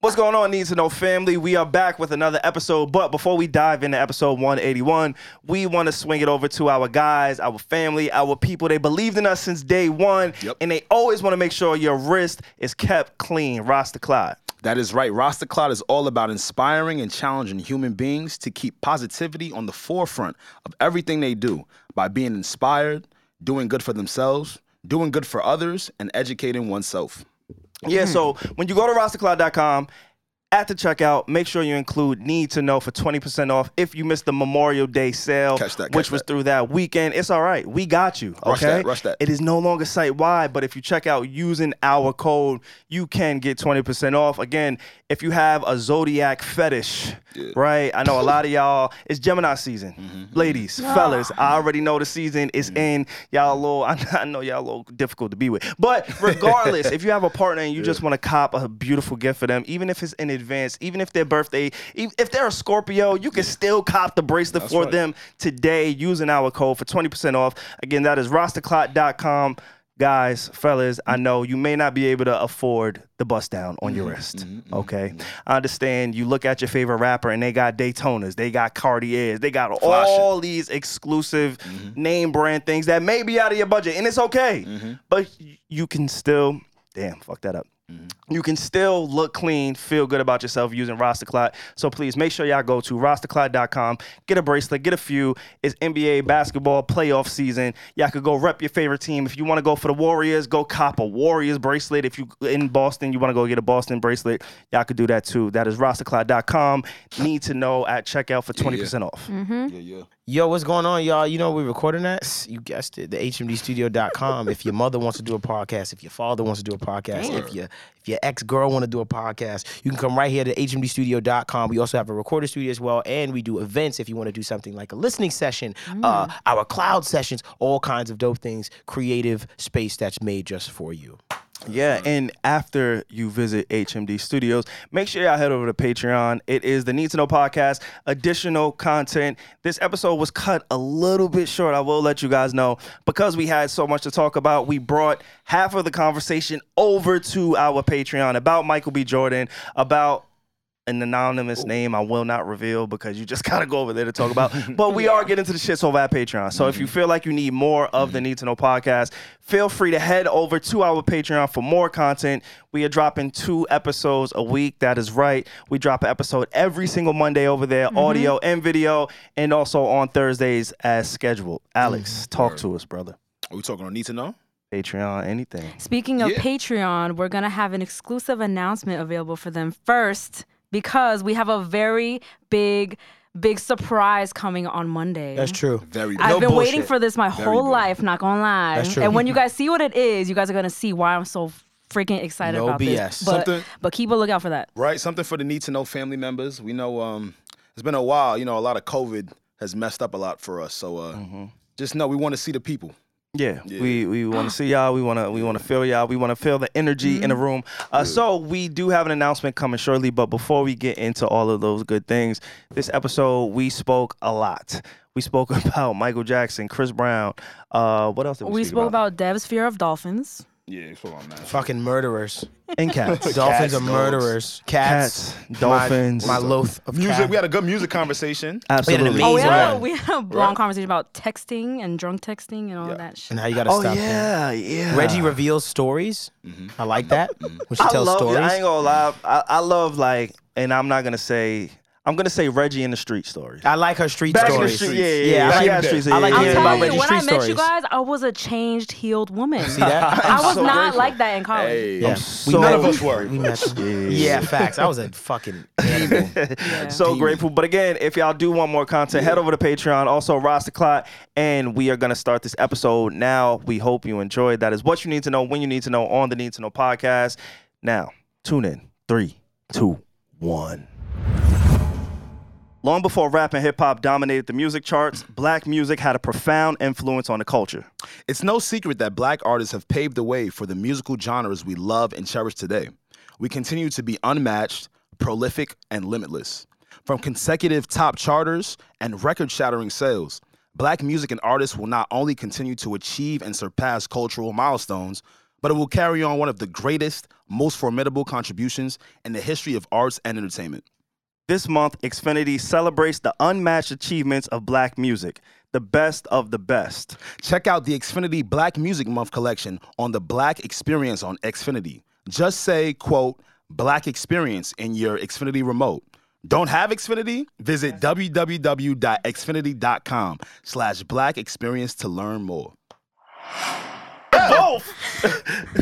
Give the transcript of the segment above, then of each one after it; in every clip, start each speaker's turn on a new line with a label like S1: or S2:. S1: What's going on, Needs to Know family? We are back with another episode. But before we dive into episode 181, we want to swing it over to our guys, our family, our people. They believed in us since day one,
S2: Yep.
S1: and they always want to make sure your wrist is kept clean. Rasta Clyde.
S2: That is right. Rasta Cloud is all about inspiring and challenging human beings to keep positivity on the forefront of everything they do by being inspired, doing good for themselves, doing good for others, and educating oneself.
S1: Yeah, so
S2: Mm.
S1: when you go to rostercloud.com at the checkout, make sure you include need to know for 20% off if you missed the Memorial Day sale,
S2: Catch that, catch
S1: which was
S2: that.
S1: through that weekend. It's all right. We got you.
S2: Rush
S1: okay?
S2: that, rush that.
S1: It is no longer site wide, but if you check out using our code, you can get 20% off. Again, if you have a zodiac fetish, right? I know a lot of y'all, it's Gemini season. Ladies, fellas, I already know the season is in. Y'all a little, I, I know y'all a little difficult to be with. But regardless, if you have a partner and you just want to cop a beautiful gift for them, even if it's in advance, even if their birthday, even if they're a Scorpio, you can still cop the bracelet for
S2: right.
S1: them today using our code for 20% off. Again, that is rosterclot.com. Guys, fellas, I know you may not be able to afford the bust down on your wrist. Okay. I understand you look at your favorite rapper and they got Daytonas, they got Cartiers, they got
S2: Flash it.
S1: all these exclusive name brand things that may be out of your budget and it's okay. But y- you can still, damn, fuck that up. You can still look clean, feel good about yourself using Rosterclot. So please make sure y'all go to rosterclot.com, get a bracelet, get a few. It's NBA basketball playoff season. Y'all could go rep your favorite team. If you want to go for the Warriors, go cop a Warriors bracelet. If you in Boston, you want to go get a Boston bracelet, y'all could do that too. That is rosterclot.com. Need to know at checkout for 20% off.
S3: Hmm?
S2: Yeah, yeah.
S4: Yo, what's going on, y'all? You know we're recording that? You guessed it, the hmdstudio.com. if your mother wants to do a podcast, if your father wants to do a podcast, if your if your ex girl want to do a podcast, you can come right here to hmdstudio.com. We also have a recording studio as well, and we do events if you want to do something like a listening session, uh, our cloud sessions, all kinds of dope things, creative space that's made just for you.
S1: Yeah, and after you visit HMD Studios, make sure y'all head over to Patreon. It is the Need to Know podcast, additional content. This episode was cut a little bit short. I will let you guys know because we had so much to talk about. We brought half of the conversation over to our Patreon about Michael B. Jordan, about an anonymous name I will not reveal because you just gotta go over there to talk about. but we are getting to the shits over at Patreon. So if you feel like you need more of the Need to Know podcast, feel free to head over to our Patreon for more content. We are dropping two episodes a week. That is right. We drop an episode every single Monday over there, audio and video, and also on Thursdays as scheduled. Alex, talk to us, brother.
S2: Are we talking on need to know?
S1: Patreon, anything.
S3: Speaking of
S2: Yeah.
S3: Patreon, we're going to have an exclusive announcement available for them first because we have a very big, big surprise coming on Monday.
S4: true.
S2: Very
S3: I've
S4: No
S3: been waiting
S4: bullshit.
S3: for this my whole
S2: big.
S3: life, not gonna lie.
S4: That's true.
S3: And when you guys see what it is, you guys are gonna see why I'm so freaking excited
S4: No
S3: about
S4: BS.
S3: this. But,
S2: Something-
S3: but keep a lookout for that.
S2: Right? Something for the need to know family members. We know um, it's been a while. You know, a lot of COVID has messed up a lot for us. So uh, just know we want to see the people.
S1: Yeah, we we want to see y'all. We want to we want to feel y'all. We want to feel the energy in the room. Uh, So we do have an announcement coming shortly. But before we get into all of those good things, this episode we spoke a lot. We spoke about Michael Jackson, Chris Brown. Uh, what else did we,
S3: We
S1: speak
S3: spoke about Dev's fear of dolphins.
S2: Yeah, come on, man.
S4: Fucking murderers.
S1: and cats,
S4: Dolphins
S2: Cats,
S4: are
S2: dogs.
S4: murderers.
S1: cats,
S4: Cats.
S1: dolphins.
S4: My, my loath of
S2: Music.
S4: cats.
S2: We had a good music conversation.
S1: absolutely.
S4: amazing
S3: Oh, we had, a,
S4: Right.
S3: we had a long conversation about texting and drunk texting and all that shit.
S4: and how you gotta
S1: Oh
S4: stop them.
S1: yeah, yeah.
S4: Reggie reveals stories. I like that. When she
S1: I
S4: tells
S1: love.
S4: stories.
S1: I ain't gonna lie. I, I love like, and I'm not gonna say. I'm gonna say Reggie in the street stories.
S4: I like her street
S1: Back in the
S4: stories.
S1: street, yeah, yeah,
S4: Yeah,
S1: yeah.
S4: I
S1: She
S4: like
S1: had
S4: that.
S1: streets,
S4: I like
S1: yeah,
S3: I'm
S1: yeah,
S4: hearing
S1: about
S3: telling you,
S1: Reggie
S4: Reggie's
S3: when
S4: street
S3: I met
S4: stories.
S3: you guys, I was a changed, healed woman.
S4: See that?
S3: I was
S1: so
S3: not
S1: grateful.
S3: like that in college.
S2: Hey,
S4: Yeah.
S2: I'm
S4: We
S1: so-
S4: met-
S2: None of us were.
S4: We met yeah. facts. I was a fucking animal.
S3: Yeah.
S1: So grateful. But again, if y'all do want more content, head over to Patreon, also Roster Clot, and we are going to start this episode now. We hope you enjoyed. That is what you need to know when you need to know on the Need to Know podcast. Now, tune in. Three, two, one. Long before rap and hip hop dominated the music charts, black music had a profound influence on the culture.
S2: It's no secret that black artists have paved the way for the musical genres we love and cherish today. We continue to be unmatched, prolific, and limitless. From consecutive top charters and record shattering sales, black music and artists will not only continue to achieve and surpass cultural milestones, but it will carry on one of the greatest, most formidable contributions in the history of arts and entertainment.
S1: This month, Xfinity celebrates the unmatched achievements of black music, the best of the best.
S2: Check out the Xfinity Black Music Month collection on the Black Experience on Xfinity. Just say, quote, Black Experience in your Xfinity remote. Don't have Xfinity? Visit www.xfinity.com slash black experience to learn more.
S1: Both!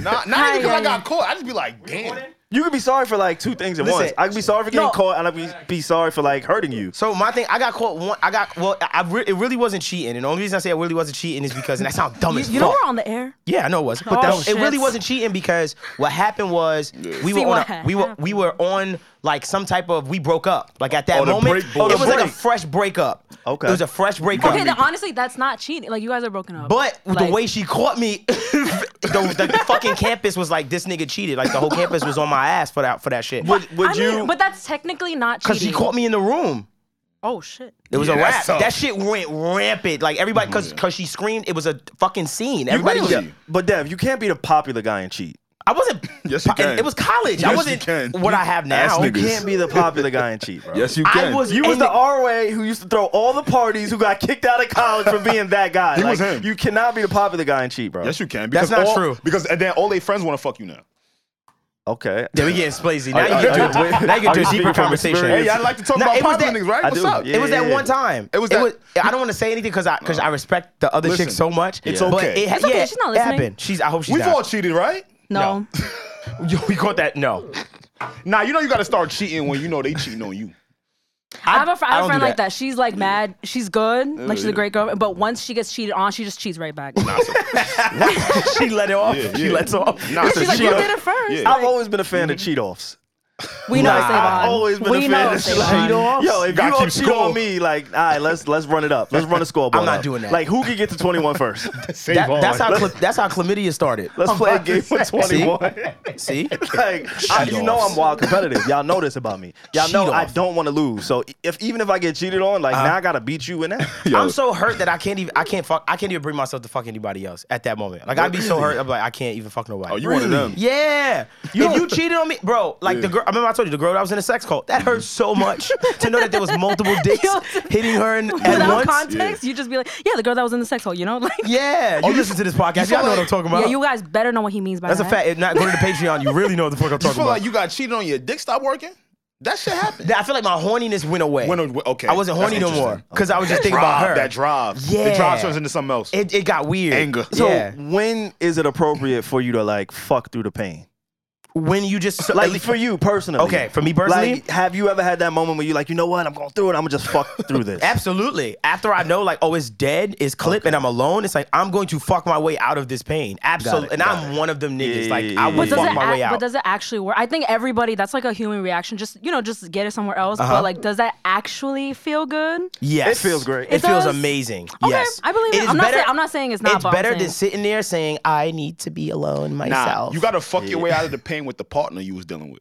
S2: Not,
S3: Hi,
S2: not even because I
S3: yeah,
S2: got caught. I just be like, damn.
S1: You could be sorry for like two things at
S4: Listen,
S1: once. I could be sorry for getting
S4: no.
S1: caught, and I could be sorry for like hurting you.
S4: So my thing, I got caught. One, I got well. I I re- it really wasn't cheating, and the only reason I say it really wasn't cheating is because and that sounds dumb
S3: You,
S4: as
S3: you know
S4: fuck.
S3: we're on the air.
S4: Yeah, I know it was, but
S3: Oh,
S4: that, it
S3: shit.
S4: really wasn't cheating because what happened was we
S3: See
S4: were on
S3: what
S4: a, we were we were on like some type of we broke up like at that
S1: Oh, the
S4: moment
S1: break boy.
S4: it was like a
S1: Break.
S4: fresh breakup.
S1: Okay.
S4: it was a fresh breakup.
S3: Okay, then honestly, that's not cheating. Like you guys are broken up.
S4: But the
S3: Like,
S4: way she caught me, the, the fucking campus was like, this nigga cheated. Like the whole campus was on my ass for that for that shit.
S1: Would, would
S3: I
S1: you?
S3: mean, but that's technically not
S4: Cause
S3: cheating.
S4: she caught me in the room.
S3: Oh shit.
S4: It was
S2: Yeah,
S4: a
S2: that's
S4: rap.
S2: tough.
S4: That shit went rampant. Like everybody, cause cause she screamed. It was a fucking scene. Everybody was.
S2: really?
S1: but Dev, you can't be the popular guy and cheat.
S4: I wasn't.
S2: Yes, you can.
S4: It was college.
S2: Yes,
S4: I
S2: you
S4: wasn't
S2: can.
S4: what I have now.
S2: Ass
S1: You
S2: niggas.
S1: can't be the popular guy and cheat, bro.
S2: Yes, you
S4: I
S2: can.
S4: was.
S1: You was
S4: and
S1: the ROA who used to throw all the parties who got kicked out of college for being that guy.
S5: He
S1: like,
S5: was him.
S1: You cannot be the popular guy and cheat, bro.
S5: Yes, you can.
S4: That's
S5: Because
S4: not
S5: all-
S4: true.
S5: Because and then all their friends want to fuck you now.
S1: Okay.
S4: Yeah, we getting splazy. Now
S1: Are-
S4: you
S1: are-
S4: can do
S1: are-
S4: it. Now you
S1: are
S4: can do
S1: you
S4: a
S1: speaking
S4: deeper
S1: from
S4: conversation.
S1: experience?
S5: Hey, I like to talk
S4: No,
S5: about
S4: it was
S5: popular
S4: that-
S5: niggas, right?
S1: I
S5: What's
S1: do.
S5: up?
S1: Yeah.
S4: It was that one time.
S5: It was that- Oh.
S4: I don't want to say anything because I because I respect the other
S5: Listen,
S4: chick so much.
S5: it's
S4: but
S5: okay.
S4: It, ha-
S3: It's okay,
S4: yeah,
S3: she's not
S4: it
S3: listening.
S4: happened. She's. I hope she's.
S5: We've
S4: not.
S5: all cheated, right?
S3: No.
S4: Yo, we caught that. No,
S5: Nah, you know you got to start cheating when you know they cheating on you.
S3: I have a, fr- I
S4: I
S3: have a
S4: don't
S3: friend
S4: do
S3: like
S4: that.
S3: that. She's like mad. She's good. Like she's a great girl. But once she gets cheated on, she just cheats right back.
S4: she let it off. She
S5: yeah.
S4: lets off.
S5: Nah,
S3: she's like, you did it first.
S5: Yeah.
S3: Like,
S1: I've always been a fan of cheat offs.
S3: we know Savon.
S1: I've always been
S3: we
S1: a
S3: know
S1: fan of cheat
S3: Savon.
S1: offs. Yo, if
S5: Gotta
S1: you don't
S5: keep
S1: cheat
S5: score.
S1: on me, like, all right, let's let's run it up. Let's run a scoreboard.
S4: I'm not
S1: up.
S4: doing that.
S1: Like, who can get to 21 first?
S5: Save
S4: That-
S5: on.
S4: that's how chla- that's how chlamydia started.
S1: Let's play a game for 21.
S4: See,
S1: like I, you know I'm
S4: offs.
S1: wild competitive. Y'all know this about me. Y'all
S4: Cheat
S1: know I
S4: off.
S1: don't want to lose. So if even if I get cheated on, like
S4: Uh-huh.
S1: now I gotta beat you in that.
S4: I'm so hurt that I can't even I can't fuck I can't even bring myself to fuck anybody else at that moment. Like I'd be so hurt. I'm like I can't even fuck nobody.
S5: Oh, you one of them.
S4: Yeah. if you cheated on me, bro, like the girl, I remember I told you the girl that was in a sex cult. That hurt so much to know that there was multiple dicks
S3: Yo,
S4: hitting her in, at
S3: Without
S4: once.
S3: context, you just be like, yeah, the girl that was in the sex hole. You know, like
S4: Yeah. Oh, You listen to this podcast. Y'all know what I'm talking about.
S3: yeah, you guys better know what he means by
S4: That's a
S3: that.
S4: fact. If not, go to the Patreon. You really know what the fuck I'm
S5: You
S4: talking
S5: feel
S4: about.
S5: like you got cheated on your dick stop working? That shit happened.
S4: That- I feel like my horniness went away.
S5: Went away, okay.
S4: I wasn't horny
S5: That's
S4: no more
S5: interesting.
S4: because I was just thinking
S5: drive,
S4: about her.
S5: That drive.
S4: Yeah.
S5: The drive turns into something else.
S4: It, it got weird.
S5: Anger.
S1: So
S4: yeah.
S1: when is it appropriate for you to like fuck through the pain?
S4: When you just
S1: Like for you personally.
S4: Okay, for me personally?
S1: Like have you ever had that moment where you're like, you know what, I'm going through it, I'm gonna just fuck through this.
S4: Absolutely. After I know, like, oh, it's dead, it's clip, and I'm alone, it's like I'm going to fuck my way out of this pain. Absolutely.
S1: it,
S4: And
S1: got
S4: I'm one of them niggas.
S1: yeah,
S4: like,
S1: yeah,
S4: I
S1: yeah, yeah.
S4: will
S3: But does,
S4: fuck
S3: it
S4: my way
S3: act-
S4: out.
S3: but does it actually work? I think everybody, that's like a human reaction. Just, you know, just get it somewhere else. But like, does that actually feel good?
S4: yes.
S1: It feels great.
S4: It,
S3: It
S4: feels
S3: does?
S4: amazing.
S3: Okay,
S4: Yes.
S3: I believe it.
S4: is
S3: I'm not saying- I'm not saying it's not,
S4: It's
S3: but I'm
S4: better than
S3: saying-
S4: sitting there saying, I need to be alone myself.
S5: Nah, you got to fuck your way out of the pain with the partner you was dealing with.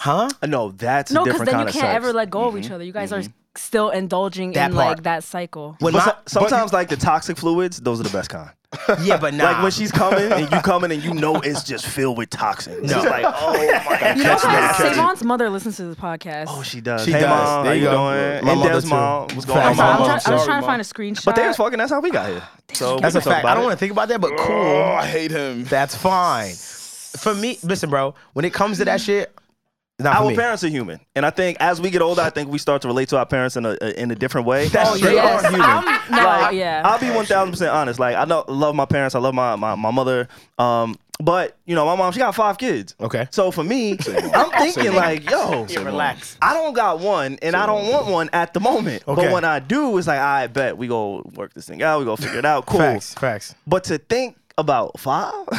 S4: huh?
S1: No, that's
S3: No,
S1: a
S3: because
S1: different
S3: then you
S1: kind
S3: can't
S1: of sex.
S3: ever let go of each other. You guys are still indulging
S4: That
S3: in
S4: part.
S3: like that cycle.
S4: When
S1: but
S4: my,
S1: so- sometimes like the toxic fluids, those are the best kind.
S4: yeah, but nah.
S1: Like when she's coming and you coming and you know it's just filled with toxins. It's
S4: No.
S1: just like, oh my god.
S3: You know,
S1: catch that.
S3: Savon's mother listens to this podcast.
S1: Oh, she does.
S4: She
S1: hey,
S4: does.
S1: Mom,
S4: There
S1: how
S4: you
S1: you
S4: go.
S1: doing?
S4: My
S1: and
S4: mother,
S1: Dev's
S4: too.
S1: mom. What's going on?
S4: Facts. Mom,
S3: I'm, sorry, I'm, trying,
S4: I'm
S3: I'm
S5: sorry,
S3: trying to
S5: Mom.
S3: find a screenshot.
S1: But they was fucking. That's how we got here. So
S4: That's
S1: we
S4: a
S1: can talk about
S4: fact. I don't
S1: it.
S4: want to think about that, but
S5: Oh,
S4: cool.
S5: I hate him.
S4: That's fine. For me, listen, bro, when it comes to that shit, not for
S1: Our
S4: me.
S1: parents are human, and I think as we get older, I think we start to relate to our parents in a in a different way.
S4: That's
S1: They
S4: true.
S1: are
S3: Oh, Yes.
S1: human.
S3: I'm- no, yeah.
S1: I'll be one thousand percent honest. Like I know, love my parents. I love my my, my mother. Um, but you know, my mom she got five kids.
S4: Okay.
S1: So for me, I'm thinking like, yo,
S4: relax.
S1: I don't got one, and I don't want one at the moment.
S4: Okay.
S1: But when I do, it's like, I bet we go work this thing out. We go figure it out. Cool.
S4: Facts, facts.
S1: But to think about five,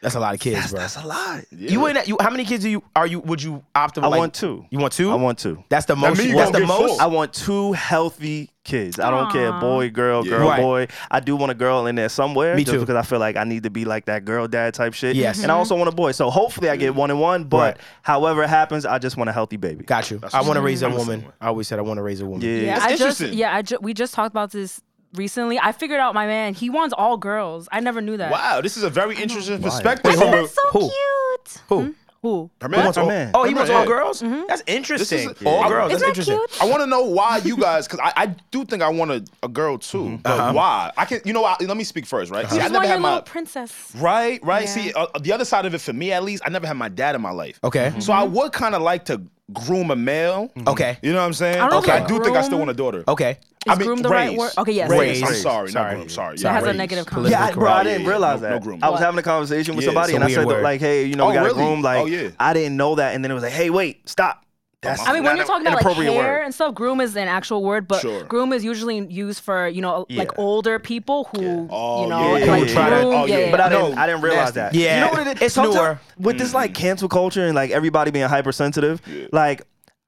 S4: That's a lot of kids, bro.
S1: that's a lot.
S4: You ain't. You, how many kids do you are you? Would you opt?
S1: I
S4: like-
S1: want two.
S4: You want two?
S1: I want two.
S4: That's the most.
S5: mean you
S4: that's the
S5: gonna get
S4: most.
S5: four.
S1: I want two healthy kids. I don't care,
S3: Aw.
S1: boy, girl, girl,
S4: Right.
S1: boy. I do want a girl in there somewhere.
S4: Me
S1: just
S4: too.
S1: Because I feel like I need to be like that girl dad type shit.
S4: Yes. Mm-hmm.
S1: And I also want a boy. So hopefully I get one and one. But
S4: Right.
S1: however it happens, I just want a healthy baby.
S4: Got you. I want to raise a woman.
S5: one.
S4: I always said I want to raise a woman.
S1: Yeah.
S3: yeah,
S5: That's
S3: I just
S5: interesting.
S3: yeah, I ju- we just talked about this recently. I figured out my man, he wants all girls. I never knew that.
S5: Wow, this is a very interesting perspective from a.
S3: That's so
S4: Who?
S3: cute. Hmm?
S4: Who?
S3: Who?
S5: Her man?
S1: wants
S5: Her
S1: all-
S5: man.
S4: Oh, he
S5: Her
S4: wants
S5: man.
S4: all girls. That's interesting. All
S5: yeah.
S4: girls.
S3: Isn't
S4: That's
S3: Mm-hmm. that
S4: interesting.
S3: cute?
S5: I want to know why you guys, because I, I do think I want a, a girl too, but why? I can, you know, I, let me speak first, right? See, I
S3: Uh-huh. Just want
S5: never
S3: your
S5: had my
S3: little princess.
S5: right, right.
S3: Yeah.
S5: See, uh, the other side of it for me, at least, I never had my dad in my life.
S4: Okay.
S1: Mm-hmm.
S4: Mm-hmm.
S5: so I would kind of like to groom a male.
S4: Okay.
S5: You know what I'm saying?
S3: I don't
S5: okay, I
S3: know
S5: do
S3: if
S5: think I still
S3: groom-
S5: want a daughter.
S4: Okay.
S3: Is groom the right
S5: raise.
S3: word? Okay, yes.
S5: Raise. I'm
S4: Raise.
S5: sorry, not
S4: Sorry.
S5: groom. Sorry.
S4: So it
S5: yeah,
S3: has a
S5: raise.
S3: negative
S4: Political
S3: Yeah,
S1: Yeah, I, bro, I
S5: Yeah,
S1: didn't
S5: yeah,
S1: realize
S5: no- no
S1: that.
S5: groom.
S1: I was
S3: What?
S1: having a conversation with
S5: Yeah,
S1: somebody,
S5: it's a
S1: and I said,
S4: weird word.
S1: like, hey, you know, we
S5: Oh,
S1: got
S5: really?
S1: a groom. Like,
S5: Oh, yeah.
S1: I didn't know that. And then it was like, hey, wait, stop. That's
S5: my
S3: I mean, when
S5: Not
S3: you're
S5: a-
S3: talking about like
S1: inappropriate
S3: hair
S1: word.
S3: and stuff, groom is an actual word, but
S5: Sure.
S3: groom is usually used for you know like
S1: Yeah.
S3: older people who
S5: Oh,
S3: you know
S5: yeah,
S3: like
S1: yeah, yeah.
S3: groom.
S5: Oh, yeah.
S1: But I
S5: No,
S1: didn't, I didn't realize
S5: nasty.
S1: that.
S4: Yeah.
S1: You know what it is?
S4: It's
S1: Sometimes
S4: newer. Mm-hmm.
S1: With this like cancel culture and like everybody being hypersensitive, like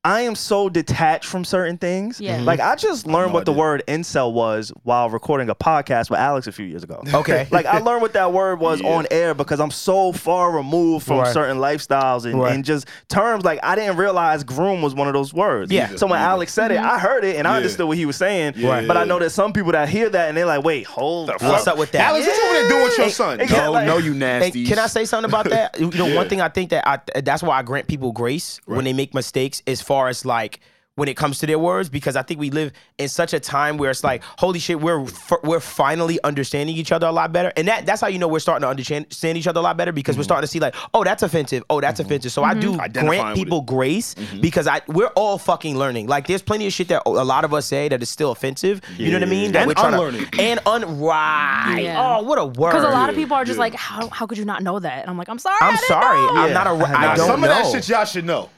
S1: I am so detached from certain things.
S3: Yeah. Mhm.
S1: Like I just learned what the word incel was while recording a podcast with Alex a few years ago.
S4: Okay.
S1: like I learned what that word was on air because I'm so far removed from
S4: Right.
S1: certain lifestyles and,
S4: Right.
S1: and just terms. Like I didn't realize groom was one of those words.
S4: Yeah.
S1: So when Alex said it, I heard it and I understood what he was saying.
S5: Right.
S1: But I know there's some people that hear that and they're like, wait, hold up.
S4: What's up with that?
S5: Alex, what you want to do with your son?
S1: Exactly.
S2: No,
S1: like-
S2: no, you
S4: Hey,
S2: nasty.
S4: can I say something about that? You know, one thing I think that I that's why I grant people grace when they make mistakes as far as like when it comes to their words because I think we live in such a time where it's like holy shit we're f- we're finally understanding each other a lot better and that that's how you know we're starting to understand understand each other a lot better because we're starting to see like oh that's offensive oh that's offensive so I do
S5: Mm-hmm. Identifying
S4: grant
S5: with Mm-hmm.
S4: people grace because I we're all fucking learning like there's plenty of shit that a lot of us say that is still offensive you know what I mean that
S5: And
S4: we're trying
S5: unlearning.
S4: to, and un right
S3: Yeah.
S4: oh what a word
S3: Because a lot of people are just like, how, how could you not know that? And I'm like, I'm sorry. I
S4: I'm
S3: didn't
S4: sorry.
S3: know."
S4: I'm not a. I
S1: Nah,
S4: I don't
S5: Some
S4: know. Oh,
S5: of that shit y'all should know.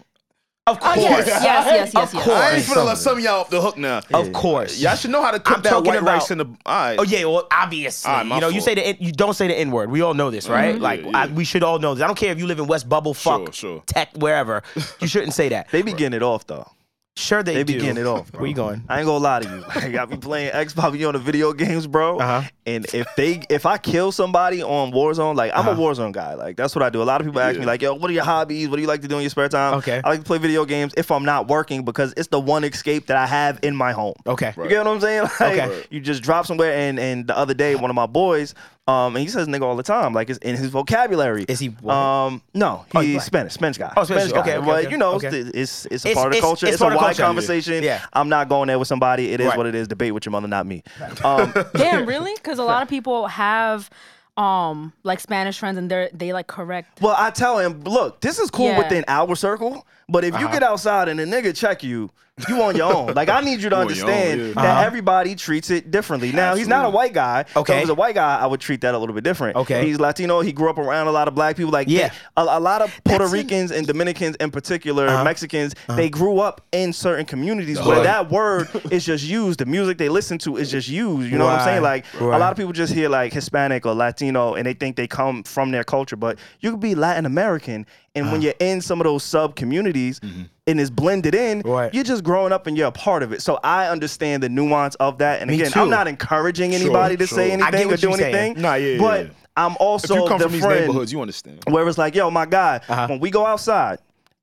S4: of course.
S3: yes, yes, yes, yes,
S4: Of
S3: yes.
S4: course.
S5: I ain't finna let some of y'all off the hook now.
S4: Of course.
S5: Y'all should know how to cook
S4: I'm
S5: that
S4: talking
S5: white
S4: about-
S5: rice in the. All right.
S4: Oh yeah, well, obviously,
S5: Alright,
S4: you
S5: my
S4: know, you
S5: fault.
S4: say the N- you don't say the N word. We all know this, right? Like, I, we should all know this. I don't care if you live in West Bubble, fuck,
S5: Sure, sure.
S4: tech, wherever. You shouldn't say that.
S1: They be getting it off though.
S4: Sure, they,
S1: They
S4: do.
S1: be getting it off. Bro.
S4: Where you going?
S1: I ain't gonna lie to you. Like, I be playing Xbox. You on the video games, bro.
S4: Uh-huh.
S1: And if they, if I kill somebody on Warzone, like I'm
S4: Uh-huh.
S1: a Warzone guy. Like that's what I do. A lot of people ask me, like, yo, what are your hobbies? What do you like to do in your spare time?
S4: Okay.
S1: I like to play video games if I'm not working because it's the one escape that I have in my home.
S4: Okay.
S1: You get what I'm saying? Like,
S4: Okay.
S1: You just drop somewhere, and and the other day, one of my boys, um, and he says nigga all the time, like it's in his vocabulary.
S4: Is he white?
S1: Um, no,
S4: Oh, he's
S1: he's
S4: black.
S1: Spanish, Spanish guy.
S4: Oh, Spanish,
S1: guy.
S4: okay, okay,
S1: but
S4: okay,
S1: you know,
S4: okay.
S1: it's, it's it's a
S4: It's-
S1: part of
S4: it's-
S1: culture.
S4: it's
S1: It's, a
S4: part
S1: wide
S4: of culture.
S1: conversation.
S4: Yeah.
S1: I'm not going there with somebody. It is
S4: Right.
S1: what it is. Debate with your mother, not me. Um,
S3: Damn, really? Because a lot of people have um like Spanish friends and they're they like correct.
S1: well, I tell him, look, this is cool
S3: Yeah.
S1: within our circle, but if
S4: Uh-huh.
S1: you get outside and a nigga check you, you on your own. Like I need you to
S5: on your own,
S1: understand
S5: yeah.
S1: that everybody treats it differently. Now he's not a white guy. so
S4: Uh-huh. Okay.
S1: if he's a white guy, I would treat that a little bit different.
S4: Okay.
S1: he's Latino. He grew up around a lot of black people. Like
S4: Yeah.
S1: they- a, a lot of Puerto
S4: That's an-
S1: Ricans and Dominicans in particular, Mexicans, they grew up in certain communities
S4: Right.
S1: where that word is just used. The music they listen to is just used. You know what I'm saying?
S4: Right.
S1: Like
S4: Right.
S1: a lot of people just hear like Hispanic or Latino and they think they come from their culture, but you could be Latin American. And
S5: Uh.
S1: when you're in some of those sub communities
S5: Mm-hmm.
S1: and it's blended in,
S4: Right.
S1: you're just growing up and you're a part of it. So I understand the nuance of that. And
S4: Me
S1: again,
S4: too.
S1: I'm not encouraging anybody to say
S4: I get
S1: anything or
S4: what
S1: do
S4: you're saying.
S1: anything.
S5: Nah, yeah, yeah,
S1: But
S5: yeah.
S1: I'm
S5: if
S1: also
S5: you come
S1: the
S5: from these
S1: friend
S5: neighborhoods, you understand.
S1: where it's like, yo, my guy,
S4: Uh-huh.
S1: when we go outside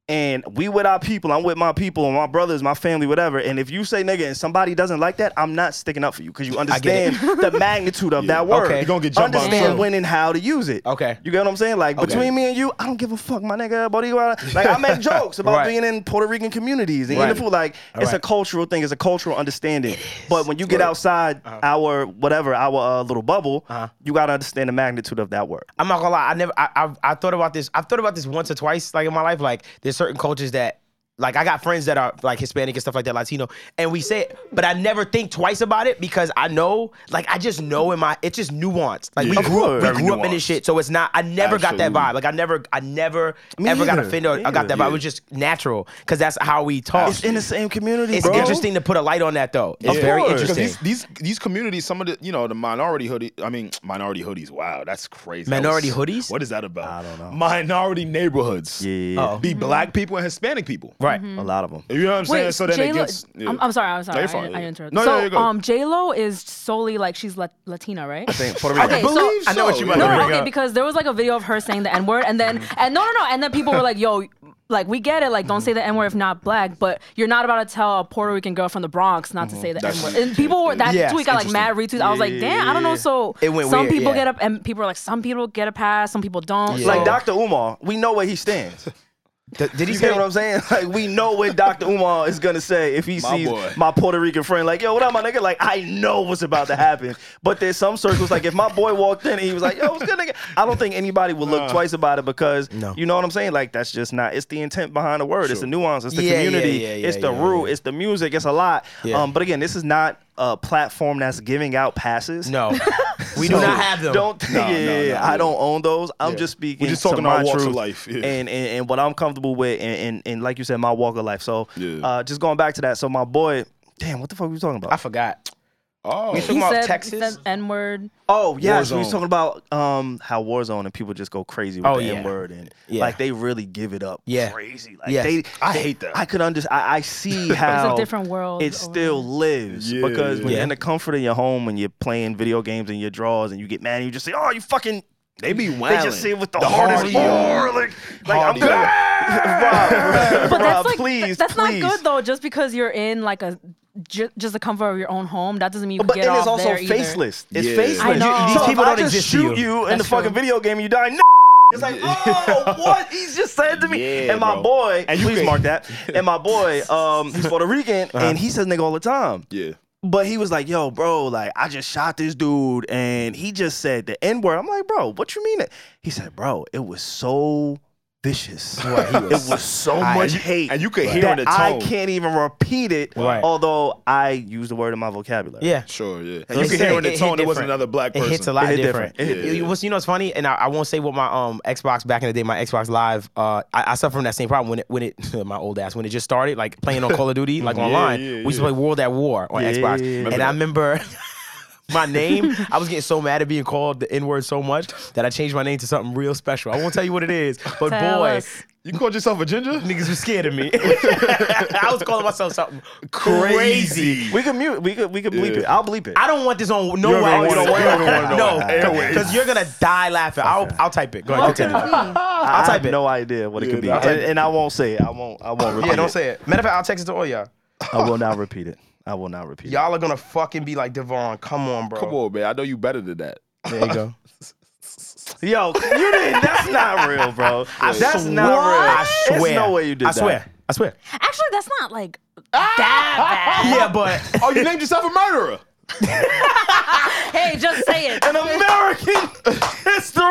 S1: and we with our people, I'm with my people and my brothers, my family, whatever. And if you say nigga and somebody doesn't like that, I'm not sticking up for you because you
S4: get
S1: understand the magnitude of that word.
S4: Okay. You
S5: gonna get jumped by
S1: Understand
S5: yourself.
S1: when and how to use it.
S4: Okay.
S1: You get what I'm saying? Like between me and you, I don't give a fuck, my nigga. But you wanna- like I make jokes about
S4: Right.
S1: being in Puerto Rican communities and
S4: Right.
S1: even for like it's a
S4: Alright.
S1: cultural thing, it's a cultural understanding. But when you get outside
S4: Uh-huh.
S1: our whatever our uh, little bubble, you gotta understand the magnitude of that word.
S4: I'm not gonna lie. I never. I, I've I thought about this. I've thought about this once or twice, like in my life. Like there's certain cultures that, like I got friends that are like Hispanic and stuff like that, Latino, and we say it, but I never think twice about it because I know, like I just know in my, it's just nuanced. Like we
S5: Of
S4: grew, up,
S5: course.
S4: we
S5: Very
S4: grew up in this
S5: nuanced.
S4: shit, so it's not. I never got that
S5: Absolutely.
S4: vibe. Like I never, I never
S1: Me
S4: ever got
S1: either.
S4: offended. Or,
S1: Me
S4: I got that
S1: either.
S4: vibe. It was just natural because that's how we talk.
S1: It's in the same community,
S4: It's
S1: bro.
S4: interesting to put a light on that though. It's
S1: Of
S4: very
S1: course.
S5: Because
S4: interesting.
S5: these, these these communities, some of the you know the minority hoodie. I mean minority hoodies. Wow, that's crazy. That
S4: Minority
S5: was-
S4: hoodies?
S5: What is that about? I don't know. Minority neighborhoods.
S1: Yeah.
S4: Oh.
S5: Be black people and Hispanic people.
S4: Right.
S1: A lot of them.
S5: You know what I'm saying?
S3: Mm-hmm. Wait,
S5: So then
S3: J
S5: it
S3: Lo.
S5: gets. yeah.
S3: I'm, I'm sorry. I'm sorry.
S5: you're fine.
S3: I, I interrupted.
S5: No, no,
S3: so
S5: you're good.
S3: um, J Lo is solely like she's lat- Latina, right? I think
S1: Puerto Rican.
S3: Okay,
S5: I
S3: so
S5: believe
S4: I know what
S5: so.
S4: you meant
S3: No,
S4: to
S3: no,
S4: bring
S3: okay,
S4: up.
S3: because there was like a video of her saying the N word, and then and no, no, no, and then people were like, "Yo, like we get it, like don't say the N word if not black, but you're not about to tell a Puerto Rican girl from the Bronx not to say the N
S5: Mm-hmm. That's-
S3: word. And people were that
S4: Yeah,
S3: tweet got like mad retweets. I was like, damn, I don't know. So
S4: It went
S3: some
S4: weird,
S3: people
S4: yeah.
S3: get up and people are like, some people get a pass, some people don't.
S4: Yeah.
S3: So-
S1: Like Dr. Umar, we know where he stands.
S4: Th- did he
S1: You
S4: say
S1: get what I'm saying? Like we know what Dr. Umar is gonna say if he
S5: My
S1: sees
S5: boy.
S1: my Puerto Rican friend. Like, yo, what up, my nigga? Like, I know what's about to happen. But there's some circles. Like, if my boy walked in and he was like, "Yo, what's good, nigga?" I don't think anybody would look twice about it because
S4: No.
S1: you know what I'm saying. Like, that's just not. It's the intent behind the word. It's the nuance. It's the
S4: Yeah, yeah,
S1: community.
S4: yeah, yeah,
S1: it's the
S4: yeah,
S1: rule.
S4: yeah.
S1: It's the music. It's a lot.
S4: Yeah.
S1: Um, but again, this is not a platform that's giving out passes.
S4: No, we do
S1: So
S4: not have them.
S1: Don't think,
S5: No, no,
S1: yeah, yeah,
S5: no.
S1: I don't own those. I'm
S4: Yeah.
S1: just speaking.
S5: We're just
S1: to
S5: talking
S1: my
S5: our walks of
S1: truth
S5: life, yeah.
S1: and, and and what I'm comfortable with, and and, and like you said, my walk of life. So,
S5: Yeah.
S1: uh, just going back to that. So my boy, damn, what the fuck were we talking
S4: I
S1: about?
S4: forgot.
S5: Oh,
S4: talking
S3: he
S4: about
S3: said,
S4: Texas?
S3: N word.
S1: Oh yes, we
S5: Warzone.
S1: was talking about um how Warzone and people just go crazy with
S4: Oh,
S1: the
S4: yeah.
S1: N word and
S4: Yeah.
S1: like they really give it up.
S4: Yeah.
S1: crazy. Like
S4: Yeah.
S1: they,
S5: I
S1: they-
S5: hate that.
S1: I could understand. I, I see
S3: It's
S1: how
S3: a different world.
S1: it
S3: over
S1: still lives
S5: Yeah,
S1: because when
S4: yeah.
S1: you're in the comfort of your home and you're playing video games in your drawers and you get mad and you just say, "Oh, you fucking."
S5: They be
S1: They
S5: wildin'.
S1: just say with the,
S5: The
S1: hardest
S5: hard
S1: roar, like, like I'm
S5: Hard
S1: good. Rob,
S3: But
S1: Rob,
S3: that's like
S1: please,
S3: that's
S1: please.
S3: not good though. Just because you're in like a ju- just the comfort of your own home, that doesn't mean you can
S1: But
S3: get
S1: it is
S3: off
S1: also
S3: there either.
S1: faceless. It's
S5: Yeah.
S1: faceless.
S5: I
S3: know. These
S1: so
S4: people
S1: if I
S4: don't
S1: just
S4: exist to
S1: shoot
S4: you.
S1: you, in the
S3: That's
S1: fucking
S3: true.
S1: video game and you die. No. It's like, oh, what he's just said to me.
S5: Yeah,
S1: and my
S5: bro.
S1: boy,
S5: And you
S1: please
S5: can-
S1: mark that. And my boy, um, he's Puerto Rican,
S5: Uh-huh.
S1: and he says nigga all the time.
S5: Yeah.
S1: But he was like, yo, bro, like, I just shot this dude and he just said the N word. I'm like, bro, what you mean? It? He said, bro, it was so vicious. it was so much hate.
S5: and you could hear
S1: that
S5: in the
S1: I
S5: tone.
S1: can't even repeat it,
S4: Right.
S1: although I use the word in my vocabulary.
S4: Yeah.
S5: Sure, yeah.
S4: They
S5: And you can
S4: say
S5: hear in
S4: it
S5: the
S4: hit
S5: tone there
S4: different.
S5: wasn't another black person.
S4: It hits a lot
S1: It hit
S4: different.
S1: different. It hit
S5: Yeah.
S4: You, you- what's- you know what's funny, and I, I won't say what my um Xbox back in the day, my Xbox Live, uh, I, I suffered from that same problem when it when it my old ass when it just started like playing on Call of Duty like online.
S5: yeah,
S4: we used to play World at War on
S1: Yeah,
S4: Xbox,
S1: yeah, yeah.
S4: and I remember. My name, I was getting so mad at being called the N word so much that I changed my name to something real special. I won't tell you what it is, but
S3: Tell
S4: boy,
S3: us.
S5: You called yourself a ginger?
S4: niggas was scared of me. I was calling myself something crazy.
S1: We could mute, we could, we could bleep it. I'll bleep it.
S4: I don't want this on no
S5: don't
S4: way.
S5: want it. You don't want it
S4: no,
S5: on airwaves.
S4: because you're gonna die laughing. I'll, I'll type it. Go ahead, continue.
S1: I,
S4: I'll
S1: I
S4: type
S1: have
S4: it.
S1: no idea what it could be,
S5: I'll
S1: and,
S5: type it.
S1: and I won't say it. I won't. I won't repeat
S4: Yeah, don't
S1: it.
S4: say it. Matter of fact, I'll text it to all y'all.
S1: I will not repeat it. I will not repeat it.
S4: Y'all are gonna fucking be like Devon. Come on, bro.
S5: Come on, man. I know you better than that.
S4: There you go.
S1: Yo, you didn't. That's not real, bro. that's not real.
S4: I swear.
S1: There's no way you did
S4: I swear.
S1: that.
S4: I swear.
S3: Actually, that's not like
S1: Ah!
S3: that bad.
S4: Yeah, but
S5: Oh, you named yourself a murderer.
S3: Hey, just say it.
S1: An American history.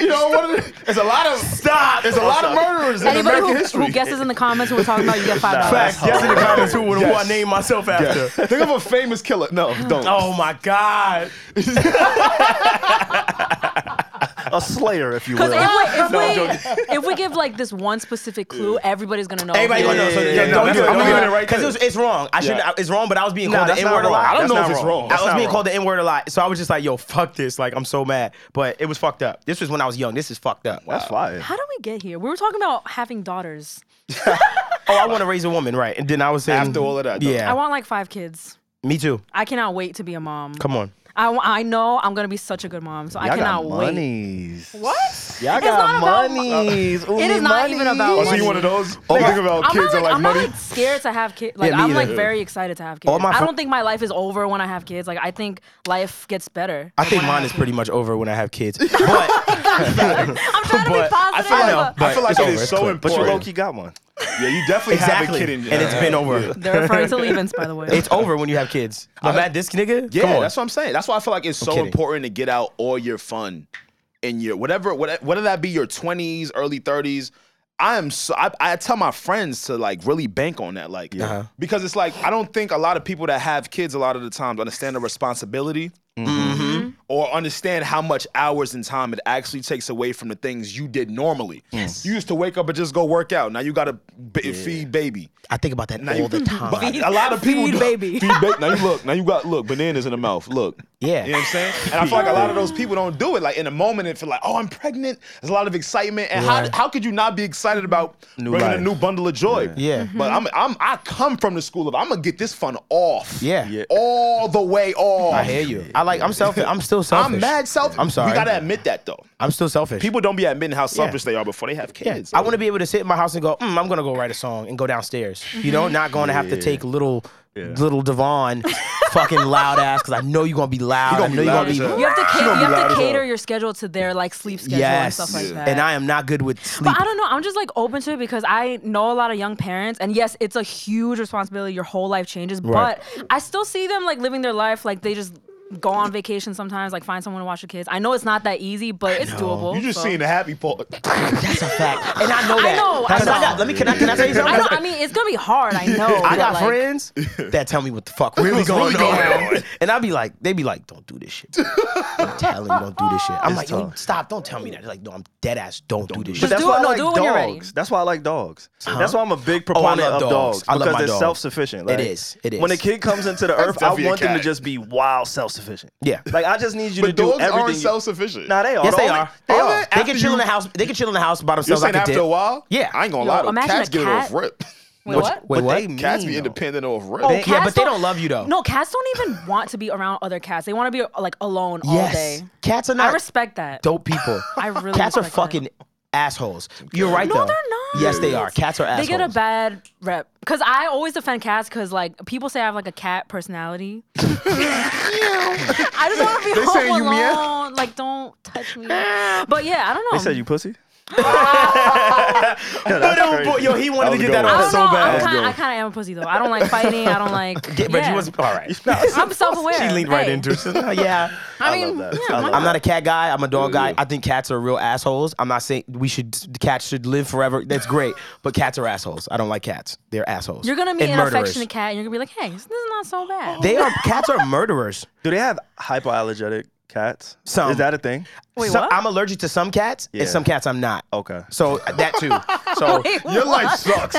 S5: You know what? it- It's a lot of stop. It's a lot of murderers in
S3: Anybody
S5: American
S3: who,
S5: history.
S3: who guesses in the comments who we're talking about, you get five
S1: Nah.
S3: dollars.
S4: facts. Guess in the comments who, who I
S5: Yes.
S4: named myself after.
S5: Think of a famous killer. No, don't.
S4: Oh my god.
S1: A slayer, if you will.
S3: Because if, we, if, we, if we give like this one specific clue, everybody's gonna know.
S4: Everybody
S3: who
S4: gonna
S3: it
S4: know.
S3: is.
S4: So
S1: yeah,
S4: Oh, yeah,
S1: yeah,
S4: don't
S1: no,
S4: do it.
S1: that's
S4: Don't do
S1: not
S4: it
S5: right
S4: because
S5: there.
S4: it's, it's wrong. I shouldn't.
S5: Yeah.
S4: I- It's wrong, but I was being
S1: Nah,
S4: called
S1: that's
S4: the
S1: not
S4: N word a
S1: wrong.
S4: lot. I don't
S1: That's
S4: know if
S1: not
S4: it's
S1: wrong.
S4: wrong.
S1: That's
S4: I was
S1: not
S4: being
S1: wrong.
S4: called the N word a lot, so I was just like, "Yo, fuck this!" Like I'm so mad, but it was fucked up. This was when I was young. This is fucked up.
S1: That's fire.
S3: How did we get here? We were talking about having daughters.
S4: Oh, I want to raise a woman, right? And then I was saying
S5: After all of that, though.
S4: yeah,
S3: I want like five kids.
S4: me too.
S3: I cannot wait to be a mom.
S4: Come on.
S3: I, I know I'm gonna be such a good mom, so I
S1: Y'all
S3: cannot
S1: got
S3: wait.
S1: monies.
S3: What?
S1: Y'all got
S3: It's not about mo-
S1: monies.
S3: It is not even about
S5: Oh, so
S3: money.
S5: you one of those? Oh, think about
S3: I'm
S5: kids and
S3: not, like,
S5: like
S3: I'm
S5: money.
S3: not like scared to have kids. Like
S4: me
S3: I'm
S4: either.
S3: like very excited to have kids.
S4: All my
S3: I
S4: fr-
S3: don't think my life is over when I have kids. Like I think life gets better.
S4: I think mine is pretty much over when I have kids. But I'm
S3: I'm trying to be positive.
S4: I know,
S3: but
S4: but
S5: I feel like
S4: it's
S5: it
S4: over,
S5: is
S4: it's
S5: so
S4: cool.
S5: important.
S1: But you low key got one.
S5: Yeah, you definitely have a
S4: Exactly.
S5: kid in
S4: And it's been over.
S3: They're referring to leave-ins, by the way.
S4: It's over when you have kids. I'm at this nigga. Come
S5: Yeah,
S4: on.
S5: that's what I'm saying. That's why I feel like it's so
S4: kidding.
S5: important to get out all your fun in your whatever, whatever, whether that be your 20s, early 30s. I am so I, I tell my friends to like really bank on that, like
S4: Uh-huh.
S5: because it's like I don't think a lot of people that have kids a lot of the times understand the responsibility
S3: Mm-hmm.
S5: or understand how much hours and time it actually takes away from the things you did normally. Yes. You used to wake up and just go work out. Now you got to b- feed baby.
S4: I think about that
S5: Now
S4: all
S5: you-
S4: the time.
S5: But a lot of people
S3: Feed
S5: do-
S3: baby.
S5: feed ba- now you look. Now you got look bananas in the mouth. Look,
S4: Yeah.
S5: You know what I'm saying? And I feel like a lot of those people don't do it. Like in a moment, it feel like, oh, I'm pregnant. There's a lot of excitement. And
S4: Right.
S5: how, how could you not be excited about
S1: New
S5: bringing
S1: life.
S5: a new bundle of joy?
S4: Yeah. Yeah.
S5: But I'm, I'm, I come from the school of I'm gonna get this fun off.
S4: Yeah.
S1: Yeah.
S5: All the way off.
S4: I hear you. I like. I'm selfish. I'm still selfish.
S5: I'm mad selfish.
S4: I'm sorry.
S5: We gotta admit that though.
S4: I'm still selfish.
S5: People don't be admitting how selfish they are before they have
S4: Yeah.
S5: kids.
S4: I want to be able to sit in my house and go, mm, I'm gonna go write a song and go downstairs. You know, not going to have to take little little Devon, fucking loud ass, because I know you're gonna be loud. I know you're gonna be.
S3: You have to, ca- you have to cater your schedule to their like sleep schedule and
S4: Yes,
S3: stuff like that.
S4: and I am not good with sleep.
S3: But I don't know. I'm just like open to it because I know a lot of young parents, and yes, it's a huge responsibility. Your whole life changes,
S4: Right.
S3: but I still see them like living their life. Like they just go on vacation sometimes, like find someone to watch the kids. I know it's not that easy, but it's doable.
S5: You just
S3: so.
S5: seen the happy part.
S4: That's a fact, and I know
S3: I
S4: that.
S3: know, I
S4: 'Cause
S3: know.
S4: got- let me. Can I? Can I tell you something?
S3: I, know, I mean, it's gonna be hard. I know.
S4: I
S3: but,
S4: Oh, got
S3: like,
S4: friends that tell me what the fuck really
S5: What's really
S4: going
S5: going
S4: on,
S5: on?
S4: and I'd be like, they be like, "Don't do this shit." I'm telling you, don't do this shit. I'm like, yo, stop! Don't tell me that. They're like, no, I'm dead ass. Don't, do this
S1: But
S4: shit.
S1: that's
S3: do
S1: why
S3: it-
S1: I
S3: no,
S1: like
S3: do it when you're ready.
S1: dogs. That's why I like dogs. That's why I'm a big proponent
S4: Oh, love
S1: of
S4: dogs.
S1: dogs,
S4: I love
S1: because
S4: my
S1: they're
S4: dog.
S1: self-sufficient.
S4: It
S1: Like,
S4: is. It is.
S1: When a kid comes into the earth, I
S5: definitely a
S1: want them to
S5: cat.
S1: just be wild self-sufficient.
S4: Yeah.
S1: Like I just need you to
S5: But
S1: do
S5: dogs
S1: everything.
S5: aren't
S1: you-
S5: self-sufficient.
S1: Nah, they are.
S4: Yes,
S1: The
S4: they
S1: only-
S4: are.
S1: They
S5: Are
S1: are.
S5: they?
S4: They
S5: After
S4: can chill
S5: you-
S4: in the house. They can chill in the house by
S5: You're
S4: themselves. I
S5: saying
S4: could
S5: after
S4: dip.
S5: a while?
S4: Yeah.
S5: I ain't gonna
S3: Yo,
S5: lie. though.
S3: imagine
S5: Cats
S3: a
S5: get it
S3: cat-
S5: off rip.
S3: Wait,
S4: What-
S3: what?
S4: Wait,
S1: But
S4: what?
S1: they mean,
S5: Cats be
S1: though.
S5: independent off rip.
S3: Oh,
S4: They- yeah,
S3: cats
S4: but they don't love you, though.
S3: No, cats don't even want to be around other cats. They want to be like alone all
S4: Yes.
S3: day.
S4: Cats are
S3: I
S4: not
S3: respect that.
S4: dope people.
S3: I really
S4: Cats are
S3: respect that.
S4: fucking assholes. You're right
S3: No,
S4: though.
S3: they're not.
S4: Yes, they are. Cats are
S3: They
S4: assholes.
S3: get a bad rep because I always defend cats because like people say I have like a cat personality. I just want to be home
S5: say you
S3: alone.
S5: meow.
S3: Like, don't touch me. But yeah, I don't know.
S1: They said you pussy.
S4: But yo, he
S5: That
S4: wanted to
S5: was
S4: get
S5: a
S4: that
S5: good one.
S3: I
S4: off
S3: don't
S4: so
S3: know.
S4: bad.
S3: I'm kinda, I kind of am a pussy though. I don't like fighting. I don't like.
S4: Yeah, but
S3: yeah.
S4: you wasn't. All right.
S3: I'm self-aware.
S4: She leaned right
S3: Hey,
S4: into it. yeah.
S3: I mean,
S1: love that.
S3: yeah,
S1: I
S3: why
S1: love
S3: not?
S4: I'm not a cat guy. I'm a dog guy. I think cats are real assholes. I'm not saying we should cats should live forever. That's great, but cats are assholes. I don't like cats. They're assholes.
S3: You're gonna meet
S4: And
S3: an
S4: murderers.
S3: affectionate cat, and you're gonna be like, "Hey, this is not so bad."
S4: They are cats are murderers.
S1: Do they have hypoallergenic cats?
S4: Some.
S1: Is that a thing?
S3: Wait,
S4: Some-
S3: what?
S4: I'm allergic to some cats,
S1: Yeah. Oh.
S4: and some cats I'm not.
S1: Okay.
S4: So that too. So
S3: Wait,
S5: Your
S3: what?
S5: life sucks.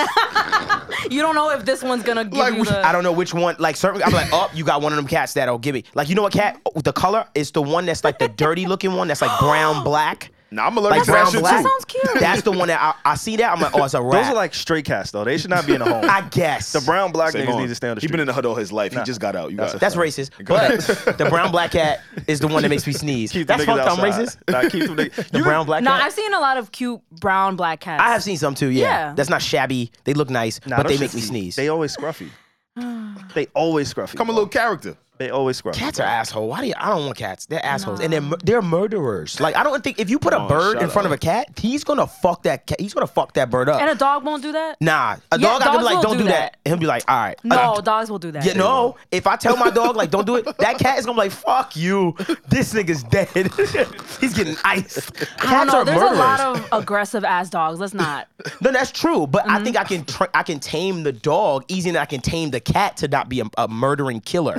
S3: You don't know if this one's gonna give
S5: Like,
S3: you the.
S4: I don't know which one. Like certain, I'm like, oh, you got one of them cats that'll give me. Like you know what cat? Oh, The color is the one that's like the dirty looking one that's like brown black.
S5: Nah, I'm
S4: Like
S5: allergic to
S4: brown
S5: that shit
S4: black.
S5: too.
S3: sounds cute.
S4: That's the one that I, I see that I'm like, oh, it's a rat.
S1: Those are like stray cats though. They should not be in a home.
S4: I guess
S1: the brown black
S5: Say,
S1: niggas
S5: go on.
S1: need to stay on the
S5: He
S1: street.
S5: been in the hood all his life. He just got out. You got
S4: That's racist. But the brown black cat is the one that makes me sneeze.
S1: Keep
S4: That's
S1: the niggas
S4: fucked up. I'm
S1: outside.
S4: racist.
S1: Nah, keep them niggas.
S4: The brown black
S3: No,
S4: cat.
S3: I've seen a lot of cute brown black cats.
S4: I have seen some too. Yeah.
S3: Yeah.
S4: that's not shabby. They look nice,
S1: Nah,
S4: but
S1: them
S4: they make
S1: shits
S4: me
S1: is-
S4: sneeze.
S1: They always scruffy. they always scruffy.
S5: Come a little character.
S1: They always scruffy.
S4: Cats are asshole. Why do you? I don't want cats. They're assholes, and they're mur- they're murderers. Like I don't think if you
S1: Oh,
S4: put a bird in front of a cat, he's gonna fuck that cat. He's gonna fuck that bird up.
S3: And a dog won't do that.
S4: nah, a
S3: Yeah,
S4: dog I can be
S3: dogs
S4: like,
S3: will
S4: don't
S3: do
S4: do that.
S3: that.
S4: And he'll be like, all right.
S3: No,
S4: Uh,
S3: dogs will do that.
S4: yeah, no. If I tell my dog like, don't do it, that cat is gonna be like, fuck you. This nigga's dead. he's getting iced.
S3: I don't
S4: Cats
S3: know.
S4: are
S3: There's
S4: murderers.
S3: a lot of aggressive ass dogs. Let's not.
S4: No, that's true. But I think I
S3: Mm-hmm.
S4: can tra- I can tame the dog easier than I can tame the cat to not be a, a murdering killer.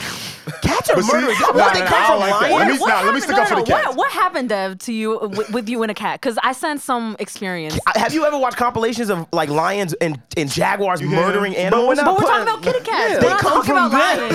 S4: cats are
S5: But see-
S4: murderers. Y'all
S5: Nah,
S4: want they
S5: nah, nah,
S4: come
S5: I don't
S4: from
S5: like that.
S4: lions?
S5: Let me-
S3: What
S5: nah, let me
S3: happened-
S5: stick up
S3: no, no,
S5: for the
S3: no.
S5: cats.
S3: What, what happened, Dev, to you uh, with, with you and a cat? Because I sense some experience.
S4: I- Have you ever watched compilations of like lions and, and jaguars murdering animals?
S1: we're not
S3: but we're talking
S1: putting-
S3: about kitty cats.
S1: Yeah.
S3: We're
S4: they
S3: not
S4: come
S3: talking
S4: from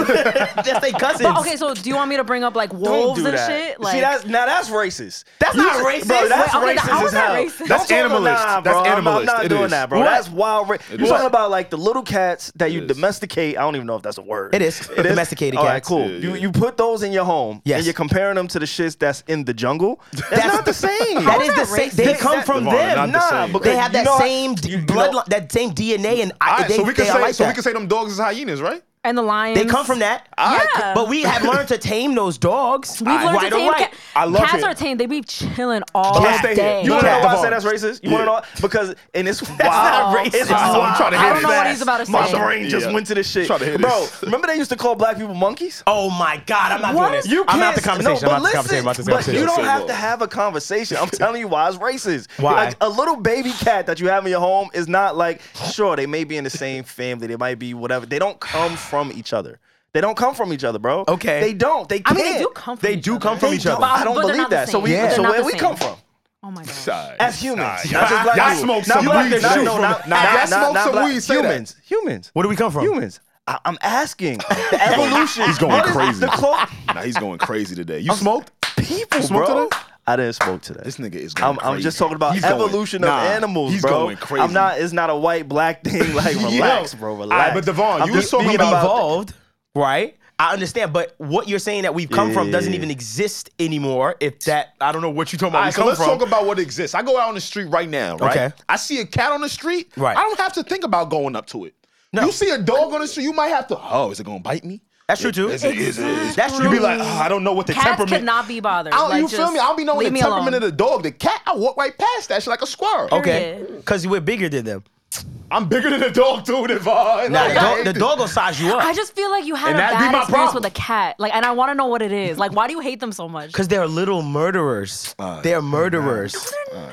S3: about
S4: them.
S3: lions.
S4: that's they cousins.
S3: But okay, so do you want me to bring up like wolves
S1: do
S3: and
S1: that.
S3: shit? Like,
S1: See, that's now that's racist.
S4: That's not racist.
S1: Bro, that's
S3: Wait, okay,
S1: racist
S3: how
S1: as
S3: is that
S1: hell.
S3: racist?
S5: That's
S1: Don't talk-
S5: animalist.
S1: Nah, bro,
S5: That's
S1: I'm- I'm
S5: animalist.
S1: not
S5: It
S1: doing
S5: is.
S1: that, bro.
S4: What?
S1: That's wild. Ra- You're
S5: is.
S1: talking about like the little cats that you
S5: is.
S1: domesticate. I don't even know if that's a word.
S4: It is. Domesticated
S1: All right,
S4: cats.
S1: cool.
S5: Yeah,
S1: You
S5: yeah.
S1: you put those in your home,
S4: Yes.
S1: and you're comparing them to the shits that's in the jungle. That's, not the same.
S4: That
S3: is
S4: is the
S3: that
S4: same.
S3: racist?
S4: They come
S1: That-
S4: from
S5: Devon, not the
S4: them.
S1: Nah,
S5: same.
S1: because
S4: They have
S1: you
S4: that
S1: know how-
S4: same
S1: you know-
S4: bloodline, that same DNA, and I,
S5: All right,
S4: they,
S5: so we can
S4: they are
S5: say
S4: like
S5: so we
S4: that.
S5: can say them dogs is hyenas, right?
S3: and the lions.
S4: they come from that.
S3: Yeah.
S4: But we have learned to tame those dogs.
S3: We've learned
S4: right
S3: to tame
S4: or right.
S3: cat-
S5: I love it.
S3: cats are tame. They be chilling all
S4: Don't stay
S3: day.
S4: here. You
S1: You want to know
S4: Yeah.
S1: why I say
S5: Devon.
S1: that's racist? You want to know why? because and it's that's
S3: not
S1: It's wild.
S5: That's
S3: racist.
S5: what I'm trying to hit
S1: I
S5: it.
S1: don't know
S5: Fast.
S1: what he's about to say. My
S3: Yeah.
S1: brain just
S5: Yeah.
S1: went to this shit,
S5: Trying to hit
S1: bro.
S5: it.
S1: Remember they used to call black people monkeys.
S4: Oh my God, I'm not
S3: What?
S4: doing this.
S1: You
S4: I'm
S1: can't,
S4: out the conversation.
S1: No,
S4: I'm
S1: but
S4: out the
S1: listen,
S4: conversation. I'm out the
S1: but
S4: conversation.
S1: you don't
S5: Say
S1: have
S5: what?
S1: to have a conversation. I'm telling you why it's racist.
S4: Why?
S1: Like a little baby cat that you have in your home is not like sure they may be in the same family. They might be whatever. They don't come from each other. They don't come from each other, bro.
S4: Okay.
S1: They don't. They
S3: I
S1: can't.
S3: mean, they do come from
S4: They
S3: each
S4: do
S3: other.
S4: come from
S1: They
S4: each other.
S1: I don't
S3: But they're
S1: believe
S3: not the
S1: that. So
S3: same.
S1: we.
S4: Yeah.
S1: So
S3: They're not
S1: where
S3: the
S1: we
S3: same.
S1: come from?
S3: Oh my gosh.
S1: As humans,
S5: Alright.
S1: not just black
S5: Y'all
S1: people.
S5: smoked
S1: Not
S5: some
S1: black
S5: weed.
S1: people.
S5: Shoot.
S1: No, not- not-
S5: Y'all
S1: not-
S5: smoked
S1: not
S5: some
S1: black-
S5: weed, say that.
S1: Humans. Humans.
S4: Where do we come from?
S1: Humans. I, I'm asking the evolution.
S5: He's going
S1: What is
S5: crazy.
S1: The clo-
S5: Nah, he's going crazy today. You smoked?
S1: people,
S5: smoked
S1: bro.
S5: today?
S1: I didn't smoke today.
S5: This nigga is going
S1: I'm, I'm
S5: crazy.
S1: just talking about
S5: He's going-
S1: evolution
S5: nah,
S1: of animals,
S5: he's
S1: bro.
S5: going crazy.
S1: I'm not. It's not a white black thing. Like
S5: Yo.
S1: relax, bro.
S5: All right,
S1: Relax.
S5: but Devon,
S1: I'm
S5: you was
S1: just
S5: talking
S1: speaking
S4: we've
S5: about-
S4: evolved, right? I understand, but what you're saying that we've come from doesn't
S1: Yeah.
S4: even exist anymore. If that, I don't know what you're talking about.
S5: All
S4: we
S5: right, so
S4: come
S5: let's
S4: from.
S5: talk about what exists. I go out on the street right now, right?
S4: Okay.
S5: I see a cat on the street.
S4: Right.
S5: I don't have to think about going up to it. You see a dog on the street, you might have to. Oh, is it gonna bite me?
S4: That's true too.
S5: Is it? Is it? Is it?
S4: That's
S5: You be
S4: true.
S5: like, oh, I don't know what the
S3: Cats
S5: temperament.
S3: cannot be bothered.
S5: I don't,
S3: Like,
S5: you feel
S3: just
S5: me? I don't be knowing
S3: leave
S5: the
S3: me
S5: temperament of
S3: alone.
S5: the dog. The cat, I walk right past that shit like a squirrel.
S4: Oh. okay,
S3: Period.
S4: because we're bigger than them.
S5: I'm bigger than the dog too, Devon.
S4: Now,
S5: Like,
S4: the, dog, the dog will size you
S3: I
S4: up
S3: just feel like you had
S5: And
S3: a
S5: that'd
S3: bad
S5: be my
S3: experience
S5: problem.
S3: with a cat. Like, and I want to know what it is. Like, why do you hate them so much?
S4: because they're little murderers.
S1: Uh,
S4: they're murderers.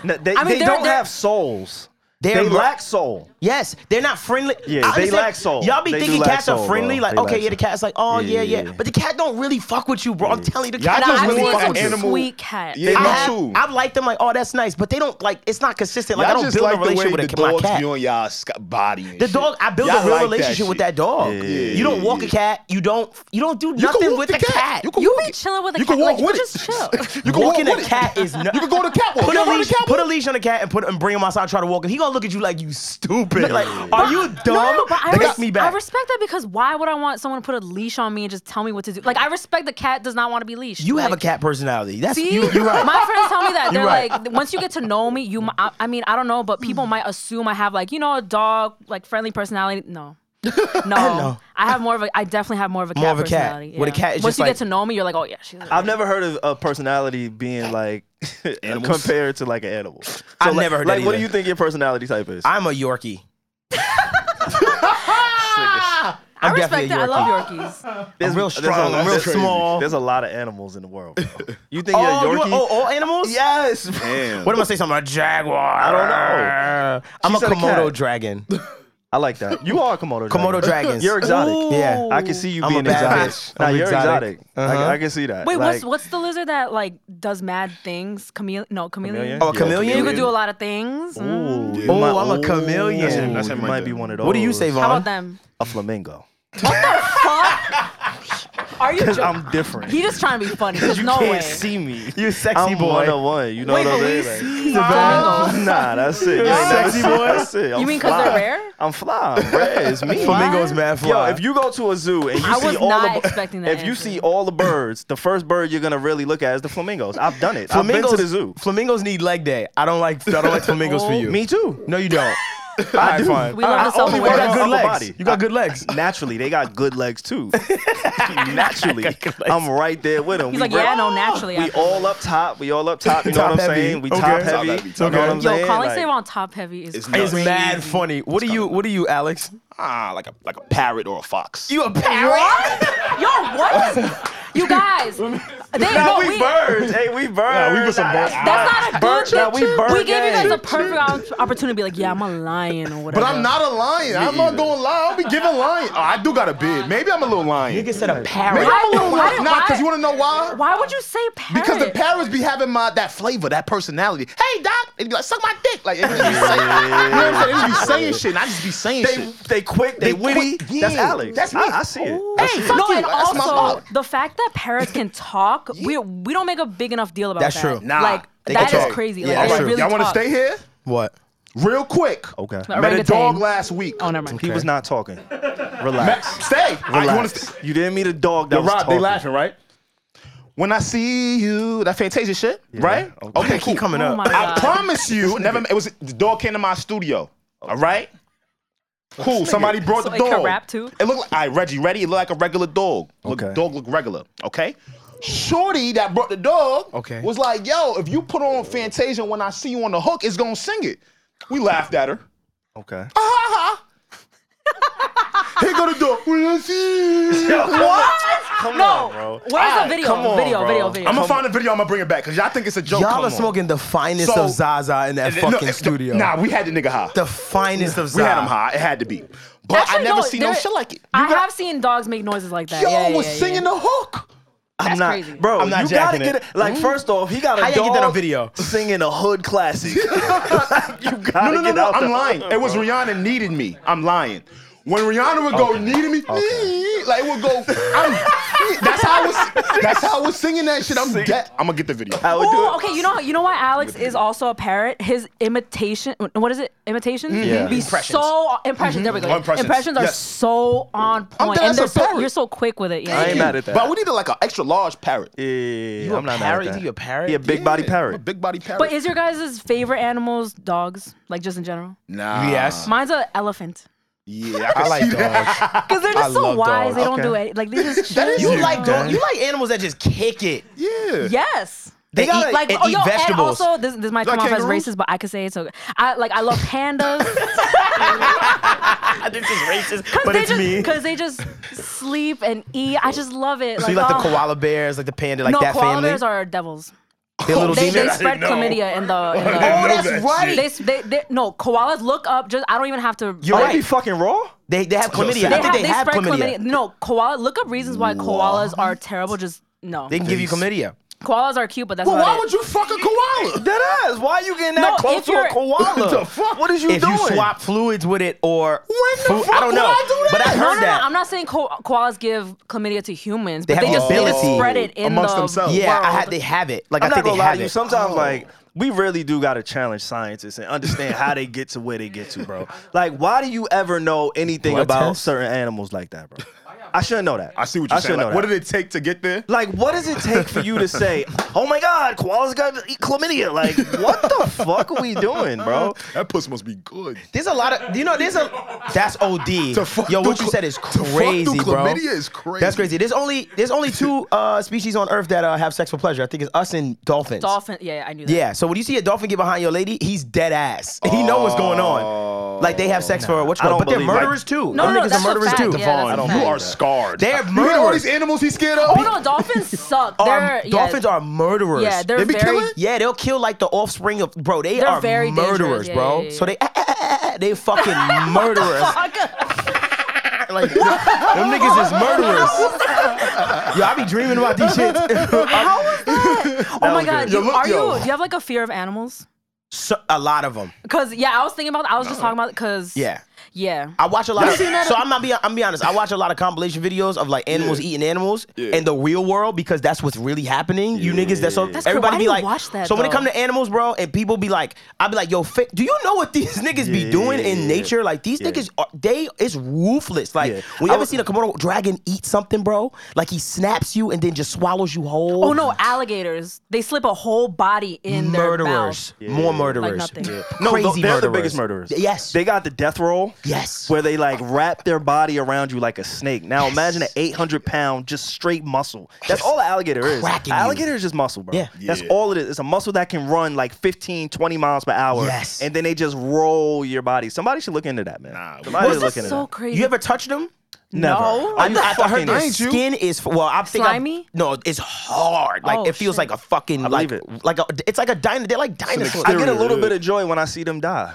S1: No, they
S3: I mean,
S1: they
S3: they're-
S1: don't
S3: they're-
S1: have souls. They
S4: They're mur-
S1: lack soul.
S4: Yes, they're not friendly.
S1: Yeah,
S4: I
S1: they
S4: understand-
S1: lack soul.
S4: Y'all be
S1: They do
S4: thinking
S1: lack
S4: cats
S1: soul,
S4: are friendly.
S1: bro.
S4: Like,
S1: They
S4: okay,
S1: lack
S4: yeah, the cat's like, oh
S1: Yeah,
S4: yeah, yeah,
S1: yeah.
S4: but the cat don't really fuck with you, bro. I'm telling you, the
S5: Y'all
S4: cat.
S3: And
S5: just
S3: I,
S5: really
S3: I've seen
S5: want
S3: some
S5: an animal-
S3: sweet cats.
S5: Yeah,
S4: I
S5: me
S4: have,
S5: too.
S4: I've liked them like, oh, that's nice, but they don't like. It's not consistent. Like I
S5: Y'all
S4: don't
S5: just
S4: build
S5: like
S4: a
S5: the way
S4: relationship
S5: the
S4: with a, my
S5: dogs
S4: cat.
S5: be on y'all sc- body. and
S4: The
S5: shit.
S4: dog, I built
S5: Y'all
S4: a real
S5: like
S4: relationship with that
S5: shit.
S4: dog. you don't walk a cat. You don't. You don't do
S5: You
S4: nothing
S5: can walk
S4: with
S5: the cat.
S4: cat.
S5: You can
S3: You
S5: walk
S3: be
S5: it.
S3: chilling with a
S5: You
S3: cat.
S5: can walk
S3: Like, you
S5: with
S3: just
S5: it.
S3: chill.
S5: You can walk
S4: Walking
S5: with
S4: a
S5: it.
S4: cat is not.
S5: You can go to the catwalk.
S4: Put
S5: You
S4: a,
S5: ever heard of
S4: leash,
S5: catwalk?
S4: put a leash on the cat and put and bring him outside. Try to walk him. He gonna look at you like you stupid. Like, are you dumb?
S3: No, no, but I,
S4: Bring
S3: res-
S4: me back.
S3: I respect that because why would I want someone to put a leash on me and just tell me what to do? Like, I respect the cat does not want to be leashed.
S4: you have a
S3: Like,
S4: cat personality. That's
S3: See,
S4: you. You're right.
S3: my friends tell me that they're
S4: You're right.
S3: like, once you get to know me, you. mi- I, I mean, I don't know, but people might assume I have like, you know, a dog, like friendly personality. No, no, I have more of a. I definitely have more of a cat
S4: More of a cat.
S3: personality.
S4: With a cat, it's
S3: once
S4: just
S3: you
S4: like-
S3: get to know me, you're like, oh yeah, she's. a-
S1: I've never heard of a personality being like
S5: Animals?
S1: compared to like an animal. So
S4: I've
S1: like,
S4: never heard
S1: Like,
S4: that
S1: what do
S4: either.
S1: you think your personality type is?
S4: I'm a Yorkie.
S3: I
S4: I'm definitely
S3: respect that.
S4: a
S3: I love Yorkies.
S1: There's-
S4: real
S1: there's
S4: strong, I'm real
S1: there's-
S4: small.
S1: There's a lot of animals in the world. bro. You think
S4: Oh,
S1: you're
S4: you
S1: a Yorkie?
S4: want- oh, all animals?
S1: Yes. bro.
S5: Damn.
S4: What am I say? Something? A jaguar?
S1: I don't know.
S4: I'm
S1: She
S4: a Oh,
S1: said a
S4: Komodo
S1: cat.
S4: dragon.
S1: I like that. You are a Komodo.
S4: Komodo
S1: dragon.
S4: dragons.
S1: You're exotic.
S4: Yeah.
S1: I can see you
S4: I'm a
S1: being
S4: bad
S1: exotic.
S4: bitch.
S1: Nah,
S4: I'm
S1: you're
S4: exotic.
S1: exotic.
S4: Uh-huh.
S1: I, I can see that.
S3: Wait,
S1: like,
S3: what's what's the lizard that like does mad things? Chamele- no, chameleon.
S1: Chameleon?
S4: Oh, a chameleon?
S3: You could do a lot of things. Mm.
S1: Ooh,
S5: Oh,
S1: might-
S4: I'm a
S1: ooh,
S4: chameleon.
S1: That's
S4: That's
S1: it,
S4: him, that's
S1: you
S5: him right
S1: might
S5: there.
S1: be one of those.
S4: What do you say, Vaughn?
S3: How about them?
S1: A flamingo.
S3: Are you?
S1: Because
S3: jo-
S1: I'm different.
S3: he just trying to be funny. There's no way.
S1: see me.
S4: You sexy
S1: I'm
S4: boy.
S1: one on one. You know
S3: Wait,
S1: what I'm
S3: but we
S1: saying?
S3: see
S1: Like,
S3: flamingos.
S1: nah, that's it. You ain't
S4: Sexy
S1: never seen-
S4: boy.
S1: That's it. I'm
S3: You mean 'cause
S1: fly.
S3: they're rare?
S1: I'm fly. I'm rare. It's me.
S4: Flamingo is mad
S1: Yo,
S4: fly.
S1: if you go to a zoo and you
S3: I
S1: see
S3: was
S1: all
S3: not
S1: the bu-
S3: expecting that
S1: if you
S3: answer.
S1: see all the birds, the first bird you're gonna really look at is the flamingos. I've done it. I've been to the zoo.
S4: Flamingos need leg day. I don't like. I don't like flamingos for you.
S1: Me too.
S4: No, you don't. Oh, I
S1: do.
S4: Fine.
S3: We love the
S1: only
S3: self-aware.
S1: work
S4: You
S1: on
S4: got good
S1: upper
S4: legs.
S1: body.
S4: You got good legs.
S1: Naturally, they got good legs too. Naturally,
S4: good legs.
S1: I'm right there with them.
S3: He's like, yeah, no, naturally. I
S1: We all up top. We all up top. You know
S4: Top
S1: what I'm
S4: heavy.
S1: saying? We
S4: Okay.
S1: top
S4: Top
S1: heavy.
S5: heavy,
S1: You
S5: top
S1: know what I'm
S4: heavy.
S3: Yo,
S1: saying?
S3: calling
S1: Like,
S3: Sam on top heavy is
S5: It's
S3: crazy.
S4: It's mad funny. What are you? What are you, Alex?
S5: Ah, like a like a parrot or a fox.
S4: You a parrot?
S3: Yo, what? you guys, they,
S1: Nah,
S3: no,
S1: we, birds. Hey, we birds. Nah,
S4: we put some birds-
S3: That's not a
S1: Bird-
S3: good
S1: nah, we
S3: picture. we,
S1: bird
S3: gave you guys
S1: gang.
S3: a perfect op- opportunity to be like, yeah, I'm a lion or whatever.
S5: But I'm not a lion. I'm not going to lie. I'll be giving lion. Oh, I do got a beard. Maybe I'm a little lion.
S4: Nigga said a
S5: Maybe
S4: parrot.
S5: I'm a little
S3: Why-
S5: lion.
S3: why-
S5: Nah, because you want to know why?
S3: Why would you say parrot?
S5: Because the parrots be having my that flavor, that personality. Hey, doc, and be like, suck my dick. Like, it just be saying, you know what I'm saying? They just be saying shit, and I just be saying shit.
S1: They, they quick. They,
S5: They
S1: witty.
S5: quick, yeah.
S1: That's Alex.
S5: That's me.
S1: I, I see it. I see
S5: Hey,
S1: it.
S5: fuck
S3: no,
S5: you.
S3: and
S5: That's my
S3: also
S5: fault.
S3: the fact that parrots can talk, we we don't make a big enough deal about
S4: That's
S3: that.
S4: true.
S5: Nah,
S3: like
S5: they
S3: that
S5: can
S3: is
S5: talk.
S3: crazy.
S4: Yeah,
S3: like,
S4: that's
S3: they
S4: true.
S3: really
S5: Y'all want to
S3: talk.
S5: stay here?
S4: What?
S5: Real quick.
S1: Okay.
S5: Met a
S3: Orangutan.
S5: dog last week.
S3: Oh, never mind.
S1: He was not talking. Relax.
S5: Stay. I, you want to
S1: Relax.
S5: stay?
S1: You didn't meet a dog that
S5: Yo,
S1: was
S5: Rob,
S1: talking.
S5: they laughing, right? When I see you, that Fantasia shit, right?
S1: Okay.
S5: Okay, cool.
S4: Coming
S3: Oh
S4: up.
S3: my
S5: I
S3: god.
S5: promise you, never. It was the dog came to my studio. All right. Cool. Somebody brought
S3: So
S5: the
S3: it could
S5: dog.
S3: rap too?
S5: It looked like I Reggie. Ready? It looked like a regular dog. Look,
S1: Okay.
S5: Dog looked regular. Okay. Shorty that brought the dog
S4: Okay.
S5: was like, "Yo, if you put on Fantasia when I see you on the hook, it's gonna sing it." We laughed at her.
S1: Okay.
S5: Ha ha. Here go the dog. When I see you.
S1: what? Come
S3: no,
S1: on, bro.
S3: where's
S5: Alright,
S3: the video?
S1: come on,
S3: video,
S1: bro.
S3: video, video.
S5: I'm gonna find a video. I'm gonna bring it back because y'all think it's a joke.
S4: Y'all
S5: Come
S4: are
S5: on.
S4: smoking the finest
S5: So-
S4: of Zaza in that
S5: And then-
S4: fucking
S5: no,
S4: studio.
S5: Nah, we had the nigga high.
S4: the finest of
S5: we
S4: Zaza.
S5: had him high. It had to be. But I
S3: Actually,
S5: never
S3: no,
S5: seen no
S3: there-
S5: shit like it.
S3: I
S5: got-
S3: have seen dogs make noises like that.
S5: Yo
S3: yeah, yeah,
S5: was
S3: yeah,
S5: singing
S3: yeah.
S5: the hook.
S1: I'm
S3: That's
S1: not,
S3: crazy.
S1: bro.
S4: I'm not
S1: you gotta
S4: jacking
S1: get
S4: it. Mm-hmm.
S1: it. Like, first off, he got a
S4: How
S1: dog
S4: y'all get that on video?
S1: singing a hood classic. Like, you gotta
S5: No, no, no,
S1: get
S5: no.
S1: out
S5: I'm
S1: the-
S5: lying. It was Rihanna needed me. I'm lying. When Rihanna would go, need me, "Nee," like it would go, I'm, that's how I was, that's how I was singing that shit. I'm dead. I'm gonna get the video.
S1: I would do
S3: Ooh,
S1: it.
S3: okay, you know you know why Alex is also a parrot? His imitation what is it? Imitation?
S1: Yeah.
S3: Be
S5: Mm-hmm. Impressions.
S3: so impressions. There we go.
S5: Oh, impressions.
S3: are
S5: Yes.
S3: so on point.
S5: that's
S3: And they're
S5: a
S3: so,
S5: parrot.
S3: you're so quick with it. Yeah.
S1: I ain't mad at that.
S5: But we needed like an extra large parrot.
S1: yeah, yeah, yeah,
S4: a
S1: I'm not mad at
S4: parrot?
S1: that.
S4: You a parrot?
S1: He a big body
S5: Yeah, I'm a
S1: parrot.
S5: big body parrot.
S3: But is your guys' favorite animals dogs? Like just in general?
S5: nah.
S1: Uh,
S4: Yes.
S3: Mine's an elephant.
S5: Yeah. I,
S4: I
S5: can
S4: like
S5: see that.
S4: dogs.
S3: Because they're just
S4: I
S3: so
S4: love
S3: wise.
S4: dogs.
S3: They don't
S1: Okay.
S3: do it. Like they just chill.
S4: you like dog, you like animals that just kick it.
S5: Yeah.
S3: Yes.
S4: They
S3: eat,
S4: gotta
S3: like
S4: and
S3: oh,
S4: eat
S3: yo,
S4: vegetables.
S3: And also, this, this might
S5: Like
S3: come off as
S5: kangaroos?
S3: racist, but I could say it's okay. I like I love pandas.
S4: this is racist,
S3: Cause they just, Because they just sleep and eat. I just love it.
S4: So you like the
S3: oh.
S4: koala bears, like the panda, like
S3: no,
S4: that
S3: koala
S4: family.
S3: bears are devils.
S4: They're little
S3: They, they
S4: demons.
S3: spread chlamydia in the. In the
S5: didn't know
S4: that's
S5: that
S4: right.
S5: shit.
S3: They, they, they, no, koalas look up. Just I don't even have to.
S4: You're
S1: Oh,
S4: right.
S1: they be fucking raw.
S4: They they have chlamydia.
S5: They
S4: I think they, have
S3: spread
S4: chlamydia.
S3: No, koala. Look up reasons why koalas are terrible. Just no.
S4: They can give you chlamydia.
S3: koalas are cute, but that's
S5: Well,
S3: not
S5: why
S3: it.
S5: would you fuck a koala?
S1: That ass. Why are you getting that
S3: No,
S1: close
S3: if
S1: to a
S3: you're-
S1: koala?
S5: What the fuck?
S1: What is you
S4: if
S1: doing?
S4: you swap fluids with it or
S5: When the
S4: food-
S5: fuck
S4: I don't
S5: would
S4: know.
S5: I do
S4: Oh, But I
S5: that?
S4: heard
S3: No, no, no.
S4: that.
S3: I'm not saying ko- koalas give chlamydia to humans,
S4: They
S3: but
S4: have
S3: they just,
S4: the
S3: they just
S4: ability
S3: spread it in
S5: amongst
S3: the,
S5: themselves.
S4: yeah, I
S3: world.
S4: had they have it. Like
S1: I'm
S4: I
S1: not
S4: think
S1: gonna
S4: they
S1: lie
S4: have
S1: to you.
S4: it. Oh.
S1: Sometimes, like, we really do gotta challenge scientists and understand how they get to where they get to, bro. Like, why do you ever know anything
S4: Blood
S1: about
S4: test?
S1: certain animals like that, bro? I shouldn't know that.
S5: I see what you're saying.
S1: shouldn't
S5: Like,
S1: know
S5: what
S1: that.
S5: did it take to get there?
S1: Like, what does it take for you to say, "Oh my God, koalas got chlamydia"? Like, what the fuck are we doing, bro?
S5: That puss must be good.
S4: There's a lot of you know. There's a that's OD.
S5: fuck
S4: Yo, what
S5: through
S4: you said is
S5: chla- to fuck through
S4: crazy, bro.
S5: chlamydia is crazy.
S4: That's crazy. There's only there's only two uh, species on Earth that uh, have sex for pleasure. I think it's us and dolphins.
S3: dolphin. Yeah, I knew that.
S4: Yeah. So when you see a dolphin get behind your lady, he's dead ass. He know what's going
S5: Oh.
S4: on. Like they have sex for what you
S1: I
S4: call,
S1: don't
S4: but they're
S1: believe it.
S4: murderers too.
S3: No,
S4: Them
S3: no,
S4: niggas
S3: that's
S4: are
S3: a
S4: mevers
S3: fact.
S4: too.
S3: Yeah, that's a
S5: Devon,
S3: fact.
S5: you are scarred.
S4: They're
S5: You know all
S4: murderers.
S5: these animals he's scared of?
S3: Oh no, dolphins suck.
S4: Are-
S3: They're, yeah,
S4: Um, dolphins are murderers.
S3: Yeah, they're
S5: They be
S3: very.
S5: killing?
S4: Yeah, they'll kill like the offspring of bro. They
S3: They're
S4: are
S3: very dangerous.
S4: murderers,
S3: Yeah,
S4: bro.
S3: yeah, yeah,
S4: So they ah, they fucking murderers. like them niggas is murderers. Yo, I be dreaming about these shits.
S3: oh my god,
S5: Yo,
S3: you-
S5: look,
S3: are you?
S5: yo.
S3: Do you have like a fear of animals?
S4: so, a lot of them.
S3: Because yeah, I was thinking about. I was just
S5: Uh-uh.
S3: talking about because
S4: Yeah.
S3: yeah.
S4: I watch a lot. Of, so I'm not be. I'm be honest. I watch a lot of compilation videos of like animals eating animals in the real world because that's what's really happening. You niggas. That's so.
S3: That's crazy.
S4: everybody be
S3: Why do you
S4: like.
S3: watch that,
S4: so when it
S3: though?
S4: come to animals, bro, and people be like, I be like, yo, fi- do you know what these niggas be doing in nature? Like these niggas, are, they it's ruthless. Like
S1: Yeah.
S4: when
S1: I
S4: you ever
S1: was-
S4: seen a Komodo dragon eat something, bro? Like he snaps you and then just swallows you whole.
S3: Oh no, alligators. They slip a whole body in their
S4: Murderers,
S3: mouth.
S4: more murderers,
S3: nothing. Yeah.
S1: No,
S4: crazy
S1: th- they're
S4: murderers.
S1: the biggest murderers.
S4: Yes,
S1: They got the death roll.
S4: Yes.
S1: Where they like wrap their body around you like a snake. Now imagine an 800 pound just straight muscle. That's all an alligator is.
S4: Cracking
S1: An
S4: you.
S1: alligator is just muscle, bro.
S4: Yeah.
S1: That's all it is. It's a muscle that can run like 15, 20 miles per hour.
S4: Yes.
S1: And then they just roll your body. Somebody should look into that, man.
S5: Nah, we-
S1: Somebody
S3: This
S1: should
S3: is
S1: look into
S3: so
S1: that.
S3: crazy.
S4: you ever touched them?
S1: Never.
S3: No.
S1: Are you
S4: I, I heard
S1: fucking-
S4: their
S1: I ain't you.
S4: skin is well. I think I'm-
S3: Slimy?
S4: no, it's hard. Like
S3: Oh,
S4: it feels like
S3: shit.
S4: a fucking like
S1: believe
S4: like a, it's like a dino. They're like dinosaurs.
S1: I get a little bit of joy when I see them die.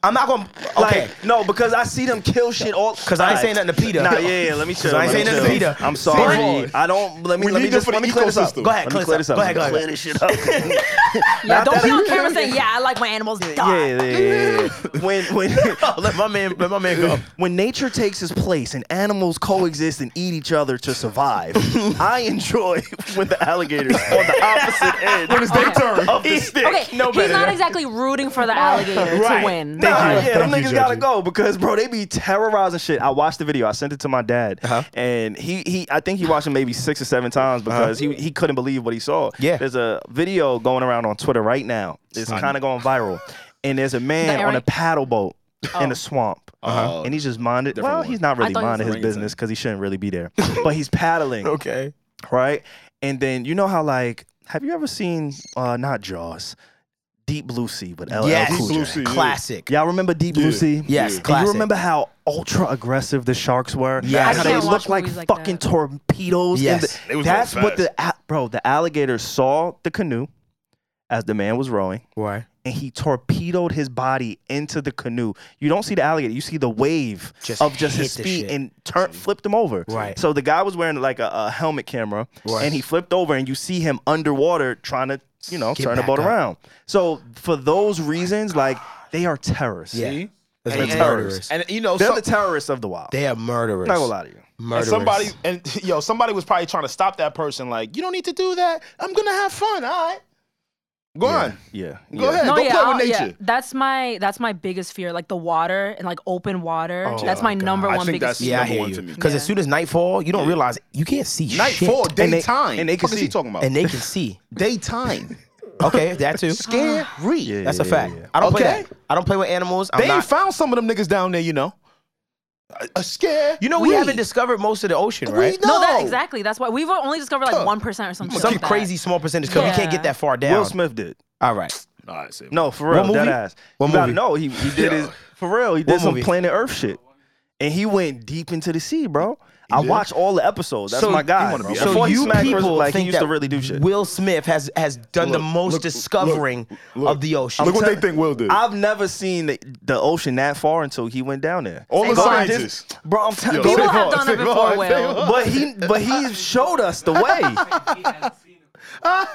S4: I'm not gonna okay.
S1: Like, no, because I see them kill shit all.
S4: 'Cause I ain't saying nothing to Peter.
S1: Nah, yeah, yeah. Let me chill.
S4: I ain't
S1: let me
S4: saying nothing to
S1: chill.
S4: Peter.
S1: I'm sorry.
S5: Same.
S1: I don't. Let me.
S5: We
S1: let me
S5: need them
S1: just.
S5: for the
S1: let me clear this up.
S5: ecosystem.
S4: Go ahead,
S1: Let me
S4: clear
S1: clear
S4: this
S1: this
S4: up.
S1: up.
S4: Go ahead, go ahead.
S1: Clear this shit up.
S3: yeah,
S1: Not
S3: don't
S1: that
S3: be on
S1: I-
S3: camera saying yeah, I like my animals to
S1: Yeah,
S3: die.
S1: yeah, yeah, yeah. When when
S4: let my man let my man go.
S1: when nature takes its place and animals coexist and eat each other to survive, I enjoy when the alligators on the opposite end when it's
S3: their
S1: turn of the stick.
S3: Okay, he's not exactly rooting for the alligator
S4: Right.
S3: to win.
S1: Nah,
S4: you.
S1: yeah, them
S4: Thank you,
S1: niggas gotta
S4: Georgie.
S1: go because bro, they be terrorizing shit. I watched the video. I sent it to my dad,
S4: Uh-huh.
S1: and he he I think he watched it maybe six or seven times because he he couldn't believe what he saw.
S4: Yeah.
S1: there's a video going around on Twitter right now. It's kind of going viral, and there's a man
S3: The
S1: on a
S3: Eric-
S1: paddle boat in
S3: Oh.
S1: a swamp.
S5: Uh-huh.
S1: And he's just minded. Well,
S5: one.
S1: he's not really
S3: thought he was
S1: minding his
S5: orangutan.
S1: business because he shouldn't really be there. but he's paddling
S4: Okay.
S1: right? And then you know how like have you ever seen uh not Jaws, Deep Blue Sea with LL
S4: Yes.
S1: Cool J?
S5: Blue Sea, yeah.
S4: Classic.
S1: Y'all remember Deep Blue Sea?
S4: Yes,
S1: And
S4: classic.
S1: you remember how ultra aggressive the sharks were?
S4: Yes. I
S1: How they
S3: can't watch
S1: looked like,
S3: movies like
S1: fucking
S3: that.
S1: torpedoes.
S4: Yes.
S1: And the-
S5: They was
S1: that's
S5: going
S1: what the a- bro, the alligator saw the canoe as the man was rowing
S4: Why?
S1: and he torpedoed his body into the canoe. You don't see the alligator, you see the wave
S4: Just
S1: of just his
S4: hit the
S1: feet
S4: shit.
S1: and turn, flipped him over.
S4: Right.
S1: So the guy was wearing like a, a helmet camera,
S4: Right.
S1: and he flipped over, and you see him underwater trying to, you know,
S4: Get
S1: turn the
S4: back
S1: boat
S4: up.
S1: around. So for those reasons, like they are terrorists.
S4: Yeah. That's
S5: And- and-
S4: been terrorists.
S5: And you know,
S1: They're
S5: some-
S1: the terrorists of the wild.
S4: They are murderers.
S1: I'm not gonna lie to you.
S5: and
S4: Murderers.
S5: somebody and yo, somebody was probably trying to stop that person. Like, you don't need to do that. I'm gonna have fun. All right, go on.
S1: Yeah.
S5: Go
S1: yeah.
S5: ahead. don't play with
S3: I'll-
S5: nature.
S3: That's my that's my biggest fear, like the water and like open water. that's my number
S5: I
S3: one
S5: think that's-
S3: biggest fear.
S4: yeah, I
S5: number
S4: hear
S5: one
S4: you.
S5: for me.
S4: Because as
S3: Yeah.
S4: soon as nightfall, you don't realize you can't see
S5: Nightfall,
S4: shit.
S1: And they-
S5: daytime.
S1: and they
S5: What
S1: can
S5: the fuck is
S1: see.
S5: he talking about?
S4: and they can see.
S5: daytime.
S4: Okay, that too.
S5: Scary.
S1: Yeah,
S4: That's
S1: yeah,
S4: a fact.
S1: yeah, yeah.
S4: I don't play
S5: Okay.
S4: that. I don't play with animals. I'm
S5: They ain't
S4: not,
S5: found some of them niggas down there, you know. A, a scare.
S4: you know we
S5: Reed.
S4: haven't discovered most of the ocean,
S5: We
S4: right?
S5: know.
S3: No, that exactly. That's why we've only discovered like one percent or something.
S4: Some
S3: like that.
S4: crazy small percentage because we can't
S3: Yeah.
S4: get that far down.
S1: Will Smith did.
S4: All right.
S5: All right, see.
S1: No, for real,
S4: What movie?
S1: dead ass.
S4: What
S1: You gotta
S4: movie?
S1: know, he, he did his for real. He did
S4: What
S1: some
S4: movie?
S1: Planet Earth shit, and he went deep into the sea, bro. I watched all the episodes. That's my guy.
S5: wanna
S1: bro.
S5: be
S1: Before
S5: so
S1: he
S5: you
S1: smacked Chris,
S4: people
S1: like he
S4: think
S1: used to
S4: that
S1: really do shit.
S4: Will Smith has has done the most discovering of the ocean.
S5: Look what they think Will did.
S1: I've never seen the, the ocean that far until he went down there.
S5: All
S1: Go
S5: the
S1: to
S5: scientists.
S1: Dis- bro. I'm telling
S3: People
S5: Say
S1: you,
S5: more,
S3: have done
S5: say
S3: it before,
S5: more, say
S3: Will.
S5: more.
S1: but he but he showed us the way.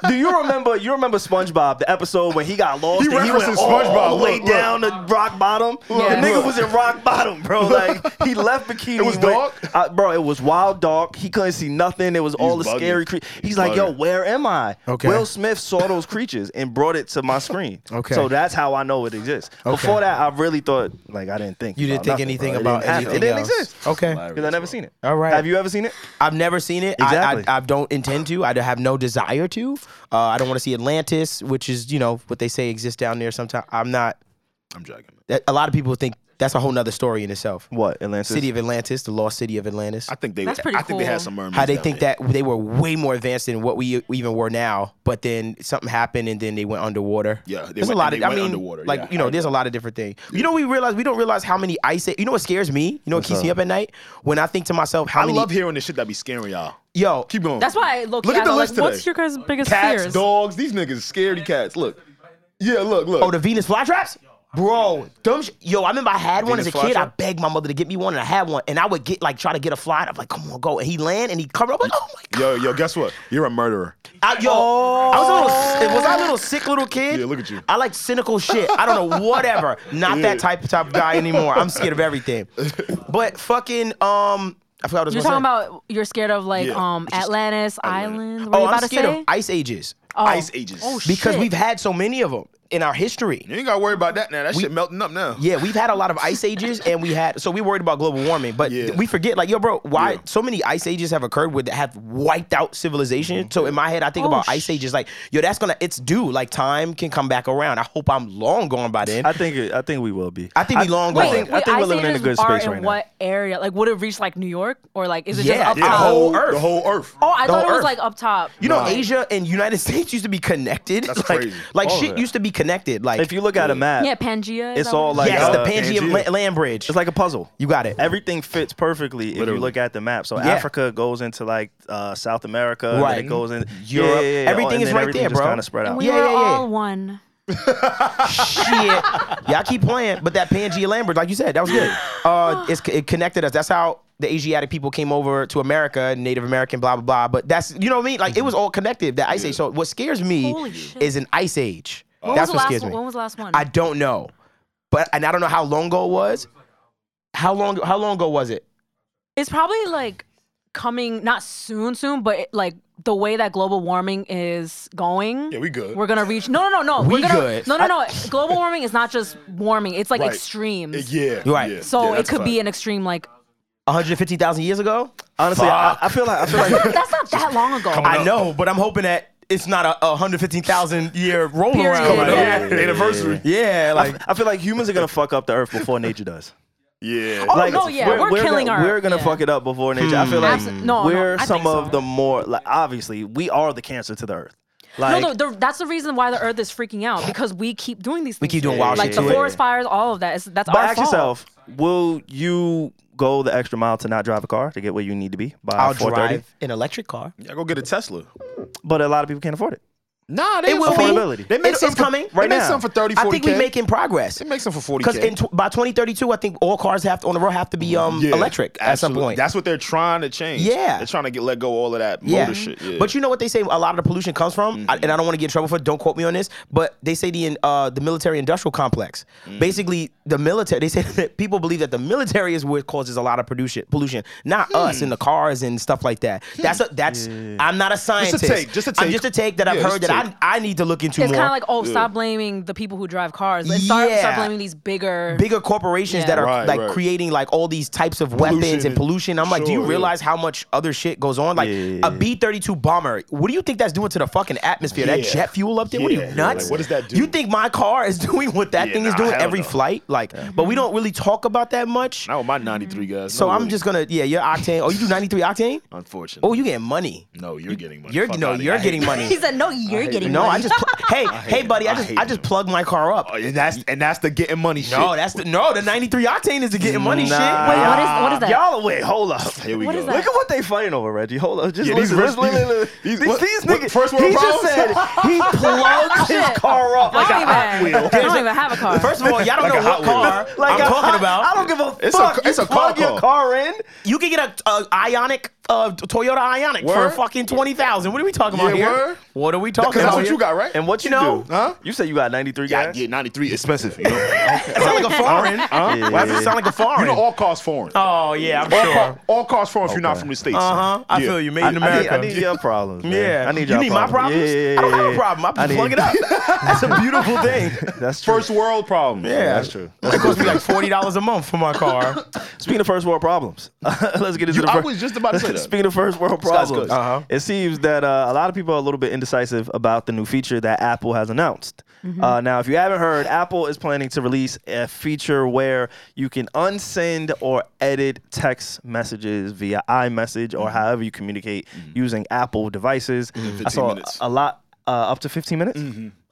S1: Do you remember? You remember SpongeBob, the episode when he got lost
S5: He
S1: and he went
S5: references
S1: all
S5: SpongeBob.
S1: the way
S5: Look, look.
S1: down to rock bottom?
S3: Yeah.
S1: The nigga
S3: Look.
S1: was in rock bottom, bro. Like he left bikini.
S5: It was
S1: went-
S5: dark?
S1: I- bro, it was wild dark. He couldn't see nothing. It was all the
S5: bugging.
S1: scary creatures. He's,
S5: He's
S1: like, yo,
S5: bugging.
S1: where am I?
S4: Okay.
S1: Will Smith saw those creatures and brought it to my screen.
S4: Okay.
S1: So that's how I know it exists. Before that, I really thought like I didn't think
S4: You didn't
S1: about
S4: think
S1: nothing,
S4: anything
S1: bro. It
S4: about
S1: didn't happen.
S4: anything
S1: It didn't
S4: else.
S1: exist.
S4: Okay.
S1: Because I never seen it.
S4: All right.
S1: Have you ever seen it?
S4: I've never seen it. I-
S1: Exactly.
S4: I, I, don't intend to. I have no desire to. Uh, I don't want to see Atlantis, which is you know what they say exists down there. Sometimes I'm not.
S5: I'm joking.
S4: That, a lot of people think that's a whole nother story in itself.
S1: What Atlantis?
S4: City of Atlantis, the lost city of Atlantis.
S5: I think they.
S3: That's pretty
S5: I think they
S3: cool.
S5: had some mermaids.
S4: How they
S5: down
S4: think
S5: there.
S4: that they were way more advanced than what we we even were now, but then something happened and then they went underwater.
S5: Yeah, they
S4: there's
S5: went-
S4: a lot
S5: and
S4: of.
S5: they
S4: I
S5: went
S4: mean,
S5: underwater,
S4: like
S5: yeah.
S4: you know, there's a lot of different things. You know, we realize we don't realize how many ice. You know what scares me? You know what keeps me up at night when I think to myself how
S5: I
S4: many.
S5: love hearing this shit that be scaring y'all.
S4: yo,
S5: Keep going.
S3: That's why I look.
S5: Look
S3: yeah,
S5: at the
S3: I'm like,
S5: list
S3: What's
S5: today.
S3: your guys' biggest
S5: cats,
S3: fears?
S5: dogs. These niggas, scaredy cats. Look. Yeah, look, look.
S4: Oh, the Venus flytraps? Bro, dumb sh- yo, I remember I had one
S5: Venus
S4: as a kid. I
S5: flytrap?
S4: begged my mother to get me one, and I had one. And I would get like try to get a fly. And I'm like, come on, go. And he land and he cover up. Like, oh my god,
S5: yo, yo, guess what? You're a murderer.
S4: I, yo, I was
S3: Oh.
S4: a little, was I a little sick little kid?
S5: Yeah, look at you.
S4: I like cynical shit. I don't know, whatever. Not that type type of guy anymore. I'm scared of everything. But fucking, um, I forgot what I was
S3: You're
S4: gonna
S3: talking
S4: say.
S3: about you're scared of like
S5: Yeah,
S3: um
S5: it's just
S3: Atlantis
S5: Atlantis.
S3: Islands. What are
S4: Oh,
S3: you about
S4: I'm
S3: to
S4: scared
S3: say?
S4: of ice ages
S3: Oh.
S5: Ice ages.
S3: Oh shit.
S4: because we've had so many of them in our history.
S5: You ain't gotta worry about that now. That shit melting up now.
S4: Yeah, we've had a lot of ice ages, and we had so we worried about global warming, but
S5: Yeah.
S4: we forget like yo, bro, why
S5: Yeah.
S4: so many ice ages have occurred with have wiped out
S1: Mm-hmm.
S4: civilization. So in my head, I think
S3: Oh,
S4: about
S3: sh-
S4: ice ages like yo, that's gonna it's due. Like time can come back around. I hope I'm long gone by then.
S1: I
S4: I,
S1: think it, I think we will be.
S4: think we long
S3: Wait,
S4: gone.
S1: think- I
S3: wait,
S1: think we're
S3: ice
S1: living in a
S3: ages
S1: good
S3: are
S1: space
S3: in
S1: right now.
S3: What area? Like, would it reach like New York or like is it
S4: Yeah,
S3: just up
S4: yeah,
S3: top?
S4: the whole
S5: The
S4: Earth.
S5: whole earth.
S3: oh, I
S4: the
S3: thought it
S4: whole
S3: was
S4: Earth.
S3: like up top.
S4: you know,
S5: Nah.
S4: Asia and United States used to be connected.
S5: That's
S4: like,
S5: crazy.
S4: Like
S1: All of
S4: shit
S1: that.
S4: used to be connected. Like
S1: If you look at a map,
S3: yeah, Pangea. is
S1: It's
S3: that what
S1: all
S3: is?
S1: like,
S4: yes,
S1: uh,
S4: the Pangaea
S5: Pangaea.
S4: la- land bridge.
S1: it's like a puzzle.
S4: you got it.
S1: Everything fits perfectly if you
S5: Literally.
S1: look at the map. So
S4: Yeah.
S1: Africa goes into like uh, South America, and then
S4: Right.
S1: it goes in
S4: Europe.
S1: Yeah, yeah, yeah.
S4: Everything
S1: and
S4: is
S1: then
S4: right
S1: everything
S4: there,
S1: just
S4: bro.
S1: Kind of spread
S3: And
S1: out.
S3: we
S4: Yeah,
S3: are
S4: yeah, yeah.
S3: all one.
S4: shit. Y'all keep playing, but that Pangea Lambert, like you said, that was good. Uh, it's, it connected us. That's how the Asiatic people came over to America, Native American, blah blah blah. But that's you know what I mean. Like it was all connected. That ice age. So what scares me
S3: Holy shit.
S4: is an ice age.
S3: When
S4: that's
S3: was the
S4: what
S3: last
S4: scares
S3: one?
S4: me.
S3: When was the last one?
S4: I don't know, but and I don't know how long ago it was. How long? How long ago was it?
S3: it's probably like coming not soon, soon, but it, like the way that global warming is going.
S5: Yeah, we good.
S3: We're gonna reach. No, no, no, no.
S4: We
S3: are gonna,
S4: good.
S3: No, no, no. global warming is not just warming. It's like
S5: Right.
S3: extremes.
S5: Yeah.
S4: You're right.
S5: yeah, yeah,
S3: So it
S5: that's
S3: could
S5: a
S3: be
S5: fact.
S3: an extreme like.
S4: One hundred fifty thousand years ago.
S1: Honestly, I, I feel like I feel like
S3: That's not that long ago.
S5: Coming
S4: I
S5: up.
S4: know, but I'm hoping that it's not a, a hundred fifteen thousand year roll
S3: Period.
S4: around.
S3: Coming up.
S4: Yeah.
S5: Yeah. Anniversary.
S4: yeah, like
S1: I feel like humans are gonna fuck up the earth before nature does.
S5: Yeah.
S3: Oh,
S1: Like,
S3: no, yeah, we're, killing
S1: gonna,
S3: our.
S1: We're gonna
S3: yeah. Hmm.
S1: fuck it up before nature. I feel like
S3: Abso- no, no,
S1: we're
S3: I think
S1: some
S3: so.
S1: of the more like obviously we are the cancer to the earth. Like
S3: no, no, the, that's the reason why the Earth is freaking out because we keep doing these. things.
S4: We keep doing
S3: to it.
S4: wild
S3: like
S4: shit
S3: the
S4: to it.
S3: forest fires, all of that. It's, that's
S1: But
S3: our
S1: ask
S3: fault.
S1: yourself, will you go the extra mile to not drive a car to get where you need to be by
S4: I'll
S1: 4:30?
S4: drive an electric car.
S5: Yeah, go get a Tesla.
S1: But a lot of people can't afford it.
S5: Nah, they
S4: It will be.
S1: Affordability.
S5: They make
S4: It's-
S5: some
S4: it's
S5: for-
S4: coming.
S5: They
S1: Right
S5: make
S1: now.
S5: some for 30, 40
S4: I think we're making progress.
S5: It makes them for 40K.
S4: Because in tw- by 2032, I think all cars have to, on the road have to be um electric at some point.
S5: That's what they're trying to change.
S4: Yeah.
S5: they're trying to get let go of all of that motor
S4: yeah.
S5: shit. Yeah. Mm-hmm.
S4: But you know what they say? A lot of the pollution comes from, I- and I don't want to get in trouble for. it, Don't quote me on this, but they say the in- uh, the military industrial complex.
S5: Mm.
S4: Basically, the military. They say that people believe that the military is what causes a lot of pollution. Pollution, not
S5: Hmm.
S4: us and the cars and stuff like that. That's a, that's. I'm not a scientist.
S5: take, Hmm. just a
S4: I'm
S5: take.
S4: just a take that I've
S5: Yeah,
S4: heard
S5: just a
S4: that
S5: take.
S4: I, I need to look into
S3: It's
S4: more.
S3: kind of like, oh, stop blaming the people who drive cars. Let's start,
S4: Yeah.
S3: start blaming these bigger.
S4: bigger corporations
S3: Yeah.
S4: that are
S5: Right,
S4: like
S5: right.
S4: creating like all these types of weapons and
S5: and-
S4: pollution. I'm like, do you
S5: Sure,
S4: realize how much other shit goes on? Like
S1: Yeah.
S4: a B-32 bomber. What do you think that's doing to the fucking atmosphere? That
S5: Yeah.
S4: jet fuel up there? What are
S5: Yeah,
S4: you
S5: yeah,
S4: nuts?
S5: like, what does that do?
S4: You think my car is doing what that
S5: Yeah,
S4: thing is
S5: nah,
S4: doing
S5: hell
S4: every
S5: no.
S4: flight? Like, but we don't really talk about that much.
S5: now with my 93 guys.
S4: So
S5: no
S4: I'm
S5: way.
S4: just gonna yeah, your octane. Oh, you do 93 octane?
S5: unfortunate.
S4: Oh, you getting money.
S5: no, you're getting money.
S4: You're
S5: Fuck
S4: no,
S5: outta here.
S4: you're
S5: I hate
S4: getting
S5: that.
S4: money.
S3: He said, no, you're getting
S4: No,
S3: money.
S4: I just pl- hey hey
S5: him.
S4: buddy, I
S5: I
S4: just
S5: hate
S4: I just
S5: him.
S4: plugged my car up.
S5: Oh, yeah, that's and that's the getting money shit.
S4: No, that's the no. The 93 octane is the getting money
S1: Nah.
S4: shit.
S3: Wait, what is- what is that?
S1: Y'all, wait, hold up.
S5: Here we
S3: What
S5: go.
S3: is that?
S1: Look at what they fighting over, Reggie. Hold on, just
S5: Yeah, these
S1: listen.
S5: rich-
S1: listen, listen, listen.
S5: these- these-
S1: These,
S5: what-
S1: these
S5: what-
S1: niggas.
S5: first world
S1: he just
S5: problems?
S1: said he
S3: Oh,
S1: plugs his car up like a
S3: I don't, even, I don't even have a car.
S4: First of all, y'all don't
S5: Like a
S4: know what
S5: Hot Wheel.
S4: car
S1: like
S4: I'm
S1: a-
S4: talking about.
S1: I don't give a
S5: It's a-
S1: fuck.
S5: it's
S1: you
S5: a car
S1: plug your
S5: call.
S1: car in.
S4: you can get a, a Ionic, uh, Toyota Ionic for
S5: Word?
S4: fucking twenty thousand. What are we talking
S5: Yeah,
S4: about here?
S5: word?
S4: What are we talking
S5: Cause
S4: about?
S5: that's what
S4: here?
S5: you got, right?
S1: And what you,
S4: You know-
S1: do?
S5: Huh?
S1: You said you got 93
S5: yeah,
S1: gas.
S5: yeah, 93 expensive. You know,
S4: It sound like a foreign.
S5: Huh?
S4: Why does it sound like a foreign?
S5: you know all costs foreign.
S4: oh yeah, I'm
S5: all,
S4: sure.
S5: co- all costs foreign if you're not from the states.
S4: Uh huh. I
S5: Yeah.
S4: feel you. Made
S1: I,
S4: in
S1: I need,
S4: America.
S1: I need your problems. Man.
S4: yeah,
S1: I need
S4: you
S1: your
S4: need my problems.
S1: Yeah, yeah, yeah,
S4: I don't have
S1: yeah.
S4: a problem. I
S1: I
S4: just plug
S1: need-
S4: it up. That's a beautiful thing.
S1: That's true.
S5: First world problem.
S4: Yeah,
S1: that's true.
S4: It cost me like forty dollars a month for my car.
S1: Speaking of first world problems, let's get into
S5: You-
S1: the
S5: I
S1: first.
S5: was just about to say that.
S1: Speaking of first world
S5: Scott's
S1: problems,
S5: good.
S4: Uh-huh.
S1: it seems that uh, a lot of people are a little bit indecisive about the new feature that Apple has announced. Uh, now, if you haven't heard, Apple is planning to release a feature where you can unsend or edit text messages via iMessage
S5: Mm-hmm.
S1: or however you communicate using Apple devices. I
S5: 15
S1: saw a-
S5: Mm-hmm. minutes. Mm-hmm.
S1: a lot. Uh, up to 15 minutes?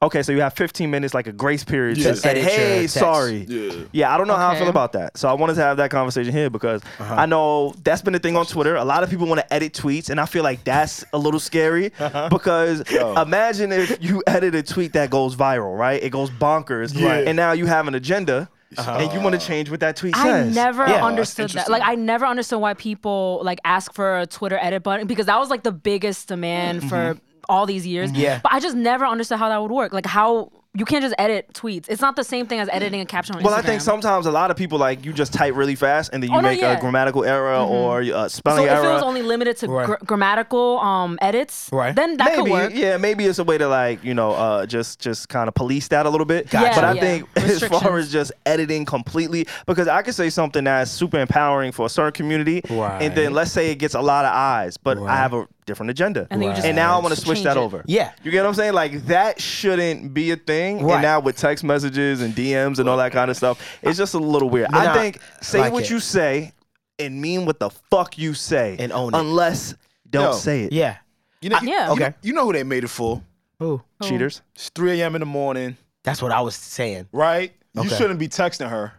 S1: Okay, so you have 15 minutes, like a grace period
S5: Yeah.
S1: to say,
S4: Edit your
S1: hey,
S4: text.
S1: sorry.
S5: Yeah.
S1: Yeah, I don't know how I feel
S3: Okay.
S1: about that. So I wanted to have that conversation here because I know that's been the thing on Twitter. A lot of people want to edit tweets, and I feel like that's a little scary because imagine if you edit a tweet that goes viral, right? It goes bonkers,
S5: Yeah.
S1: and now you have an agenda, and you want to change what that tweet
S3: I
S1: says.
S3: never
S4: Yeah.
S3: understood
S5: That's
S3: that.
S5: interesting.
S3: Like, I never understood why people like ask for a Twitter edit button because that was like the biggest demand for all these years.
S4: Yeah.
S3: But I just never understood how that would work. Like, how you can't just edit tweets. It's not the same thing as editing a caption on
S1: Well,
S3: Instagram.
S1: I think sometimes a lot of people like you just type really fast, and then you
S3: Oh, no,
S1: make
S3: yeah. Mm-hmm.
S1: a grammatical error or a
S3: So
S1: spelling
S3: if
S1: error.
S3: it was only limited to
S4: Right.
S3: gr- grammatical um, edits,
S4: Right.
S3: then that
S1: maybe
S3: could work.
S1: yeah maybe it's a way to like you know uh just just kind of police that a little bit
S3: Gotcha.
S1: but i
S3: Yeah,
S1: think
S3: yeah.
S1: as far
S3: Restrictions.
S1: as just editing completely because i could say something that's super empowering for a certain community and
S4: Right.
S1: then let's say it gets a lot of eyes but
S4: Right.
S1: i have a different agenda
S3: And then you just
S1: and now i want to
S3: Right.
S1: switch
S3: change
S1: that
S3: it.
S1: over
S4: Yeah.
S1: you get what i'm saying like that shouldn't be a thing
S4: Right.
S1: and now with text messages and dms and all that kind of stuff it's just a little weird
S4: But
S1: i
S4: I
S1: think say
S4: like
S1: what
S4: it.
S1: you say and mean what the fuck you say
S4: And own it.
S1: unless don't
S5: Yo.
S1: say it
S4: Yeah.
S5: You know,
S3: Uh, yeah.
S5: You,
S4: Okay.
S5: know, you know who they made it for?
S4: Ooh.
S1: cheaters
S5: It's 3 a.m. in the morning,
S4: That's what I was saying.
S5: right? You
S4: Okay.
S5: shouldn't be texting her,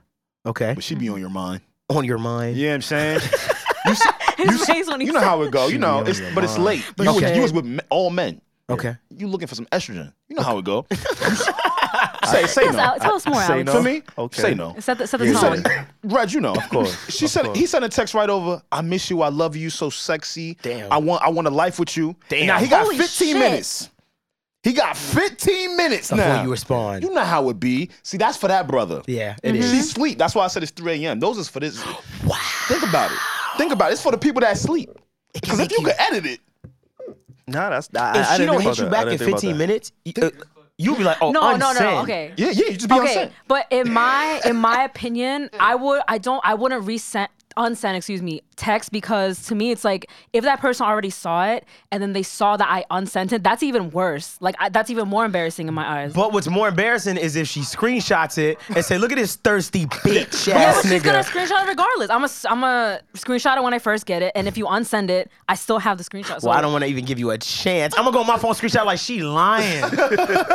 S4: Okay.
S5: but she be on your mind.
S4: On your mind.
S5: You know what I'm saying? you, see- you, see-
S3: face when he
S5: you know
S3: said-
S5: how it go. You know,
S4: on
S5: it's,
S4: your
S5: but it's
S4: mind.
S5: late.
S4: But
S5: you,
S4: you
S5: was,
S4: said-
S5: you was with me- all men.
S4: Okay.
S5: You looking for some estrogen. You know how it go. You s- say say
S3: Tell us,
S5: no.
S3: Al- tell us more,
S1: say
S3: Alex.
S1: no.
S5: For me,
S1: Okay.
S5: say no.
S3: Set the, set the
S5: You said
S3: tone.
S5: it. Reg, you know. Of
S1: course,
S5: She
S1: of
S5: sent
S1: course.
S5: he sent a text right over. I miss you. I love you. So sexy.
S4: Damn.
S5: I want I want a life with you.
S4: Damn.
S5: Now he got
S3: Holy
S5: 15
S3: shit.
S5: minutes. He got 15 minutes
S4: Before
S5: now.
S4: you respond.
S5: You know how it be. See, that's for that brother.
S4: Yeah, it
S5: She
S4: is.
S5: sleep. That's why I said it's 3 a.m. Those is for this. Wow. Think about it. Think about it. It's for the people that sleep. Because if
S4: make
S5: you
S4: you-
S5: could edit it,
S1: Nah, that's I,
S4: If
S1: I
S4: she
S1: didn't
S4: don't
S1: think
S4: hit you
S1: about
S4: back
S1: that. I didn't
S4: in
S1: think about
S4: 15
S1: that.
S4: minutes, y- uh, you'll be like, oh,
S3: No, no, no.
S4: unsend.
S3: Okay.
S5: yeah, yeah, you just be on
S3: okay,
S5: set.
S3: but in my in my opinion, I would I don't I wouldn't resend unsend excuse me text because to me it's like if that person already saw it and then they saw that I unsent it, that's even worse. Like I, that's even more embarrassing in my eyes.
S4: But what's more embarrassing is if she screenshots it and say, look at this thirsty bitch
S3: yeah,
S4: ass
S3: but she's gonna
S4: nigga.
S3: screenshot it regardless. I'm a s- I'm a screenshot it when I first get it, and if you unsend it, I still have the screenshot. So
S4: Well, I don't want to even give you a chance. I'm gonna go on my phone screenshot like she lying.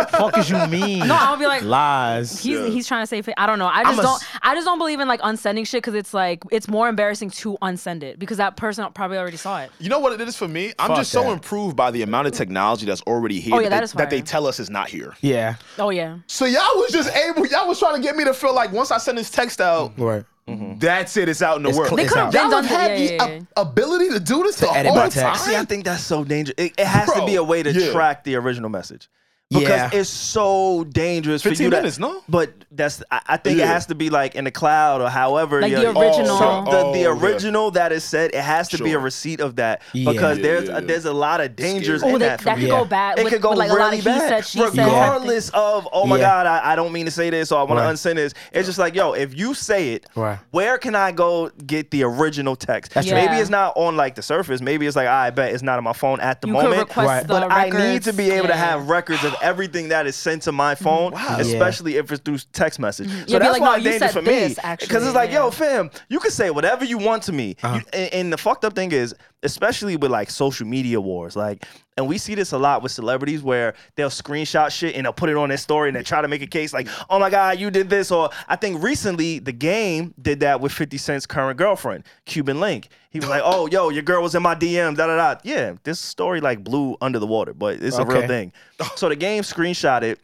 S4: Fuck is you mean?
S3: No, I'll be like,
S4: lies.
S3: He's, he's trying to say fa- I don't know. I
S4: I'm
S3: just
S4: a
S3: don't.
S4: s-
S3: I just don't believe in like unsending shit because it's like it's more more embarrassing to unsend it because that person probably already saw it.
S5: You know what it is for me? I'm
S4: Fuck
S5: just so
S4: that.
S5: improved by the amount of technology that's already here
S3: Oh, yeah,
S5: they,
S3: that is
S5: they
S3: fire.
S5: tell us is not here.
S4: Yeah.
S3: Oh yeah.
S5: So y'all was just able, y'all was trying to get me to feel like once I send this text out,
S4: Right.
S5: that's it, it's out in the world.
S4: cl- They it's could've out.
S3: been
S5: Y'all
S3: done-
S5: had
S3: yeah,
S5: the
S3: yeah,
S5: ab- ability to do this the
S4: edit
S5: whole
S4: my text.
S5: time.
S1: See, I think that's so dangerous. It, it has to
S5: Bro,
S1: be a way to
S5: yeah.
S1: track the original message. Because
S4: Yeah.
S1: it's so dangerous for
S5: 15
S1: you. to-
S5: minutes, no?
S1: But that's I, I think it
S5: Yeah.
S1: has to be like in the cloud or however.
S3: Like the
S1: your-
S3: original.
S1: So the, the
S5: Oh, yeah.
S1: original that is said, it has to be a
S5: Sure.
S1: receipt of that
S4: Yeah.
S1: because
S5: Yeah,
S1: there's
S5: yeah,
S1: uh,
S5: yeah.
S1: there's a lot of dangers
S5: Scary.
S1: in
S3: Oh, they,
S1: that.
S3: that,
S1: for me.
S3: could
S4: Yeah.
S3: go bad.
S1: It
S3: with,
S1: could go
S3: with, like
S1: really
S3: a lot of
S1: bad,
S3: he said, she said.
S1: regardless of oh my
S4: Yeah.
S1: god, I, I don't mean to say this or I want
S4: Right.
S1: to unsend this. It's just like yo, if you say it,
S4: Right.
S1: where can I go get the original text?
S3: That's
S1: maybe
S3: right.
S1: it's not on like the surface. Maybe it's like I bet it's not on my phone at the
S3: You could
S1: moment.
S3: request Right. the
S1: But I need to be
S3: records.
S1: able to
S3: Yeah.
S1: have records of everything that is sent to my phone, especially if it's through text message. So
S3: You'd Mm-hmm. be
S1: that's
S3: like,
S1: why
S3: no,
S1: it's
S3: you
S1: dangerous
S3: said
S1: for me
S3: this, actually,
S1: because it's like
S3: yeah.
S1: yo, fam, you can say whatever you want to me.
S4: Uh-huh.
S1: You- and, and the fucked up thing is, especially with like social media wars, like, and we see this a lot with celebrities where they'll screenshot shit and they'll put it on their story and they try to make a case like, oh my God, you did this. Or I think recently the game did that with 50 Cent's current girlfriend, Cuban Link. He was like, oh, yo, your girl was in my DM, da da da. Yeah, this story like blew under the water, but it's a real
S4: Okay.
S1: thing. So the game screenshot it.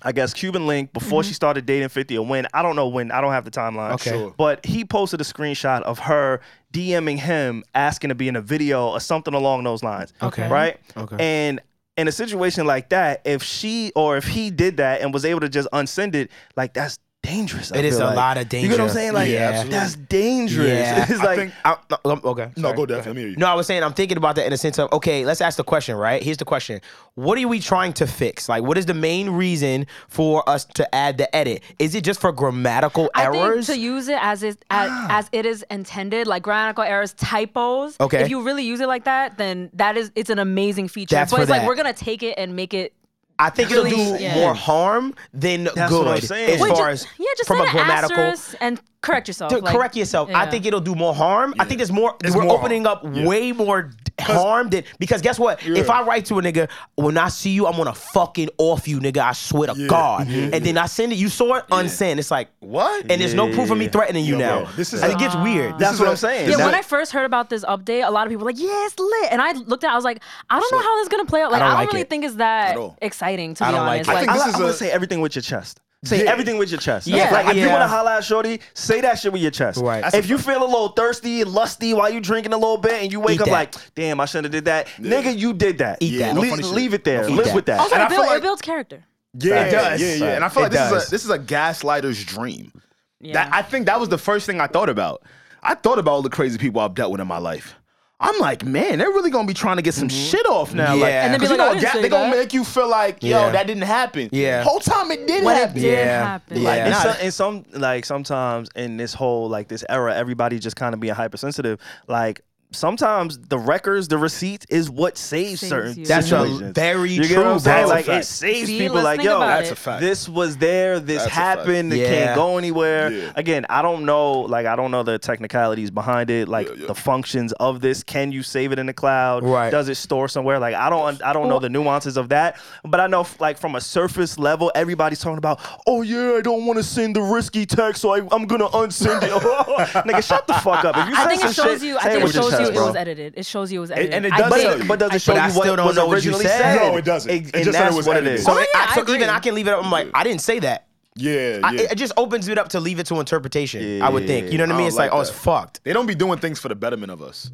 S1: I guess Cuban Link before she started dating 50 or when. I don't know when. I don't have the timeline.
S4: Mm-hmm. Okay. Sure.
S1: But he posted a screenshot of her DMing him asking to be in a video or something along those lines.
S4: Okay.
S1: Right?
S4: Okay.
S1: And in a situation like that, if she or if he did that and was able to just unsend it, like that's dangerous. I
S4: It is
S1: feel
S4: a
S1: like.
S4: lot of
S1: You know what I'm
S4: danger.
S1: saying? Like
S4: Yeah, absolutely.
S1: that's dangerous.
S4: Yeah.
S1: it's
S5: I
S1: like
S5: think-
S4: I, no, um, okay.
S5: No,
S4: sorry.
S5: go deaf. Let me hear you.
S4: No, I was saying I'm thinking about that in the sense of okay, let's ask the question, right? Here's the question. What are we trying to fix? Like what is the main reason for us to add the edit? Is it just for grammatical
S3: I
S4: errors?
S3: think to use it as it as, as it is intended, like grammatical errors, typos.
S4: Okay.
S3: If you really use it like that, then that is it's an amazing feature.
S4: That's
S3: but
S4: for
S3: it's
S4: that.
S3: like we're gonna take it and make it
S4: I think it'll
S3: really-
S4: do
S3: yeah.
S4: more harm than good
S1: what I'm saying.
S4: as
S1: Wait,
S4: far
S3: just,
S4: as
S3: yeah, just
S4: from
S3: send
S4: a
S3: an
S4: grammatical
S3: asterisk and correct yourself.
S4: Dude,
S3: like-
S4: correct yourself. I
S3: yeah.
S4: think it'll do more harm. I think there's more. we're
S5: more
S4: opening up way more d- harm than because guess what? If I write to a nigga, when I see you, I'm gonna fucking off you, nigga. I swear to God. And then I send it. You saw it unsend. It's like
S5: Mm-hmm. What?
S4: And there's no proof of me threatening you now.
S5: bro, this is
S4: and
S5: a-
S4: it
S3: Ah.
S4: gets weird.
S1: that's
S5: is
S1: what
S5: a-
S1: I'm saying.
S3: Yeah,
S1: That-
S3: when I first heard about this update, a lot of people were like, "Yeah, it's lit," and I looked at, it, I was like, "I don't know how this is gonna play out." Like, I
S4: don't
S3: don't,
S4: like
S3: really
S4: it.
S3: think it's that
S5: all.
S3: exciting to
S4: I
S3: be
S4: don't like it.
S3: honest.
S4: I
S3: Like,
S5: think
S1: I,
S5: this
S1: li-
S5: is
S1: I would
S5: a-
S1: say everything with your chest. Say
S5: Yeah.
S1: everything with your chest.
S4: Yeah.
S1: Like if you
S4: Yeah.
S1: want to holla at shorty, say that shit with your chest.
S4: Right. That's
S1: If you feel a little thirsty and lusty while you drinking a little bit and you wake
S4: Eat
S1: up
S4: that.
S1: like, damn, I shouldn't have did that. Nigga, you did that.
S4: Eat that. Oh,
S1: Le-
S5: No funny shit.
S1: leave it there.
S5: No funny
S1: Live
S4: shit.
S1: with that.
S3: also,
S5: And I
S3: it,
S5: feel
S3: build,
S5: like-
S3: it builds character.
S5: Yeah,
S4: It does.
S5: yeah, yeah. And I feel
S4: It
S5: like this
S4: does.
S5: is a this is a gaslighter's dream.
S3: Yeah.
S5: That I think that was the first thing I thought about. I thought about all the crazy people I've dealt with in my life. I'm like, man, they're really gonna be trying to get some shit off now. Like,
S4: Yeah. And then be
S5: 'cause
S3: like, I
S5: you know,
S3: didn't say
S5: they're gonna
S3: that.
S5: make you feel like, yo,
S4: Yeah.
S5: that didn't happen.
S4: Yeah.
S5: Whole time it did
S3: What it
S5: happen.
S3: did.
S4: yeah.
S3: happen.
S4: Yeah.
S3: Like,
S1: And,
S5: Nah,
S1: some, and some like sometimes in this whole like this era, everybody just kind of being hypersensitive. Like sometimes the records, the receipts is what saves,
S3: Saves
S1: certain.
S3: you.
S4: That's a
S1: situations.
S4: very
S1: you get
S4: true,
S1: What I'm saying?
S4: bro.
S1: Like it
S5: That's a
S1: saves
S3: See,
S1: people.
S3: let's
S1: Like
S3: think
S1: yo,
S3: about
S5: That's
S3: it.
S5: a fact.
S1: This was there. This
S5: That's a fact.
S1: happened. It
S4: Yeah.
S1: can't go anywhere.
S5: Yeah.
S1: Again, I don't know. Like I don't know the technicalities behind it. Like the functions of this. Can you save it in the cloud?
S4: Right.
S1: Does it store somewhere? Like I don't. I don't know the nuances of that. But I know, f- like from a surface level, everybody's talking about. Oh yeah, I don't want to send the risky text, so I, I'm gonna unsend it. Nigga, shut the fuck up. If you
S3: I
S1: send
S3: think
S1: some
S3: it shows
S1: shit,
S3: you. I
S1: say
S3: think it
S1: with your chest,
S3: shows you it
S1: bro.
S3: was edited. It shows you it was edited.
S1: And it
S3: I
S1: does,
S3: think-
S1: show you, but does it show
S4: But I
S1: you what
S4: still don't
S1: was
S4: know what you
S1: originally
S4: said.
S1: said?
S5: No, it doesn't. It
S1: and
S5: just said it
S1: that's
S5: was
S1: what it
S5: edited.
S1: is.
S4: So,
S3: Oh,
S4: it-
S3: yeah,
S4: I- so
S3: I agree.
S4: even I can leave it up. I'm like, I didn't say that.
S5: Yeah,
S4: I,
S5: yeah.
S4: it, it just opens it up to leave it to interpretation. I would think. You know what I
S5: I
S4: mean?
S5: don't
S4: It's like,
S5: like
S4: oh, it's
S5: that.
S4: fucked.
S5: they don't be doing things for the betterment of us.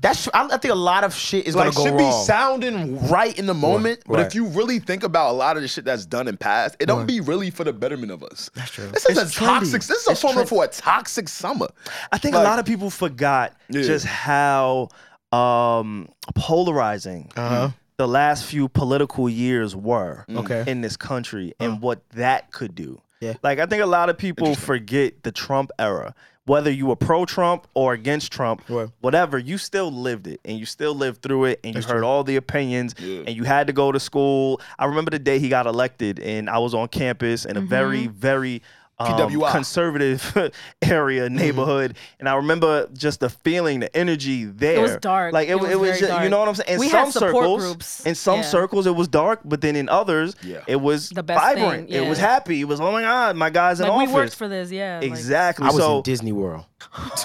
S4: That's. tr- I, I think a lot of shit is
S5: Like,
S4: gonna
S5: should
S4: go
S5: be
S4: wrong.
S5: sounding right in the moment, but
S4: right.
S5: if you really think about a lot of the shit that's done and past, it don't be really for the betterment of us. That's
S4: true.
S5: This is
S1: It's
S5: a
S1: trendy.
S5: toxic. This is a
S1: It's
S5: formula
S1: trendy.
S5: for a toxic summer.
S1: I think
S5: Like-
S1: a lot of people forgot
S5: Yeah.
S1: just how um, polarizing the last few political years were
S4: Uh-huh.
S5: Mm.
S4: Okay. Uh.
S1: in this country and what that could do.
S4: Yeah.
S1: Like I think a lot of people forget the Trump era. Whether you were pro Trump or against Trump,
S4: Right.
S1: whatever, you still lived it and you still lived through it and you heard all the opinions and you had to go to school. I remember the day he got elected and I was on campus in a very,
S4: Mm-hmm.
S1: very um,
S5: PWI.
S1: conservative
S4: Mm-hmm.
S1: area neighborhood, and I remember just the feeling, the energy there.
S3: was dark.
S1: Like it,
S3: It
S1: was,
S3: was
S1: it was
S3: very
S1: just, you
S3: dark.
S1: know what I'm saying. In
S3: We
S1: some
S3: had support
S1: circles,
S3: groups.
S1: in some
S3: Yeah.
S1: circles, it was dark, but then in others,
S5: Yeah.
S1: it was
S3: The best
S1: vibrant.
S3: thing,
S1: It was
S3: yeah.
S1: happy. It was oh my god, my guys in
S3: Like,
S1: office.
S3: we worked for this. Yeah. like-
S1: exactly.
S4: I was
S1: so
S4: in Disney World.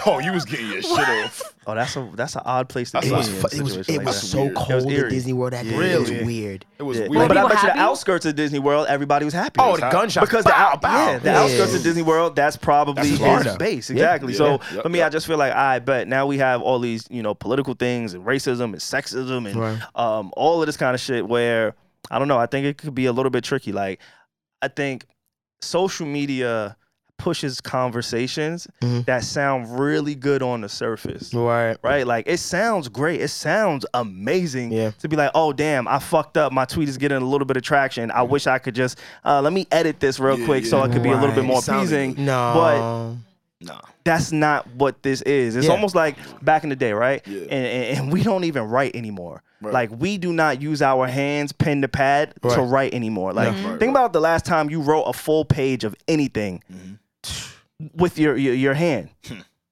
S5: Oh, you was getting your shit off.
S1: Oh, that's a that's an odd place to
S5: That's
S1: be.
S5: not-
S1: in a
S5: it
S4: It was,
S1: situation
S4: it
S1: like
S4: was
S1: that.
S4: so
S5: weird. It was
S4: cold at
S1: eerie.
S4: Disney World that day. It was
S5: Really?
S4: weird.
S5: It was
S1: Yeah.
S5: weird.
S1: But I
S3: people
S1: bet you
S3: happy?
S1: the outskirts of Disney World, everybody was happy.
S4: Oh, the gunshot.
S1: Because the
S4: Bow,
S1: out,
S4: bow.
S1: yeah, the
S4: Yeah.
S1: outskirts of Disney World, that's probably
S4: That's
S1: his
S4: Florida.
S1: base.
S4: Yeah.
S1: Exactly. So
S5: Yeah.
S1: for me, I just feel like I bet now we have all these, you know, political things and racism and sexism and
S4: Right.
S1: um, all of this kind of shit where I don't know, I think it could be a little bit tricky. Like I think social media pushes conversations
S4: Mhm.
S1: that sound really good on the surface
S4: Right.
S1: right? Like it sounds great. It sounds amazing
S4: Yeah.
S1: to be like, oh damn, I fucked up. My tweet is getting a little bit of traction. I wish I could just uh, let me edit this real
S5: Yeah,
S1: quick so
S5: yeah.
S1: it could be a little bit
S4: Right.
S1: more
S5: Sounding
S1: appeasing.
S4: No.
S5: Nah.
S1: That's not what this is. It's
S4: Yeah.
S1: almost like back in the day, right?
S5: Yeah.
S1: And, and, and we don't even write anymore.
S5: Right.
S1: Like we do not use our hands, pen to pad to
S4: Right.
S1: write anymore. Like
S5: Yeah. Right,
S1: think about the last time you wrote a full page of anything
S4: Mm-hmm.
S1: with your your, your hand.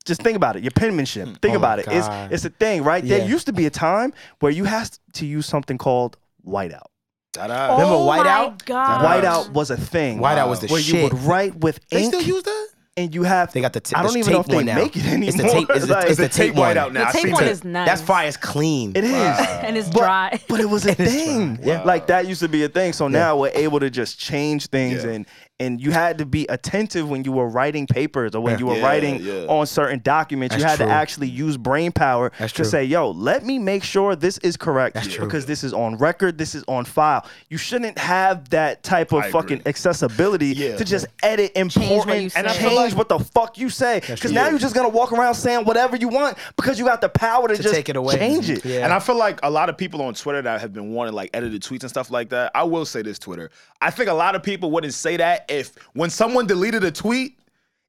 S1: Just think about it. Your penmanship. Think
S4: Hmm. Oh my
S1: about it. It's
S4: God.
S1: it's a thing, right?
S4: Yeah.
S1: There used to be a time where you had to use something called whiteout.
S5: Da-da.
S4: Remember
S3: oh My
S4: Whiteout?
S3: God.
S1: Whiteout was a thing.
S4: Ah. Whiteout was the
S1: where you
S4: shit.
S1: would write with
S2: They
S1: ink
S2: still use that?
S1: and you have.
S4: They got the ta-
S1: I don't
S4: this
S1: even know if
S4: tape
S1: they
S4: one now.
S1: make it anymore.
S4: It's the tape. It's the,
S1: Like,
S4: it's the
S5: The tape
S4: tape one.
S5: white out now.
S3: The
S5: I
S3: tape
S5: seen
S3: one
S5: it.
S3: is nice.
S4: That's fire. It's clean.
S1: it is.
S3: and it's dry.
S1: But it was a thing.
S4: right. Yeah.
S1: Like that used to be a thing. So now we're able to just change things
S5: Yeah.
S1: and and you had to be attentive when you were writing papers or when you were
S5: Yeah,
S1: writing
S5: yeah.
S1: on certain documents. you
S4: That's
S1: had to
S4: true.
S1: actually use brain power
S4: That's
S1: to
S4: true.
S1: say, yo, let me make sure this is correct
S4: That's true.
S1: because this is on record, this is on file. You shouldn't have that type of
S5: I
S1: fucking
S5: agree.
S1: accessibility
S5: Yeah.
S1: to just edit
S3: what you
S1: important
S3: say.
S1: and change what the fuck you say. Because now you're just gonna walk around saying whatever you want because you got the power to,
S4: To
S1: just
S4: take it away.
S1: change it.
S4: Yeah.
S5: And I feel like a lot of people on Twitter that have been wanting like edited tweets and stuff like that. I will say this Twitter. I think a lot of people wouldn't say that if when someone deleted a tweet,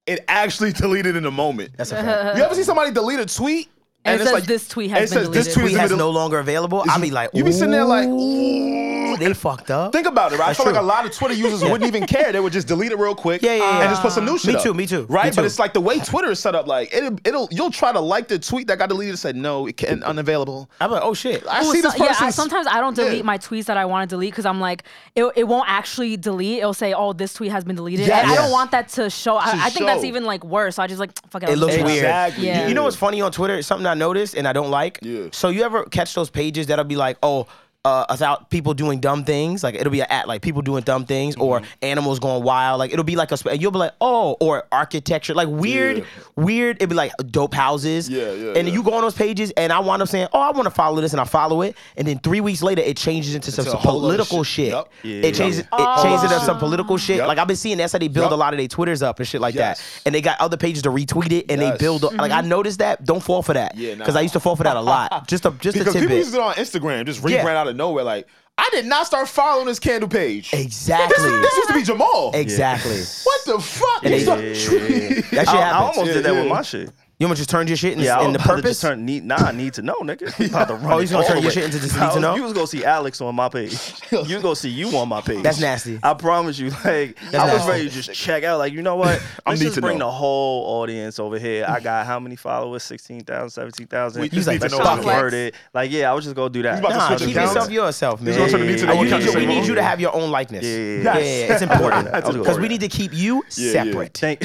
S5: it actually deleted in the moment.
S4: That's a fact.
S5: you ever see somebody delete a tweet?
S3: And it says this tweet
S5: and
S3: has
S5: it
S3: been
S5: says This
S3: deleted.
S5: tweet
S4: Tweet
S5: has
S4: that's
S5: been
S4: no
S5: del-
S4: longer available. I'll be like,
S5: you be sitting there like,
S4: ooh, they fucked up.
S5: Think about it, right?
S4: That's
S5: I feel like
S4: true.
S5: a lot of Twitter users wouldn't even care. They would just delete it real quick.
S4: Yeah, yeah, yeah.
S5: And just put some new shit.
S4: Me
S5: up.
S4: too, me too,
S5: Right?
S4: me
S5: But
S4: too.
S5: it's like the way Twitter is set up, like it'll it'll you'll try to like the tweet that got deleted and said, no, it can unavailable.
S4: I'm like, oh shit.
S5: I
S3: Ooh,
S5: see
S3: so-
S5: this
S3: yeah,
S5: person.
S3: I, sometimes I don't delete my tweets that I want to delete because I'm like, it, it won't actually delete. It'll say, oh, this tweet has been deleted. And I
S5: Yes.
S3: don't want that to show. I,
S5: To
S3: I think that's
S5: show.
S3: even like worse. So I just like, fuck it. I'll
S4: It looks
S3: delete
S4: weird.
S5: Exactly.
S3: Yeah.
S4: You, you know what's funny on Twitter? Something I noticed and I don't like.
S5: Yeah.
S4: So you ever catch those pages that'll be like, oh, uh, about people doing dumb things, like it'll be an at like people doing dumb things or
S5: Mm-hmm.
S4: animals going wild, like it'll be like a sp- and you'll be like oh or architecture, like weird,
S5: Yeah.
S4: weird. It'd be like dope houses,
S5: Yeah, yeah,
S4: And
S5: yeah.
S4: you go on those pages and I wind up saying oh I want to follow this and I follow it, and then three weeks later it changes into some,
S5: a
S4: some
S5: whole other
S4: political
S5: shit.
S4: shit.
S5: Yup.
S4: It changes it changes into some political shit.
S5: Yup.
S4: Like I've been seeing that's how they build
S5: Yup.
S4: a lot of their twitters up and shit like
S5: Yes.
S4: that, and they got other pages to retweet it and
S5: Yes.
S4: they build like I noticed that. Don't fall for that.
S5: Yeah, nah.
S4: Because I used to fall for that a lot. Just a just
S5: because
S4: a
S5: people use
S4: tidbit.
S5: it on Instagram, just rebrand
S4: Yeah.
S5: out of nowhere. Like, I did not start following this candle page.
S4: Exactly.
S5: This, this used to be Jamal.
S4: exactly.
S5: What the fuck?
S4: And
S5: You
S4: they-
S5: start-
S4: That shit
S1: I, I
S4: happens.
S1: almost
S5: Yeah,
S1: did that
S5: yeah.
S1: with my shit.
S4: you almost just turned your shit in,
S1: Yeah, I
S4: in
S1: was
S4: the
S1: about to just
S4: purpose.
S1: turn need, nah, need to know, nigga. I'm about to run
S4: Oh, he's
S1: it
S4: gonna
S1: all
S4: turn
S1: the
S4: your
S1: way.
S4: shit into just
S1: I
S4: need to
S1: was-
S4: know?
S1: You was gonna see Alex on my page. You was gonna see you on my page.
S4: That's nasty.
S1: I promise you. Like I was
S4: nasty.
S1: ready to just check out. Like you know what?
S5: I
S1: Let's
S5: need
S1: just
S5: to
S1: bring
S5: know.
S1: the whole audience over here. I got how many followers? 16,000, 17,000.
S5: We just
S1: Like,
S5: need to
S1: let's
S5: know
S1: just
S5: what
S1: word
S3: it is.
S1: it. Like yeah, I was just gonna do that.
S5: about to
S4: Nah,
S5: switch
S4: keep
S5: accounts.
S4: yourself yourself, man.
S5: gonna turn it into
S4: Uh,
S5: no
S4: you
S5: account.
S4: need you- we
S5: Yeah.
S4: need you to have your own likeness.
S1: Yeah, yeah,
S4: yeah,
S1: yeah.
S4: yeah, yeah. It's important
S1: That's important.
S4: because we need to keep you separate.
S1: Thank.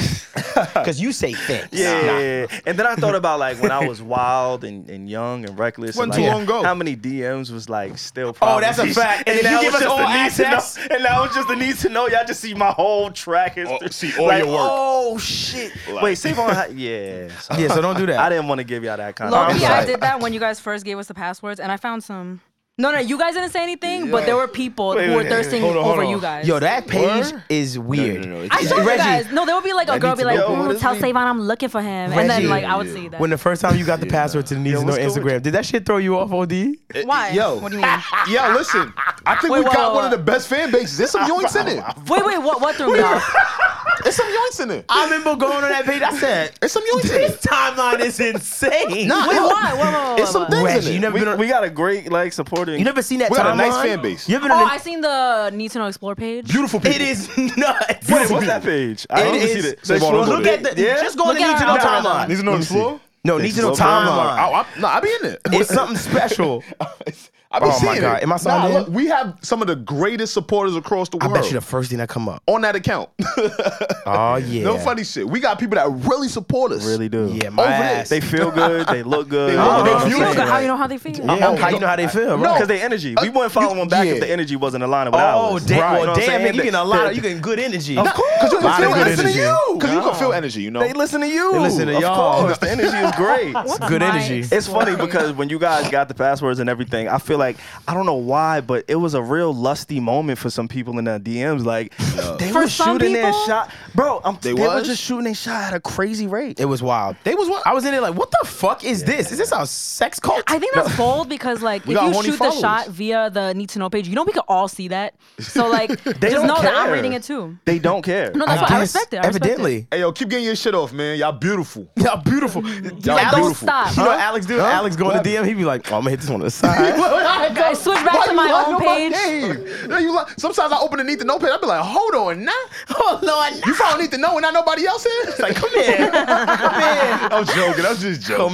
S4: Because you say things.
S1: Yeah, yeah, yeah. and then I thought about like when I was wild and, and young and reckless.
S5: Wasn't
S1: and,
S5: too
S1: like,
S5: long ago.
S1: How many DMs was like still?
S4: Oh, that's a
S1: problems.
S4: fact. And then
S1: now
S4: you
S1: it's
S4: give us
S1: just
S4: all
S1: the need to know-
S4: access.
S1: And now it's just the need to know. Y'all just see my whole track history.
S5: Oh, see all
S1: like,
S5: your work.
S1: Oh shit!
S5: Like-
S1: Wait, save on. how- Yeah, sorry.
S4: Yeah, so don't do that.
S1: I didn't want to give y'all that kind
S3: Low
S1: of.
S3: key, I did that when you guys first gave us the passwords, and I found some. No, no, you guys didn't say anything, but there were people
S1: Wait,
S3: who were
S1: wait, wait.
S3: thirsting
S5: Hold on, hold
S3: over
S5: on.
S3: you guys.
S4: Yo, that page
S5: Word?
S4: is weird.
S5: no, no, it's-
S3: I showed you
S4: Reggie,
S3: guys. No, there would be like a girl
S5: need
S3: be
S5: to
S3: like,
S5: know. Yo, what
S3: "Ooh,
S5: is
S3: tell
S5: it?
S3: Savon I'm looking for him," and then
S4: Reggie.
S3: like I would
S5: Yeah.
S3: see that.
S4: When the first time you got the password to the needs
S1: Yo,
S4: to know
S1: what's good with
S4: Instagram, did that shit throw you off, OD?
S3: Why?
S5: Yo.
S3: What do you mean?
S5: Yeah, listen. I think
S3: Wait,
S5: we
S3: whoa,
S5: got
S3: whoa,
S5: one of
S3: whoa.
S5: the best fan bases. There's some yoints in it.
S3: wait, wait, what? What threw me off?
S5: There's some yoints in it.
S4: I remember going on that page. I said,
S5: There's some yoints in it.
S4: timeline is insane."
S5: Nah,
S3: Wait,
S5: yo,
S3: why? Whoa, whoa, whoa,
S5: It's some
S3: whoa.
S5: things
S4: Reggie,
S5: in it.
S4: you never
S1: We,
S4: been on,
S1: we got a great like supporting.
S4: you never seen that
S5: We got a
S4: timeline?
S5: nice fan base.
S4: You ever been
S3: Oh,
S4: on
S3: I seen the Need to Know Explore page.
S5: Beautiful
S4: the,
S5: people.
S4: it is nuts.
S1: Wait, what's that page? I
S4: It
S1: don't even
S4: is-
S1: see that.
S5: Save on
S4: Look at the
S1: Yeah?
S4: just go on
S3: Look
S4: the
S3: at
S4: need to know
S3: our
S4: timeline.
S3: timeline.
S5: Needs to know the floor?
S4: No, need to know
S1: Explore
S4: timeline.
S5: I, I, nah, I be in it.
S4: It's something special.
S5: I've been
S4: Oh my
S5: seeing
S4: God.
S5: it.
S4: Am I signed
S5: nah,
S4: in?
S5: look, we have some of the greatest supporters across the
S4: I
S5: world.
S4: bet you the first thing that come up.
S5: on that account.
S4: Oh yeah.
S5: No funny shit. We got people that really support us.
S1: Really do.
S4: Yeah, my
S5: Over
S4: ass.
S1: They feel good. They look good.
S5: They look
S1: you know
S5: good.
S1: what I'm
S5: They feel
S1: saying?
S5: good.
S3: How you know how they feel?
S4: yeah, how you know how they feel, right?
S1: Because they energy. We wouldn't follow them back if
S5: yeah.
S1: the energy wasn't aligned with
S4: Uh, Oh,
S1: ours.
S4: damn,
S5: Right.
S4: well,
S5: You know
S1: what I'm
S4: damn,
S1: saying?
S4: nigga, you getting a lot of,
S1: The-
S4: you getting good energy.
S5: Because you
S4: Lot
S5: can
S4: of
S5: feel
S4: good
S5: listen to
S4: energy.
S5: you. Because you can feel energy, you know?
S1: They listen to you.
S4: They listen to
S1: of
S4: y'all.
S1: course. The energy is great.
S3: What's
S4: good
S3: my
S4: energy.
S1: It's funny because when you guys got the passwords and everything, I feel like I don't know why, but it was a real lusty moment for some people in the DMs. Like they
S3: For
S1: were
S3: some
S1: shooting their
S3: people?
S1: shot, bro. I'm, they, were
S5: was?
S1: just shooting their shot at a crazy rate.
S4: It was wild. They was what I was in there like, what the fuck is this? Is this our sex cult?
S3: I think that's bold because like if
S5: got
S3: you
S5: horny
S3: shoot
S5: followers.
S3: the shot via the need to know page, you know we could all see that. So like just
S1: don't
S3: know that I'm
S1: care.
S3: reading it too.
S1: They don't care.
S3: No, that's
S4: I
S3: what I
S4: guess,
S3: respect it. I respect it.
S4: evidently.
S5: Hey, yo, keep getting your shit off, man. Y'all beautiful.
S4: Y'all beautiful.
S5: Y'all
S3: Don't
S5: beautiful.
S3: stop.
S4: You know what Alex do? Alex go in the DM, he be like, oh, I'm gonna hit this one on the side.
S5: Guys,
S3: switch back to my own page.
S5: No, you like, sometimes I open the need to know page. I be like, hold on now.
S4: oh Lord.
S5: You found need to know and not nobody else is. Like,
S4: Come here. Come here.
S5: I'm joking. I'm just joking.
S4: Come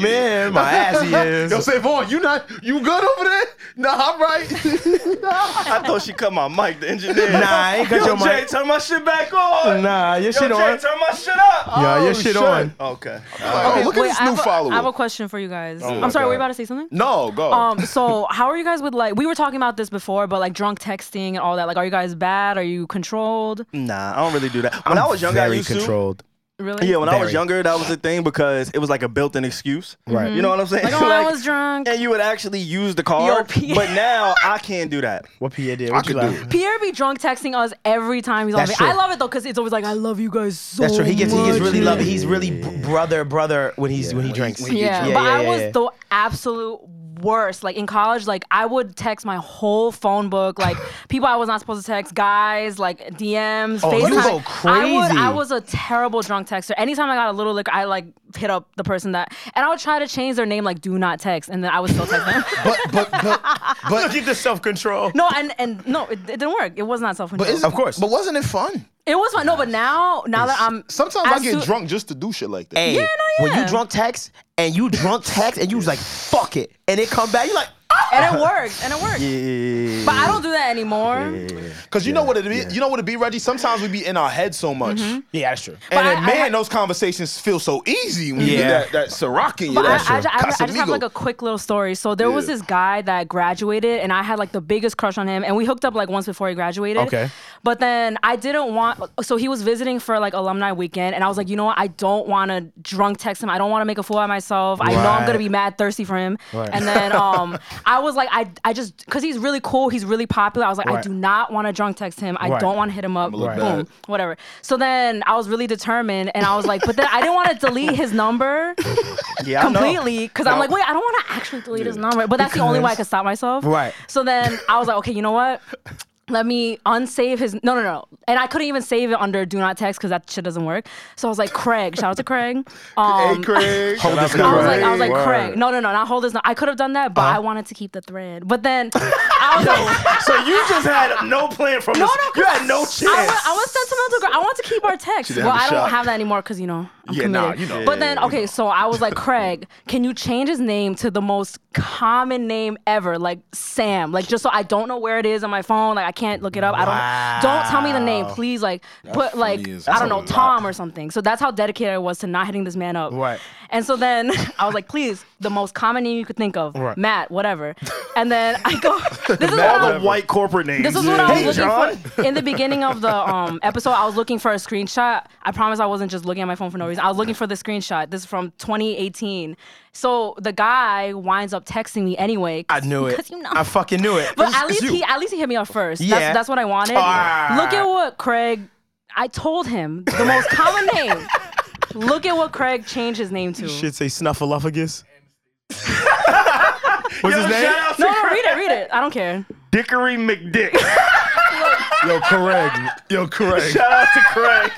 S4: here. My ass he is.
S5: Yo, Savon, you not you good over there? Nah, I'm right.
S1: I thought she cut my mic. The engineer.
S4: Nah, I ain't cut
S1: Yo,
S4: your
S1: Jay,
S4: mic.
S1: turn my shit back on.
S4: Nah, your
S1: Yo,
S4: shit
S1: Jay,
S4: on.
S1: turn my shit up.
S4: Yeah, your
S5: Oh,
S4: shit
S5: shit.
S4: on.
S1: Okay.
S5: oh, look
S3: Wait,
S5: at this
S3: I
S5: new
S3: have a-
S5: follower.
S3: I have a question for you guys.
S5: my
S3: I'm sorry, were you
S5: God.
S3: about to say something?
S5: no, go.
S3: Um, so how are you guys with like we were talking about this before, but like drunk texting and all that. Like, are you guys bad? Are you controlled?
S5: Mm.
S1: Nah, I don't really do that. When i was younger, I
S4: very
S1: used to.
S4: controlled.
S3: Really?
S1: Yeah, when I was
S4: Very.
S1: younger, that was the thing because it was like a built-in excuse. Right. You know what I'm saying?
S3: Like, oh, I was drunk.
S1: And you would actually use the card,
S3: P-
S1: but now I can't do that.
S4: What Pierre did? What you
S5: could do
S4: like?
S3: Pierre be drunk texting us every time he's on.
S4: That's
S3: vacation. I
S4: true.
S3: love it though because it's always like I love you guys so.
S4: That's true. He gets he gets
S3: much."
S4: really
S3: Yeah.
S4: loving. He's really br- brother brother when he's when he drinks.
S3: Yeah,
S4: yeah,
S3: but
S4: yeah,
S3: I was
S4: yeah.
S3: the absolute worst. Like in college, like I would text my whole phone book, like people I was not supposed to text, guys, like DMs,
S4: Oh, you
S3: FaceTime.
S4: go
S3: I would,
S4: crazy.
S3: I was a terrible drunk texter. Anytime I got a little liquor, I like hit up the person that, and I would try to change their name, like do not text, and then I would still text them.
S2: But but but
S4: But keep the self control.
S3: no, and and no, it, it didn't work. It was not self
S5: But
S3: control.
S5: is-
S4: Of course.
S2: but wasn't it fun?
S3: It was fun. No, but now, now that I'm
S5: Sometimes I
S3: as
S5: get
S3: soo-
S5: drunk just to do shit like that.
S4: Hey,
S3: Yeah, no,
S4: when
S3: yeah.
S4: you drunk text and you drunk text and you was like fuck it and it come back, you like ah!
S3: and it worked, and it worked.
S1: Yeah.
S3: But I don't do that anymore.
S5: Cause you know what it be, you know what it be, Reggie. Sometimes we be in our head so much, and
S4: yeah, that's true.
S5: then,
S3: Mm-hmm. I- I-
S5: man, those conversations feel so easy when you
S4: Yeah.
S5: get that that Ciroc in you.
S3: But I,
S5: That
S3: I, ju- I, I just have
S5: Casamigo.
S3: like a quick little story. So there was
S5: Yeah.
S3: this guy that graduated, and I had like the biggest crush on him, and we hooked up like once before he graduated.
S4: Okay.
S3: But then I didn't want. So he was visiting for like alumni weekend, and I was like, you know what? I don't want to drunk text him. I don't want to make a fool out of myself. I know I'm
S4: Right.
S3: gonna be mad thirsty for him. And then um, I was like, I I just because he's really cool. He's really popular. I was like, I
S4: Right.
S3: do not want to drunk text him. I
S4: Right.
S3: don't want to hit him up.
S5: look
S3: Boom
S5: bad.
S3: whatever. So then I was really determined, and I was like, but then I didn't want to delete his number
S1: Yeah, I know.
S3: completely because I'm like, wait, I don't want to actually delete his number, but that's the only way I
S4: Because-
S3: could stop myself.
S4: Right.
S3: So then I was like, okay, you know what? Let me unsave his. No, no, no. And I couldn't even save it under do not text because that shit doesn't work. So I was like, Craig. Shout out to Craig. Um,
S5: Hey, Craig.
S4: Hold this
S3: I
S4: number.
S3: was like, I was like,
S4: Word.
S3: Craig. No, no, no. Not hold this. I could have done that, but I wanted to keep the thread. But then I was like,
S1: so you just had no plan from
S3: no,
S1: this.
S3: no, 'cause
S1: you had no chance.
S3: I was, I was sentimental girl. I want to keep our text. Well,
S5: have a
S3: I don't
S5: shot.
S3: have that anymore because you know I'm
S5: Yeah,
S3: committed.
S5: nah, you know.
S3: But then okay, so I was like, Craig, can you change his name to the most common name ever, like Sam? Like just so I don't know where it is on my phone. Like I can't look it up. I don't. Don't tell me the name, please. Like put like
S5: as
S3: I don't
S5: hell.
S3: know Tom or something. So that's how dedicated I was to not hitting this man up.
S4: Right.
S3: And so then I was like, please, the most common name you could think of,
S4: Right.
S3: Matt, whatever. And then I go, this is what
S1: All
S3: I
S1: the white corporate names.
S3: this is what I was
S1: Hey,
S3: looking
S1: John.
S3: for in the beginning of the um, episode. I was looking for a screenshot. I promise I wasn't just looking at my phone for no reason. I was looking for the screenshot. This is from 2018. So the guy winds up texting me anyway.
S4: I knew it.
S3: Because you know.
S4: I fucking knew it.
S3: but
S4: It's-
S3: at
S4: it's
S3: least
S4: you.
S3: he at least he hit me up first.
S4: Yeah.
S3: That's, that's what I wanted.
S4: Ah.
S3: Look at what Craig. I told him the most common name. Look at what Craig changed his name to.
S4: should say snuffleupagus. What's his
S1: Yo,
S4: name?
S1: shout out
S3: No,
S1: to
S3: no, read it, read it. I don't care.
S1: Dickory McDick.
S5: Yo, correct. Yo, correct.
S1: shout out to Craig.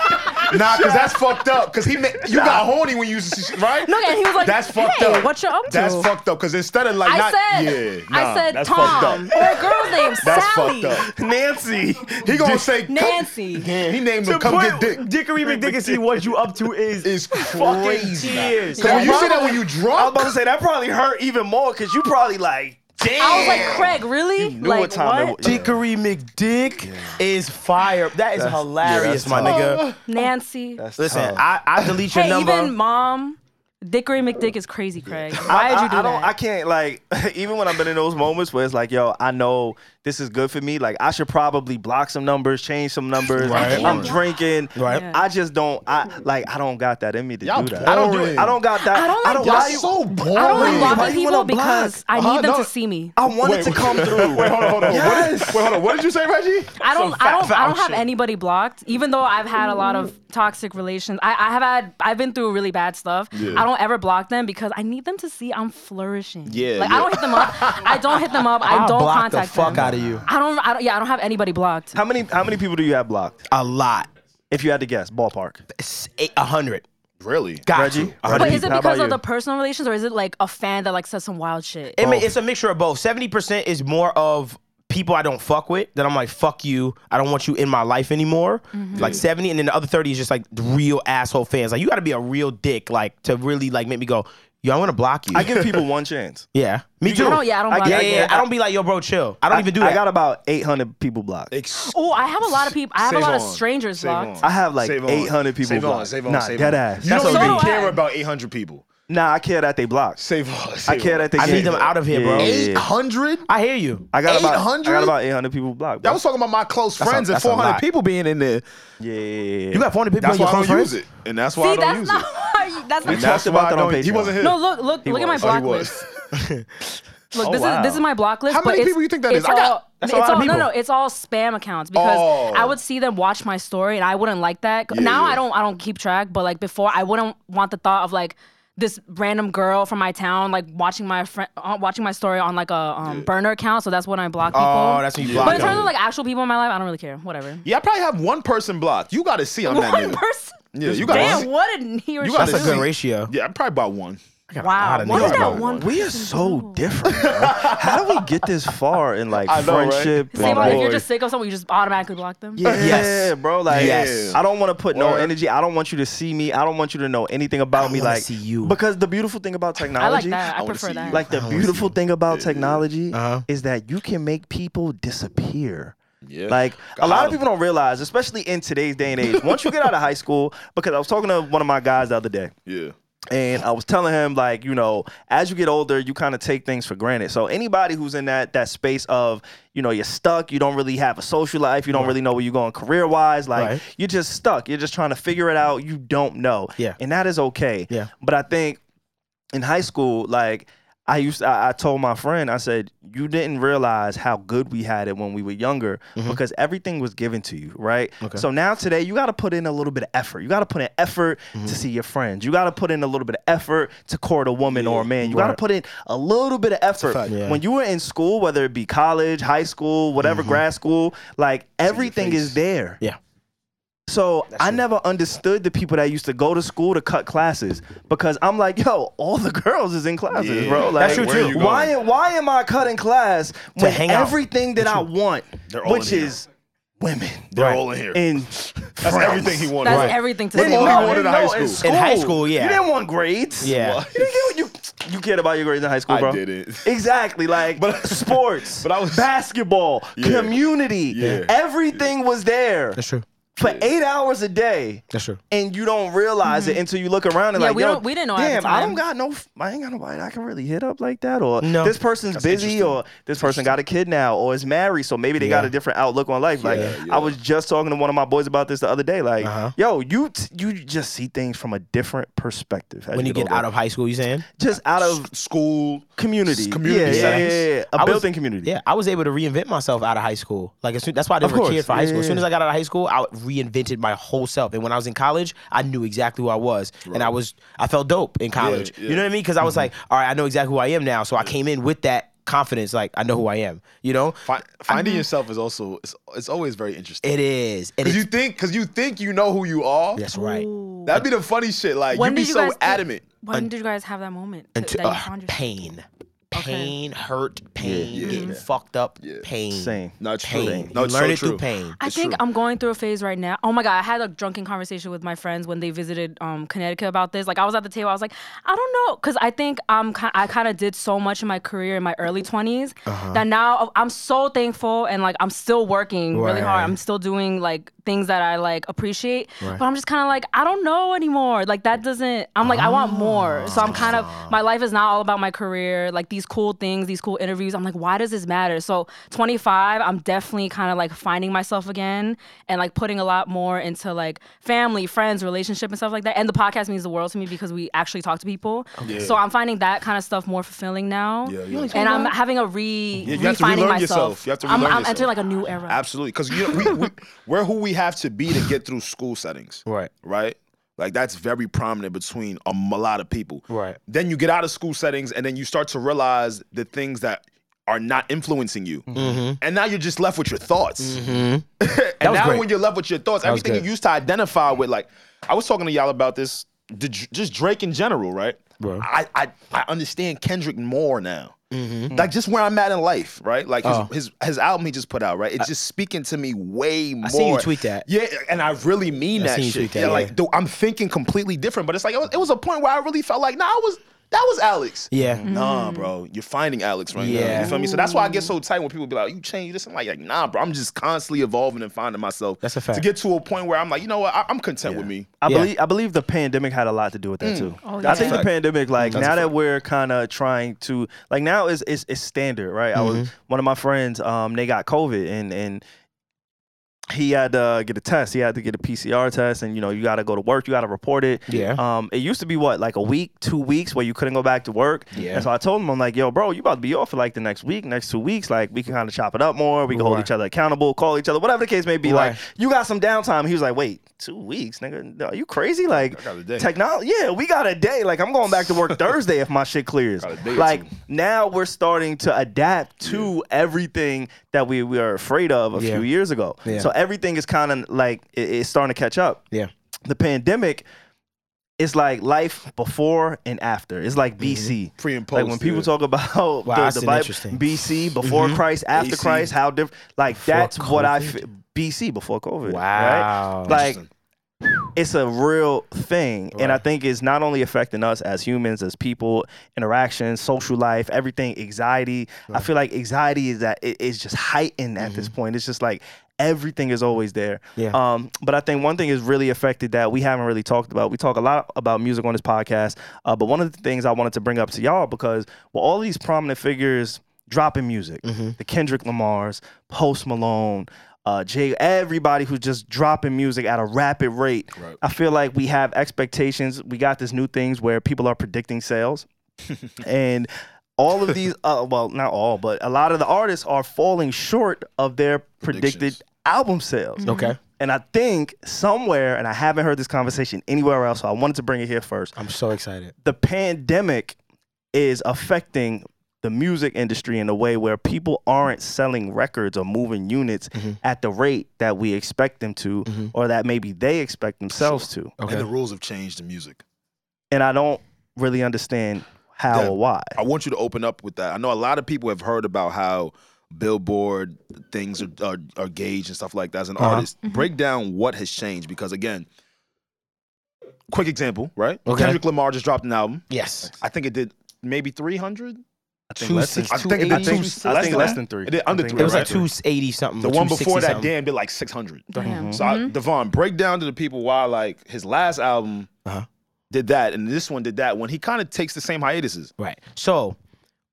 S5: Nah, cause that's fucked up. Cause he, ma- you got horny when you, right?
S3: No, and he was like,
S5: That's fucked
S3: "Hey,
S5: up.
S3: what you up to?"
S5: That's fucked up. Cause instead of like,
S3: I
S5: not,
S3: said,
S5: yeah,
S3: I
S5: nah,
S3: said
S5: that's
S3: Tom
S5: fucked up.
S3: or a girl's name
S5: That's
S3: Sally.
S5: fucked up.
S1: Nancy.
S5: He gonna say come-
S3: Nancy.
S5: Damn, he named him come get dick.
S4: Dickory McDickacy, what you up to is
S5: It's
S4: fucking
S5: crazy.
S4: tears.
S5: Cause when you see that when you
S1: I was
S5: drunk,
S1: about to say that probably hurt even more because you probably like
S3: I was like, Craig, really?
S1: knew
S3: like
S1: what time it was.
S4: Dickory McDick is fire. That is hilarious,
S1: yeah,
S4: my
S5: Oh.
S4: nigga.
S1: Oh,
S3: Nancy.
S4: Listen, I, I delete your
S3: hey,
S4: number.
S3: even mom, Dickory McDick is crazy, Craig.
S1: I,
S3: Why did you do
S1: I, I don't.
S3: that?
S1: I can't like. Even when I've been in those moments where it's like, yo, I know this is good for me. Like, I should probably block some numbers, change some numbers.
S2: Right.
S1: I'm drinking.
S4: Right.
S3: Yeah.
S1: I just don't. I like. I don't got that in me to
S2: Y'all
S1: do that. I don't do it.
S2: boring.
S1: I don't got that.
S3: I don't like
S1: don't.
S3: block-
S1: Why you,
S2: so boring.
S3: I don't like
S1: why
S3: blocking
S1: you wanna
S3: people
S1: block?
S3: because I need
S2: Uh-huh,
S3: them
S2: no.
S3: to see me.
S1: I wanted to come through.
S5: Wait, hold on, hold on. What did, wait, hold on. What did you say, Reggie?
S3: I don't,
S4: Some
S3: I
S4: fat
S3: don't, I don't
S4: foul
S3: have
S4: shit.
S3: anybody blocked. Even though I've had a lot of
S1: Mm-hmm.
S3: toxic relations, I, I have had, I've been through really bad stuff. I don't ever block them because I need them to see I'm flourishing.
S5: Yeah,
S3: like
S5: yeah.
S3: I don't hit them up. I don't hit them up. I
S4: I'll
S3: don't
S4: block the
S3: contact
S4: fuck
S3: them.
S4: out of you.
S3: I don't, I don't, yeah, I don't have anybody blocked.
S1: How many? How many people do you have blocked?
S4: A lot.
S1: If you had to guess, ballpark.
S4: It's eight- A hundred.
S5: Really?
S4: Got
S1: Reggie?
S4: you.
S1: A
S4: A
S1: hundred.
S4: hundred.
S3: But is it
S1: How about
S3: because of
S1: you?
S3: the personal relations, or is it like a fan that like says some wild shit?
S4: It may, it's a mixture of both. Seventy percent is more of people I don't fuck with that I'm like fuck you. I don't want you in my life anymore.
S3: Mm-hmm.
S4: Like seventy, and then the other thirty is just like the real asshole fans. Like you got to be a real dick like to really like make me go. Yo, I want to block you.
S1: I give people one chance.
S4: yeah, me too.
S3: I don't, yeah, I don't block
S4: yeah,
S3: them.
S4: yeah, yeah. I don't be like yo, bro, chill. I don't even do that.
S1: I got about 800 people blocked.
S3: Oh, I have a lot of people. I have
S5: Save
S3: a lot of
S5: on.
S3: strangers
S5: Save
S3: blocked.
S5: on.
S1: I have like
S5: Save on.
S1: 800 people
S5: Save on.
S1: blocked.
S5: Save on.
S1: nah,
S5: save
S1: dead
S5: on.
S1: ass.
S5: You
S1: That's
S5: don't
S1: okay.
S5: even
S3: So do I.
S5: care about 800 people.
S1: Nah, I care that they blocked.
S5: Save on.
S1: I
S5: Save
S1: care
S5: on.
S1: that they.
S4: I
S1: gave
S4: need them
S1: it.
S4: out of here, bro.
S1: Yeah, yeah, yeah.
S2: 800?
S4: I hear you.
S1: I got about I
S2: 800?
S1: got about 800 people blocked.
S2: I
S1: Bro.
S2: was talking about my close friends and
S4: that's a
S2: 400
S4: lot.
S2: people being in there.
S1: yeah, yeah, yeah, yeah.
S4: You got 400 people
S5: That's
S4: in your
S5: why I
S4: close
S5: don't use
S4: friends?
S5: it. And that's why
S3: See,
S5: I don't
S3: that's
S5: use
S3: not.
S5: it.
S3: why you-
S1: We
S5: And
S3: That's not.
S1: talked
S5: that's
S1: about
S5: why I
S1: that on
S5: don't- He
S1: Patreon.
S5: wasn't here.
S3: No, look, look,
S1: He
S3: look at my
S1: was.
S5: Oh, he
S3: block
S5: was.
S3: list. Look,
S1: Oh,
S3: this
S1: wow.
S3: is this is my block list.
S2: How
S3: but
S2: many
S3: it's-
S2: people you think that is?
S3: it's
S2: I got-
S3: all-
S4: that's a
S3: it's
S4: lot of
S3: all- No,
S4: people.
S3: no, it's all spam accounts because
S5: Oh.
S3: I would see them watch my story and I wouldn't like that. now
S5: yeah.
S3: I don't I don't keep track, but like before I wouldn't want the thought of like this random girl from my town like watching my friend uh, watching my story on like a um, burner account. So that's when I block people.
S4: Oh, that's when you block
S3: but in
S4: them.
S3: terms of like actual people in my life, I don't really care. Whatever.
S5: Yeah, I probably have one person blocked. You got to see I'm that
S3: One
S5: nigga.
S3: person.
S5: Yeah, you got
S3: Damn,
S5: to
S3: what a he or
S5: You
S3: she.
S5: gotta
S4: That's a
S5: Listen.
S4: good ratio.
S5: Yeah, I'm probably about one.
S3: Wow,
S4: of
S3: why
S4: niggas
S3: did
S4: block
S3: that
S4: me.
S3: one?
S1: we are so different. Bro. How do we get this far in like
S5: I know, right?
S1: friendship?
S3: Same
S1: and
S3: like if you're
S1: boy?
S3: just sick of someone, you just automatically block them.
S1: yeah,
S4: Yes.
S1: bro. Like,
S4: Yes.
S1: I don't want to put no
S5: Word.
S1: energy. I don't want you to see me. I don't want you to know anything about
S4: don't
S1: me.
S4: wanna
S1: Like,
S4: see you.
S1: because the beautiful thing about
S3: I like
S1: technology,
S3: that. I,
S5: wanna see
S3: prefer that.
S5: you.
S1: Like the beautiful thing about technology
S4: Uh-huh.
S1: is that you can make people disappear.
S5: Yeah.
S1: Like a lot of
S5: 'em.
S1: people don't realize, especially in today's day and age, once you get out of high school, because I was talking to one of my guys the other day.
S5: Yeah.
S1: And I was telling him, like, you know, as you get older, you kind of take things for granted. So anybody who's in that that space of, you know, you're stuck, you don't really have a social life, you don't really know where you're going career wise, like
S4: Right.
S1: you're just stuck. You're just trying to figure it out. You don't know.
S4: Yeah.
S1: And that is okay.
S4: Yeah.
S1: But I think in high school, like I used, I, I told my friend, I said, you didn't realize how good we had it when we were younger because everything was given to you, right? So now today, you got to put in a little bit of effort. You got to put in effort to see your friends. You got to put in a little bit of effort to court a woman or a man. You got to put in a little bit of effort.
S4: Yeah.
S1: When you were in school, whether it be college, high school, whatever, grad school, like everything is there.
S4: Yeah.
S1: So I never understood the people that used to go to school to cut classes because I'm like, yo, all the girls is in classes,
S5: Yeah.
S1: bro. Like,
S4: That's true, Where too. you
S5: going?
S1: Why, why am I cutting class when
S4: hang out.
S1: everything that I want,
S5: all
S1: which
S5: in here.
S1: is women,
S5: They're all in here.
S1: and
S5: That's everything he wanted.
S3: That's
S5: Right.
S3: everything to
S1: That's
S3: me.
S5: all
S1: no,
S5: he wanted in high
S1: no,
S5: school.
S4: In high school, yeah.
S1: you didn't want grades.
S4: Yeah.
S1: you didn't get what you you cared about your grades in high school,
S5: I
S1: bro.
S5: didn't.
S1: exactly like
S5: But-
S1: sports,
S5: but I was-
S1: basketball,
S5: Yeah.
S1: community,
S5: Yeah.
S1: everything was there
S4: That's true.
S1: for eight hours a day.
S4: That's true.
S1: and you don't realize it until you look around and
S3: Mm-hmm. Yeah,
S1: like,
S3: we
S1: yo,
S3: don't- we didn't know at the
S1: Damn, I
S3: time.
S1: don't got no, f- I ain't got nobody I can really hit up like that, or
S4: No.
S1: this person's busy, or this person got a kid now, or is married, so maybe they got a different outlook on life. Like,
S5: yeah.
S1: I was just talking to one of my boys about this the other day. Like,
S4: Uh-huh.
S1: yo, you t- you just see things from a different perspective as
S4: When you get out
S1: older.
S4: of high school, you saying?
S1: just out of
S5: School.
S1: community,
S5: community
S1: yeah, yeah,
S5: settings.
S1: yeah, yeah. a
S4: I was-
S1: built-in community.
S4: Yeah, I was able to reinvent myself out of high school. Like as soon, that's why I never
S1: course,
S4: cared for high
S1: yeah,
S4: school. As soon
S1: yeah.
S4: as I got out of high school, I reinvented my whole self. And when I was in college, I knew exactly who I was, and I was I felt dope in college. You know what I mean? Because I was like, all right, I know exactly who I am now. So I came in with that confidence, like I know who I am. You know,
S5: Fi- finding yourself is also, it's, it's always very interesting.
S4: it is. And
S5: Because
S4: it's,
S5: you think, because you think you know who you are.
S4: that's right.
S5: That'd be the funny shit. Like, you'd be so
S3: think-
S5: adamant.
S3: when did you guys have that moment? to-
S4: Until
S3: that you
S4: ugh,
S3: found yourself?
S4: uh, pain, pain, hurt, pain, getting fucked up, pain.
S1: Same.
S5: No, it's true.
S4: pain.
S5: No,
S4: you
S5: it's
S4: learn
S5: so
S4: it through
S5: true.
S4: pain.
S3: I think
S5: true.
S3: I'm going through a phase right now. Oh my god, I had a drunken conversation with my friends when they visited um, Connecticut about this. Like I was at the table, I was like, I don't know, because I think I'm ki- I kind of did so much in my career in my early 20s
S4: Uh-huh.
S3: that now I'm so thankful and like I'm still working really
S4: Right.
S3: hard. I'm still doing like things that I like appreciate, but I'm just kind of like I don't know anymore. Like that doesn't. I'm like I want more, so I'm kind of
S5: Ah.
S3: my life is not all about my career. Like these cool things, these cool interviews. I'm like, why does this matter? So 25, I'm definitely kind of like finding myself again and like putting a lot more into like family, friends, relationship, and stuff like that. And the podcast means the world to me because we actually talk to people. So I'm finding that kind of stuff more fulfilling now.
S5: Yeah, yeah.
S3: And I'm having a re
S5: Yeah, you have to
S3: refining
S5: relearn
S3: myself.
S5: yourself. You have to
S3: I'm,
S5: relearn
S3: I'm
S5: yourself.
S3: entering like a new era.
S5: Absolutely, because you know, we, we, we're who we have to be to get through school settings.
S4: Right.
S5: Right. Like that's very prominent between a, m- a lot of people.
S4: Right.
S5: Then you get out of school settings, and then you start to realize the things that are not influencing you,
S4: Mm-hmm.
S5: and now you're just left with your thoughts. and
S4: was
S5: now
S4: great.
S5: when you're left with your thoughts,
S4: was
S5: everything you
S4: good.
S5: used to identify with, like I was talking to y'all about this, the, Dr- just Drake in general, right?
S4: Right.
S5: I, I I understand Kendrick more now.
S4: Mm-hmm.
S5: Like just where I'm at in life, right? Like his,
S4: Oh.
S5: his his album he just put out, right? It's just speaking to me way more.
S4: seen you tweet that.
S5: Yeah, and I really mean that
S4: seen you
S5: shit.
S4: tweet that,
S5: yeah,
S4: yeah.
S5: like though I'm thinking completely different, but it's like it was, it was a point where I really felt like, nah, I was that was Alex.
S4: Yeah. Mm-hmm.
S5: Nah, bro, you're finding Alex right now.
S4: Yeah.
S5: You feel me? So that's why I get so tight when people be like, "You change this." I'm like, like, "Nah, bro, I'm just constantly evolving and finding myself."
S4: That's a fact.
S5: To get to a point where I'm like, you know what? I, I'm content with me.
S1: I
S4: Yeah.
S1: believe I believe the pandemic had a lot to do with that too.
S3: Oh,
S1: I
S3: That's a
S1: think the
S5: fact.
S1: pandemic, like
S5: That's a
S1: now that
S5: fact.
S1: we're kind of trying to, like now is it's, it's standard, right? I
S5: Mm-hmm.
S1: was one of my friends, um, they got COVID and and he had to get a test. He had to get a PCR test, and you know you got to go to work. You got to report it.
S4: Yeah.
S1: Um, it used to be what like a week, two weeks where you couldn't go back to work.
S4: Yeah.
S1: And so I told him, I'm like, yo, bro, you about to be off for like the next week, next two weeks. Like we can kind of chop it up more. We can hold
S4: Right.
S1: each other accountable, call each other, whatever the case may be. Like
S4: Right.
S1: you got some downtime. He was like, wait, two weeks, nigga? Are you crazy? Like
S5: got a day.
S1: technology? Yeah, we got a day. Like I'm going back to work Thursday if my shit clears.
S5: Got a day or
S1: Like
S5: two.
S1: now we're starting to adapt to everything that we, we are afraid of a
S4: Yeah.
S1: few years ago.
S4: Yeah.
S1: So everything is kind of like it- it's starting to catch up.
S4: Yeah.
S1: The pandemic is like life before and after. It's
S4: Mm-hmm.
S1: like BC.
S5: Pre and
S1: Like when
S5: post,
S1: people
S5: yeah.
S1: talk about
S4: Wow,
S1: the,
S4: that's
S1: the
S4: an
S1: Bible,
S4: interesting-
S1: BC
S4: Mm-hmm.
S1: before Christ, after
S5: AC.
S1: Christ, how different. Like that's what I
S4: COVID?
S1: fe- BC before COVID.
S4: Wow.
S1: Right? Like it's a real thing and i think it's not only affecting us as humans as people interactions social life everything anxiety i feel like anxiety is that it- it's just heightened at this point it's just like everything is always there
S4: Yeah.
S1: um, but i think one thing is really affected that we haven't really talked about we talk a lot about music on this podcast uh, but one of the things i wanted to bring up to y'all because well all these prominent figures dropping music the kendrick lamars post malone uh, Jay, everybody who's just dropping music at a rapid rate. I feel like we have expectations. We got this new things where people are predicting sales, and all of these, uh, well, not all, but a lot of the artists are falling short of their predicted
S5: Predictions.
S1: album sales.
S4: Okay.
S1: And I think somewhere, and I haven't heard this conversation anywhere else, so I wanted to bring it here first
S4: I'm so excited.
S1: the pandemic is affecting the music industry in a way where people aren't selling records or moving units
S5: Mm-hmm.
S1: at the rate that we expect them to or that maybe they expect themselves to.
S5: And the rules have changed in music.
S1: And I don't really understand how
S5: Yeah.
S1: or why.
S5: I want you to open up with that. I know a lot of people have heard about how billboard things are, are, are gauged and stuff like that as an artist. Break down what has changed because, again, quick example, right?
S4: Okay.
S5: Kendrick Lamar just dropped an album.
S4: Yes.
S5: I think it did maybe 300.
S1: I
S4: think less than-
S5: I think, it did
S4: 280?
S5: two,
S1: I think less than three.
S5: It did
S1: I
S5: under
S1: think
S5: three.
S4: It was like
S5: right?
S4: 280 something.
S5: The
S4: or
S5: one before
S4: 260
S5: that,
S4: something.
S5: damn, did like 600.
S3: Damn.
S5: So, I, Devon, break down to the people why, like, his last album
S4: Uh-huh.
S5: did that and this one did that when he kind of takes the same hiatuses.
S4: Right. So,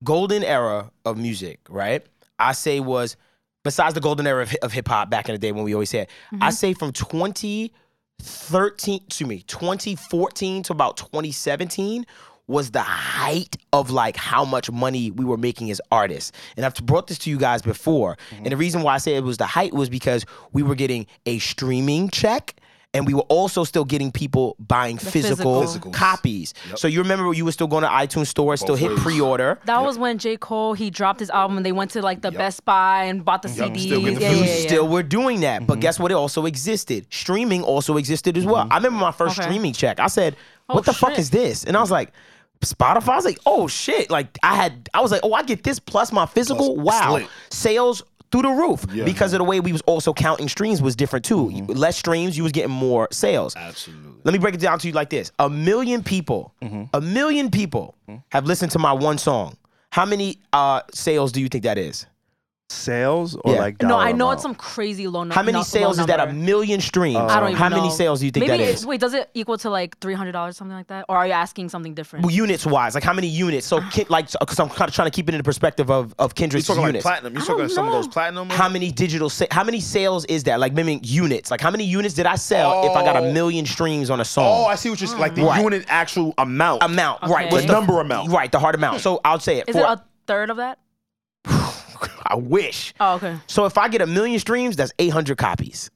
S4: golden era of music, right? I say was besides the golden era of, hi- of hip hop back in the day when we always had. I say from 2013, excuse me, 2014 to about 2017 was the height of like how much money we were making as artists. And I've brought this to you guys before. And the reason why I say it was the height was because we were getting a streaming check and we were also still getting people buying physical,
S3: physical.
S5: Physicals.
S4: copies. So you remember you were still going to iTunes store, still hit pre-order.
S3: That was when J. Cole he dropped his album and they went to like the Best Buy and bought the CDs.
S5: still get the physical.
S3: yeah, yeah,
S4: You
S3: yeah, yeah.
S4: still were doing that, but guess what? It also existed. Mm-hmm. Streaming also existed as well. I remember my first
S3: Okay. Oh,
S4: streaming check. I said, "What the fuck
S3: shit.
S4: is this?" And I was like, Spotify's like, oh shit. Like I had I was like, oh, I get this plus my physical. wow.
S5: lit.
S4: Sales through the roof because of the way we was also counting streams was different too. Less streams, you was getting more sales. Mm-hmm. Absolutely. Mm-hmm. Let me break it down to you like this. A million people, a million people have listened to my one song. How many uh sales do you think that is?
S1: Sales or
S4: Yeah.
S1: like
S3: No,
S1: dollar
S3: I know
S1: amount?
S3: it's some crazy low number.
S4: How many sales is that? A million streams.
S3: I don't even
S4: How many
S3: know.
S4: sales do you think
S3: Maybe
S4: that
S3: it-
S4: is?
S3: Wait, does it equal to like three hundred dollars, something like that? Or are you asking something different?
S4: Well, units wise, like how many units?
S3: Ah.
S4: So, ki- like, because I'm kind of trying to keep it in the perspective of of
S5: You
S4: Kendrick's
S5: talking like
S4: units.
S5: platinum? You
S3: I
S5: talking
S3: don't
S5: some of
S3: know.
S5: those platinum?
S4: how many digital? Sa- how many sales is that? Like, meaning units. Like, how many units did I sell if I got a
S5: Oh.
S4: million streams on a
S5: Oh,
S4: song?
S5: I see what you're saying. Like the
S4: Right.
S5: unit actual amount.
S4: amount, right?
S3: Okay.
S4: what's
S5: The number amount.
S4: right? The hard amount. So I'll say it.
S3: is
S4: for,
S3: it a third of that?
S4: I wish.
S3: Oh, okay.
S4: So if I get a million streams, that's 800 copies.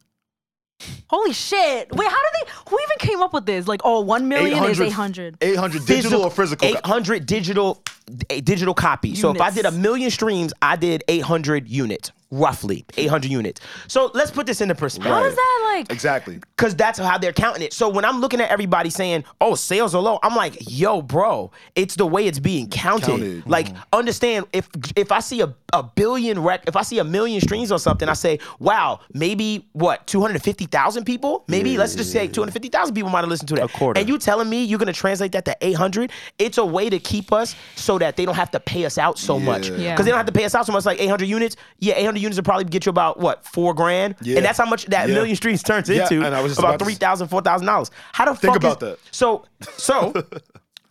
S3: Holy shit! Wait, how did they? Who even came up with this? Like, oh, one million is eight hundred.
S5: 800 digital or physical?
S4: Eight hundred digital, a digital copy. So if I did a
S3: Units.
S4: million streams, I did eight hundred units, roughly eight hundred units. So let's put this into perspective.
S3: How is that like?
S5: Exactly.
S4: Cause that's how they're counting it. So when I'm looking at everybody saying, "Oh, sales are low," I'm like, "Yo, bro, it's the way it's being counted."
S5: Counted.
S4: Like, understand if if I see a, a billion rec, if I see a million streams or something, I say, "Wow, maybe what 250,000 people? Maybe let's just say 250,000 people might have listened to that." A
S1: quarter.
S4: And you telling me you're gonna translate that to 800? It's a way to keep us so that they don't have to pay us out so much.
S5: Yeah.
S4: Cause they don't have to pay us out so much. Like 800 units, yeah, 800 units will probably get you about what four grand,
S5: Yeah.
S4: and that's how much that
S5: Yeah.
S4: million streams turns
S5: Yeah,
S4: into
S5: and I was just
S4: about
S5: about to
S4: three
S5: s-
S4: thousand, four thousand dollars. How the
S5: Think
S4: fuck
S5: about
S4: is-
S5: that.
S4: So, so,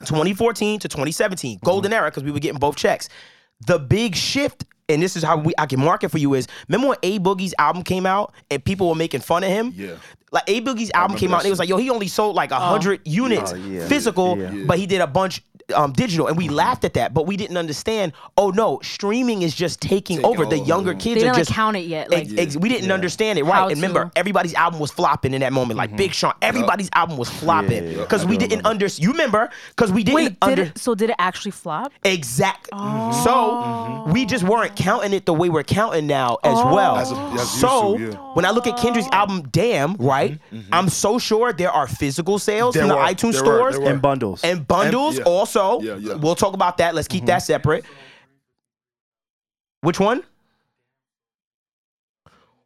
S4: 2014 to 2017, golden era because we were getting both checks. The big shift, and this is how we I can market for you is remember when A Boogie's album came out and people were making fun of him.
S5: Yeah.
S4: Like A Boogie's album came out, and it was like, yo, he only sold like hundred units
S1: Oh. yeah,
S4: physical,
S1: yeah.
S4: but he did a bunch um, digital, and we
S5: Mm-hmm.
S4: laughed at that. But we didn't understand. Oh no, streaming is just taking, over. The
S5: over.
S4: younger kids
S3: They
S4: are
S3: didn't like
S4: just
S3: count it yet. Like,
S4: Ex- ex- we didn't understand it right.
S3: How
S4: and remember,
S3: to.
S4: everybody's album was flopping in that moment.
S5: Mm-hmm.
S4: Like Big Sean, everybody's album was flopping because we didn't understand. You remember? Because we didn't
S3: wait, did
S4: under
S3: it, Oh. so did it actually flop?
S4: exact. So we just weren't counting it the way we're counting now as
S3: Oh.
S4: well.
S5: Mm-hmm. As a- as
S4: so
S5: used to, yeah. Mm-hmm.
S4: when I look at Kendrick's album, Damn, right? I'm so sure there are physical sales
S5: There
S4: in the
S5: were,
S4: iTunes
S5: there were,
S4: stores
S5: there were.
S1: and bundles.
S4: and bundles.
S5: And- yeah.
S4: Also,
S5: Yeah, yeah.
S4: we'll talk about that. Let's keep that separate. Which one?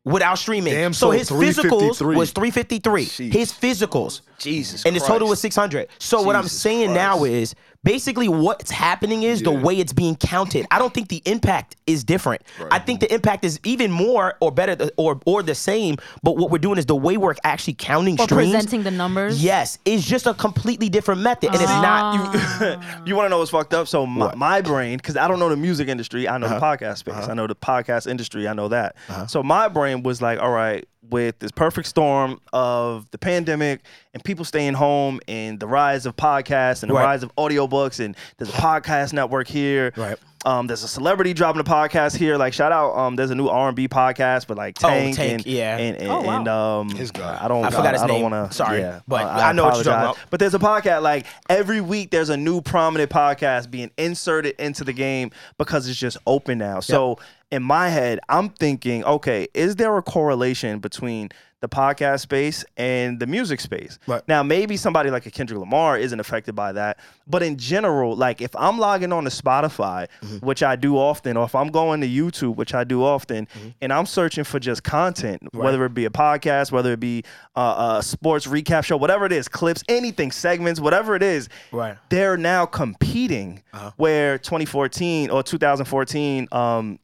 S4: Without streaming,
S5: Damn,
S4: so
S5: so
S4: his physicals
S5: 353.
S4: was three fifty three.
S5: Jeez.
S4: His physicals,
S2: Jesus.
S4: and his total was
S5: Christ.
S4: six hundred. So what I'm
S5: Jesus
S4: saying now
S5: Christ.
S4: is basically what's happening is the
S5: Yeah.
S4: way it's being counted. I don't think the impact is different. I think the impact is even more or better th- or or the same. But what we're doing is the way we're actually counting
S3: Or
S4: streams.
S3: presenting the numbers?
S4: Yes, it's just a completely different method, and it's
S3: Uh-huh.
S4: not.
S1: you want to know what's fucked up? So my, my brain, because I don't know the music industry, I know the
S4: Uh-huh.
S1: podcast space, I know the podcast industry, I know that. So my brain was like, all right, with this perfect storm of the pandemic and people staying home and the rise of podcasts and the
S4: Right.
S1: rise of audiobooks and there's a podcast network here.
S4: Right.
S1: Um, there's a celebrity dropping a podcast here. Like shout out, um, there's a new R and B podcast, but like
S4: Oh,
S1: Tank,
S4: Tank,
S1: and
S4: yeah.
S1: and, and,
S3: Oh, wow.
S1: and, um, his
S5: guy.
S1: I don't,
S4: I forgot his
S1: I don't
S4: name.
S1: want to.
S4: Sorry.
S1: yeah,
S4: But I know what you're talking
S1: apologize.
S4: about.
S1: But there's a podcast like every week. There's a new prominent podcast being inserted into the game because it's just open now. So in my head, I'm thinking, okay, is there a correlation between the podcast space and the music space?
S4: Right.
S1: Now maybe somebody like a Kendrick Lamar isn't affected by that, but in general, like if I'm logging on to Spotify,
S4: Mm-hmm.
S1: which I do often, or if I'm going to YouTube, which I do often,
S4: Mm-hmm.
S1: and I'm searching for just content, whether it be a podcast, whether it be uh, a sports recap show, whatever it is, clips, anything, segments, whatever it is,
S4: Right. Uh-huh.
S1: they're now competing. Where 2014 or 2014, um,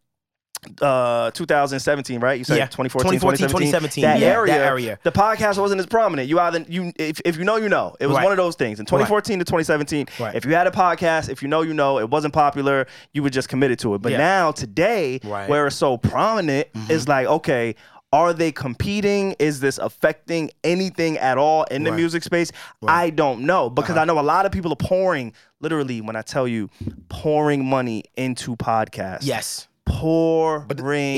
S1: uh 2017 right you said
S4: Yeah.
S1: 2014
S4: 2014,
S1: 2017
S4: yeah,
S1: that,
S4: that
S1: area,
S4: area.
S1: the podcast wasn't as prominent you either you if, if you know you know it was
S4: Right.
S1: one of those things in 2014 to 2017
S4: Right.
S1: if you had a podcast if you know you know it wasn't popular you were just committed to it but
S4: Yeah.
S1: now today
S4: Right.
S1: where it's so prominent it's like okay are they competing is this affecting anything at all in the music space i don't know because i know a lot of people are pouring literally when i tell you pouring money into podcasts
S4: Yes.
S1: pouring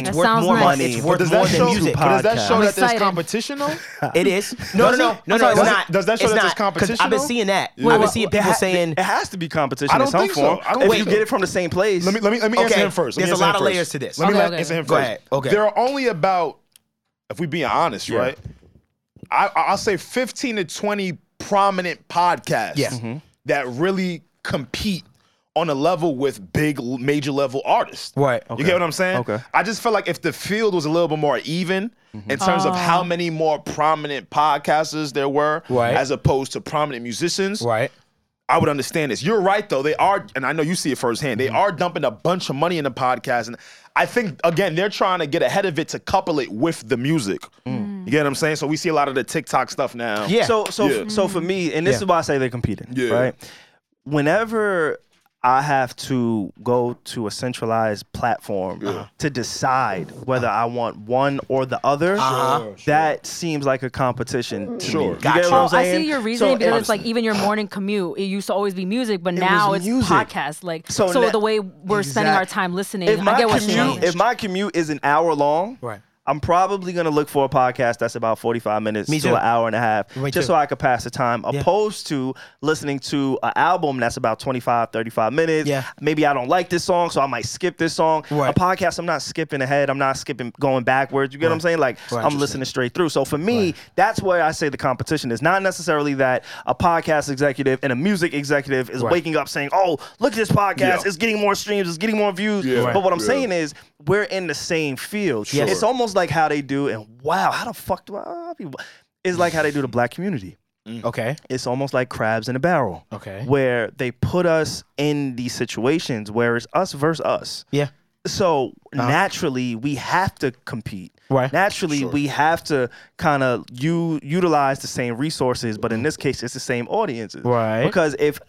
S3: That worth sounds
S4: more
S3: more
S4: money.
S3: nice. money.
S4: It's
S1: But
S4: worth
S5: Does
S4: more
S5: that
S4: than
S5: show,
S4: music.
S1: pod-
S5: but does that
S1: podcast.
S5: show
S1: I'm
S5: that there's
S3: excited.
S5: competition though?
S4: It is. No, no,
S5: Uh-uh. Does it?
S4: no, no,
S5: I'm
S4: no.
S5: sorry, does
S4: It's
S5: it- does
S4: not.
S5: that show
S4: it's
S5: that there's
S4: not. 'Cause I've
S5: competition,
S4: been
S5: though?
S4: seeing that.
S5: Yeah.
S4: I've been
S5: Well,
S4: seeing
S1: There
S4: people
S1: ha-
S4: saying.
S1: it has to be competition
S5: I
S1: in
S5: don't
S1: some
S5: think so.
S1: form.
S5: I don't
S1: if
S5: think
S1: you
S5: so.
S1: get it from the same place,
S5: Let me let me let me
S4: Okay.
S5: answer him first. Let me
S4: There's a
S5: answer him
S4: lot of
S5: first.
S4: layers to this.
S5: Let me
S3: Okay,
S5: let-
S3: okay.
S5: answer him first.
S4: Go ahead. Okay.
S5: There are only about, if we being honest, right? I I- I'll say fifteen to twenty prominent podcasts Mm-hmm.
S4: Yeah.
S5: that really compete on a level with big l- major level artists.
S4: Right,
S5: You get what I'm saying?
S1: Okay.
S5: I just feel like if the field was a little bit more even
S4: Mm-hmm.
S5: in terms of
S3: Oh.
S5: how many more prominent podcasters there were
S4: Right.
S5: as opposed to prominent musicians,
S4: Right.
S5: I would understand this. You're right though. They are, and I know you see it firsthand.
S4: Mm-hmm.
S5: They are dumping a bunch of money in the podcast, and I think again they're trying to get ahead of it to couple it with the music. You get what I'm saying? So we see a lot of the TikTok stuff now.
S4: Mm. Yeah.
S1: So so
S5: Yeah.
S1: so for me, and this is
S4: Yeah.
S1: why I say they're competing.
S5: Yeah.
S1: Right. Whenever I have to go to a centralized platform to decide whether I want one or the other, that seems like a competition to
S5: Sure.
S1: me. You get what
S3: Oh,
S1: I'm
S3: I
S1: saying?
S3: see your reasoning
S1: So
S3: because
S1: it-
S3: it's like even your morning commute. It used to always be music, but now
S4: was
S3: it's
S4: music.
S3: podcast. Like
S1: So
S3: so,
S1: na-
S3: the way we're spending our
S1: Exact-
S3: time listening,
S1: if
S3: I
S1: my
S3: get what you're
S1: commute
S3: saying.
S1: if my commute is an hour long,
S4: Right.
S1: I'm probably gonna look for a podcast that's about 45 minutes
S4: Me
S1: to
S4: too.
S1: an hour and a half,
S4: Me
S1: just
S4: too.
S1: so I could pass the time. Opposed to listening to an album that's about 25, 35 minutes.
S4: Yeah.
S1: Maybe I don't like this song, so I might skip this song.
S4: Right.
S1: A podcast, I'm not skipping ahead. I'm not skipping going backwards. You get what I'm saying? Like
S4: Right.
S1: I'm listening straight through. So for me, that's where I say the competition is not necessarily that a podcast executive and a music executive is
S4: Right.
S1: waking up saying, "Oh, look at this podcast.
S5: Yeah.
S1: It's getting more streams. It's getting more views."
S5: Yeah.
S1: But what I'm
S5: Yeah.
S1: saying is we're in the same field.
S4: Yes.
S1: It's almost like how they do, and wow, how the fuck do I? I be, it's like how they do the black community.
S4: Okay.
S1: It's almost like crabs in a barrel.
S4: Okay.
S1: Where they put us in these situations where it's us versus us.
S4: Yeah.
S1: So naturally, we have to compete.
S4: Uh-huh. Right.
S1: Naturally, we have to kind of u- utilize the same resources, but in this case, it's the same audiences.
S4: Right.
S1: Because if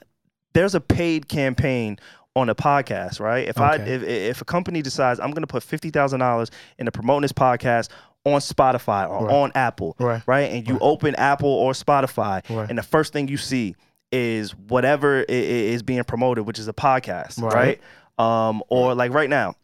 S1: there's a paid campaign on a podcast, right? If I
S4: Okay.
S1: if, if a company decides I'm going to put fifty thousand dollars into promoting this podcast on Spotify or on Apple,
S4: Right.
S1: right, and you open Apple or Spotify,
S4: Right.
S1: and the first thing you see is whatever i- i- is being promoted, which is a podcast,
S4: Right.
S1: right? Um, or like right now,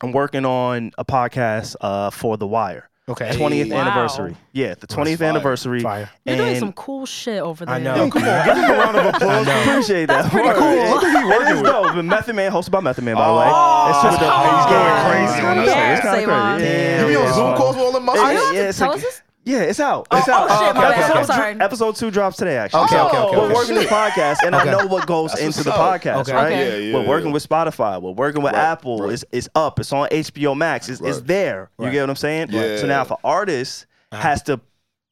S1: I'm working on a podcast uh, for The Wire.
S4: Okay.
S1: 20th
S3: Wow.
S1: anniversary. Yeah, the 20th
S5: fire.
S1: anniversary.
S4: Fire.
S3: You're doing
S1: And-
S3: some cool shit over there.
S4: I know. come on.
S5: Give him a round of applause.
S1: I appreciate that.
S3: pretty
S1: Word.
S3: cool. Oh,
S1: It is dope. But Method Man, hosted by Method Man, by the way. It's super dope.
S5: come He's going on.
S1: It's
S5: crazy on
S1: kinda
S5: us.
S1: dope.
S5: Yeah,
S1: It's kinda
S3: same
S1: crazy.
S3: on.
S1: Yeah,
S5: You be on
S1: yeah.
S5: Zoom calls with all the
S3: Are you
S5: muscles.
S1: Yeah,
S3: allowed to
S1: it's
S3: tell
S1: like-
S3: us this?
S1: Yeah, it's out. It's out.
S3: oh, shit, my bad.
S1: Episode
S3: I'm sorry.
S1: two- Episode two drops today, actually.
S5: Okay,
S4: okay, okay,
S1: We're
S4: okay.
S1: working the podcast, and I
S4: Okay.
S1: know what goes into the
S5: what's up.
S1: podcast,
S4: Okay.
S1: right?
S3: Okay.
S5: Yeah, yeah,
S1: we're working
S5: yeah.
S1: with Spotify. We're working with Apple. It's, it's up. It's on HBO Max. It's, it's there. You get what I'm saying?
S5: Right.
S1: So now if an artist
S3: Uh-huh.
S1: has to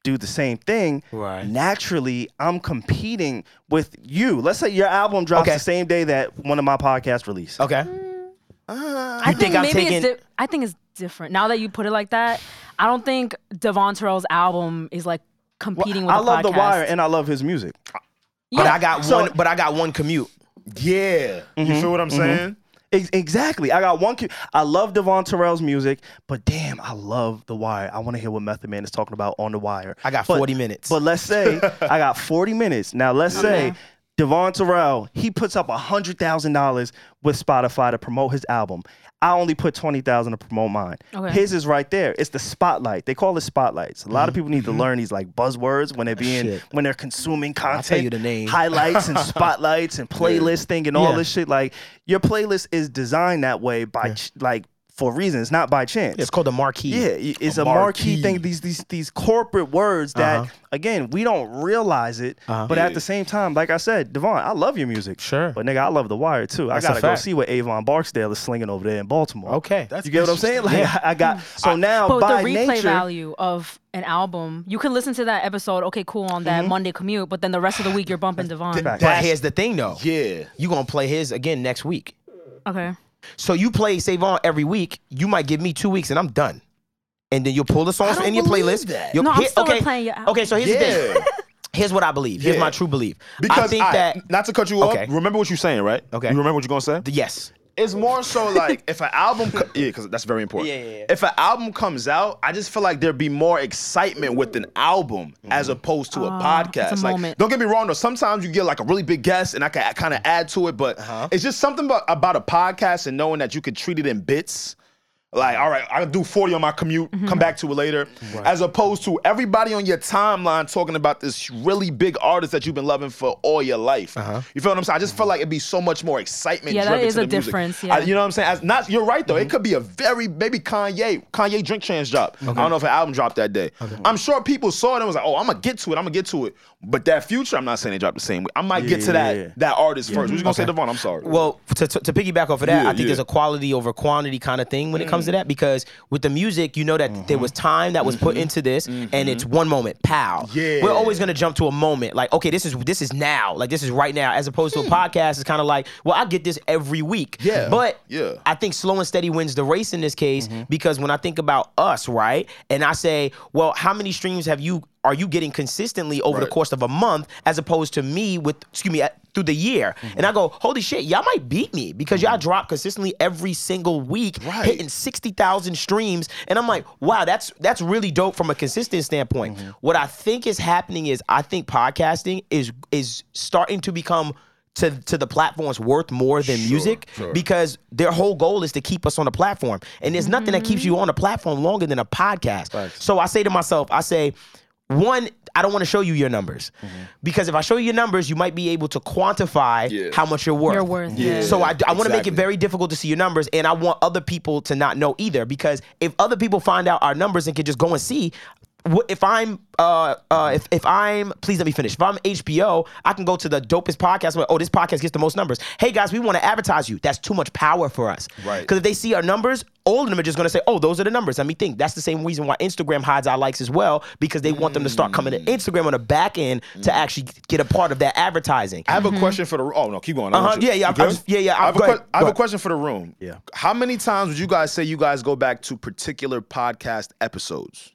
S1: do the same thing,
S4: Right.
S1: naturally, I'm competing with you. Let's say your album drops
S4: Okay.
S1: the same day that one of my podcasts release.
S5: Uh,
S4: Okay.
S3: I
S4: think I'm
S3: maybe
S4: taking-
S3: It's di- I think it's different now that you put it like that. I don't think Devon Terrell's album is like competing
S1: I
S3: with. a
S1: love The
S3: podcast.
S1: Wire, and I love his music.
S4: But
S3: Yeah.
S4: I got
S1: So-
S4: one. But I got one commute.
S5: Yeah.
S4: Mm-hmm.
S5: You feel what I'm saying?
S1: Ex- exactly. I got one. cu- I love Devon Terrell's music, but damn, I love The Wire. I want to hear what Method Man is talking about on The Wire.
S4: I got
S1: But-
S4: 40 minutes.
S1: But let's say I got 40 minutes. Now let's say Devon Terrell, he puts up hundred thousand dollars with Spotify to promote his album. I only put twenty thousand to promote mine.
S3: Okay.
S1: His is right there. It's the spotlight. They call it spotlights. A lot of people need to learn these like buzzwords when they're being
S4: Mm-hmm. Shit.
S1: when they're consuming content.
S4: you the name.
S1: Highlights and spotlights and playlist thing and all
S4: Yeah.
S1: this shit. Like your playlist is designed that way by ch- like for reasons, not by chance.
S4: It's called the marquee.
S1: Yeah, i- it's a, marquee.
S4: marquee. Uh-huh.
S1: thing. These these these corporate words that again we don't realize it, but at the same time, like I said, Devon, I love your music.
S4: Sure.
S1: but nigga, I love The Wire too.
S4: That's
S1: I
S4: a
S1: gotta go
S4: fact.
S1: see what Avon Barksdale is slinging over there in Baltimore.
S4: Okay.
S1: you get what I'm saying? Like I, I got so now
S3: But
S1: by
S3: the replay
S1: nature,
S3: value of an album, you can listen to that episode. Okay, cool on that Monday commute, but then the rest of the week you're bumping Devon.
S1: Hmm? Fact.
S4: But here's the thing, though.
S5: Yeah.
S4: You gonna play his again next week.
S3: Okay.
S4: So you play Savon every week. You might give me two weeks, and I'm done. And then you'll pull the songs
S5: don't
S4: in your
S5: believe
S4: playlist.
S5: that.
S4: You'll-
S3: No, I'm still
S4: okay.
S3: replaying your album.
S4: Okay, so here's the
S5: Yeah.
S4: thing. Here's what I believe. Here's
S5: Yeah.
S4: my true belief.
S5: Because
S4: I think that
S5: not to cut you off.
S4: Okay.
S5: Remember what you're saying, right?
S4: Okay.
S5: You remember what you're gonna say?
S4: yes.
S5: It's more so like if an album, co- yeah, because that's very important.
S4: Yeah, yeah, yeah.
S5: If an album comes out, I just feel like there'd be more excitement with an album
S4: Mm-hmm.
S5: as opposed to a podcast.
S3: Ah, it's a
S5: like,
S3: moment.
S5: don't get me wrong though. Sometimes you get like a really big guest, and I can kind of
S4: Uh-huh.
S5: add to it, but it's just something about, about a podcast and knowing that you could treat it in bits Like, all right, I'll do 40 on my commute,
S3: Mm-hmm.
S5: come back to it later. As opposed to everybody on your timeline talking about this really big artist that you've been loving for all your life. You feel what I'm saying? I just feel like it'd be so much more excitement.
S3: Uh-huh. Yeah, that
S5: driven
S3: is
S5: to
S3: a
S5: the music.
S3: difference,
S5: I-
S3: yeah. Mm-hmm.
S5: you know what I'm saying? As not you're right though. It could be a very maybe Kanye, Kanye drink chance drop. I don't know if an album dropped that day. I'm sure people saw it and was like, oh, I'm gonna get to it, I'm gonna get to it. But that future, I'm not saying they dropped the same way. I might get to
S1: yeah,
S5: that
S1: yeah.
S5: that artist first. What you gonna say, Devon? I'm sorry.
S4: Well, to, to, to piggyback off of
S5: Yeah,
S4: that, I think
S5: yeah. Mm-hmm.
S4: there's a quality over quantity kind of thing when it comes to that because with the music, you know that there was time that was put into this, and it's one moment, pow.
S5: Mm-hmm. Yeah.
S4: we're always gonna jump to a moment like, okay, this is this is now, like this is right now, as opposed to a podcast. It's kind of like, well, I get this every week.
S5: Yeah.
S4: but
S5: Yeah.
S4: I think slow and steady wins the race in this case because when I think about us, right, and I say, well, how many streams have you are you getting consistently over the course of a month as opposed to me with excuse me uh, through the year? And I go, holy shit, y'all might beat me because y'all drop consistently every single week,
S5: Right.
S4: hitting sixty thousand streams, and I'm like, wow, that's that's really dope from a consistent standpoint. What I think is happening is I think podcasting is is starting to become to, to the platforms worth more than music because their whole goal is to keep us on the platform. And there's nothing that keeps you on the platform longer than a podcast. So I say to myself, I say, one, I don't want to show you your numbers because if I show you your numbers, you might be able to quantify
S5: Yeah.
S4: how much you're worth.
S3: You're worth, Yeah. yeah.
S4: So I, I want to make it
S5: Exactly.
S4: very difficult to see your numbers, and I want other people to not know either because if other people find out our numbers and can just go and see. wh- If I'm, uh, uh, if, if I'm, please let me finish. If I'm HBO, I can go to the dopest podcast. Where, oh, this podcast gets the most numbers. Hey guys, we want to advertise you. That's too much power for us.
S5: Right.
S4: Because if they see our numbers, all of them are just going to say, oh, those are the numbers. Let me think. That's the same reason why Instagram hides our likes as well because they want them to start coming to
S5: Mm.
S4: Instagram on the back end to actually get a part of that advertising.
S5: I have a question for the oh no, keep going. I
S4: Mm-hmm. Uh-huh,
S5: want you-
S4: yeah, yeah,
S5: You
S4: I- I
S5: good?
S4: was- yeah, yeah,
S5: I have, a,
S4: go
S5: que-
S4: ahead,
S5: I have
S4: go
S5: a
S4: ahead.
S5: question for the room.
S1: Yeah.
S5: How many times would you guys say you guys go back to particular podcast episodes?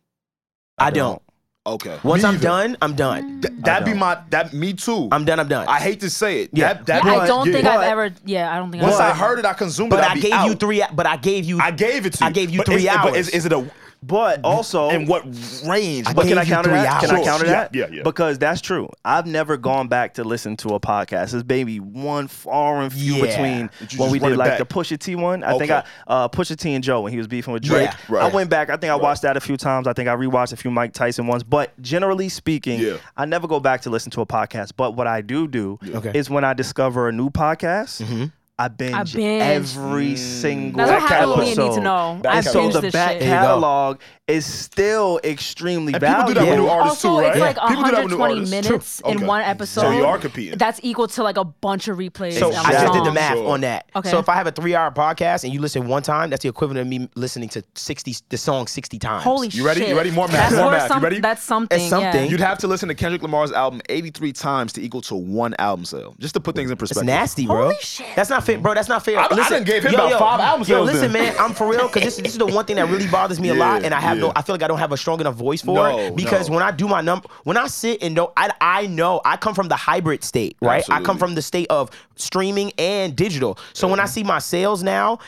S4: I don't.
S5: Okay.
S4: Once I'm done, I'm done.
S5: Th- that'd be my that me too.
S4: I'm done. I'm done.
S5: I hate to say it.
S4: Yeah.
S5: That, that,
S3: I don't
S5: yeah.
S3: think
S5: But
S3: I've ever. Yeah, I don't think.
S5: Once
S3: I've
S5: I
S3: ever.
S5: heard it, I consumed
S4: but
S5: it. I'd
S4: I
S5: be
S4: gave you
S5: out.
S4: three. But I gave you.
S5: I gave it to you.
S4: I gave you
S5: But
S4: three
S5: is- But
S4: hours. Oh.
S5: is, is it a
S1: But also,
S5: in what range?
S4: I
S5: But
S1: But
S4: gave
S1: can I
S4: you
S1: counter
S4: three
S1: that? Can I
S4: hours.
S1: counter
S5: Yeah,
S1: that?
S5: yeah, yeah.
S1: Because that's true. I've never gone back to listen to a podcast. There's maybe one far and few
S4: Yeah.
S1: between
S5: But you
S1: when
S5: just
S1: we
S5: run
S1: did
S5: it
S1: like
S5: back.
S1: the Pusha T one. I think I
S5: Okay.
S1: uh, Pusha T and Joe when he was beefing with Drake.
S4: Yeah.
S5: Right.
S1: I went back. I think I watched that a few times. I think I rewatched a few Mike Tyson ones. But generally speaking,
S5: Yeah.
S1: I never go back to listen to a podcast. But what I do do
S4: Okay.
S1: is when I discover a new podcast.
S4: Mm-hmm.
S1: I binge,
S3: binge.
S1: every single
S3: That's what
S1: episode.
S3: happened with me and Need to Know.
S5: Mm. Back
S3: I
S5: catalog.
S1: so
S3: binged
S1: the
S3: this
S1: back
S3: shit.
S4: you go.
S1: catalog is still extremely
S5: And people
S1: valuable.
S5: do that with new
S4: Yeah.
S5: artists
S3: also,
S5: too, right?
S3: it's like
S5: people do that with new
S3: 120
S5: artists.
S3: minutes in
S5: Okay.
S3: one episode.
S5: So you are competing.
S3: That's equal to like a bunch of replays.
S4: so
S3: and
S4: I just did the
S3: songs.
S4: math
S5: Sure.
S4: on that.
S3: Okay.
S4: So if I have a three-hour podcast and you listen one time, that's the equivalent of me listening to sixty the song sixty times.
S3: Holy
S5: You ready? You
S3: shit!
S5: ready? More math,
S3: That's
S5: more
S3: worth
S5: math. You
S3: some-
S5: ready?
S3: That's something.
S4: It's something.
S3: yeah.
S5: You'd have to listen to Kendrick Lamar's album 83 times to equal to one album sale. Just to put things in
S4: It's
S5: perspective.
S4: nasty, bro.
S3: Holy shit.
S4: That's not fair, bro. That's not fair.
S5: I- I done gave him about five albums
S4: Yo,
S5: sales
S4: listen,
S5: then.
S4: man. I'm for real because this, this is the one thing that really bothers me a lot,
S5: Yeah,
S4: and I have no.
S5: yeah.
S4: I feel like I don't have a strong enough voice for
S5: No,
S4: it because
S5: no.
S4: when I do my number, when I sit and don't, I, I know I come from the hybrid state, right? I come
S5: Absolutely.
S4: from the state of streaming and digital. So when I see my sales now.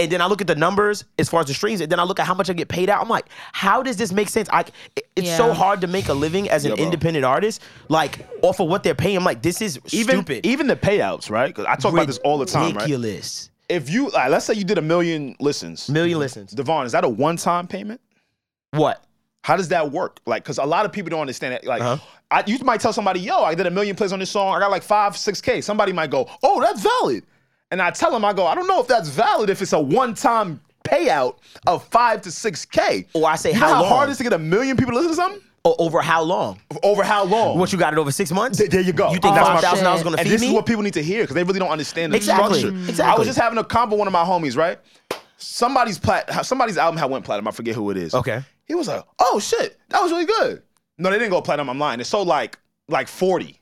S4: And then I look at the numbers as far as the streams, and then I look at how much I get paid out. I'm like, how does this make sense? I, it- it's so
S3: Yeah.
S4: hard to make a living as an
S5: Yeah, bro.
S4: independent artist, like off of what they're paying. I'm like, this is
S5: even,
S4: stupid
S5: Even the payouts, right? 'Cause I talk about this all the time, right?
S4: ridiculous.
S5: If you, like, let's say you did a million listens.
S4: Million listens.
S5: Devon, is that a one-time payment?
S4: What?
S5: How does that work? Like, because a lot of people don't understand that. Like,
S4: Uh-huh.
S5: I, you might tell somebody, "Yo, I did a million plays on this song. I got like five, six k." Somebody might go, "Oh, that's valid," and I tell them, "I go, I don't know if that's valid if it's a one-time payout of five to six k."
S4: Or Oh, I say,
S5: you
S4: how
S5: know
S4: long?
S5: hard it is to get a million people to listen to something
S4: O- over how long?
S5: over how long?
S4: What you got it over six months?
S5: Th- there you go. Uh,
S4: You think
S3: Oh,
S4: five thousand dollars
S3: shit.
S4: gonna
S5: and
S4: feed
S5: this
S4: me?
S5: is what people need to hear because they really don't understand the
S4: Exactly.
S5: structure.
S4: Mm.
S5: I
S4: Exactly.
S5: was just having a combo with one of my homies, right? Somebody's plat, somebody's album had went platinum. I forget who it is.
S4: Okay.
S5: He was like, "Oh shit, that was really good." No, they didn't go platinum. I'm lying. They sold like like forty.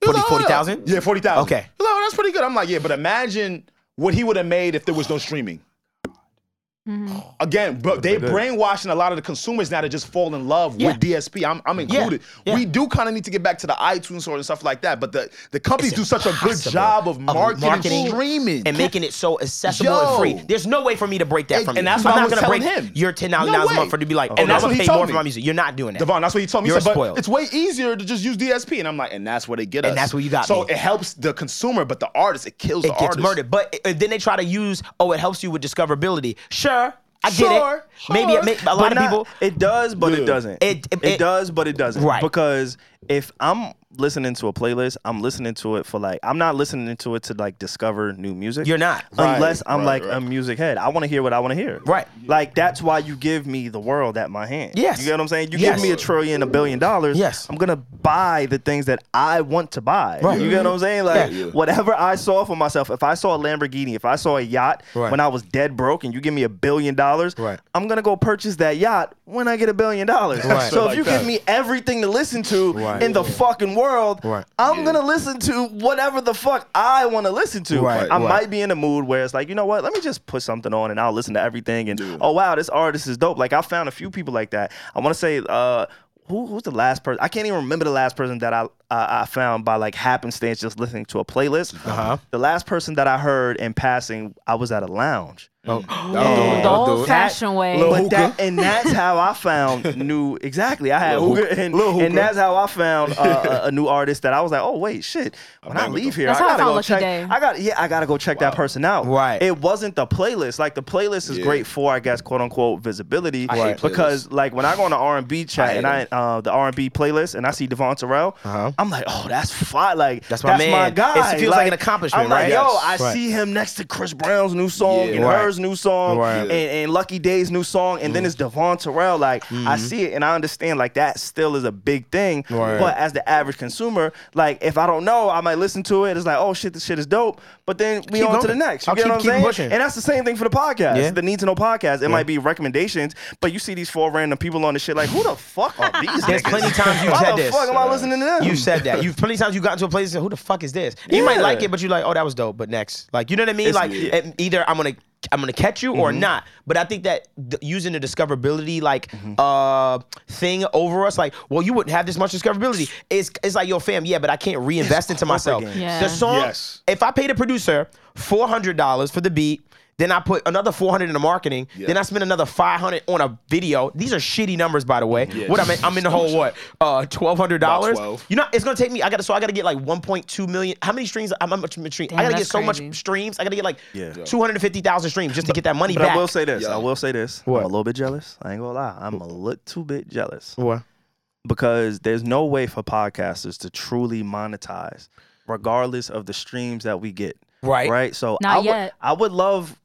S5: He was
S4: 40
S5: like, oh, yeah.
S4: 40,000?
S5: Yeah, forty thousand.
S4: Okay.
S5: He was like, oh, that's pretty good. I'm like, yeah, but imagine what he would have made if there was no streaming.
S4: Mm-hmm.
S5: Again, but they brainwashing a lot of the consumers now to just fall in love
S4: Yeah.
S5: with DSP. I'm, I'm included.
S4: Yeah.
S5: We do kind of need to get back to the iTunes store and stuff like that, but the, the companies do such a good
S4: Impossible.
S5: job of marketing,
S4: marketing
S5: and streaming.
S4: and making it so accessible
S5: Yo.
S4: and free. There's no way for me to break that
S5: And-
S4: from
S5: and
S4: you.
S5: that's
S4: I'm
S5: what I
S4: not
S5: was
S4: gonna
S5: telling
S4: break
S5: him.
S4: Your ten dollars
S5: No
S4: a
S5: way.
S4: month for to be like,
S5: And
S4: and I'm
S5: that's
S4: gonna
S5: what he
S4: pay more
S5: told
S4: for
S5: me.
S4: my music. You're not doing that.
S5: Devon, that's what he told me. He
S4: You're
S5: said,
S4: spoiled.
S5: But it's way easier to just use DSP. And I'm like, and that's where they get us.
S4: And that's where you got
S5: So
S4: me.
S5: it helps the consumer, but the artist, it kills
S4: it
S5: the
S4: gets
S5: artist.
S4: murdered. But uh, then they try to use, oh, it helps you with discoverability. Sure. I get
S2: Sure,
S4: it. Maybe it, may, a lot
S1: But
S4: of
S1: not-
S4: people.
S1: It does, but
S5: Yeah.
S1: it doesn't.
S4: It- it- it-
S1: does, but it doesn't.
S4: Right.
S1: Because if I'm listening to a playlist, I'm listening to it for like I'm not listening to it to like discover new music.
S4: You're not.
S5: Right,
S1: Unless I'm
S5: right,
S1: like
S5: right.
S1: a music head. I want to hear what I want to hear.
S4: Right.
S1: Like that's why you give me the world at my hand.
S4: Yes.
S1: You get what I'm saying? You
S4: Yes.
S1: give me a trillion, a billion dollars.
S4: Yes.
S1: I'm gonna buy the things that I want to buy.
S4: Right.
S1: You get what I'm saying? Like
S5: Yeah.
S1: whatever I saw for myself, if I saw a Lamborghini, if I saw a yacht
S4: Right.
S1: when I was dead broke and you give me a billion dollars,
S4: Right.
S1: I'm gonna go purchase that yacht when I get a billion dollars.
S4: Right.
S1: So
S5: Like
S1: if you
S5: that.
S1: give me everything to listen to
S4: Right.
S1: in the fucking world,
S4: Right.
S1: I'm gonna listen to whatever the fuck I want to listen to.
S4: Right,
S1: I
S4: right.
S1: might be in a mood where it's like, you know what? Let me just put something on and I'll listen to everything. And oh wow, this artist is dope. Like I found a few people like that. I want to say. uh who, who's the last person? I can't even remember the last person that I I I found by like happenstance just listening to a playlist.
S4: Uh-huh.
S1: The last person that I heard in passing, I was at a lounge.
S3: The
S1: Yeah.
S5: I'll do it.
S3: old fashioned way.
S5: Lil'
S1: But
S5: hookah.
S1: that, and that's how I found new. Exactly, I had
S5: Lil'
S1: hookah,
S5: hookah.
S1: and,
S5: Lil' hookah.
S1: and that's how I found uh, a, a new artist that I was like, oh wait, shit. When I,
S5: bang with
S1: leave
S5: them.
S1: here,
S3: That's
S1: I
S3: how I
S1: gotta
S3: found
S1: go
S3: Lucky
S1: check.
S3: Day.
S1: I got yeah, I gotta go check that person out.
S4: Right.
S1: It wasn't the playlist. Like the playlist is great for, I guess, quote unquote visibility.
S5: I hate
S1: Because like when I go on the R and B chat
S5: hate
S1: and I uh, the R and B playlist and I see Devon Terrell,
S4: Uh-huh.
S1: I'm like, oh, that's fine. Like
S4: That's my man.
S1: guy.
S4: It feels like an accomplishment,
S1: I'm like,
S4: right?
S1: yo,
S5: Yes.
S1: I
S4: Right.
S1: see him next to Chris Brown's new song
S5: Yeah.
S1: and
S4: Right.
S1: hers new song
S4: Right. Mm.
S1: and, and Lucky Day's new song and then it's Devon Terrell. Like
S4: Mm-hmm.
S1: I see it and I understand like that still is a big thing.
S4: Right.
S1: But as the average consumer, like if I don't know, I might listen to it. It's like, oh shit, this shit is dope. But then we
S4: Keep
S1: on to the
S4: going.
S1: next. You
S4: I'll
S1: get
S4: keep-
S1: what I'm
S4: keep
S1: saying?
S4: pushing.
S1: And that's the same thing for the podcast.
S4: Yeah.
S1: The Need to Know podcast. It might be recommendations, but you see these four random people on the shit like, who the fuck are these
S4: There's
S1: niggas?
S4: plenty times you've
S1: Why
S4: said
S1: the
S4: this.
S1: fuck am I listening to them?
S4: You said that. You've plenty times you got into a place and said, who the fuck is this? You might
S1: Yeah.
S4: like it, but you're like, oh, that was dope. But next, like, you know what I mean?
S1: It's- Mm-hmm.
S4: like,
S1: yeah.
S4: and either I'm gonna I'm gonna catch you or not. But I think that th- using the discoverability like
S1: Mm-hmm.
S4: uh thing over us, like, well, you wouldn't have this much discoverability. It's it's like, yo, fam, yeah, but I can't reinvest into myself.
S1: games.
S3: Yeah.
S4: The song.
S5: Yes.
S4: If I pay the producer four hundred dollars for the beat. Then I put another 400 in the marketing. Then I spend another 500 on a video. These are shitty numbers, by the way. What I'm in, I'm in the whole what? Uh,
S5: About
S4: $1,200.
S5: 12.
S4: You know, it's gonna take me. I gotta so I gotta get like 1.2 million. How many streams? How much stream?
S3: Damn,
S4: I gotta get
S3: that's
S4: so
S3: crazy.
S4: much streams. I gotta get like
S1: Yeah.
S4: 250,000 streams just to get that money
S1: But
S4: back.
S1: I will say this.
S5: Yeah.
S1: I will say this.
S4: What?
S1: I'm a little bit jealous. I ain't gonna lie. I'm a little bit jealous
S4: What?
S1: because there's no way for podcasters to truly monetize, regardless of the streams that we get.
S4: Right.
S1: Right. So
S3: Not
S1: I would,
S3: yet.
S1: I would love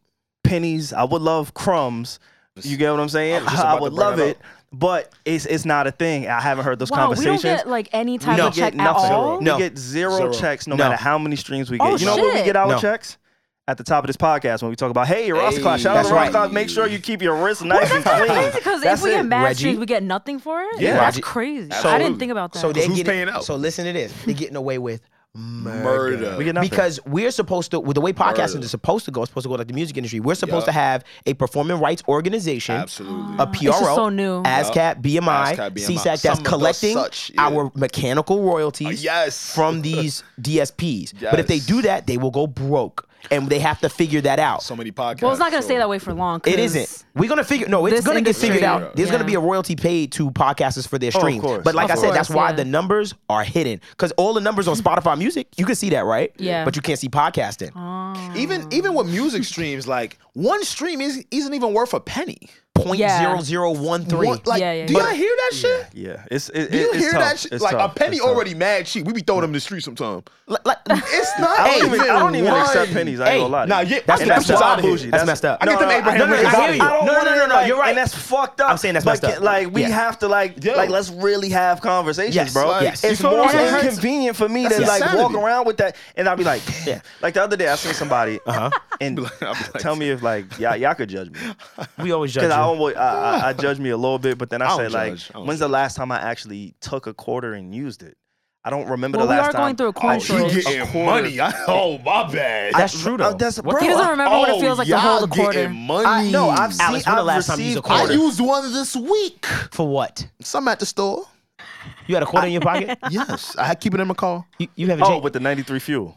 S1: pennies. I would love crumbs. You get what I'm saying?
S5: just
S1: I,
S5: about to
S1: would
S5: bring
S1: love
S5: that
S1: it, but it's it's not a thing. I haven't heard those
S3: wow, we don't
S1: conversations.
S3: get like any type
S4: No.
S3: of check
S1: get
S3: at
S1: nothing.
S3: all.
S1: We
S4: No.
S1: get zero,
S5: Zero.
S1: checks no,
S4: No.
S1: matter how many streams we get.
S3: Oh,
S1: you know when we
S3: shit.
S1: get our
S4: No.
S1: checks? At the top of this podcast when we talk about, hey, Ross
S5: Hey,
S1: Clock, shout out
S4: that's
S1: to Ross
S4: right.
S1: Clock. Make sure you keep your wrist nice and
S3: That's
S1: clean.
S3: crazy because if
S1: That's
S3: we
S1: it.
S3: get mad
S4: Reggie.
S3: streams, we get nothing for it.
S1: Yeah.
S3: that's
S4: Reggie.
S3: crazy. I
S4: Absolutely.
S3: didn't think about that.
S4: So they
S5: who's
S4: get
S5: paying out?
S4: So listen to this. They're getting away with murder.
S5: Murder.
S1: We get nothing.
S4: Because we're supposed to, with the way podcasting
S5: Murder.
S4: is supposed to go, it's supposed to go like the music industry. We're supposed
S5: Yup.
S4: to have a performing rights organization,
S5: Absolutely.
S4: a PRO,
S3: so new.
S4: ASCAP, BMI,
S5: ASCAP, BMI.
S4: CSAC,
S5: Some of
S4: that's
S5: the
S4: collecting
S5: such, yeah.
S4: our mechanical royalties
S5: Uh, yes.
S4: from these DSPs. But if they
S5: Yes.
S4: do that, they will go broke, and they have to figure that out.
S5: so many podcasts.
S3: well, it's not gonna
S5: so-
S3: stay that way for long.
S4: It
S3: 'cause-
S4: isn't. We're gonna figure. No, it's
S3: This
S4: gonna get
S3: industry-
S4: figured out. There's gonna
S3: Yeah.
S4: be a royalty paid to podcasters for their
S1: Oh, of
S4: streams.
S1: course,
S4: but like
S1: of
S4: I said, that's
S3: course,
S4: why
S3: yeah.
S4: the numbers are hidden because all the numbers on Spotify Music, you can see that, right?
S3: Yeah. Oh.
S4: But you can't see podcasting.
S5: Even even with music streams, like one stream is, isn't even worth a penny.
S4: Point
S3: Yeah.
S4: zero zero one three.
S5: One- like,
S3: Yeah, yeah,
S5: do
S3: yeah.
S5: y'all hear that shit?
S1: Yeah, it's it,
S5: Do you
S1: it- it's
S5: hear
S1: tough.
S5: that shit?
S1: It's
S5: Like
S1: tough.
S5: a penny
S1: It's tough.
S5: already mad cheap. We be throwing them in the street sometimes.
S4: Like, like-
S5: It's not.
S1: I don't
S5: even,
S1: even, I don't even
S5: one.
S1: accept pennies. I ain't
S4: Hey,
S1: gonna lie. to
S5: nah,
S1: you.
S5: yeah,
S4: that's
S1: And
S4: the
S1: that's
S4: people out
S1: wild
S4: of here.
S1: bougie.
S4: That's messed up.
S5: I get them Abraham
S1: no, no,
S5: Lincolns
S1: I
S5: out
S1: hear
S5: here.
S1: you. I don't
S4: No, no,
S1: want
S4: no,
S1: it,
S4: no, no,
S1: like-
S4: you're right.
S1: And that's fucked up.
S4: I'm saying that's
S1: But
S4: messed up.
S1: get- Like we
S4: Yeah.
S1: have to like
S5: Yeah.
S1: like let's really have conversations,
S4: Yes,
S1: bro.
S4: like- Yes.
S1: It's
S5: You feel
S1: more
S5: what I'm saying?
S1: inconvenient for me
S5: That's
S1: to like walk
S5: insanity.
S1: around with that, and I'll be like,
S4: Yeah.
S1: yeah. Like the other day, I seen somebody and
S5: I'll Uh-huh. be like-
S1: tell me if like y'all, y'all could judge me.
S4: we always judge.
S1: Because I,
S4: you.
S1: always I, I, I judge me a little bit, but then I,
S5: I
S1: say
S5: don't
S1: like,
S5: judge. I don't
S1: when's the last time I actually took a quarter and used it? I don't remember
S3: Well,
S1: the
S3: we
S1: last
S3: are
S1: time.
S3: going through a coin
S1: I
S5: You
S3: shortage.
S1: used a
S5: getting
S1: quarter.
S5: money? I, oh my bad.
S4: That's true though.
S1: Uh, that's
S4: What the
S3: He
S1: bro,
S3: doesn't remember what it
S5: Oh,
S3: feels like to
S5: y'all
S3: hold a quarter.
S5: getting Money.
S1: I, no, I've seen.
S4: Alex, when the
S1: I've
S4: last time you
S1: received
S4: used a
S5: I
S4: quarter?
S5: used one this week.
S4: for what?
S5: Some at the store.
S4: You had a quarter in your pocket.
S5: Yes, I keep it in my car.
S4: You, you have a.
S1: Oh,
S4: J-
S1: with the 93 fuel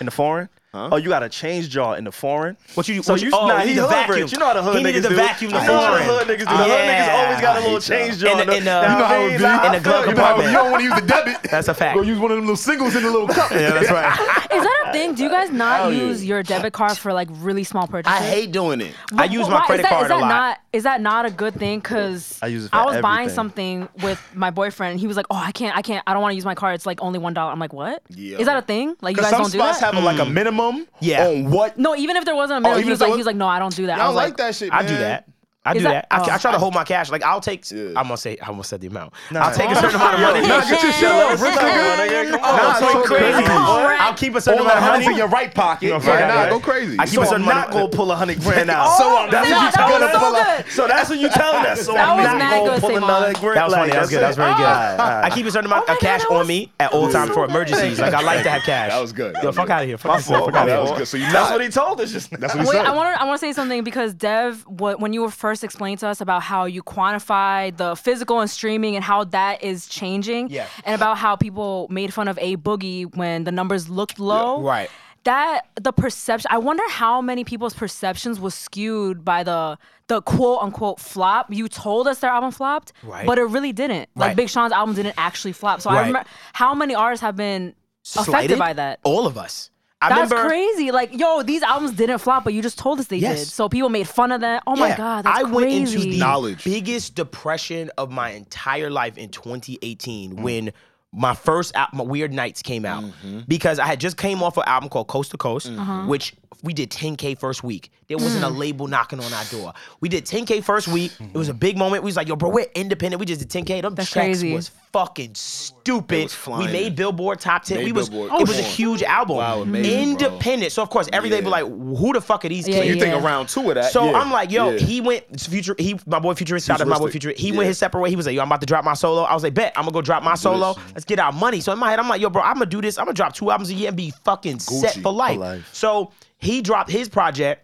S1: in the foreign? Oh, you got a change jaw in the foreign?
S4: What you-
S1: So
S4: what you-
S1: you,
S4: oh,
S1: nah,
S4: he
S1: he
S4: needed
S1: hood
S4: the vacuum.
S1: rich. You know how the hood
S4: He needed
S1: niggas
S4: the
S1: do.
S4: vacuum in the
S1: You know how the
S4: foreign.
S1: hood niggas do. The hood
S4: Yeah.
S1: niggas always got a little
S5: I hate
S1: change
S5: y'all.
S1: jaw.
S4: In the- in the-
S1: Nah,
S4: You know
S1: I
S4: how it
S1: mean,
S4: be.
S1: like,
S4: In
S1: I
S4: the glove
S1: feel you,
S5: You know,
S1: bro.
S5: you
S4: compartment.
S5: don't want to use the debit.
S4: That's a fact.
S5: Go use one of them little singles in the little cup.
S4: yeah, that's right.
S3: Is that a thing. Do you guys not use your debit card for like really small purchases?
S4: I hate doing it. I
S3: Wh-
S4: use
S3: why-
S4: my credit
S3: is that,
S4: card
S3: is that
S4: a lot.
S3: Not, is that not a good thing? Because
S1: I use it for
S3: was buying
S1: everything.
S3: something with my boyfriend, and he was like, "Oh, I can't, I can't, I don't want to use my card. It's like only one dollar." I'm like, "What? Is
S5: Yeah.
S3: that a thing? Like you
S5: Because
S3: guys
S5: some
S3: don't do that?"
S5: spots have like a minimum
S4: Yeah.
S5: on what.
S3: no, even if there wasn't a minimum,
S5: even
S3: he
S5: if
S3: was
S5: there
S3: like,
S5: was-
S3: he was like, "No, I don't do that."
S5: I
S3: I
S5: don't
S3: was
S5: like that shit.
S4: I do
S5: man.
S4: that. I
S3: Is
S4: do that.
S3: that-
S4: I,
S3: oh.
S4: I try to hold my cash. Like I'll take.
S5: Yeah.
S4: I'm gonna say. I'm gonna set the amount. I'll take a certain amount of money.
S5: Nah, get your shit off, Rich
S1: nigga. Come on.
S4: Nah,
S5: Nah,
S4: it's so
S5: go
S4: crazy.
S5: crazy.
S3: Alright.
S4: I'll keep a certain
S5: All
S4: amount of
S5: that
S4: money
S5: money in your right pocket.
S1: right,
S5: nah,
S1: right.
S5: go crazy.
S4: I keep
S1: So
S4: a certain
S1: I'm not
S4: amount.
S1: gonna pull a hundred grand out.
S3: Oh,
S1: so I'm, that's
S3: yeah,
S1: what
S3: that
S1: you're
S3: was
S1: gonna
S3: so
S1: pull out.
S3: good.
S1: So that's what you telling us. So
S3: That
S1: I'm
S3: was
S1: not
S3: mad
S1: gonna
S3: good,
S1: pull
S3: Savon.
S1: another grand.
S4: That was funny.
S1: Like,
S4: That
S1: that's
S4: was good. That was
S1: it.
S4: very good. "Ah." I keep a certain amount
S3: Oh
S4: of
S3: my
S4: cash
S3: God, that
S4: on
S3: was-
S4: me at all times for emergencies. Like I like to have cash.
S5: That was good. That
S4: Yo,
S5: was
S4: fuck
S5: good.
S4: out of here. Fuck
S1: fault.
S4: out
S1: My
S5: That
S4: here.
S5: was
S1: fault.
S5: good. So you
S1: That's
S5: not-
S1: what he told us just now.
S5: That's what he
S3: Wait,
S5: said.
S3: I want to. I want to say something because Dev, wh- when you were first explaining to us about how you quantify the physical and streaming and how that is changing,
S4: Yeah.
S3: and about how people made fun of a boogie when the numbers looked low,
S4: right.
S3: That the perception. I wonder how many people's perceptions was skewed by the the quote unquote flop. You told us their album flopped,
S4: Right.
S3: but it really didn't. Like
S4: Right.
S3: Big Sean's album didn't actually flop. So I
S4: Right.
S3: remember how many artists have been affected
S4: Slighted?
S3: by that.
S4: All of us. Oh, I
S3: That's
S4: remember.
S3: crazy. Like, yo, these albums didn't flop, but you just told us they
S4: Yes.
S3: did. So people made fun of that. Oh my
S4: Yeah,
S3: god, that's
S4: I went into
S3: crazy.
S4: the
S5: Knowledge.
S4: biggest depression of my entire life in 2018
S5: Mm.
S4: when my first album, my Weird Nights, came out
S5: Mm-hmm.
S4: because I had just came off an album called Coast to Coast,
S5: Uh-huh.
S4: which we did 10K first week. There wasn't a
S5: Mm.
S4: label knocking on our door. We did 10K first week. It was a big moment. We was like, yo, bro, we're independent. We just did 10K. Them
S3: That's
S4: checks
S3: crazy.
S4: was fucking stupid. we
S5: flying.
S4: made Billboard top 10.
S5: Made
S4: we was,
S3: Oh,
S5: Billboard.
S4: it was a
S5: Come on.
S4: huge album.
S5: Wow, amazing, bro.
S4: independent. So of course, every
S5: Yeah.
S4: label like, who the fuck are these
S3: Yeah,
S4: kids?
S5: You think
S3: Yeah.
S5: around two of that.
S4: So
S5: yeah.
S4: I'm like, yo,
S5: Yeah.
S4: he went it's future. He my boy futurist. Shout out to my boy
S5: Futuristic.
S4: futurist. He
S5: Yeah.
S4: went his separate way. He was like, yo, I'm about to drop my solo. I was like, bet I'm gonna go drop my solo. Let's get our money. So in my head, I'm like, yo, bro, I'm gonna do this. I'm gonna drop two albums a year and be fucking set
S5: Gucci
S4: for life.
S1: for life.
S4: So he dropped his project,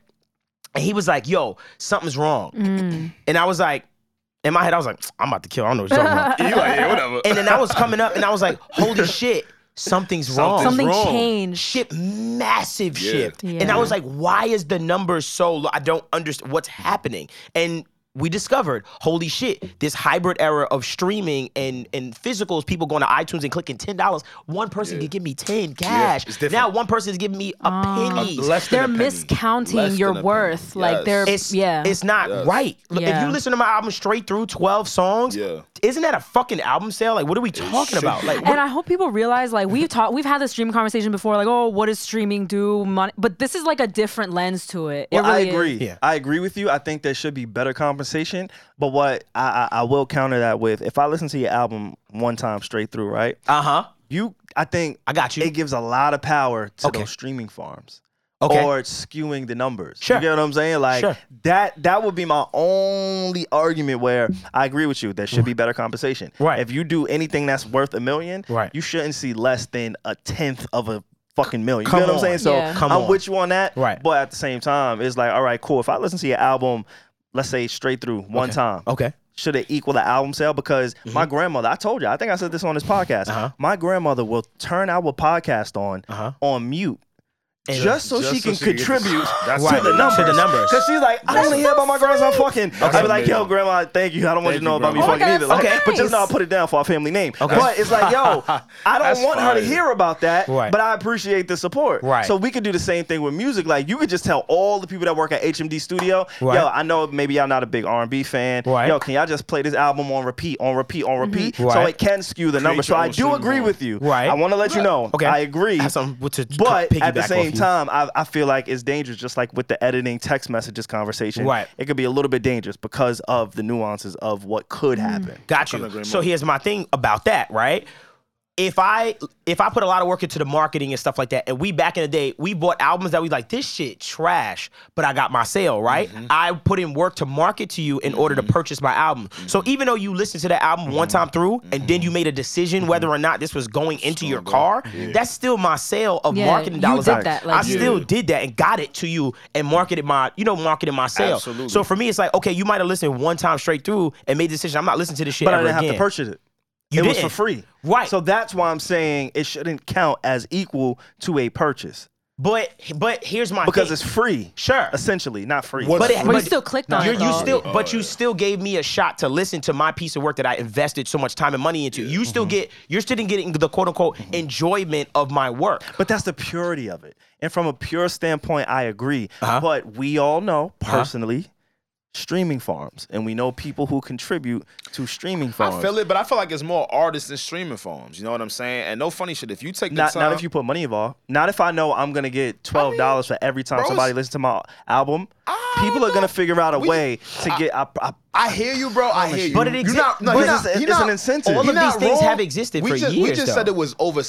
S4: and he was like, yo, something's wrong. And I was like, in my head, I was like, I'm about to kill. I don't know what you're talking about.
S5: You like, yeah, whatever.
S4: and then I was coming up, and I was like, holy shit, something's wrong
S3: Something
S5: wrong.
S3: changed.
S4: shift, massive shift.
S3: Yeah.
S4: And I was like, why is the number so low? I don't understand what's happening. And we discovered, holy shit, this hybrid era of streaming and, and physicals, people going to iTunes and clicking ten dollars. One person could give me ten cash.
S5: it's different.
S4: now one person is giving me a
S3: Ah.
S4: penny.
S5: Less than
S3: They're
S5: a penny.
S3: miscounting
S5: Less than a
S3: your
S5: penny.
S3: worth. Like
S5: Yes.
S3: they're
S4: It's
S3: yeah.
S4: it's not right. Look, If
S3: Yeah.
S4: you listen to my album straight through, twelve songs,
S5: Yeah.
S4: isn't that a fucking album sale? Like, what are we talking about? Like,
S3: and I hope people realize, like we've talked, we've had this stream conversation before, like, oh, what does streaming do? Mon- But this is like a different lens to it. It
S1: Well, I
S3: really is.
S1: agree.
S4: Yeah.
S1: I agree with you. I think there should be better compensation. But what I, I, I will counter that with, if I listen to your album one time straight through, right?
S4: uh huh.
S1: You, I think
S4: I got you.
S1: It gives a lot of power to
S4: Okay.
S1: those streaming farms.
S4: Okay.
S1: Or skewing the numbers.
S4: Sure.
S1: You get what I'm saying? Like
S4: Sure.
S1: that that would be my only argument where I agree with you. There should be better compensation.
S4: Right.
S1: If you do anything that's worth a million,
S4: Right.
S1: you shouldn't see less than a tenth of a fucking million.
S4: Come
S1: you know what
S4: on.
S1: I'm saying? So
S3: Yeah.
S4: Come
S1: I'm
S4: on.
S1: with you on that.
S4: Right.
S1: But at the same time, it's like, all right, cool. If I listen to your album, let's say straight through one time
S4: Okay.
S1: should it equal the album sale? Because my grandmother, I told you, I think I said this on this podcast. My grandmother will turn our podcast on on mute. Just so
S5: Just
S1: she
S5: so
S1: can
S5: she can get the-
S1: contribute
S5: That's
S1: to
S4: right.
S1: the numbers.
S4: To the numbers.
S1: Because she's like, I don't want to hear about my girls I'm fucking. I'd be like,
S5: amazing.
S1: yo, grandma, thank you. I don't want you to
S5: Thank
S1: know
S5: you,
S1: about me
S5: grandma.
S1: fucking
S3: Oh my
S1: either.
S3: God,
S1: Like,
S3: that's so
S1: But just know I
S3: nice.
S1: put it down for our family name. But it's like, yo, I don't
S5: That's
S1: want her to
S5: fire.
S1: hear about that,
S4: Right.
S1: but I appreciate the support.
S4: Right.
S1: So we could do the same thing with music. Like, you could just tell all the people that work at HMD Studio,
S4: Right.
S1: yo, I know maybe y'all not a big R&B fan.
S4: Right.
S1: Yo, can y'all just play this album on repeat, on repeat,
S3: Mm-hmm.
S1: on repeat? So
S4: Right.
S1: it can skew the numbers. So
S5: your
S1: I
S5: own
S1: do
S5: stream
S1: agree
S5: form.
S1: with you.
S4: Right.
S1: I want to let you know.
S4: Okay.
S1: I agree.
S4: That's something with to c-
S1: But at
S4: piggyback
S1: the
S4: off
S1: same
S4: you.
S1: time, I, I feel like it's dangerous, just like with the editing text messages conversation.
S4: Right.
S1: It could be a little bit dangerous because of the nuances of what
S4: Mm.
S1: could happen.
S4: Got you. So here's my thing about that, right? If I if I put a lot of work into the marketing and stuff like that, and we back in the day, we bought albums that we like this shit trash, but I got my sale, right?
S1: Mm-hmm.
S4: I put in work to market to you in order to purchase my album.
S1: Mm-hmm.
S4: So even though you listened to the album one time through, and then you made a decision
S1: Mm-hmm.
S4: whether or not this was going into your car, that's still my sale of
S3: Yeah,
S4: marketing
S3: you
S4: dollars.
S3: did
S4: I-
S3: that,
S4: I
S3: like-
S4: still did that and got it to you and marketed my, you know, marketed my sale.
S5: Absolutely.
S4: So for me, it's like, okay, you might have listened one time straight through and made the decision. I'm not listening to this shit
S1: But I
S4: ever
S1: didn't have
S4: again.
S1: to purchase it.
S4: You
S1: it was for
S4: didn't.
S1: free.
S4: Right.
S1: So that's why I'm saying it shouldn't count as equal to a purchase.
S4: But but here's my
S1: because
S4: thing.
S1: it's free.
S4: Sure.
S1: essentially not free.
S5: What-
S4: But, it,
S5: But
S3: you still clicked on
S4: you're-
S3: it,
S4: You
S3: though.
S4: still, but you still gave me a shot to listen to my piece of work that I invested so much time and money into. You
S1: Mm-hmm.
S4: still get, you're still getting the quote unquote enjoyment of my work.
S1: But that's the purity of it. And from a pure standpoint, I agree.
S4: Uh-huh.
S1: But we all know personally streaming farms, and we know people who contribute to streaming farms.
S5: I feel it, but I feel like it's more artists than streaming forms. You know what I'm saying? And no funny shit. If you take the
S1: not,
S5: time,
S1: not if you put money involved. Not if I know I'm gonna get twelve dollars for every time
S5: bro,
S1: somebody
S5: it's-
S1: listens to my album. People are gonna figure out a way to get. I, I,
S5: I hear you, bro. I hear you.
S4: But it exi-
S5: you're not, no,
S4: but
S5: you're
S1: it's-
S5: not,
S1: it's
S5: you're
S1: an
S5: not-
S1: incentive. All of
S5: you're
S4: these
S5: not
S4: things
S5: wrong.
S4: have existed
S5: we
S4: for
S5: just, We
S4: years,
S5: just said
S4: though.
S5: it was over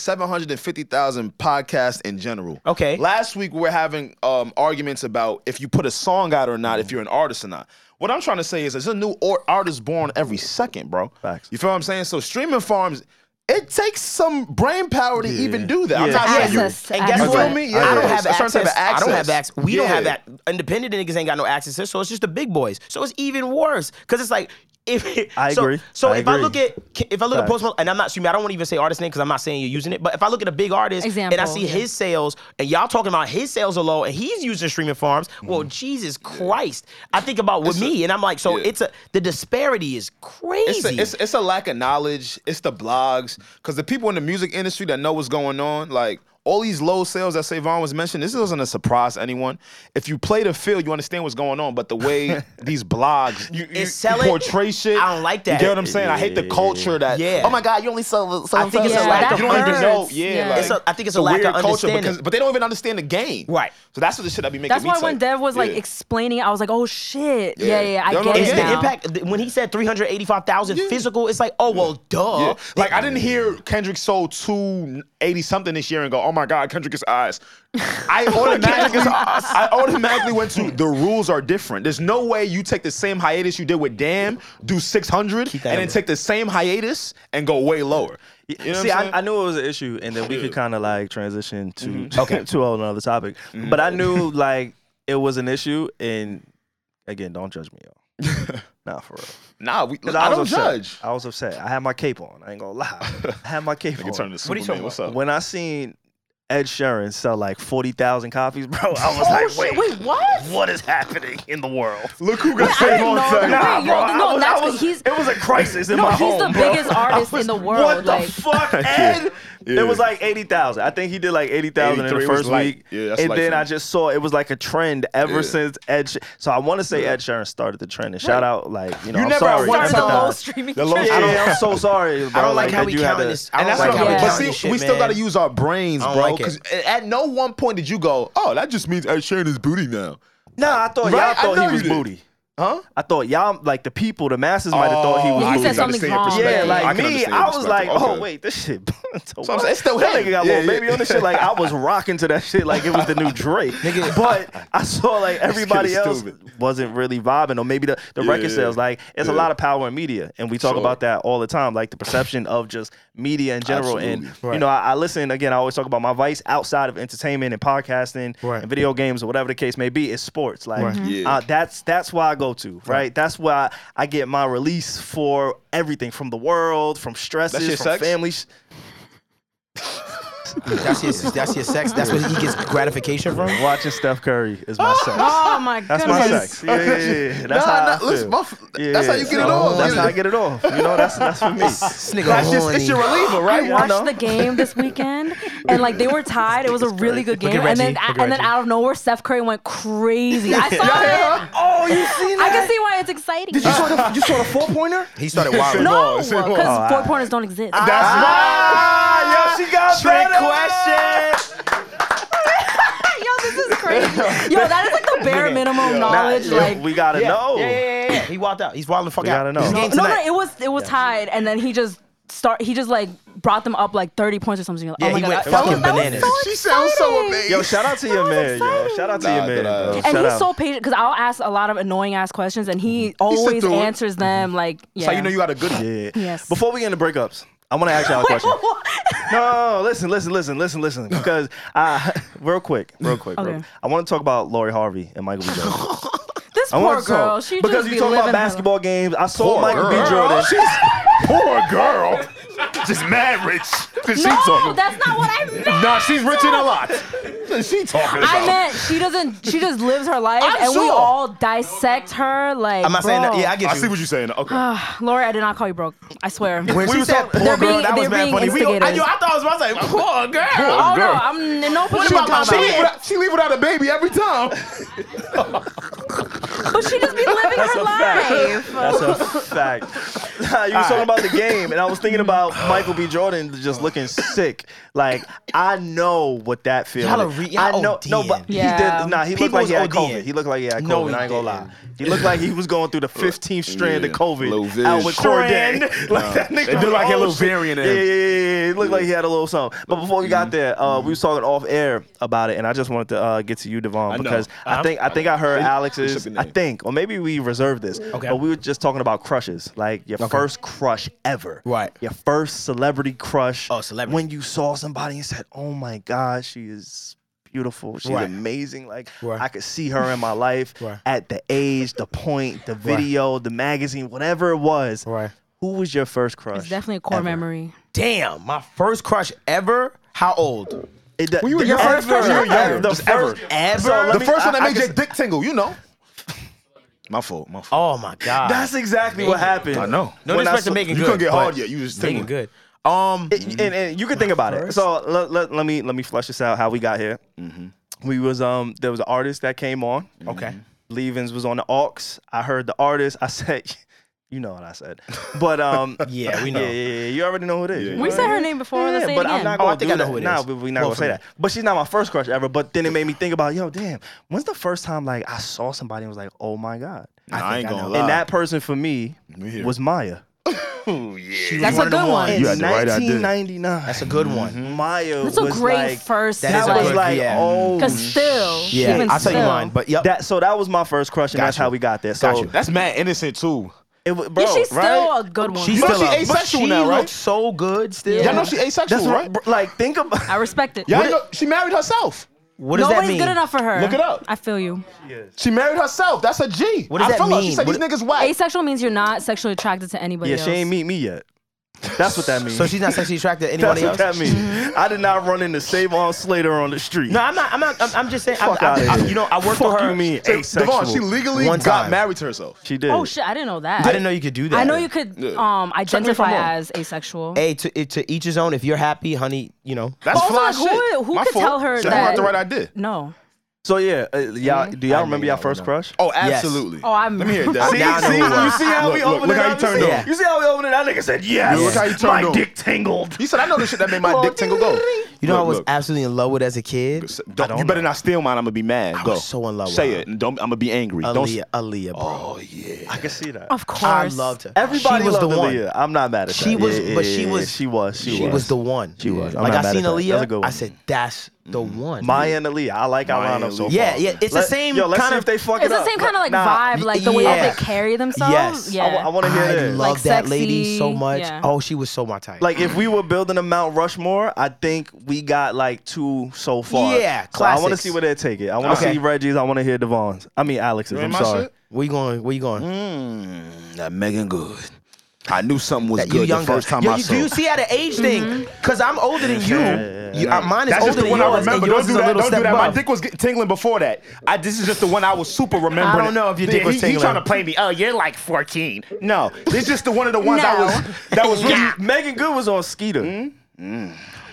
S5: 750,000 podcasts in general.
S4: Okay.
S5: Last week we were having um, arguments about if you put a song out or not, if you're an artist or not. What I'm trying to say is there's a new or- artist born every second, bro.
S1: Facts.
S5: You feel what I'm saying? So streaming farms, it takes some brain power to even do that. I'm
S1: Yeah.
S5: not saying you.
S3: Access.
S4: And guess
S3: Access.
S4: what?
S5: You feel me?
S4: I
S5: Yeah.
S4: don't have
S5: A certain
S4: access.
S5: type of
S4: I don't
S5: access.
S4: have access. We don't
S5: Yeah.
S4: have that. Independent niggas ain't got no access to this, so it's just the big boys. So it's even worse because it's like if
S1: I
S4: so,
S1: agree.
S4: So
S1: I
S4: if I
S1: agree.
S4: look at if I look at
S1: Facts.
S4: Post Malone, and I'm not assuming I don't want to even say artist name because I'm not saying you're using it, but if I look at a big artist and I
S3: Example,
S4: see
S3: yeah.
S4: his sales and y'all talking about his sales are low and he's using streaming farms, well, Jesus Christ, I think about with
S5: Mm-hmm. It's a-
S4: me and I'm like, so
S5: yeah.
S4: it's a the disparity is crazy.
S5: it's a, it's, it's a lack of knowledge. It's the blogs because the people in the music industry that know what's going on, like all these low sales that Savon was mentioning, this isn't a surprise to anyone. If you play the field, you understand what's going on. But the way these blogs you, you,
S4: It's selling-
S5: you portray shit,
S4: I don't like that.
S5: You get what I'm saying? I hate the culture that.
S4: Yeah.
S5: Oh my God, you only sell. sell
S4: I think it's a
S5: sell-
S4: lack of
S5: You don't even
S4: hurts.
S5: know. Yeah.
S3: Yeah.
S5: Like,
S3: It's
S4: a- I think it's a lack
S5: weird
S4: of understanding.
S5: Because, but they don't even understand the game.
S4: Right.
S5: So that's what the shit that be making.
S3: That's
S5: me
S3: why when
S5: tight.
S3: Dev was like
S5: Yeah.
S3: explaining, it, I was like, oh shit. Yeah,
S5: Yeah.
S3: yeah, yeah. I
S5: Y'all know
S3: get
S5: what
S3: it
S4: It's
S5: I'm
S4: the
S5: saying?
S3: now.
S4: impact th- when he said 385,000 physical, it's like, oh well, duh.
S5: Yeah. Like I didn't hear Kendrick sold two eighty something this year and go, oh my god, Kendrick is eyes. I automatically, I automatically went to the rules are different. There's no way you take the same hiatus you did with Damn, do six hundred, and
S4: that
S5: then
S4: up.
S5: take the same hiatus and go way lower. You know what
S1: see,
S5: I'm
S1: I,
S5: saying?
S1: I knew it was an issue, and then we could kind of like transition to
S5: Mm-hmm.
S1: to a whole another topic. But I knew like it was an issue, and again, don't judge me, y'all. Not for real.
S5: nah, we,
S1: 'Cause
S5: I, don't
S1: was upset.
S5: judge.
S1: I was upset. I had my cape on. I ain't gonna lie. I had my cape on.
S5: what are you talking What's up?
S1: When I seen Ed Sheeran sell like forty thousand copies, bro, I was
S3: Oh
S1: like,
S3: shit,
S1: wait,
S3: wait, what?
S1: what is happening in the world?
S5: Look who got
S3: I
S5: saved
S3: didn't
S5: on
S3: know
S5: second.
S3: that.
S5: Nah,
S3: Wait, yo,
S1: I
S3: no,
S1: was-
S3: that's-
S1: I was-
S3: he's-
S1: it was a crisis in
S3: No,
S1: my
S3: he's
S1: home,
S3: the
S1: bro.
S3: biggest
S1: I
S3: artist
S1: was,
S3: in the world,
S1: What
S3: like-
S1: the fuck, Ed? It was like eighty thousand. I think he did like eighty thousand in the
S5: 83 was
S1: first
S5: light.
S1: week,
S5: Yeah, that's
S1: and
S5: light
S1: then
S5: for
S1: I
S5: me.
S1: just saw it was like a trend ever since Ed. Sh- so I want to say Ed Sheeran started the trend. And shout out, like you know,
S5: You
S1: I'm
S5: never at
S1: sorry.
S5: one
S3: Started the
S5: time-
S3: low streaming.
S5: The low
S3: trend.
S5: streaming.
S1: I don't, I'm so sorry. Bro,
S4: I don't like how
S1: that
S4: we
S1: you had
S4: counting
S1: to-
S4: this. I
S5: And
S4: don't
S5: that's
S4: like
S5: what I'm
S4: how
S5: saying.
S4: we
S5: But
S4: counting
S5: see,
S4: this shit,
S5: we still
S4: man.
S5: gotta use our brains,
S4: don't
S5: bro.
S4: like it.
S5: Because at no one point did you go, "Oh, that just means Ed Sheeran is booty now."
S1: No, I thought
S5: Right? I
S1: y'all
S5: know
S1: thought he
S5: you
S1: was
S5: did.
S1: booty.
S5: Huh?
S1: I thought y'all like the people, the masses might have thought
S5: Oh.
S1: he was.
S3: Yeah, he
S1: booty.
S3: said
S5: Understand
S3: something
S5: your
S3: wrong.
S1: Yeah,
S5: perspective.
S1: like
S5: I can
S1: me,
S5: understand
S1: I
S5: your
S1: was like,
S5: perspective.
S1: oh
S5: Okay.
S1: wait, this shit. so
S5: I'm saying, it's still
S1: that
S5: him.
S1: nigga got
S5: Yeah,
S1: little
S5: yeah.
S1: baby on this shit. Like I was rocking to that shit like it was the new Drake. but I saw like everybody
S5: kid is
S1: else
S5: stupid.
S1: wasn't really vibing, or maybe the, the record
S5: yeah.
S1: sales. Like it's a
S5: Yeah.
S1: lot of power in media, and we talk
S5: Sure.
S1: about that all the time. Like the perception of just media in general, and
S5: Absolutely.
S1: you know, I, I listen again. I always talk about my vice outside of entertainment and podcasting
S4: Right.
S1: and video games or whatever the case may be. Is sports like
S5: Mm-hmm. Yeah.
S1: uh, that's that's why I go to right. That's why I get my release for everything from the world, from stresses,
S5: That shit
S1: from
S5: sucks?
S1: family. sh-
S4: That's your, that's your sex. That's what he gets gratification from.
S1: Watching Steph Curry is my sex.
S3: Oh my
S1: That's
S3: goodness.
S1: my sex. Yeah, yeah, yeah. Ah! That's
S5: Nah,
S1: how
S5: nah,
S1: I feel.
S5: listen, my f- that's how you get it off.
S1: That's
S5: Yeah.
S1: how I get it off. You know, that's that's for me.
S4: This nigga
S5: That's just,
S4: horny.
S5: it's your reliever,
S3: I
S5: right?
S3: watched
S1: know.
S3: the game this weekend, and like they were tied. It was a really good
S4: Look at
S3: game, and then
S4: Reggie. Look at
S3: and then
S4: Reggie.
S3: out of nowhere, Steph Curry went crazy. I saw it.
S1: Oh, you seen
S3: I can see why it's exciting. Uh,
S1: Did you saw the you saw the four pointer?
S4: He started wilding.
S3: no,
S5: Say more,
S3: because
S5: say more.
S1: Oh,
S3: four
S1: I-
S3: pointers don't exist.
S1: Ah, yo, she got
S4: Trick
S1: better.
S4: question.
S3: Yo, this is crazy. Yo, that is like the bare minimum knowledge.
S1: Nah,
S3: like,
S1: we gotta know.
S4: Yeah, yeah, yeah, yeah. He walked out. He's wilding the fuck
S1: We
S4: out.
S1: gotta know.
S4: This
S1: No,
S4: game
S3: no, no,
S4: tonight.
S3: it was it was tied, and then he just start. He just like brought them up like thirty points or something. You're like,
S4: Yeah,
S3: oh my
S4: he
S3: God,
S4: went
S3: that- that was-
S4: fucking
S3: that was
S4: bananas.
S3: so
S5: She sounds so
S3: exciting.
S5: amazing.
S1: Yo, shout out to your man, yo. Shout out to your
S5: Nah,
S1: man,
S5: good
S1: bro.
S5: ass.
S3: and
S1: Shout
S3: he's
S1: out.
S3: so patient because I'll ask a lot of annoying ass questions, and
S5: Mm-hmm.
S3: he always
S5: through it.
S3: answers them. Like,
S5: That's
S3: yeah.
S5: how you know you got a good one.
S1: Yeah.
S3: Yes.
S1: Before we get into breakups, I want to ask y'all a question. no, listen, listen, listen, listen, listen. Because uh, real quick, real quick, real
S3: Okay.
S1: quick. I want to talk about Lori Harvey and Michael B. Jordan.
S3: this
S1: I
S3: poor
S1: want to
S3: girl.
S1: talk
S3: She
S1: because
S3: just
S1: you
S3: be
S1: talking
S3: living
S1: about
S3: her-
S1: basketball games. I saw
S5: Poor
S1: Michael
S5: girl.
S1: B. Jordan.
S5: Poor girl. Just mad rich. Cause
S3: No, that's not what I meant.
S5: Nah, she's rich in a lot. What is she talking about?
S3: I meant she doesn't. She just lives her life,
S5: I'm
S3: and we
S5: sure.
S3: all dissect her. Like
S4: I'm not saying that.
S3: bro.
S4: Yeah, I get
S5: I
S4: you.
S5: see what you're saying. Okay.
S4: Oh,
S3: Laura, I did not call you broke. I swear.
S4: when
S5: We
S4: she
S5: were
S4: said
S5: talking-
S4: poor
S3: They're
S4: girl,
S3: being-
S4: that was
S3: they're
S4: mad
S3: being
S4: funny. We- I,
S3: instigators.
S4: knew- I thought it was, I was like, poor girl.
S3: oh no,
S5: girl.
S3: I'm in no
S5: She
S3: position to
S5: leave,
S3: talk
S5: without,
S3: about
S5: she, leave
S3: it.
S5: without, she leave without a baby every time.
S3: But she just be living her life.
S1: That's a fact. Nah, you were talking about the game, and I was thinking about Michael B. Jordan just looking sick. Like I know what that feels.
S4: Y'all are
S1: like.
S4: re-
S1: I
S4: y'all
S1: know. No,
S4: ODing.
S1: but
S3: Yeah.
S1: he did. Nah, he
S4: People
S1: looked like he
S4: was
S1: had COVID.
S4: ODing.
S1: He looked like he had COVID.
S4: No, he
S1: I ain't gonna lie.
S4: didn't.
S1: He looked like he was going through the 15th strand of
S5: Yeah, low
S1: COVID
S5: vision.
S1: out with Corday. Like that nigga.
S5: It looked
S1: was
S5: like he had a
S1: old
S5: little
S1: shit.
S5: variant in
S1: Yeah,
S5: him.
S1: yeah, yeah, yeah, yeah. It looked like he had a little something. But before we got there, uh, we was talking off air about it, and I just wanted to uh, get to you, Devon,
S5: know.
S1: because I
S4: Uh-huh.
S1: think I think I heard
S5: should
S1: Alex's.
S5: be
S1: I
S5: named.
S1: think, or maybe we reserved this. Okay. But we were just talking about crushes, like your first crush ever.
S4: Right.
S1: Your first celebrity crush.
S4: Oh, celebrity.
S1: When you saw somebody and said, "Oh my God, she is." Beautiful. She's
S4: Right.
S1: amazing. Like
S4: Right.
S1: I could see her in my life
S4: Right.
S1: at the age, the point, the video, the magazine, whatever it was.
S4: Right.
S1: Who was your first crush?
S3: It's definitely a core
S1: ever?
S3: memory.
S4: Damn, my first crush ever. How old?
S1: It, the,
S5: When you were young,
S1: ever,
S5: when you were young,
S1: the
S5: just
S1: first,
S5: ever.
S4: Ever?
S1: So let
S5: The
S1: me-
S5: first one
S1: I-
S5: that
S1: I
S5: made
S1: can
S5: your
S1: s-
S5: dick tingle, you know. My fault. My fault.
S4: Oh my god.
S1: That's exactly what happened.
S5: I know.
S4: no
S1: When I
S4: disrespect
S1: saw-
S4: to Megan.
S5: you
S4: Good,
S5: couldn't get hard
S4: but
S5: yet. You just
S4: Megan
S5: tingling.
S4: good. Um,
S1: It- and, and you can think about it. So let, let, let me let me flush this out. How we got here?
S5: Mm-hmm.
S1: We was um there was an artist that came on.
S4: Mm-hmm. okay.
S1: Levens was on the aux. I heard the artist. I said, you know what I said, but um
S4: Yeah, we know.
S1: yeah, yeah, yeah. You already know who it is.
S5: Yeah,
S1: You
S5: yeah.
S3: We
S1: know
S3: said
S1: what I
S3: her
S1: mean?
S3: name before. Let's say it
S1: but I'm
S3: again.
S1: not
S4: Oh,
S1: gonna
S4: I think
S1: do
S4: I know
S1: that.
S4: who it
S1: Nah,
S4: is.
S1: we- we not
S4: Well,
S1: gonna say
S4: for
S1: that. But she's not my first crush ever. But then it made me think about, yo, damn, when's the first time like I saw somebody and was like, oh my god,
S5: Nah, I, ain't gonna lie.
S1: and that person for me
S5: here.
S1: was Maya.
S3: That's a
S4: Oh,
S3: good one.
S1: In
S5: had the right idea.
S1: 1999,
S4: That's a good one.
S1: Mm-hmm. Maya
S3: That's a
S1: was
S3: great
S1: like,
S3: first.
S4: That
S1: That
S4: is a
S3: like,
S1: was
S4: good-
S1: like,
S4: yeah.
S1: oh,
S3: Cause still,
S4: Yeah,
S3: even
S4: I'll tell you
S3: still.
S4: mine. But yep.
S1: that. So that was my first crush, and
S4: Got
S1: that's
S4: you.
S1: how we got there. So
S4: Got you.
S5: That's mad innocent too.
S1: It, wa- bro,
S3: Yeah, she's still
S1: right?
S3: a good one.
S4: she's
S5: You know
S4: still
S5: she
S4: a- but
S5: asexual
S4: she
S5: now, right?
S4: looks so good still.
S3: Yeah.
S5: Y'all know she asexual,
S1: That's
S5: right?
S1: right. bro, Like, think about.
S3: I respect it.
S5: Y'all know she married herself.
S4: What does
S3: Nobody's
S4: that mean?
S3: good enough for her.
S5: Look it up.
S3: I feel you.
S5: She married herself. That's a G.
S4: What does
S5: I
S4: that
S5: feel her. She
S4: mean?
S5: said these
S4: What-
S5: niggas whack.
S3: Asexual means you're not sexually attracted to anybody
S1: Yeah,
S3: else.
S1: she ain't meet me yet. That's what that means.
S4: So she's not sexually attracted to
S1: That's
S4: anybody
S1: what
S4: else.
S1: that means.
S3: Mm-hmm.
S1: I did not run into Savon Slater on the street.
S4: No, I'm not. I'm not. I'm, I'm just saying. I,
S1: Fuck outta
S4: I, I,
S1: here.
S4: you know, I worked
S1: Fuck
S4: with her.
S1: you mean
S5: Say,
S1: asexual?
S5: Devon, she legally
S4: One
S5: got
S4: time.
S5: married to herself.
S1: She did.
S3: Oh shit! I didn't know that.
S4: I didn't know you could do that.
S3: I know you could um identify
S5: I'm wrong.
S3: as asexual.
S4: Hey, to, it- to each his own. If you're happy, honey, you know.
S5: That's
S3: Also,
S5: fly
S3: like, who
S5: shit.
S3: would- who
S5: My
S3: could
S5: fault.
S3: tell her
S5: She had
S3: that-
S5: the right idea.
S3: no.
S1: So yeah, uh, y'all,
S3: Mm-hmm.
S1: do y'all remember y'all first crush?
S5: Oh, absolutely.
S3: Oh, I'm.
S5: Let me hear that.
S4: Now I know who it was.
S5: Look, look, look how he turned
S1: see,
S5: on.
S1: you see how we opened it? That nigga said yes.
S5: Yeah, look how he turned
S1: My
S5: on.
S1: dick tingled.
S5: He said, "I know the shit that made my dick tingle." Go.
S4: You know, I was
S5: Look, look.
S4: absolutely in love with as a kid.
S5: Don't-
S1: don't
S5: you better
S1: know.
S5: not steal mine. I'm gonna be mad.
S4: I
S5: Go.
S4: was so in love with
S5: Say
S4: her.
S5: it. Don't. I'm gonna be angry. Don't.
S4: Aaliyah, Aaliyah, bro.
S5: Oh yeah.
S1: I can see that.
S3: Of course.
S4: I loved her.
S1: Everybody
S4: she was
S1: loved
S4: the one.
S1: Aaliyah. I'm not mad at
S4: She
S1: that.
S4: was,
S1: Yeah,
S4: but
S1: yeah,
S4: she
S1: yeah,
S4: was.
S1: she was, she,
S4: She was the one.
S1: She was. I'm
S4: like
S1: not
S4: I
S1: mad
S4: seen
S1: at that. That's a
S4: Aaliyah.
S1: good
S4: I
S1: one.
S4: said, "That's the one."
S1: Maya and Aaliyah. I like our
S5: Maya and
S1: lineup so far.
S5: Aaliyah.
S4: Yeah, yeah. It's the
S1: Let-
S4: same
S1: Yo, let's
S4: kind
S1: see
S4: of.
S1: if they fuck
S3: It's
S1: it
S3: the
S1: up.
S3: same kind of like
S1: Nah,
S3: vibe, like the way
S4: yeah.
S3: that they carry themselves.
S4: Yes.
S3: Yeah.
S1: I wa- I wanna hear
S4: I
S1: that.
S4: love
S3: Like
S4: that lady
S3: sexy,
S4: so much.
S3: yeah.
S4: Oh, she was so my type.
S1: Like if we were building a Mount Rushmore, I think we got like two so far.
S4: Yeah,
S1: so I want to
S4: classics.
S1: see where they take it. I want to
S4: Okay.
S1: see Reggie's. I want to hear Devon's. I mean Alex's. I'm
S5: my
S1: sorry.
S5: shit?
S4: where you going? Where you going?
S5: Mm, that Megan good. I knew something was
S4: that you
S5: good the
S4: younger.
S5: first time
S4: Yo,
S5: I
S4: you,
S5: saw.
S4: do you see how the age thing? Because I'm older than you.
S1: Yeah, yeah,
S4: You- uh, mine is
S5: That's
S4: older
S5: just the
S4: than
S5: one
S4: yours,
S5: I
S4: and
S5: remember.
S4: yours
S5: Don't
S4: is
S5: do
S4: a
S5: that.
S4: little
S5: Don't do
S4: step
S5: that. My
S4: above.
S5: dick was get- tingling before that. I, this is just the one I was super remembering.
S4: I don't know if your dick
S5: Yeah,
S4: was
S5: he,
S4: tingling.
S5: He trying to play me. Oh, you're like 14. No, this is just the one of the ones I
S3: No.
S5: was. That was really.
S1: Megan Good was on Skeeter,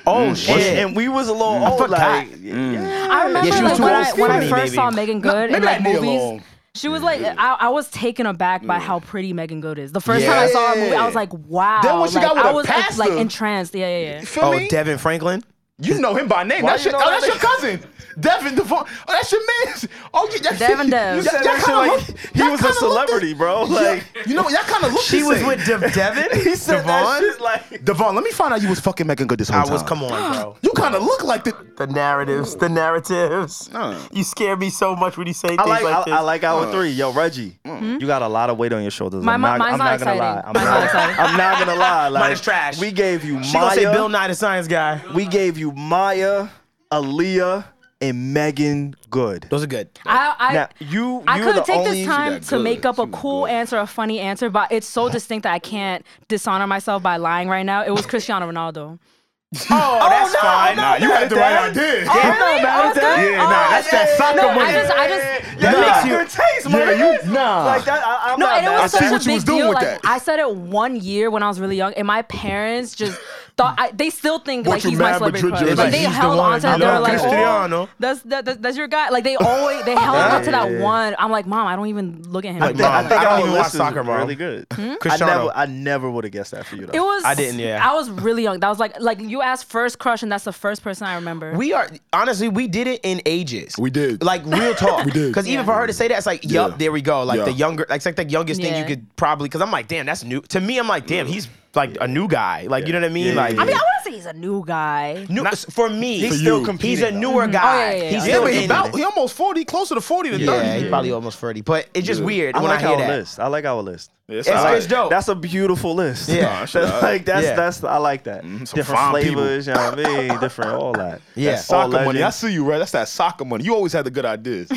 S4: Oh
S1: and,
S4: shit!
S1: and we was a little
S4: Mm.
S1: old. Like,
S3: I remember
S4: she was
S3: like
S4: too
S3: when
S4: old
S3: I,
S4: school
S3: when
S4: for
S3: I
S4: me,
S3: first
S4: maybe.
S3: saw Megan Good in
S5: maybe that
S3: like
S5: knee
S3: movies.
S5: alone.
S3: She was like, I, I was taken aback by how pretty Megan Good is. The first time I saw her movie, I was like, wow.
S5: Then when she
S3: like,
S5: got with
S3: I
S5: a
S3: was like,
S5: pastor.
S3: like entranced. Yeah, yeah, yeah.
S5: You feel
S4: oh,
S5: me?
S4: Devin Franklin.
S5: you know him by name. That's
S1: you
S5: your,
S1: know
S5: oh,
S1: that
S5: that's your cousin. Devin Devon. Oh, that's your man. Oh, you, that's
S3: Devin Dev.
S5: You
S3: That
S5: said that shit
S1: like,
S5: like
S1: he was a celebrity, bro. Like
S5: you know, y'all kind of look.
S4: She
S5: the
S4: was
S5: same.
S4: with De- Devin. he
S1: said that shit like.
S5: Devon. Let me find out you was fucking Megan Good this whole
S4: I
S5: time.
S4: was. Come on, bro.
S5: You kind of look like the.
S4: The narratives. The narratives. You scare me so much when you say
S1: I
S4: things
S1: like,
S4: like,
S1: I,
S4: this.
S1: I like our three. Yo, Reggie, you got a lot of weight on your shoulders.
S3: Hmm? My-
S1: I'm not,
S3: my- mine's
S1: I'm
S3: not
S1: gonna
S3: exciting.
S1: lie. I'm
S3: Mine's not exciting.
S1: I'm not gonna lie. Like,
S4: Mine is trash.
S1: We gave you
S4: she
S1: Maya.
S4: gonna say Bill Nye the Science Guy.
S1: We gave you Maya, Aaliyah, and Megan Good.
S4: Those are good.
S3: I, I,
S1: Now you,
S3: I
S1: you
S3: could
S1: the
S3: take
S1: only,
S3: this time
S5: got
S3: to
S5: good.
S3: make up a cool answer, a funny answer, but it's so distinct that I can't dishonor myself by lying right now. It was Cristiano
S5: Oh,
S3: Ronaldo.
S5: that's
S4: no,
S5: fine.
S4: no,
S5: nah, you
S4: no,
S5: had the right idea.
S3: Oh,
S5: Yeah,
S3: really?
S5: nah, that's
S3: Oh,
S5: that.
S3: good.
S5: Yeah, nah,
S3: Oh,
S5: that's
S3: yeah,
S5: that
S3: yeah,
S5: soccer
S3: yeah. No,
S5: money.
S3: I just, I just,
S1: That
S5: Nah.
S1: makes your taste,
S5: Yeah,
S1: man.
S5: you- nah.
S1: Like that, I, I'm
S3: No,
S1: not
S3: and it
S1: mad
S3: was
S5: I see
S3: such a
S5: what you was
S3: big
S5: doing
S3: deal.
S5: with
S3: Like
S5: that.
S3: I said it one year when I was really young, and my parents just thought I, they still think
S5: What
S3: like
S5: you
S3: he's my
S5: mad
S3: celebrity
S5: Madrid
S3: crush.
S5: just
S3: Like
S5: like,
S3: they
S5: he's the
S3: held
S4: one.
S3: on to that.
S4: I
S3: They were
S4: love
S3: like,
S5: Cristiano.
S3: oh, that's that, that, that's your guy. Like they always they held on to that one. I'm like, mom, I don't even look at him. Like,
S1: I
S4: Mom,
S1: think
S4: I don't
S1: our
S4: even watch
S1: list is
S4: soccer, Mom.
S1: Really good. I
S4: Cristiano.
S1: never, I never would have guessed that for you. Though.
S3: Hmm? It was.
S4: I didn't, yeah.
S3: I was really young. That was like, like you asked first crush, and that's the first person I remember.
S4: We are honestly, we did it in ages.
S5: We did.
S4: like real talk.
S5: We did.
S4: because even for her to say that, it's like, yup,
S5: Yeah.
S4: there we go. Like
S5: Yeah.
S4: the younger, like it's like the youngest thing
S3: Yeah.
S4: you could probably. Because I'm like, damn, that's new to me. I'm like, damn, he's like a new guy. Like you know what I mean?
S1: Yeah,
S4: like
S1: yeah,
S3: I mean, I wouldn't say he's a new guy.
S4: new, for me,
S1: He's
S4: he's,
S1: still
S5: you.
S1: competing.
S4: a
S1: though.
S4: newer guy.
S3: yeah, yeah, yeah.
S4: He's
S3: Yeah,
S5: Yeah,
S4: still
S5: but he
S4: in
S5: about
S4: it.
S5: he almost forty, closer to forty than
S4: Yeah,
S5: thirty.
S4: he's probably almost thirty. But it's just weird
S1: I
S4: when
S1: like
S4: I
S1: our
S4: hear that.
S1: list. I like our list.
S5: It's,
S4: It's-
S5: all right.
S4: it's dope.
S1: That's a beautiful list.
S4: Yeah.
S5: Nah,
S1: that's
S5: shit, I- Mm-hmm.
S1: like that's
S4: Yeah.
S1: that's I like that.
S5: some
S1: different
S5: fine
S1: flavors, you know what I mean? Different, all that.
S4: Yeah.
S1: That's all
S5: Soccer money. I
S1: legends.
S5: see you, right? That's that soccer money. You always had the good ideas.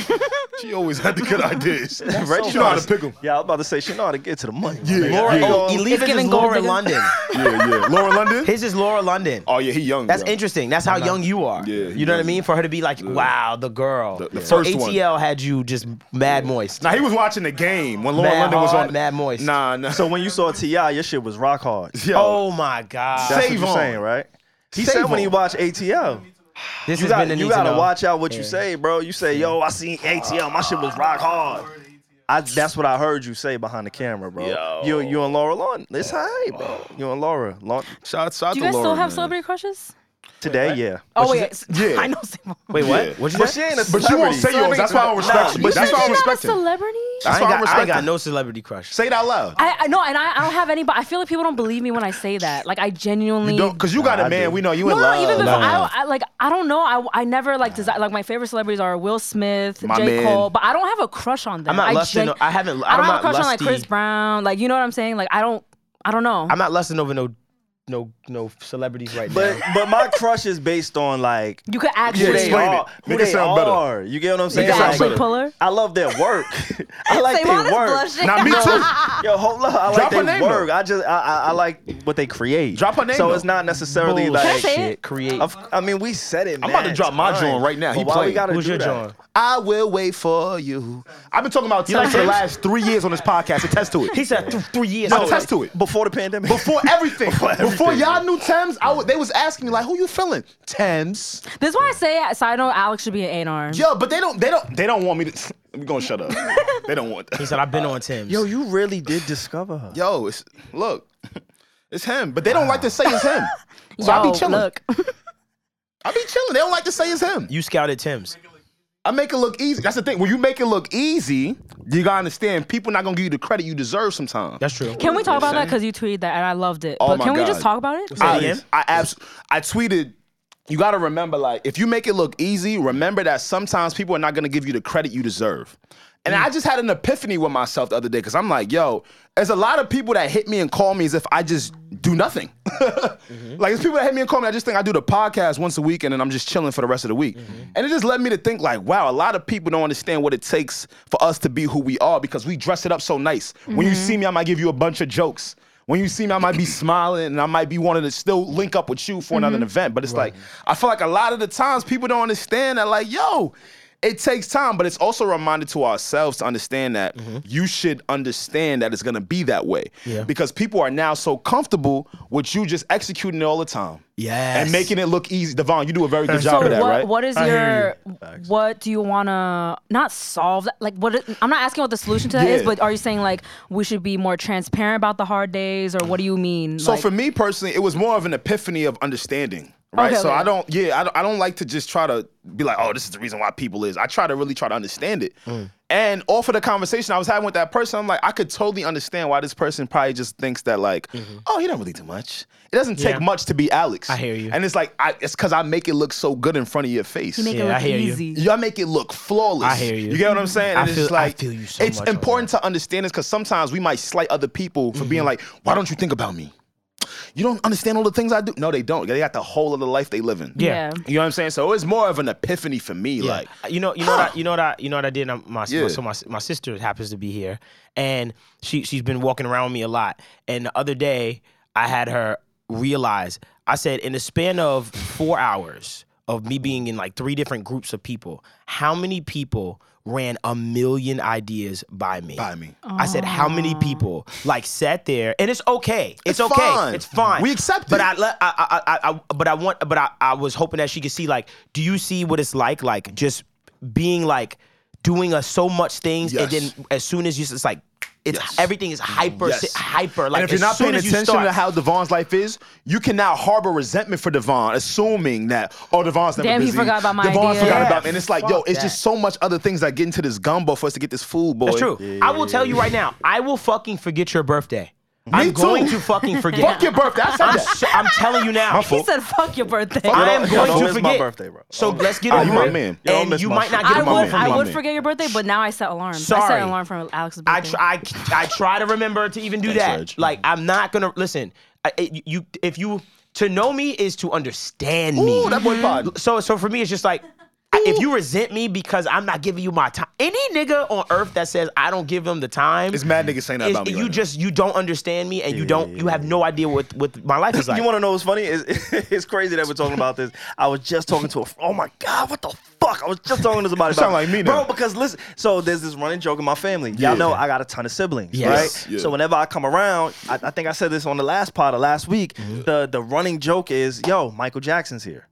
S5: she always had the good ideas.
S1: Reggie
S5: Reggie know how to pick them.
S1: Yeah, I was about to say she know how to get to the money. my
S5: Yeah.
S1: nigga.
S5: Laura-
S1: You know,
S4: Oh, Elise is
S3: giving
S4: Laura
S3: gold digger.
S4: London.
S5: Yeah, yeah. Lauren London.
S4: His is Laura London.
S5: oh yeah, he young.
S4: That's
S5: bro.
S4: interesting. That's how young you are.
S5: Yeah,
S4: you know what I
S5: young.
S4: mean. For her to be like, wow, the girl.
S5: The- the
S4: so
S5: first one.
S4: ATL had you just mad moist.
S5: Now he was watching the game when Lauren
S4: Mad
S5: London was
S4: hard,
S5: on.
S4: mad moist.
S5: Nah, nah.
S1: so when you saw Ti, your shit was rock hard. That's
S5: Yo,
S4: Oh my God.
S5: That's-
S1: what
S5: Save
S1: you're
S5: on.
S1: saying, right? He
S5: Save
S1: said when
S5: on.
S1: he watched ATL,
S4: this
S1: you,
S4: has
S1: got,
S4: been the
S1: you
S4: need to
S1: gotta
S4: know.
S1: watch out what you say, bro. You say, yo, I seen ATL, my shit was rock hard. I, that's what I heard you say behind the camera, bro. You you and Laura Lawn. It's high,
S5: Oh.
S1: bro. You and Laura Lawn
S5: shout, shout to
S3: Do you guys
S5: Lauren,
S3: still have
S5: man.
S3: celebrity crushes?
S1: today, yeah.
S3: Oh wait,
S5: Yeah.
S3: I know. Simone.
S4: Wait, what?
S5: Yeah.
S4: What you
S1: But
S4: say?
S1: she ain't a
S5: But you won't say yours. That's why I respect you.
S1: but
S5: That's
S1: she-
S5: why I
S3: You're not a
S5: respect him.
S3: celebrity.
S5: That's
S4: I ain't,
S5: why I
S4: got, I ain't
S5: respect
S4: got
S5: him.
S4: no celebrity crush.
S5: Say it out loud.
S3: I, I no, and I, I don't have anybody. I feel like people don't believe me when I say that. Like I genuinely
S5: You don't, cause you got
S1: Nah, I
S5: a man.
S1: do.
S5: We know you
S3: No,
S5: in
S3: no,
S5: love.
S3: even before
S4: No.
S3: I, I like I don't know. I I never like desi like my favorite celebrities are Will Smith,
S5: My
S3: J
S5: man.
S3: Cole, but I don't have a crush on them.
S4: I'm not
S3: I
S4: lusting.
S3: gen-
S4: I haven't.
S3: I
S4: I'm
S3: don't have
S4: not
S3: a crush on like
S4: lusty.
S3: Chris Brown. Like you know what I'm saying? Like I don't I don't know.
S4: I'm not lusting over no, no, no celebrities right
S1: But
S4: now.
S1: but my crush is based on like
S3: you could
S1: who
S5: Yeah,
S3: actually
S1: they
S5: explain
S1: are.
S5: it.
S1: Who
S5: Make it
S1: they
S5: sound better.
S1: are. You get what I'm
S3: you
S1: saying?
S3: could
S5: sound
S1: Like,
S3: actually
S5: better.
S3: pull her.
S1: I love their work. I like
S3: Simone
S1: their
S3: is
S1: work.
S3: blushing.
S5: Nah, me too.
S1: Yo, hold up. I
S5: Drop
S1: like their
S5: her name,
S1: work.
S5: though.
S1: I just I, I I like what they create.
S5: Drop her name,
S1: So it's
S5: though.
S1: not necessily like.
S3: Can I say it?
S4: Create.
S1: Of- I mean, we said it.
S5: I'm about to
S1: mad
S5: drop my
S1: times,
S5: joint right now. He
S1: but why we
S5: playing.
S1: gotta
S4: Who's
S1: do
S4: your
S1: that?
S4: John?
S5: I will wait for you. I've been talking about Tim for the last three years on this podcast. Attest to it.
S4: He said th- three years.
S5: No,
S4: old.
S5: attest to it.
S1: Before the pandemic.
S5: Before everything, before,
S1: everything.
S5: y'all knew Thames, I w- they was asking me like, "Who you feeling?" Thames.
S3: This is why I say so I know Alex should be an A&R.
S5: Yo, but they don't, they don't, they don't want me to. We gonna shut up. they don't want.
S4: He
S5: That.
S4: said I've been on Tim's.
S1: Yo, you really did discover her.
S5: Yo, it's look, it's him, but they don't like to say it's him. So I
S3: Yo,
S5: be chilling.
S3: Look.
S5: I be chilling. They don't like to say it's him.
S4: you scouted Tim's.
S5: I make it look easy. That's the thing. When you make it look easy, you gotta understand people not gonna give you the credit you deserve sometimes.
S4: That's true.
S3: Can we talk about that?
S5: saying?
S3: Because you tweeted that and I loved it.
S5: Oh
S3: but
S5: my
S3: can we just
S5: God.
S3: talk about it?
S4: that
S5: I,
S4: again?
S5: I abs- I tweeted. You gotta remember, like, if you make it look easy, remember that sometimes people are not gonna give you the credit you deserve. And I just had an epiphany with myself the other day because I'm like, yo, there's a lot of people that hit me and call me as if I just do nothing. Like, there's people that hit me and call me. I just think I do the podcast once a week and then I'm just chilling for the rest of the week. And it just led me to think, like, wow, a lot of people don't understand what it takes for us to be who we are because we dress it up so nice. When you see me, I might give you a bunch of jokes. When you see me, I might be smiling and I might be wanting to still link up with you for
S4: Mm-hmm.
S5: another event. But it's like, I feel like a lot of the times people don't understand that, like, yo, it takes time, but it's also a reminder to ourselves to understand that you should understand that it's gonna be that way.
S4: Mm-hmm. Yeah.
S5: Because people are now so comfortable with you just executing it all the time.
S4: Yes.
S5: And making it look easy. Devon, you do a very good job
S3: so
S5: of that,
S3: what,
S5: right?
S3: what is your what do you want to not solve that like what is, i'm not asking what the solution to that is,
S5: Yeah.
S3: but are you saying like we should be more transparent about the hard days or what do you mean
S5: So
S3: like,
S5: for me personally, it was more of an epiphany of understanding, right?
S3: Okay,
S5: so
S3: okay.
S5: I don't, yeah, I don't, I don't like to just try to be like, oh, this is the reason why people is. I try to really try to understand it. And off of the conversation I was having with that person, I'm like, I could totally understand why this person probably just thinks that like, oh, he don't really do much. It doesn't take
S4: Yeah.
S5: much to be Alex.
S4: I hear you.
S5: And it's like, I, it's because I make it look so good in front of your face.
S3: you make
S4: Yeah,
S3: it look
S4: I hear you.
S3: easy
S5: Y'all make it look flawless.
S4: I hear you.
S5: You get what I'm saying? And
S4: I
S5: it's
S4: feel-
S5: just like
S4: I feel you so
S5: it's
S4: much on
S5: important to understand this because sometimes we might slight other people for being like, "Why don't you think about me? You don't understand all the things I do." No, they don't. They got the whole other life they live in.
S3: Yeah.
S5: You know what I'm saying? So it's more of an epiphany for me. Like,
S4: Like, uh, you know, you know what I, you know what I, you know what I did. And I- my,
S5: Yeah.
S4: so my my sister happens to be here, and she she's been walking around with me a lot. And the other day, I had her realize. I said in the span of four hours of me being in like three different groups of people, how many people ran a million ideas by me?
S2: By me.
S4: I said, how many people like sat there? And it's okay. It's,
S2: It's
S4: okay.
S2: fine.
S4: It's fine.
S2: We accept
S4: But
S2: it.
S4: I, let- I, I, I, I, but I want, but I, I was hoping that she could see like, do you see what it's like? Like just being like doing us so much things, and
S2: Yes.
S4: then as soon as you, it's like. It's
S2: Yes.
S4: everything is hyper,
S2: Yes.
S4: hyper. Like
S5: and if you're
S4: as
S5: not
S4: soon
S5: paying
S4: as you
S5: attention
S4: start-
S5: to how Devon's life is, you can now harbor resentment for Devon, assuming that oh Devon's never
S3: Damn, he
S5: busy.
S3: forgot about my
S5: Devon
S3: idea.
S5: forgot
S3: Yeah,
S5: about me, and it's like yo,
S4: fuck
S5: it's
S4: that.
S5: just so much other things that get into this gumbo for us to get this food, boy.
S4: That's true. I will tell you right now, I will fucking forget your birthday. I'm
S5: too.
S4: going to fucking forget.
S5: Fuck your birthday. I said
S4: I'm,
S5: that.
S4: so- I'm telling you now.
S3: He said, "Fuck your birthday."
S4: I
S1: Yo,
S4: am
S1: don't
S4: going to
S1: miss my
S4: forget.
S1: birthday, bro.
S4: So let's get
S5: Ah,
S4: over
S5: you my
S4: it.
S5: man.
S1: Yo, don't
S4: And
S1: miss
S4: you
S1: my
S4: might not
S1: shit.
S4: get
S3: I
S5: my
S4: a call
S5: man.
S3: would,
S4: from
S5: You
S3: I
S5: my
S4: me.
S3: would
S5: man.
S3: forget your birthday, but now I set alarms. I
S4: Sorry.
S3: set an alarm for Alex's
S4: I
S3: birthday.
S4: try, I, I try to remember to even do
S5: Thanks,
S4: that.
S5: Reg.
S4: Like I'm not gonna listen. I, it- you, if you to know me is to understand me.
S5: Ooh, that
S3: Mm-hmm.
S5: boy pod.
S4: So so for me, it's just like I- if you resent me because I'm not giving you my time. Any nigga on earth that says I don't give them the time
S5: It's mad niggas saying that
S4: is-
S5: about me.
S4: you
S5: right now.
S4: just you don't understand me and you don't you have no idea what what my life is like.
S1: you want to know what's funny? It's, it's crazy that we're talking about this. I was just talking to a. Oh my god, what the fuck? I was just talking to somebody.
S5: sound
S1: about it.
S5: like me now.
S1: bro. Because listen, so there's this running joke in my family.
S5: Yeah.
S1: Y'all know I got a ton of siblings,
S4: Yes.
S1: right?
S5: Yeah.
S1: So whenever I come around, I, I think I said this on the last pod of last week. The the running joke is, yo, Michael Jackson's here.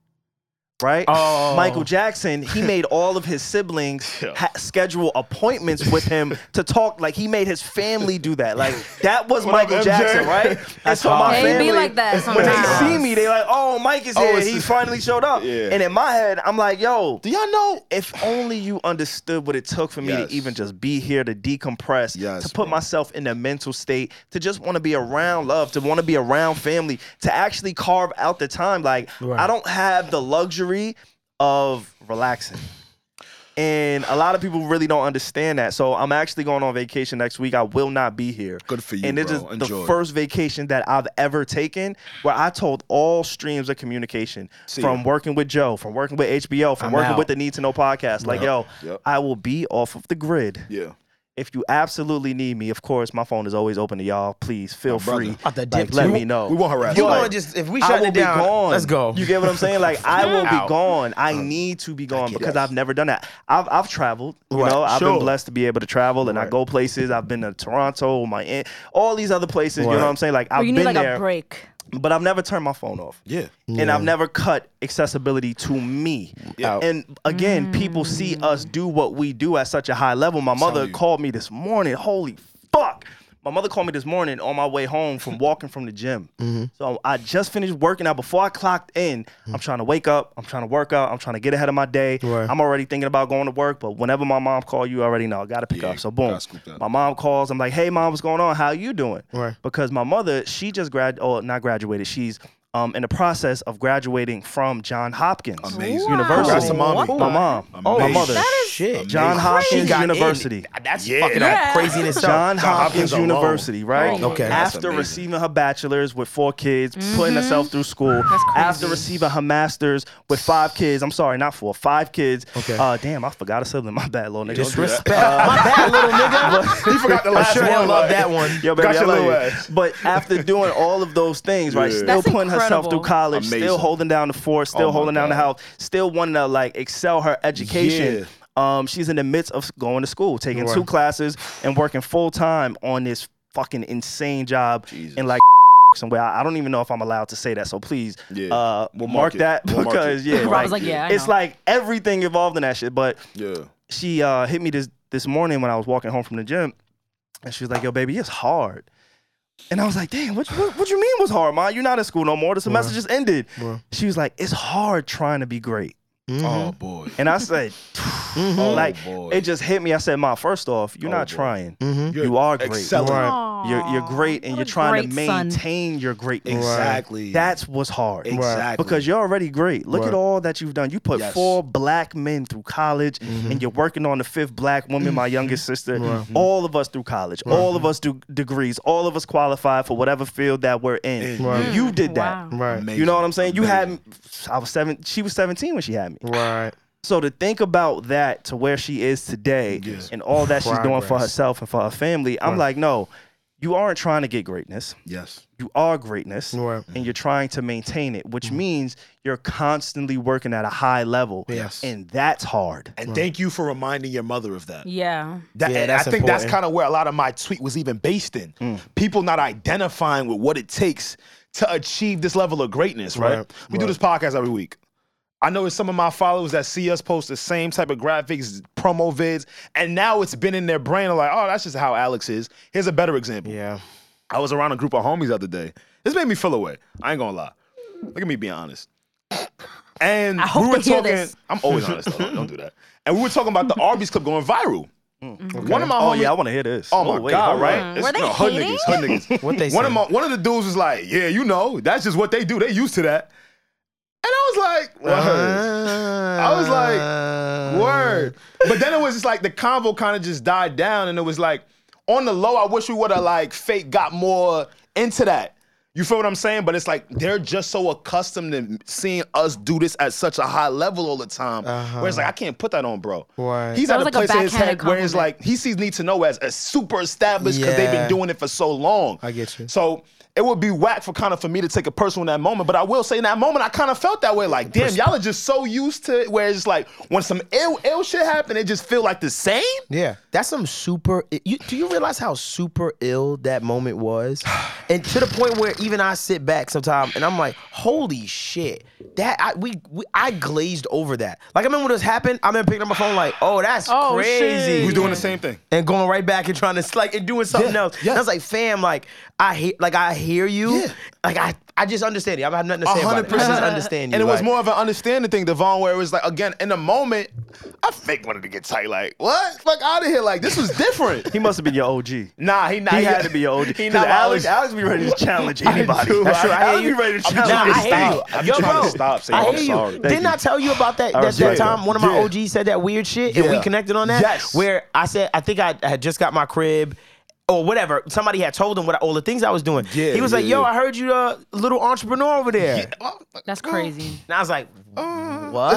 S1: Right,
S4: Oh.
S1: Michael Jackson. He made all of his siblings ha- schedule appointments with him to talk. Like he made his family do that. Like that was
S5: up,
S1: Michael
S5: MJ?
S1: Jackson, right? And so
S4: hard.
S1: my
S3: They
S1: family
S3: be like that
S1: when they
S3: sometimes.
S1: see me, they like, oh, Mike is here.
S5: it's
S1: He
S5: just-
S1: finally showed up.
S5: Yeah.
S1: And in my head, I'm like, yo,
S5: Do y'all know?
S1: if only you understood what it took for me
S5: Yes.
S1: to even just be here to decompress,
S5: Yes,
S1: to put
S5: bro.
S1: myself in a mental state, to just want to be around love, to want to be around family, to actually carve out the time. Like, I don't have the luxury of relaxing. And a lot of people really don't understand that. So I'm actually going on vacation next week. I will not be here.
S5: Good for you,
S1: And this
S5: bro.
S1: is
S5: Enjoy.
S1: the first vacation that I've ever taken where I told all streams of communication from working with Joe, from working with HBO, from
S4: I'm
S1: working
S4: out.
S1: with the Need to Know podcast. Like, yo,
S5: Yep.
S1: I will be off of the grid.
S5: Yeah.
S1: If you absolutely need me, of course, my phone is always open to y'all. Please feel
S5: brother.
S1: free.
S4: Out the
S1: Like,
S4: dip,
S1: let
S4: too.
S1: me know.
S5: We won't harass
S4: You
S5: you.
S1: Like,
S4: gonna just if we
S1: I
S4: shut
S1: will
S4: it down?
S1: be gone.
S4: Let's go.
S1: You get what I'm saying? Like I will
S4: Out.
S1: be gone. I need to be gone because I've never done that. I've I've traveled. You
S4: Right.
S1: know, I've
S5: Sure.
S1: been blessed to be able to travel and I go places. I've been to Toronto, my aunt, all these other places. You know what I'm saying? Like
S3: Or
S1: I've
S3: you
S1: been
S3: need like
S1: there,
S3: a break.
S1: but I've never turned my phone off.
S5: Yeah.
S1: And I've never cut accessibility to me.
S5: Yeah.
S1: And again, people see us do what we do at such a high level. My mother
S5: you.
S1: called me this morning. Holy fuck. My mother called me this morning on my way home from walking from the gym.
S5: Mm-hmm.
S1: So I just finished working out. Before I clocked in,
S5: Mm.
S1: I'm trying to wake up. I'm trying to work out. I'm trying to get ahead of my day.
S4: Right.
S1: I'm already thinking about going to work. But whenever my mom calls, you already know. I got to pick
S5: Yeah,
S1: up. So boom.
S5: gotta scoop that.
S1: My mom calls. I'm like, hey, mom, what's going on? How you doing?
S4: Right.
S1: Because my mother, she just grad, or not graduated. She's um, in the process of graduating from John Hopkins
S5: Amazing.
S1: University.
S5: Congrats to mommy.
S3: What?
S1: My mom.
S5: Oh,
S1: my mother.
S5: that
S4: shit.
S1: John Hopkins
S4: She got in.
S1: University.
S4: That's
S5: Yeah.
S4: fucking
S3: Yeah.
S4: crazy in itself.
S1: John Hopkins,
S5: alone.
S1: University, right?
S3: Oh,
S4: Okay.
S5: that's
S1: After
S5: amazing.
S1: receiving her bachelor's with four kids, putting herself through school. After receiving her master's with five kids. I'm sorry, not four, five kids.
S4: Okay.
S1: Uh, damn, I forgot a sibling. My bad, little nigga.
S4: Disrespect. My bad, little nigga. you forgot the
S5: last
S4: I'm sure
S5: one,
S4: he'll love
S5: like-
S4: that one.
S1: Yo, baby,
S5: Got
S1: I
S5: your
S1: love
S5: little
S1: you.
S5: ass.
S1: But after doing all of those things, right?
S5: Yeah.
S1: Still
S3: That's
S1: putting herself
S3: incredible.
S1: through college, still
S5: Amazing.
S1: holding down the fort, still
S5: Oh my
S1: holding down the
S5: God.
S1: house, still wanting to like excel her education.
S5: Yeah.
S1: Um, she's in the midst of going to school, taking two classes, and working full time on this fucking insane job
S5: Jesus.
S1: in like somewhere. I I don't even know if I'm allowed to say that, so please
S5: Yeah.
S1: uh,
S5: We'll
S1: mark,
S5: mark it.
S1: that
S5: We'll mark it.
S1: because yeah,
S3: Rob's
S1: like,
S3: like, yeah, I
S1: it's
S3: know.
S1: like everything involved in that shit. But
S5: Yeah.
S1: she uh, hit me this this morning when I was walking home from the gym, and she was like, "Yo, baby, it's hard." And I was like, "Damn, what, what, what you mean was hard, ma? You're not in school no more. The semester just ended." She was like, "It's hard trying to be great."
S5: Oh boy.
S1: And I said, "Like,
S5: Oh, boy. Oh,
S1: it just hit me." I said, "Ma, first off, you're not
S5: boy. Mm-hmm.
S1: trying.
S5: You're
S1: You are great.
S5: excelling.
S4: Right.
S3: Aw,
S1: You're you're great, and
S3: what a
S1: you're trying to
S3: great son.
S1: maintain your greatness.
S5: Exactly.
S1: That's what's hard.
S5: Exactly.
S1: Because you're already great. Look
S4: Right.
S1: at all that you've done. You put
S5: Yes.
S1: four black men through college,
S4: Mm-hmm.
S1: and you're working on the fifth black woman, my youngest sister. Mm-hmm. All of us through college. All of us do degrees. All of us qualified for whatever field that we're in.
S4: Right.
S1: You did that.
S3: Wow.
S4: Right.
S1: You know what I'm saying? You had me. I was seven. She was 17 when she had me.
S4: Right.
S1: So to think about that to where she is today and all that she's doing for
S4: Progress.
S1: herself and for her family, I'm like, no, you aren't trying to get greatness.
S2: Yes.
S1: You are greatness,
S4: Right. Mm-hmm.
S1: and you're trying to maintain it, which means you're constantly working at a high level.
S4: Yes.
S1: and that's hard.
S5: And thank you for reminding your mother of that.
S3: Yeah.
S5: That,
S4: Yeah,
S5: and
S4: that's
S5: I think that's
S4: important. Hmm.
S5: kind of where a lot of my tweet was even based in. People not identifying with what it takes to achieve this level of greatness, right?
S4: Right,
S5: we do this podcast every week. I know it's some of my followers that see us post the same type of graphics, promo vids, and now it's been in their brain like, oh, that's just how Alex is. Here's a better example.
S4: Yeah.
S5: I was around a group of homies the other day. This made me feel away. I ain't gonna lie. Look at me being honest. And
S3: hope
S5: we were
S3: they hear
S5: talking.
S3: this.
S5: I'm always honest. Though. Don't do that. And we were talking about the Arby's clip going viral. One of my
S1: Oh
S5: homies.
S1: yeah, I want to hear this.
S5: Oh my
S1: wait,
S5: god!
S1: hold
S5: Right?
S1: on.
S5: It's-
S3: Were they
S5: no, hood
S3: hating?
S5: niggas. Hood niggas.
S4: What they
S5: one of
S4: say?
S5: my one of the dudes was like, "Yeah, you know, that's just what they do. They used to that." And I was like, "Word." I was
S1: Uh.
S5: like, "Word." But then it was just like the convo kind of just died down, and it was like, on the low, I wish we would have like fake got more into that. You feel what I'm saying? But it's like they're just so accustomed to seeing us do this at such a high level all the time. Where it's
S1: Uh-huh.
S5: like, I can't put that on, bro.
S4: Right.
S5: He's
S3: That
S5: at a
S3: was like a
S5: place in his head
S3: backhanded
S5: where it's
S3: compliment.
S5: like he sees Need to Know as a super established because they've
S4: Yeah.
S5: been doing it for so long.
S4: I get you.
S5: So it would be whack for kind of for me to take it personal in that moment. But I will say in that moment, I kind of felt that way. Like, damn, y'all are just so used to it where it's like when some ill ill shit happen, it just feel like the same.
S4: Yeah, that's some super. You, do you realize how super ill that moment was, and to the point where even I sit back sometimes and I'm like, "Holy shit!" That I we, we I glazed over that. Like I remember when this happened, I remember picking up my phone like, "Oh, that's
S3: Oh,
S4: crazy,"
S3: shit. We doing
S5: the same thing.
S4: and going right back and trying to like and doing something
S5: Yeah,
S4: else.
S5: yeah.
S4: And I was like, "Fam, like I hate, like I hear you,
S5: Yeah.
S4: like I I just understand you. I have nothing to say about it. I
S5: 100%.
S4: just understand you."
S5: And it was
S4: like-
S5: more of an understanding thing, Devon, where it was like, again, in the moment, I fake wanted to get tight. Like, what? Fuck out of here. Like, this was different.
S1: He must have been your OG.
S5: nah, he not.
S1: He had to be your OG.
S5: He
S1: 'Cause
S5: not my
S1: Alex,
S5: OG.
S1: Alex be ready to challenge anybody.
S5: do. That's
S4: true. I
S1: Alex
S4: hear
S1: be
S4: you.
S1: ready to
S5: I'm
S1: challenge
S5: trying to
S1: anybody.
S5: stop. I'm trying to stop saying
S4: I
S5: I'm
S4: hear you.
S5: sorry. Thank
S4: Didn't
S1: you.
S4: I tell you about that
S1: I
S4: that, that
S1: respect
S4: time
S1: that.
S4: one of my
S5: Yeah.
S4: OGs said that weird shit and we
S5: Yeah.
S4: connected on that?
S5: Yes.
S4: Where I said I think I had just got my crib or whatever. Somebody had told him what I, all the things I was doing.
S5: Yeah,
S4: he was like,
S5: yeah,
S4: "Yo,
S5: yeah.
S4: I heard you uh, little entrepreneur over there."
S3: That's crazy.
S4: And I was like,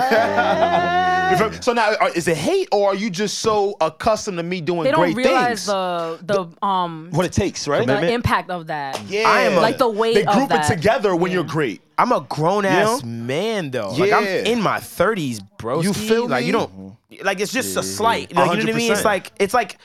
S4: "What?"
S5: You feel- So now, are- is it hate or are you just so accustomed to me doing
S3: They don't
S5: great things?
S3: realize the the um
S5: what it takes, right?
S3: the impact of that.
S5: Yeah,
S4: I am a-
S3: Like the weight
S5: They
S3: of
S5: group
S3: that.
S5: it together when you're great.
S4: I'm a grown ass
S5: You know?
S4: man though. Like I'm
S5: Yeah.
S4: in my 30s, bro.
S5: You feel
S4: Like you
S5: me?
S4: don't like it's just a slight. Like, you know what I mean? It's
S5: 100%.
S4: like it's like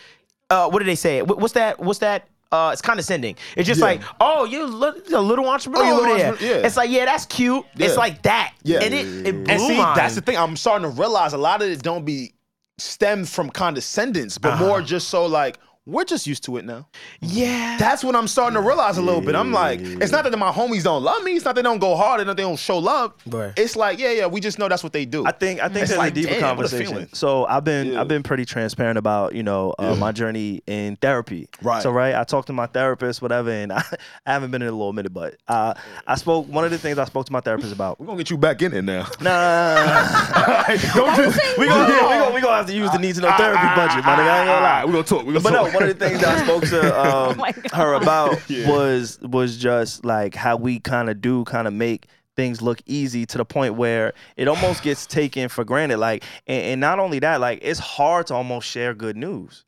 S4: uh what do they say? Wh- What's that? What's that? Uh, it's condescending. It's just like, oh, you're li- you're a little entrepreneur
S5: Oh, you're a
S4: over
S5: little
S4: there.
S5: entrepreneur, yeah.
S4: It's like, yeah, that's cute. It's
S5: Yeah.
S4: like that.
S5: Yeah.
S4: And it, it blew
S5: And see,
S4: mine.
S5: that's the thing. I'm starting to realize a lot of it don't be stemmed from condescendence, but more just so like we're just used to it now.
S4: yeah.
S5: That's what I'm starting to realize a little bit. I'm like, it's not that my homies don't love me. It's not they don't go hard and that they don't show love.
S4: Right.
S5: It's like, yeah, yeah, we just know that's what they do.
S1: I think I think
S5: It's
S1: there's
S5: like,
S1: a deeper
S5: damn, what a
S1: conversation.
S5: feeling.
S1: So I've been
S5: Yeah.
S1: I've been pretty transparent about you know uh, my journey in therapy.
S5: Right.
S1: So right, I talked to my therapist, whatever, and I, I haven't been in a little minute, but uh, I spoke. One of the things I spoke to my therapist about.
S5: we're gonna get you back in it now.
S1: Nah, Uh,
S5: don't do that.
S1: we gonna, we gonna we gonna have to use the needs to know therapy budget, my nigga. I ain't gonna lie.
S5: We're gonna talk. We're gonna
S1: But no,
S5: talk.
S1: one of the things that I spoke to um,
S3: Oh my God.
S1: her about was was just like how we kind of do kind of make things look easy to the point where it almost gets taken for granted. Like, and, and not only that, like it's hard to almost share good news.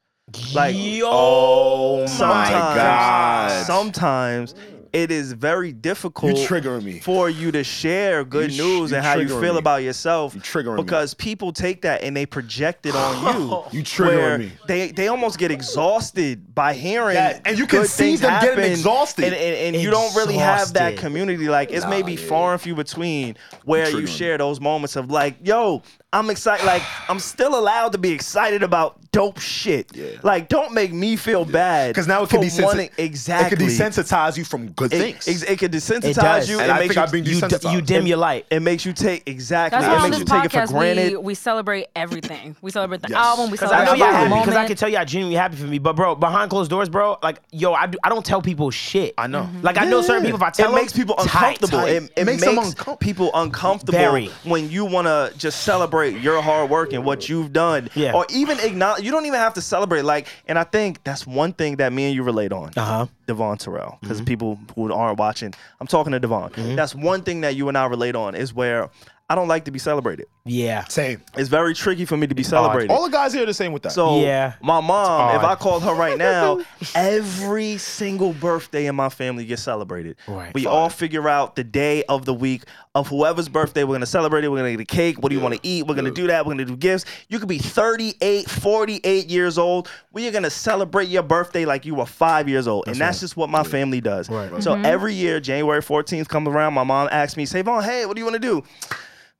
S1: Like,
S5: Oh
S1: sometimes,
S5: my god!
S1: sometimes it is very difficult
S5: You triggering me.
S1: for you to share good
S5: You sh-
S1: news
S5: you
S1: and how you
S5: triggering
S1: feel
S5: me.
S1: about yourself
S5: You triggering me.
S1: because people take that and they project it on you.
S5: You triggering
S1: where
S5: me.
S1: They they almost get exhausted by hearing
S5: Yeah, and you can
S1: good
S5: see
S1: things
S5: them getting
S1: happen,
S5: exhausted.
S1: And, and, and you don't really have that
S4: Exhausted.
S1: community. Like it's maybe far and few between where you
S5: triggering
S1: share those moments of like, yo, I'm excited. Like I'm still allowed to be excited about dope shit. Like don't make me feel bad
S5: Because now it could
S1: for
S5: be sensi-
S1: wanting- exactly.
S5: It could desensitize you from good
S1: It-
S5: things.
S1: ex- It, could
S4: It
S1: desensitize
S4: does.
S1: you.
S5: And
S1: it
S5: I
S1: makes
S5: think I've been
S1: you,
S4: you,
S5: desensitized.
S4: d- you dim your light.
S1: it makes you take exactly.
S3: That's
S1: it
S3: why on
S1: makes
S3: this
S1: you take it for
S3: podcast
S1: granted.
S3: we, we celebrate everything. We celebrate the
S5: Yes.
S3: album. We
S5: Because
S4: I
S3: celebrate
S4: know
S3: the
S4: y'all happy
S3: moment.
S4: because I can tell y'all genuinely happy for me. But bro, behind closed doors, bro, like yo, I do, I don't tell people shit. I
S5: know.
S4: Like I know certain people. If I tell
S1: it makes
S4: them,
S1: people
S4: tight,
S1: uncomfortable.
S4: tight.
S1: It, it makes,
S5: Makes them uncom-
S1: people uncomfortable
S4: Very.
S1: when you want to just celebrate your hard work and what you've done,
S4: Yeah.
S1: or even acknowledge. You don't even have to celebrate. Like, and I think that's one thing that me and you relate on,
S4: Uh-huh. Mm-hmm.
S1: Devon Terrell, because people who aren't watching, I'm talking to Devon. That's one thing that you and I relate on is where. I don't like to be celebrated.
S4: Yeah.
S5: Same.
S1: It's very tricky for me to be celebrated.
S5: All the guys here are the same with that.
S1: So
S4: Yeah.
S1: my mom, if
S4: odd.
S1: I called her right now, every single birthday in my family gets celebrated.
S4: Right.
S1: We all figure out the day of the week of whoever's birthday we're gonna celebrate it. We're gonna get a cake. What do you want to eat? We're gonna do that. We're gonna do gifts. You could be 38, 48 years old. We are gonna celebrate your birthday like you were five years old, and that's just what my family does.
S4: Right.
S1: So every year, January 14th comes around. My mom asks me, "Savon, hey, what do you want to do?"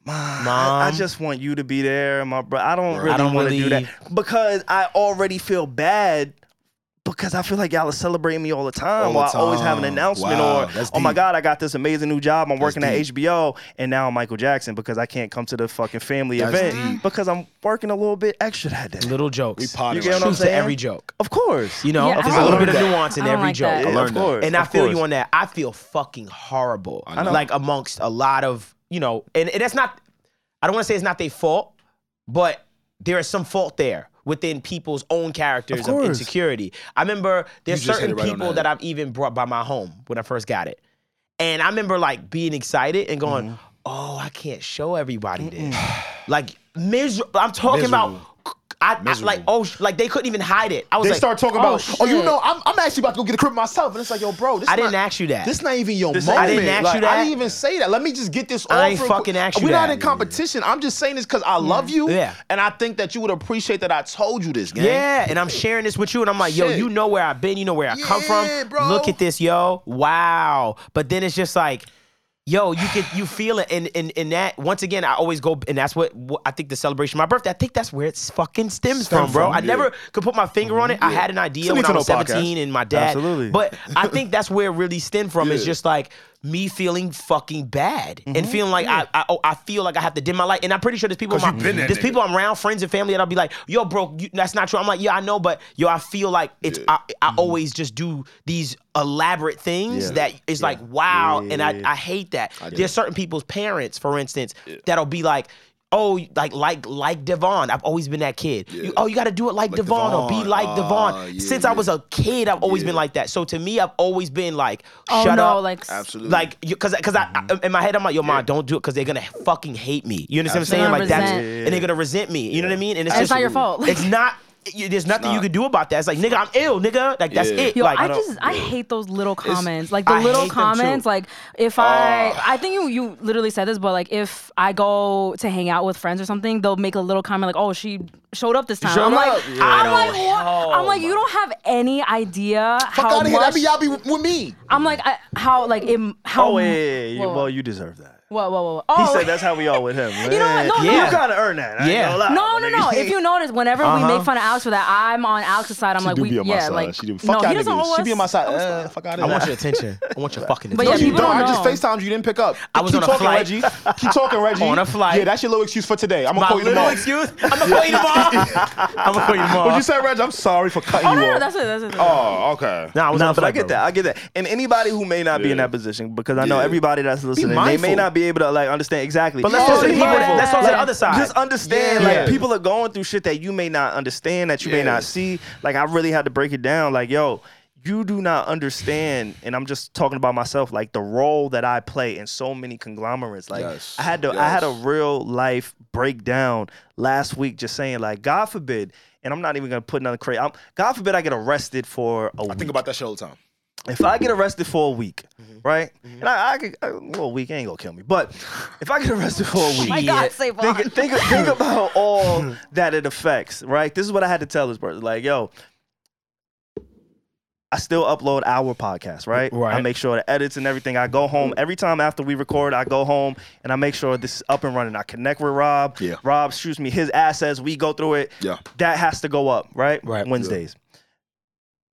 S1: I- I
S4: Mom.
S1: just want you to be there, my bro. I don't really
S4: I don't
S1: want to do
S4: really-
S1: that because I already feel bad because I feel like y'all are celebrating me all the time.
S2: All the
S1: while I always have an
S2: time.
S1: announcement
S2: Wow,
S1: or,
S2: that's
S1: oh my
S2: deep.
S1: God, I got this amazing new job. I'm working
S2: deep.
S1: at HBO and now I'm Michael Jackson because I can't come to the fucking family
S2: That's
S1: event
S2: deep.
S1: because I'm working a little bit extra that day.
S4: Little jokes.
S2: potted
S1: You get what I'm
S4: Truth to
S1: saying?
S4: every joke.
S1: Of course.
S4: You know,
S3: Yeah,
S4: there's
S3: I
S4: a little
S3: learned
S4: bit of
S2: that.
S4: nuance in
S3: I don't
S4: every
S3: like
S4: joke.
S3: that.
S1: Yeah,
S2: I learned
S1: of
S2: that.
S1: course.
S4: And I
S1: of
S4: feel
S1: course.
S4: you on that. I feel fucking horrible.
S2: I know.
S4: Like amongst a lot of, you know, and, and that's not I don't want to say it's not their fault, but there is some fault there within people's own characters
S1: Of
S4: of,
S1: course.
S4: insecurity. I remember there's
S2: You just hit
S4: certain
S2: it right on the
S4: people
S2: head.
S4: that I've even brought by my home when I first got it. And I remember like being excited and going, "Oh, I can't show everybody this." like miserable. I'm talking about I, I- like oh sh- like they couldn't even hide it. I was
S5: they
S4: like,
S5: start talking
S3: oh,
S5: about, oh, you
S3: shit.
S5: know, I'm, I'm actually about to go get a crib myself. And it's like, yo, bro, this
S4: I didn't
S5: not-
S4: ask you that.
S5: This not even your
S4: ain't-
S5: moment.
S4: I didn't ask
S5: Like,
S4: you that.
S5: I didn't even say that. Let me just get this off.
S4: I ain't
S5: real quick.
S4: fucking ask you
S5: We're not
S4: that.
S5: in competition. I'm just saying this because I love you.
S4: Yeah.
S5: And I think that you would appreciate that I told you this, gang.
S4: Yeah, and I'm sharing this with you, and I'm like, yo,
S5: Shit.
S4: you know where I've been, you know where I come
S5: Yeah,
S4: from.
S5: bro.
S4: Look at this, yo. Wow. But then it's just like, yo, you get you feel it, and and and that once again, I always go, and that's what, what I think the celebration of my birthday. I think that's where it's fucking stems
S5: Stem
S4: from, bro.
S5: from,
S4: I
S5: yeah.
S4: never could put my finger on it. I had an idea
S5: It's a
S4: when I
S5: Nintendo
S4: was 17,
S5: podcast.
S4: and my dad.
S1: Absolutely.
S4: But I think that's where it really stemmed from. It's just like me feeling fucking bad and feeling like I I, oh, I feel like I have to dim my light, and I'm pretty sure there's people, in
S5: Mm-hmm. 'Cause
S4: my,
S5: you've been that
S4: there's
S5: nigga.
S4: people people I'm around, friends and family, that I'll be like, yo, bro, you, that's not true. I'm like, yeah, I know, but yo, I feel like it's I, I always just do these elaborate things
S1: Yeah.
S4: that is like, wow, and I, I hate that. There's certain people's parents, for instance, that'll be like. Oh, like like like Devon. I've always been that kid. You, oh, you got to do it like, Devon, or be
S2: Devon.
S4: like
S2: Ah,
S4: Devon.
S2: yeah,
S4: Since I
S2: yeah.
S4: was a kid, I've always been like that. So to me, I've always been like,
S3: Oh
S4: shut
S3: no,
S4: up,
S3: like s-
S2: Absolutely.
S4: like because because I, I in my head I'm like yo ma don't do it because they're gonna fucking hate me you understand
S3: They're
S4: what
S3: gonna
S4: I'm saying like that's
S3: resent.
S4: and they're gonna resent me you know what I mean and
S3: And it's not your fault.
S4: it's not you, there's nothing you
S2: not.
S4: can do about that it's like nigga I'm ill nigga like that's
S2: Yeah.
S4: it
S3: Yo,
S4: like
S3: I, just I hate those little comments. Like the
S4: I
S3: little
S4: hate them too.
S3: comments. Like if I I think you you literally said this, but like if I go to hang out with friends or something, they'll make a little comment like, "Oh, she showed up this time."
S5: showed
S3: I'm
S5: up.
S3: like,
S5: Yeah.
S3: I'm
S4: don't-
S3: like, what?
S4: Oh
S3: I'm like, you don't have any idea
S5: Fuck
S3: how
S5: out of here.
S3: much.
S5: That be y'all be with me.
S3: I'm like, I, how like it, how.
S1: Oh, yeah, yeah, yeah.
S3: Whoa,
S1: Well, you deserve that.
S3: whoa, whoa, whoa.
S1: He
S3: Oh,
S1: said that's how we all with him.
S3: You know what? No,
S1: Yeah.
S4: no.
S1: You gotta earn that. I ain't
S4: Yeah.
S1: gonna lie,
S3: No,
S1: my
S3: no,
S1: nigga.
S3: no. If you notice, whenever we make fun of Alex for that, I'm on Alex's side. I'm like,
S5: Uh-huh. do
S3: we,
S5: be on my
S3: yeah,
S5: side.
S3: like,
S5: She do-
S3: no,
S5: fuck
S3: he
S5: y'all
S3: doesn't
S5: niggas.
S3: owe us.
S5: She be on my side. Uh, fuck out
S4: I
S5: of
S4: want
S5: here.
S4: your attention I want your fucking
S3: But
S4: attention
S3: yeah,
S5: You
S3: people
S5: don't. I
S3: don't
S5: just
S3: know.
S5: FaceTimed you. You didn't pick up.
S4: I was
S5: Keep
S4: on a
S5: talking,
S4: flight.
S5: Reggie. Keep talking, Reggie.
S4: On a flight.
S5: Yeah, that's your little excuse for today. I'm going to
S4: my
S5: call you
S4: little
S5: tomorrow.
S4: excuse I'm gonna call you tomorrow I'm gonna call you tomorrow
S5: What you say, Reggie? I'm sorry for cutting
S3: Oh
S5: you
S3: no, no,
S5: off.
S3: that's it, that's it. That's it.
S5: oh, okay.
S4: nah, I was on
S1: No,
S4: a
S1: but I
S4: flight,
S1: get
S4: bro.
S1: that. I get that. And anybody who may not be in that position, because I know
S2: Yeah.
S1: everybody that's listening, they
S5: mindful.
S1: may not be able to like understand exactly.
S4: but let's
S1: Yeah.
S4: talk to the
S1: Be
S4: people
S1: mindful.
S4: let's talk to the
S3: Like,
S4: other side
S1: Just uh, understand,
S5: Yeah.
S1: like people are going through shit that you may not understand, that you may
S2: Yeah.
S1: not see. Like I really had to break it down. Like yo, you do not understand, and I'm just talking about myself. Like the role that I play in so many conglomerates. Like
S2: Yes.
S1: I had to, I had a
S2: Yes.
S1: real life breakdown last week, just saying like, God forbid, and I'm not even gonna put another crate. I'm, God forbid I get arrested for a
S5: I
S1: week
S5: think about that shit all the time.
S1: if I get arrested for a week, right? And I, I could, I, well, a week ain't gonna kill me, but if I get arrested for a week,
S3: my
S4: Yeah.
S3: God, save
S1: think, think, think about all that it affects, right? This is what I had to tell this person. Like, yo, I still upload our podcast, right?
S4: Right.
S1: I make sure the edits and everything. I go home every time after we record. I go home and I make sure this is up and running. I connect with Rob.
S5: Yeah.
S1: Rob shoots me his assets. We go through it.
S2: Yeah.
S1: That has to go up, right?
S4: Right.
S1: Wednesdays.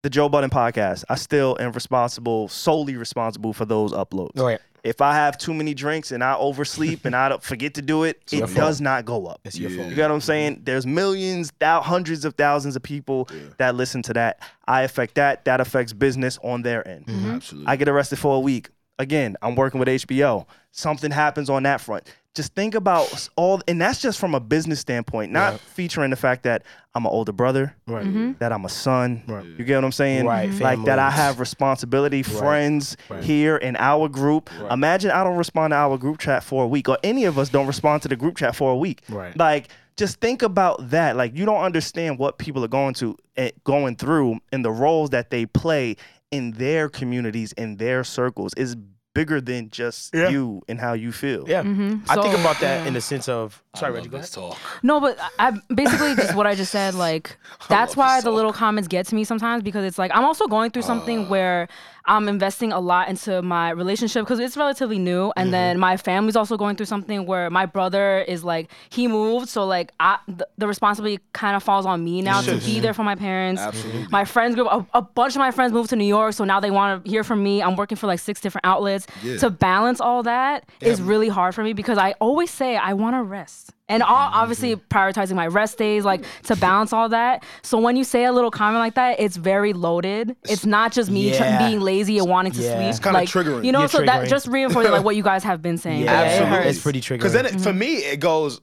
S1: The Joe Budden podcast. I still am responsible, solely responsible for those uploads.
S4: Oh, yeah.
S1: If I have too many drinks and I oversleep and I don't forget to do it, it
S4: your
S1: does
S4: fault.
S1: not go up.
S4: it's your fault
S1: You got what I'm saying? There's millions, thou, hundreds of thousands of people that listen to that. I affect that. That affects business on their end.
S4: Mm-hmm.
S2: Absolutely.
S1: I get arrested for a week. Again, I'm working with HBO. Something happens on that front. Just think about s- all, and that's just from a business standpoint, not featuring the fact that I'm an older brother,
S4: Right.
S1: Mm-hmm. that I'm a son. You get what I'm saying? Mm-hmm.
S4: Right,
S1: Like that I
S4: families.
S1: have responsibility, friends here in our group. Imagine I don't respond to our group chat for a week, or any of us don't respond to the group chat for a week.
S4: Right.
S1: Like, just think about that. Like, you don't understand what people are going to eh, going through and the roles that they play in their communities, in their circles. Is bigger than just you and how you feel.
S4: Yeah. I think
S3: So-
S4: about that in the sense of sorry, Reggie. Go ahead.
S3: No, but I, I- basically just what I just said. Like that's why the little comments get to me sometimes because it's like I'm also going through something where I'm investing a lot into my relationship because it's relatively new, and then my family's also going through something where my brother is like he moved, so like I the, the responsibility kind of falls on me now to be there for my parents.
S5: Absolutely.
S3: My friends group, a, a bunch of my friends moved to New York, so now they want to hear from me. I'm working for like six different outlets. To balance all that is really hard for me because I always say I want to rest. And all,
S4: Mm-hmm.
S3: obviously prioritizing my rest days, like to balance all that. So when you say a little comment like that, it's very loaded. It's not just me tr-
S4: Yeah.
S3: being lazy and wanting to
S4: Yeah.
S3: sleep.
S4: It's
S5: kinda
S3: like,
S5: triggering.
S3: You know,
S4: Yeah,
S3: so that
S4: triggering.
S3: just reinforces like what you guys have been saying. Yeah, it
S5: Absolutely.
S3: hurts.
S4: It's pretty triggering.
S5: Because then, it, for me, it goes,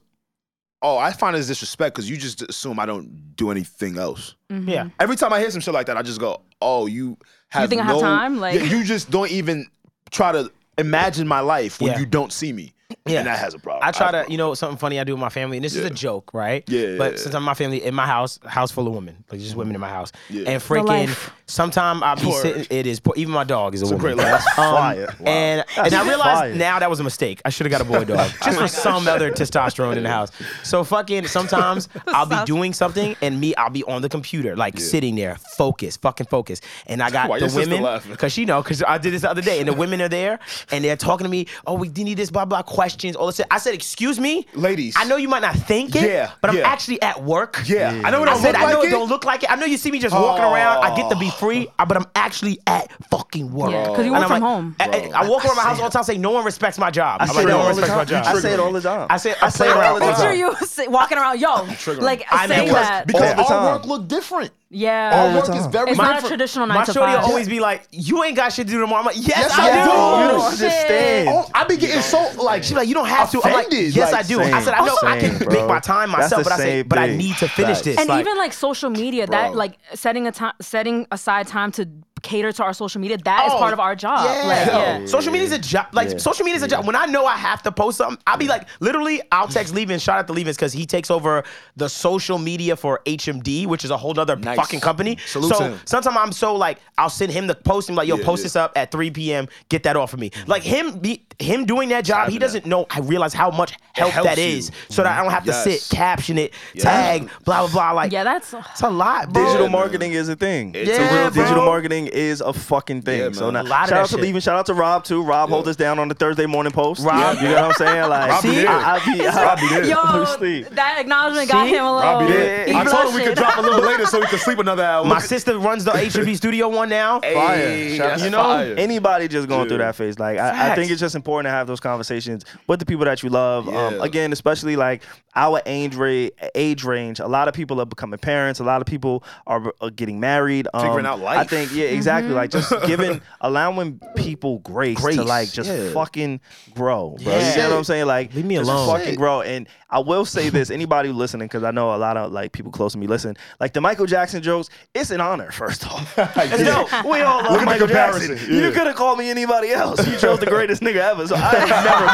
S5: oh, I find it's disrespect because you just assume I don't do anything else.
S4: yeah.
S5: Every time I hear some shit like that, I just go, "Oh, you have
S3: think I have
S5: no,
S3: time? Like-
S5: Yeah, you just don't even try to imagine my life when
S4: Yeah.
S5: you don't see me."
S4: Yeah.
S5: and that has a problem.
S4: I try
S5: That's
S4: to, you know, something funny I do with my family, and this is a joke, right?
S5: Yeah.
S4: But sometimes my family in my house, house full of women, like just women in my house, and freaking.
S3: life.
S4: Sometimes I be sitting. It is poor. Even my dog is a woman. Um,
S5: great life. That's fire. Oh Wow.
S4: And and I realized
S1: fire.
S4: now that was a mistake. I should have got a boy dog just for some other testosterone in the house. So fucking sometimes I'll be doing something and me I'll be on the computer like sitting there focus, fucking focus, and I got
S5: Why
S4: the
S5: your sister
S4: women
S5: laughing?
S4: because she know because I did this the other day and the women are there and they're talking to me. Oh, we need this blah blah questions. All this. I said, excuse me,
S5: Ladies.
S4: I know you might not think it,
S5: Yeah,
S4: but I'm
S5: yeah.
S4: actually at work.
S5: Yeah. I know it
S4: I
S5: don't
S4: said
S5: look
S4: I know
S5: like
S4: it
S5: it.
S4: don't look like it. I know you see me just walking around. I get to be free, uh, but I'm actually at fucking work.
S3: Yeah, 'cause
S4: And
S3: you work
S4: I'm
S3: from home.
S4: I, I- I walk around my house all the time saying no one respects my job.
S1: I
S4: I'm
S1: say
S4: like,
S1: it
S4: no
S1: all
S4: one
S1: the
S4: respects my
S1: time.
S4: job.
S1: I say it all the time.
S4: I say I say it
S1: it
S4: around
S1: all
S4: all
S1: the
S4: the
S1: time.
S3: Picture
S4: time.
S3: you sit- walking around, yo, like
S4: I'm at
S3: saying
S4: work
S3: that.
S1: All
S5: Because
S1: the
S5: our
S1: time.
S5: work look different.
S3: yeah,
S5: Our work is very
S3: it's not a
S5: different.
S3: traditional nine
S4: My
S3: to
S4: shorty will
S3: five.
S4: always be like, "You ain't got shit to do tomorrow." I'm like, "Yes,
S5: Yes, I
S4: I do."
S5: do.
S1: You don't
S3: Oh, shit.
S1: understand.
S5: Oh, I be getting so like
S4: She's like, you don't have to. I'm like,
S5: Offended,
S4: yes,
S5: like,
S4: I do. I
S1: same,
S4: said, I know I
S1: same,
S4: can
S1: bro.
S4: make my time
S1: That's
S4: myself,
S1: the
S4: but I
S1: same
S4: said, but I
S1: thing.
S4: need to finish
S1: Facts.
S4: this.
S3: and
S4: Like,
S3: even like social media that like setting a time setting aside time to cater to our social media that is
S4: Oh,
S3: part of our job like yeah
S5: Oh,
S4: Social media is a job. Like social media is a job. When I know I have to post something, I'll be like, literally, I'll text Levin, shout out to Levin, because he takes over the social media for HMD, which is a whole other
S5: Nice.
S4: fucking company.
S5: Salute
S4: so
S5: to him.
S4: sometimes I'm so like, I'll send him the post and be like, yo,
S5: Yeah,
S4: post
S5: yeah. Mm-hmm.
S4: this up at 3 p.m. Get that off of me. Like him, be, him doing that job, he doesn't know. I realize how much help
S5: helps
S4: that
S5: you.
S4: is, so that I don't have to
S5: Yes.
S4: sit, caption it, tag, blah blah blah. Like,
S3: yeah that's
S4: it's a lot, bro.
S5: Yeah,
S1: Digital
S5: man.
S1: marketing is a thing.
S5: a
S4: Yeah,
S5: real
S4: bro.
S5: digital.
S1: Digital marketing is a fucking thing.
S5: Yeah,
S1: so
S5: man.
S1: now,
S4: A lot of
S1: shout out
S4: that
S1: to
S4: shit.
S1: Levin, shout out to Rob too. Rob holds us down on the Thursday morning post.
S4: Rob.
S1: you know what I'm saying? Like,
S5: Rob be there.
S1: I, I be, I,
S5: Rob be there.
S1: sleep.
S3: yo that acknowledgement got him a little
S5: I be there.
S3: he
S5: I told him we could
S3: blushing.
S5: drop a little later so we could sleep another hour.
S4: My sister runs the HMB studio one now.
S5: Fire. Shout-
S1: you know, anybody just going through that phase. Like, I, I think it's just important to have those conversations with the people that you love. Um,
S5: Yeah.
S1: again, especially like our age range, age range. A lot of people are becoming parents. A lot of people are, are getting married. Um,
S5: Figuring out life.
S1: I think, yeah, exactly. Like, just giving, allowing people grace,
S4: Grace,
S1: to like just
S5: yeah.
S1: fucking grow, bro.
S4: Yeah.
S1: You get what I'm saying? Like,
S4: Leave me
S1: just
S4: alone.
S1: Fucking grow. And I will say this: anybody who listening, because I know a lot of like people close to me listen. Like the Michael Jackson jokes, it's an honor. First off,
S4: No, we all love
S5: Look at the
S1: Michael
S5: comparison.
S1: Jackson.
S5: Yeah.
S1: You could have called me anybody else. You chose the greatest nigga ever, so I'm never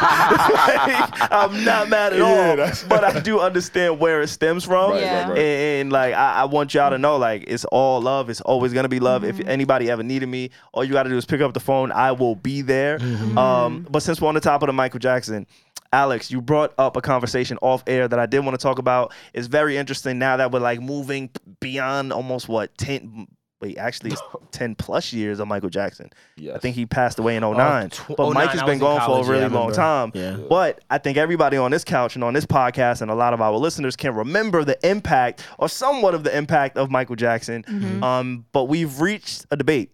S1: mad. Like, I'm not mad at
S5: Yeah,
S1: all.
S5: that's-
S1: But I do understand where it stems from.
S5: Right,
S3: Yeah. right, right.
S1: And, and, like I, I want y'all to know, like it's all love. It's always gonna be love. If anybody ever needed me, all you gotta do is pick up the phone. I will be there. Um, but since we're on the top of the Michael Jackson. Alex, you brought up a conversation off air that I did want to talk about. It's very interesting now that we're like moving beyond almost what 10 wait, actually it's 10 plus years of Michael Jackson. I
S5: Yes.
S1: think he passed away in 09.
S4: tw-
S1: but
S4: 09,
S1: Mike has been
S4: I was in
S1: gone
S4: college,
S1: for a really
S4: yeah, I
S1: long
S4: remember.
S1: time.
S4: Yeah.
S1: But I think everybody on this couch and on this podcast and a lot of our listeners can remember the impact or somewhat of the impact of Michael Jackson.
S4: Mm-hmm.
S1: Um, but we've reached a debate.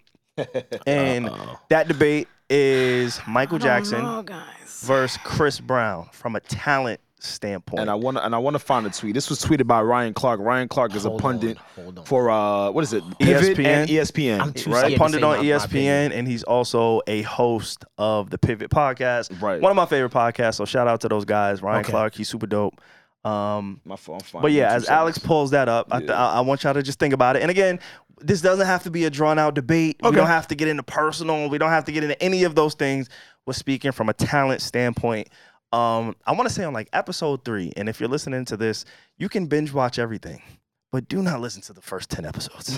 S1: and that debate is Michael Jackson
S3: Oh, guys
S1: versus Chris Brown from a talent standpoint.
S2: And I want to and I want to find a tweet. This was tweeted by Ryan Clark. Ryan Clark is
S4: Hold
S2: a pundit
S4: on, hold on.
S2: for uh what is it? Pivot and E ESPN.
S4: I'm too
S2: right?
S4: scared.
S1: a pundit
S4: say
S1: on E
S4: my- my
S1: ESPN,
S4: opinion.
S1: and he's also a host of the Pivot Podcast.
S2: Right.
S1: One of my favorite podcasts. So shout out to those guys, Ryan
S4: Okay.
S1: Clark. He's super dope. Um,
S2: My phone. I'm fine.
S1: but yeah,
S2: Two
S1: as
S2: seconds.
S1: Alex pulls that up, I, th- I I want y'all to just think about it. And again, this doesn't have to be a drawn out debate. We don't have to get into personal. We don't have to get into any of those things. We're speaking from a talent standpoint. Um, I want to say on like episode three, and if you're listening to this, you can binge watch everything, but do not listen to the first ten episodes.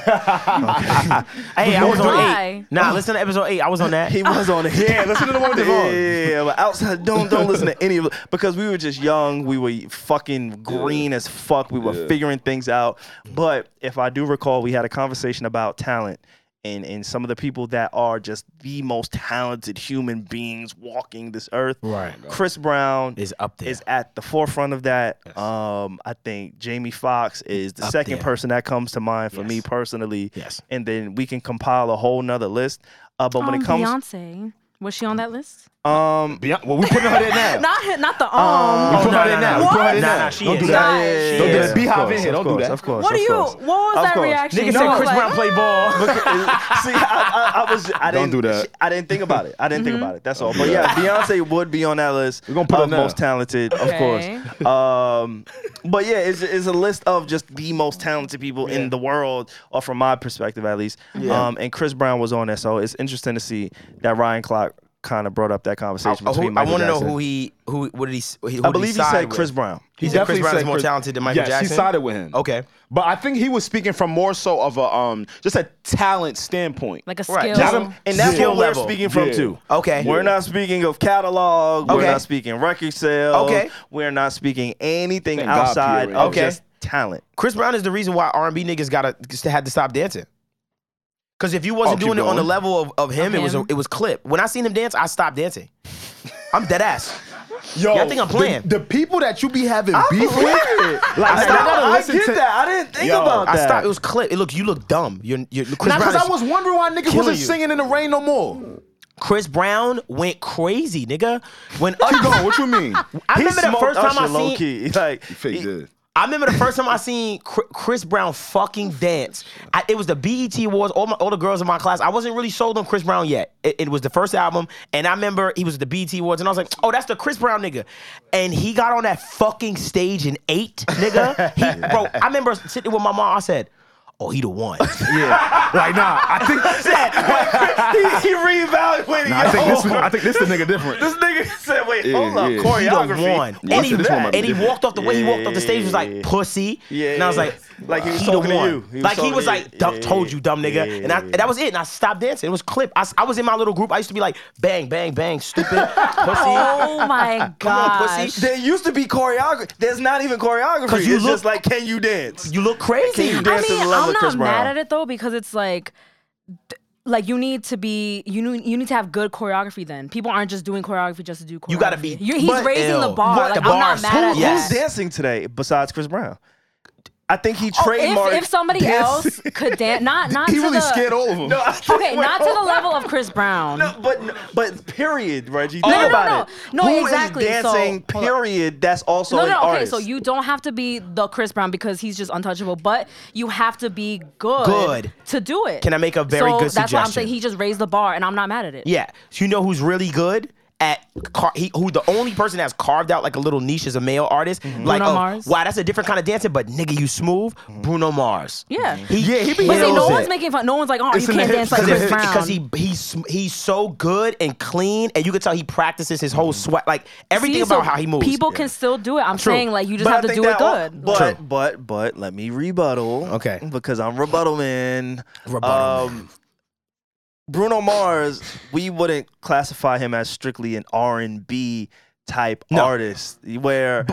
S4: Hey, I was on
S3: Why?
S4: eight. Nah, listen to episode eight. I was on that.
S1: He was on it. Yeah, listen to the one with Devon. Yeah, but outside, don't don't listen to any of it because we were just young. We were fucking green as fuck. We were figuring things out. But if I do recall, we had a conversation about talent. And, and some of the people that are just the most talented human beings walking this earth.
S4: Right.
S1: Chris Brown
S4: Is up there.
S1: is at the forefront of that. Um, I think Jamie Foxx is the
S4: Up
S1: second
S4: there.
S1: person that comes to mind for me personally.
S4: Yes.
S1: And then we can compile a whole nother list. Uh, but when
S3: Um,
S1: it comes
S3: Beyonce. Was she on that list?
S1: um,
S2: Beyond, well, we putting her there now.
S3: Not not the um.
S2: we put
S4: no,
S2: her
S4: no,
S2: there now.
S4: no.
S2: We put her
S4: What?
S2: there
S4: Oh, Nah,
S2: now.
S4: nah, she
S2: Don't do
S4: is.
S2: that.
S3: Guys.
S2: Don't do
S1: Yeah,
S2: that. Beehive in
S1: of
S2: here.
S1: course,
S2: Don't do
S1: of
S2: that.
S1: course, Of course.
S3: What do
S1: of
S3: you?
S1: course.
S3: What was
S1: Of
S3: that
S1: course.
S3: reaction?
S4: Nigga
S3: You
S4: said
S3: was
S4: Chris
S3: like,
S4: Brown play ball.
S1: See, I, I, I was. I
S2: Don't
S1: didn't
S2: do that.
S1: I didn't think about it. I didn't think about it. That's all. But yeah, Beyonce would be on that list. We're
S2: gonna put her
S1: of
S2: now.
S1: most talented,
S3: Okay.
S1: of course. Um, but yeah, it's, it's a list of just the most talented people in the world, or from my perspective at least. Um, and Chris Brown was on there, so it's interesting to see that Ryan Clark kind of brought up that conversation
S4: I,
S1: between Michael
S4: want to know
S1: Jackson.
S4: who he who what did he? s- Who
S1: I believe he said Chris
S4: Brown.
S1: Brown.
S4: He said Chris Brown is more talented than Michael
S2: yes,
S4: Jackson.
S2: he sided with him.
S4: Okay.
S2: but I think he was speaking from more so of a um just a talent standpoint.
S3: like a
S4: Right.
S3: skill.
S4: Got
S1: Um, and that's
S4: Skill
S1: what we're
S4: level.
S1: speaking from
S2: Yeah.
S1: too.
S4: Okay.
S1: We're not speaking of catalog. We're
S4: Okay.
S1: not speaking record sales.
S4: Okay.
S1: We're not speaking anything
S2: Thank God,
S1: outside
S2: Pierre,
S1: of
S4: okay.
S1: just talent.
S4: Chris Brown is the reason why R and B niggas gotta just had to stop dancing. Cause if you wasn't Oh,
S2: keep
S4: doing it on the
S2: going.
S4: level of, of him, it was a,
S3: him.
S4: it was clip. When I seen him dance, I stopped dancing. I'm dead ass.
S2: Yo,
S4: Y'all think I'm playing?
S2: The, the people that you be having beef with, like
S4: I
S2: I,
S4: stopped-
S2: gotta
S4: I
S2: listen
S1: get
S2: to.
S1: that. I didn't think
S2: Yo,
S1: about
S4: I
S1: that.
S4: stopped. It was clip. It look you look dumb. You're, you're Chris
S2: Nah, cause
S4: Brown. is-
S2: I was wondering why niggas
S4: killing
S2: wasn't
S4: you.
S2: singing in the rain no more.
S4: Chris Brown went crazy, nigga. When Usher,
S2: what you mean?
S4: I
S1: He
S4: remember the
S1: smoked
S4: first time I
S1: Usher low
S4: seen
S1: key. Like
S2: Fake dude.
S4: I remember the first time I seen Chri- Chris Brown fucking dance. I, it was the BET Awards. All my all the girls in my class. I wasn't really sold on Chris Brown yet. It, it was the first album, and I remember he was at the BET Awards, and I was like, "Oh, that's the Chris Brown nigga." And he got on that fucking stage and ate, nigga. He, bro, I remember sitting with my mom. I said, "Oh, he the one."
S2: Like nah, I think
S1: he, he reevaluated.
S2: I think this I think this the nigga different.
S1: this nigga said, "Wait,
S2: Yeah,
S1: hold up,
S2: yeah.
S4: He the
S1: choreography."
S4: one.
S2: Yeah,
S4: And he,
S2: I said this one might be
S4: and he
S2: different.
S4: walked off the way he walked off the stage was
S1: Yeah.
S4: like pussy.
S1: Yeah,
S4: And I was
S1: yeah.
S4: like,
S1: Like he was
S4: he the
S1: talking to
S4: one.
S1: you. He was
S4: like he
S1: talking
S4: was
S1: to
S4: like,
S1: you.
S4: dumb,
S1: Yeah,
S4: told you, dumb nigga.
S1: yeah,
S4: and I, that was it. And I stopped dancing. It was clip. I, s- I was in my little group. I used to be like, bang, bang, bang, stupid pussy.
S3: Oh my god.
S4: Come on, pussy.
S1: There used to be choreography. There's not even choreography.
S4: 'Cause you
S1: it's
S4: look-
S1: just like, can you dance?
S4: You look crazy.
S1: Can you
S3: I
S1: dance to
S3: mean,
S1: the level
S3: I'm
S1: of
S3: not
S1: Chris
S3: mad
S1: Brown?
S3: at it though because it's like, d- like you need to be you need, you need to have good choreography. Then people aren't just doing choreography just to do choreography.
S4: You gotta be-
S3: You- he's
S4: but-
S3: raising the
S4: Ew.
S3: bar.
S4: What,
S3: Like,
S4: the
S3: I'm
S4: bars?
S3: not mad at
S4: Who-
S3: that.
S1: Who's dancing today besides Chris Brown? I think he
S3: Oh,
S1: trademarked.
S3: if, if somebody
S1: dancing.
S3: else could dance, not not
S2: He
S3: to
S2: really
S3: the,
S2: scared all of them.
S1: No, I think-
S3: Okay,
S1: wait,
S3: not to
S1: hold
S3: the
S1: on.
S3: level of Chris Brown.
S1: No, but but period, Reggie.
S3: no,
S1: Think
S3: no,
S1: about
S3: no.
S1: it.
S3: No,
S1: Who is
S3: exactly. So,
S1: dancing?
S3: hold on.
S1: period. That's also
S3: no,
S1: an
S3: no, okay.
S1: artist.
S3: So you don't have to be the Chris Brown because he's just untouchable, but you have to be good,
S4: Good.
S3: to do it.
S4: Can I make a very
S3: so
S4: good
S3: That's why I'm
S4: suggestion?
S3: saying he just raised the bar, and I'm not mad at it.
S4: Yeah. So you know who's really good at car- he, who the only person that's carved out like a little niche is a male artist.
S1: Mm-hmm.
S4: Like,
S3: Bruno
S4: oh,
S3: Mars.
S4: wow, that's a different kind of dancing, but nigga, you smooth. Bruno Mars. yeah,
S3: Yeah.
S4: he be
S3: But see, no
S4: kills
S3: one's
S4: it.
S3: making fun. No one's like, oh,
S2: It's
S3: you
S2: in the
S3: can't
S2: hips,
S3: dance like
S2: it's in the
S3: Chris
S2: hips.
S3: Brown.
S4: because he he's he's so good and clean, and you can tell he practices his whole sweat, like everything
S3: See, so
S4: about how he moves.
S3: People can still do it. I'm
S4: True.
S3: saying like you just
S1: But I
S3: have to
S1: think
S3: do it
S1: that all-
S3: good.
S1: but but but let me rebuttal.
S4: Okay.
S1: Because I'm rebuttal man. Um,
S4: Rebuttal man.
S1: Bruno Mars, we wouldn't classify him as strictly an R and B type artist. Where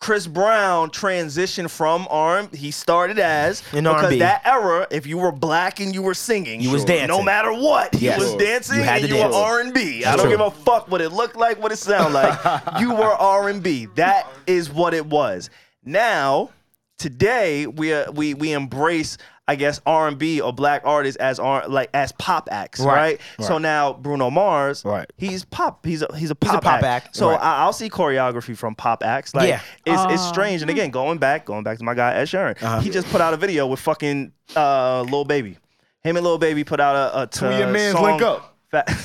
S1: Chris Brown transitioned from R and he started as
S4: An
S1: because
S4: R&B.
S1: that era, if you were black and you were singing,
S4: You was
S1: No
S4: dancing.
S1: matter what,
S4: Yes.
S1: you was dancing
S4: You had
S1: and
S4: to
S1: you
S4: dance.
S1: were R and B. I don't
S4: true.
S1: give a fuck what it looked like, what it sounded like. you were R and B. That is what it was. Now, today we uh, we we embrace I guess R and B or black artists as R like as pop acts, right? So now Bruno Mars,
S4: Right.
S1: He's pop. He's a he's a pop,
S4: pop
S1: act.
S4: act,
S1: So
S4: right.
S1: I, I'll see choreography from pop acts. Like
S4: Yeah.
S1: it's it's strange. And again, going back, going back to my guy Ed Sheeran, he just put out a video with fucking uh, Lil Baby. Him and Lil Baby put out a, a t-
S5: your mans
S1: song-
S5: link up.
S1: Fa-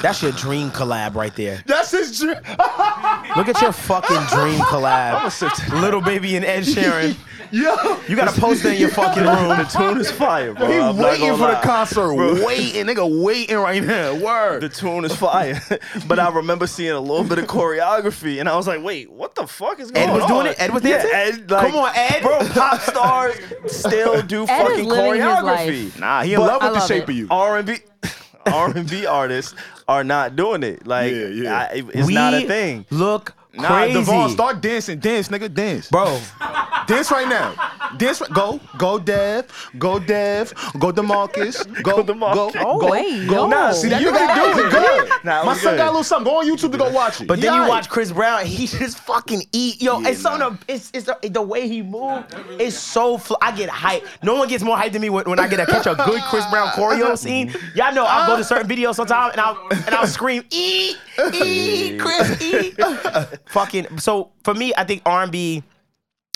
S4: That's your dream collab right there.
S5: That's his dream.
S4: Look at your fucking dream collab. Little baby and Ed Sheeran.
S5: Yo,
S4: You gotta post that in your fucking room.
S1: the tune is fire, bro.
S5: he
S1: I'm not
S5: waiting
S1: gonna
S5: for the
S1: lie.
S5: concert. Waiting, nigga, waiting right now. Word.
S1: The tune is fire, but I remember seeing a little bit of choreography, and I was like, "Wait, what the fuck is going on?"
S4: was doing it? Ed was dancing?
S1: Yeah, Ed, like,
S4: Come on, Ed.
S1: Bro, pop stars still do
S3: Ed is
S1: fucking
S3: living his
S1: choreography.
S3: life.
S5: Nah, he in
S1: But
S5: love
S3: I
S5: with the
S3: love
S5: shape
S3: it.
S5: of you.
S1: R and B, R and B artists are not doing it. Like,
S5: Yeah, yeah.
S1: I, it- it's not a thing.
S4: Look
S5: Nah,
S4: crazy.
S2: Oh,
S5: Devon, Oh, start dancing, dance, nigga, dance,
S4: Bro,
S5: dance right now, dance. Right, go, go, Dev, go, Dev, go, Demarcus, go, go,
S1: DeMarcus.
S5: go,
S3: Oh,
S5: go,
S3: wait,
S5: go.
S3: yo. Nah,
S5: see
S1: see,
S5: that
S1: you
S5: you nigga
S1: got-
S5: do it good.
S1: Nah,
S5: My
S1: we
S5: son
S1: good.
S5: got a little something. Go on YouTube to go watch it.
S4: but then you
S5: Yeah.
S4: watch Chris Brown, he just fucking eat. Yo,
S5: Yeah,
S4: it's so
S5: nah.
S4: the it's, it's the, the way he moved is so fl- I get hyped. No one gets more hyped than me when, when I get a catch a good Chris Brown choreo scene. Y'all know I'll go to certain videos sometime and I'll and I'll scream, eat, eat, Chris, eat. fucking so for me, I think R and B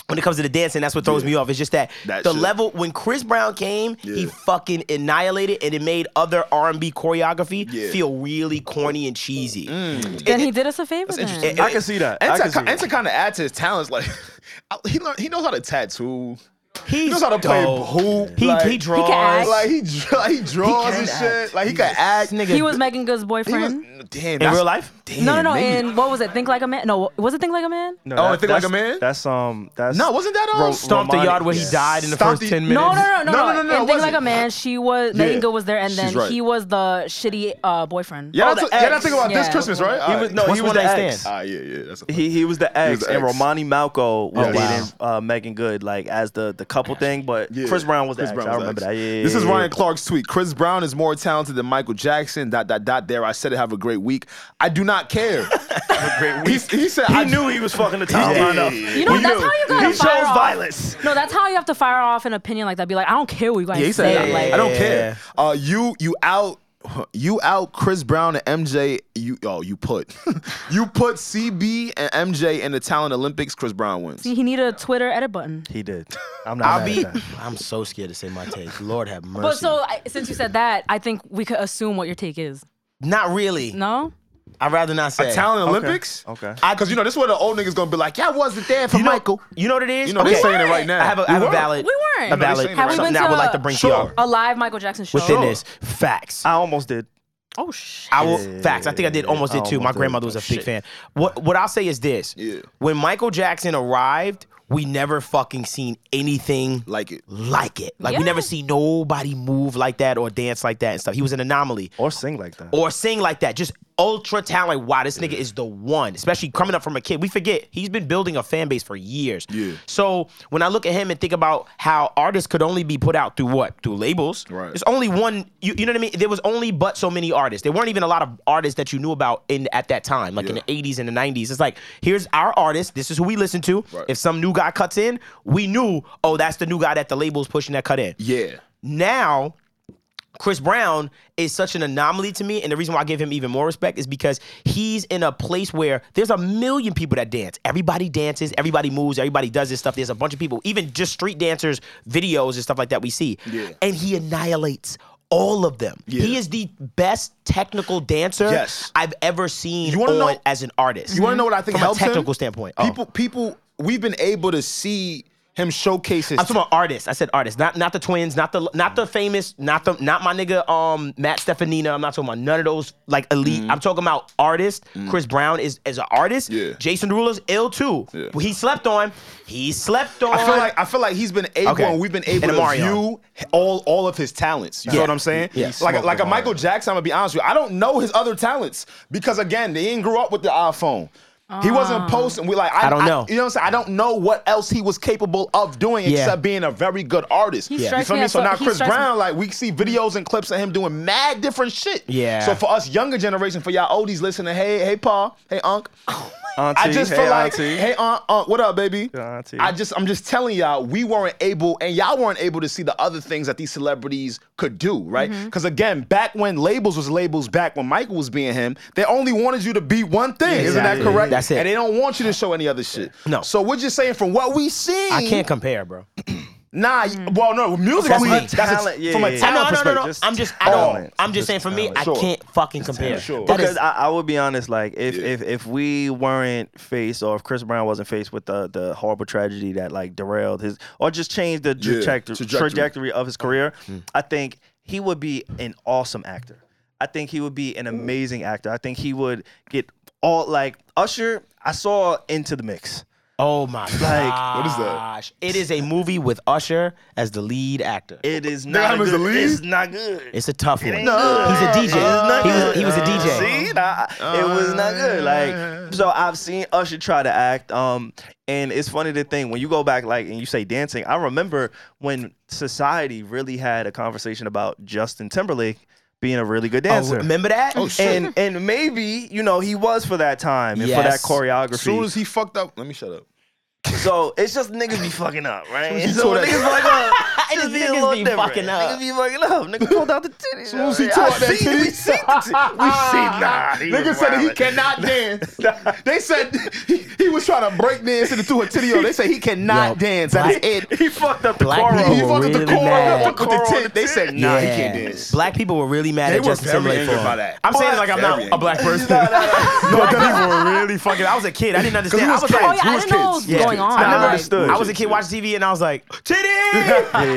S4: when it comes to the dancing, that's what throws me off. It's just that,
S5: That
S4: the
S5: shit.
S4: level when Chris Brown came, he
S5: Yeah.
S4: fucking annihilated, and it made other R and B choreography
S5: Yeah. Mm.
S4: feel really corny and cheesy.
S3: Then he did us a favor. Then.
S4: interesting.
S1: I can see that. I
S5: And
S1: can
S5: to,
S1: see
S5: and
S1: that.
S5: to kind of add to his talents, like he learned, he knows how to tattoo.
S4: He's
S5: He knows how to play
S4: dope.
S5: hoop.
S4: He
S5: like,
S4: he draws.
S3: act.
S5: Like he, dra- he draws
S4: can
S5: and
S4: act.
S5: shit. Like he can act.
S4: nigga.
S3: he was Megan Good's
S5: He was,
S3: boyfriend.
S5: damn,
S4: in
S5: that's-
S4: real life.
S5: Damn,
S3: no, no, no.
S5: maybe.
S3: In what was it? Think like a man. No, was it Think Like a Man?
S1: No,
S5: Oh, Think Like a
S1: that's-
S5: Man?
S1: That's um, that's
S5: No, wasn't that uh, on
S1: Ro-
S4: Stomped the
S1: Romani-
S4: yard where
S1: Yeah.
S4: he died in the
S5: Stomped
S4: first
S5: the-
S4: ten minutes.
S3: No, no, no, no,
S5: No,
S3: no.
S5: no, no, no, it
S3: in Think
S5: wasn't.
S3: Like a Man, she was
S5: Yeah.
S3: Megan Good was there, and
S5: She's
S3: then
S5: right.
S3: he was the shitty uh, boyfriend.
S5: Yeah,
S1: Oh,
S5: that's,
S1: the
S5: yeah,
S1: ex.
S5: that's thinking about this
S3: Yeah.
S5: Christmas, right? All
S1: He was
S5: right.
S1: no,
S4: What's
S1: he
S4: with
S1: was the
S4: that
S1: ex.
S4: stand?
S5: Ah, yeah, yeah. That's a
S1: He he was the
S5: was
S1: ex,
S5: the
S1: and
S5: ex.
S1: Romani Malco was
S4: Oh, wow.
S1: dating uh, Megan Good, like as the the couple thing. But
S5: Yeah.
S1: Chris Brown was the ex. I
S5: was
S1: remember
S5: the ex.
S1: that. Yeah, yeah,
S5: This is
S1: yeah,
S5: Ryan Clark's tweet. Chris Brown is more talented than Michael Jackson. Dot dot dot. There, I said it. Have a great week. I do not care.
S1: yeah. Great
S5: he,
S1: week.
S5: he said
S1: He
S5: I
S1: knew he was fucking the top
S5: Yeah.
S1: lineup.
S3: You know,
S1: He
S3: that's
S1: knew.
S3: how you gotta
S1: He chose
S3: fire off.
S1: violence.
S3: No, that's how you have to fire off an opinion like that. Be like, I don't care what you guys
S5: Yeah, he
S3: say.
S5: said
S4: Yeah,
S3: like,
S5: I don't care. Uh, you you out. You out Chris Brown and MJ. You oh you put you put CB and MJ in the talent Olympics. Chris Brown wins.
S3: He need a Twitter edit button.
S1: He did. I'm not.
S4: I'll
S1: mad
S4: be.
S1: At that.
S4: I'm so scared to say my take. Lord have mercy.
S3: But so, I, since you said that, I think we could assume what your take is.
S4: not really.
S3: No?
S4: I'd rather not say.
S5: A talent Olympics.
S1: Okay.
S5: Because you know this is where the old niggas gonna be like, yeah, I wasn't there for
S4: you know,
S5: Michael.
S4: You know what it is?
S5: You know, they're saying it right now.
S4: I have a,
S5: We
S4: I have a
S5: weren't.
S4: valid.
S3: We weren't.
S4: A
S3: No, they're
S4: valid.
S5: saying it
S3: Have
S5: right
S3: we been
S4: something
S3: to
S4: I would like to bring to y'all.
S3: a live Michael Jackson show?
S4: Within this, facts.
S1: I almost did.
S3: Oh, shit.
S4: I will facts. I think I did almost
S1: I
S4: did too. My
S1: almost did.
S4: grandmother was a big fan. What what I'll say is this:
S5: Yeah.
S4: when Michael Jackson arrived, we never fucking seen anything
S5: Like it.
S4: like it. Like we
S3: Yeah.
S4: never seen nobody move like that or dance like that and stuff. He was an anomaly
S1: Or sing like that.
S4: or sing like that. Just ultra talent. Wow, this nigga is the one. Especially coming up from a kid. We forget he's been building a fan base for years.
S5: Yeah.
S4: So when I look at him and think about how artists could only be put out through what? Through labels.
S5: Right.
S4: There's only one. You, you know what I mean? There was only but so many artists. There weren't even a lot of artists that you knew about in at that time, like in
S5: Yeah.
S4: the 80s and the 90s. It's like here's our artist. This is who we listen to.
S5: Right.
S4: If some new guy cuts in, we knew. Oh, that's the new guy that the label's pushing that cut in
S5: Yeah.
S4: now Chris Brown is such an anomaly to me, and the reason why I give him even more respect is because he's in a place where there's a million people that dance. Everybody dances, everybody moves, everybody does this stuff. There's a bunch of people, even just street dancers, videos and stuff like that we see.
S5: Yeah.
S4: And he annihilates all of them. He is the best technical dancer
S5: Yes.
S4: I've ever seen
S5: You wanna
S4: on
S5: know-
S4: as an artist.
S5: You want to know what I think
S4: From
S5: helps
S4: a technical
S5: him?
S4: standpoint. Oh.
S5: People, people, we've been able to see him showcase his.
S4: I'm talking about artists. I said artists, not not the twins, not the not the famous, not the not my nigga um Matt Stefanina. I'm not talking about none of those like elite.
S5: Mm-hmm.
S4: I'm talking about artists. Chris Brown is as an artist.
S5: Mm. Yeah.
S4: Jason Derulo's ill too.
S5: Yeah.
S4: He slept on. He slept on.
S5: I feel like I feel like he's been able
S4: Okay.
S5: and we've been able
S4: And
S5: to
S4: Omarion.
S5: view all all of his talents. You know
S4: Yeah.
S5: what I'm saying?
S4: Yeah.
S5: Like like a
S1: Omarion.
S5: Michael Jackson. I'm gonna be honest with you. I don't know his other talents because again, they didn't grow up with the iPhone. He
S3: Ah.
S5: wasn't posting. We like I,
S4: I don't know.
S5: you know what I'm saying? I don't know what else he was capable of doing
S4: Yeah.
S5: except being a very good artist.
S3: He
S5: You
S3: strikes
S5: feel
S3: me
S5: me?
S3: as
S5: So
S3: so-
S5: now
S3: he
S5: Chris
S3: strikes me-
S5: Brown, like we see videos and clips of him doing mad different shit.
S4: Yeah.
S5: So for us younger generation, for y'all oldies listening, hey hey Paul, hey Unc,
S1: Auntie,
S5: I just
S1: hey,
S5: feel like,
S1: auntie.
S5: hey, aunt, aunt, what up, baby?
S1: Yeah, auntie.
S5: I just, I'm just telling y'all, we weren't able, and y'all weren't able to see the other things that these celebrities could do, right? Because again, back when labels was labels, back when Michael was being him, they only wanted you to be one thing, isn't that
S4: exactly.
S5: correct?
S4: That's it.
S5: And they don't want you to show any other shit.
S4: No.
S5: So we're just saying from what we seen.
S4: I can't compare, bro.
S5: Nah, well, no, music.
S4: That's
S5: we-
S4: me.
S5: that's a-
S1: Talent, yeah,
S5: from a
S1: yeah, yeah.
S5: talent
S4: no, no,
S5: perspective.
S4: no, no.
S1: just
S4: I'm just, I don't.
S1: talent.
S4: I'm just saying. For me, I
S5: Sure.
S4: can't fucking compare.
S5: Sure.
S4: That
S1: because
S4: is-
S1: I, I would be honest, like if, if if we weren't faced or if Chris Brown wasn't faced with the the horrible tragedy that like derailed his or just changed the
S5: Yeah,
S1: trajectory, Hmm.
S5: trajectory.
S1: trajectory of his career, I think he would be an awesome actor. I think he would be an amazing actor. I think he would get all like Usher. I saw into the mix.
S4: oh my
S1: Like,
S4: gosh!
S5: what is that?
S4: It is a movie with Usher as the lead actor.
S1: It is
S5: got
S1: not
S5: him as
S1: good.
S5: the lead?
S1: It's not good.
S4: It's a tough one.
S1: good.
S4: He's a
S1: It's
S4: DJ.
S1: not
S4: he, was, he
S1: good.
S4: was a DJ.
S1: See, Nah, it was not good. Like, so I've seen Usher try to act. Um, and it's funny to think when you go back, like, and you say dancing. I remember when society really had a conversation about Justin Timberlake being a really good
S4: Oh,
S1: dancer.
S4: remember that? Oh,
S1: and and maybe you know he was for that time and
S4: Yes.
S1: for that choreography.
S5: As soon as he fucked up, let me shut up.
S1: So it's just niggas be fucking up, right?
S5: as he
S1: so
S5: tore
S1: when
S5: that-
S1: niggas fuck up.
S4: It's
S1: Just be
S4: niggas
S1: a little
S4: be
S1: different.
S4: fucking up.
S1: Niggas be fucking up. Niggas pulled out the titties. Soon
S5: as he tore out that titty.
S1: we seen the titty. We seen nah. he
S5: Nigga
S1: was
S5: said he
S1: wildin'.
S5: cannot dance. they said he, he was trying to break dance into threw a titty on. They say he cannot
S4: Yo,
S5: dance. I just
S4: black-
S5: ate.
S1: He fucked up the
S4: Black
S1: Black
S4: people
S5: He
S4: were
S5: fucked up the
S4: really
S5: core
S4: mad.
S5: fucked with
S1: Coral
S5: the
S1: on
S5: tit.
S1: the
S5: They said,
S1: tit.
S5: nah,
S4: yeah.
S5: he can't dance.
S4: Black people were really mad
S5: They
S4: at
S5: were
S4: Justin
S5: very
S4: Timberlake
S5: angry
S4: for
S5: by
S4: it.
S5: that.
S4: I'm saying it like I'm
S5: Very
S4: not
S5: angry.
S4: a black person. black people were really fucking. I was a kid. I didn't understand.
S5: we
S4: I
S5: was
S4: was
S5: kids.
S4: like,
S3: Oh yeah,
S5: Who
S3: I
S5: was
S3: didn't know what
S5: kids?
S3: was
S5: Who was
S3: going
S1: kids?
S3: on.
S1: Nah, I
S3: Like,
S1: understood.
S4: I was a kid watching TV and I was like, titty.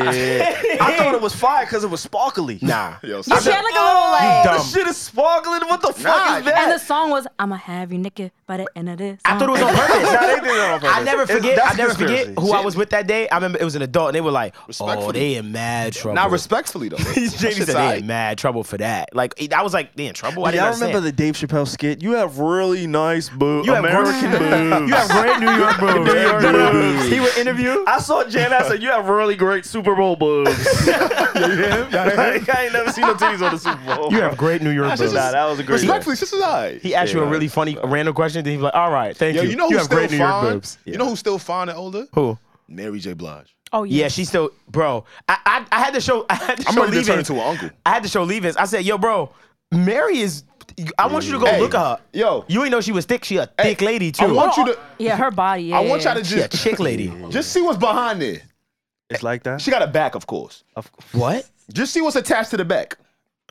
S1: I thought it was fire because it was sparkly.
S4: nah.
S5: Yo,
S3: She had like a
S4: Oh.
S3: little like.
S1: The
S4: dumb.
S1: shit is sparkling. What the fuck is that?
S3: And the song was "I'ma have you naked by the end of this."
S4: I thought it was
S3: song."
S4: on purpose.
S1: Nah, they did it on purpose.
S4: I never
S1: It's-
S4: forget.
S1: that's
S4: I never forget
S1: conspiracy.
S4: who I was with that day. I remember it was an adult, and they were like, "Oh,
S5: Respectfully.
S4: they in mad trouble."
S5: Not respectfully though.
S4: He's
S5: That
S4: Jamie
S5: shit's
S4: said they
S5: aight.
S4: in mad trouble for that. Like it- I was like, they in trouble. I didn't
S1: Y'all
S4: understand.
S1: remember the Dave Chappelle skit? You have really nice boobs.
S4: You have
S1: American boobs.
S4: you have great New York boobs.
S1: New York boobs.
S4: He would interview.
S1: I saw Jan. I said, "You have really great Super Bowl boobs." Like, I ain't never seen no titties on the Super Bowl.
S4: You have great New York boobs.
S1: just- Nah, that was a great
S5: Respectfully, this is
S4: He asked you a really funny random question. Then he was like, "All right, thank
S5: Yo,
S4: you.
S5: you know
S4: you
S5: who's
S4: have
S5: still
S4: great New York
S5: fine?
S4: boobs."
S5: You know who's still fine and older?
S4: Who?
S5: Mary J. Blige.
S3: Oh yeah.
S4: Yeah, she still, bro. I, I, I had to show. I had to
S5: I'm
S4: show
S5: ready to turn
S4: leave-ins.
S5: into an uncle.
S4: I had to show leave-ins. I said, "Yo, bro, Mary is. I want you to go
S5: Hey,
S4: look at her.
S5: yo.
S4: you ain't know she was thick. She a thick lady too.
S5: I want you to.
S3: Yeah, her body. Yeah.
S5: I want y'all to
S4: She a
S5: just
S4: chick lady.
S5: just see what's behind there.
S1: It's like that.
S5: She got a back, of course.
S4: what?
S5: Just see what's attached to the back.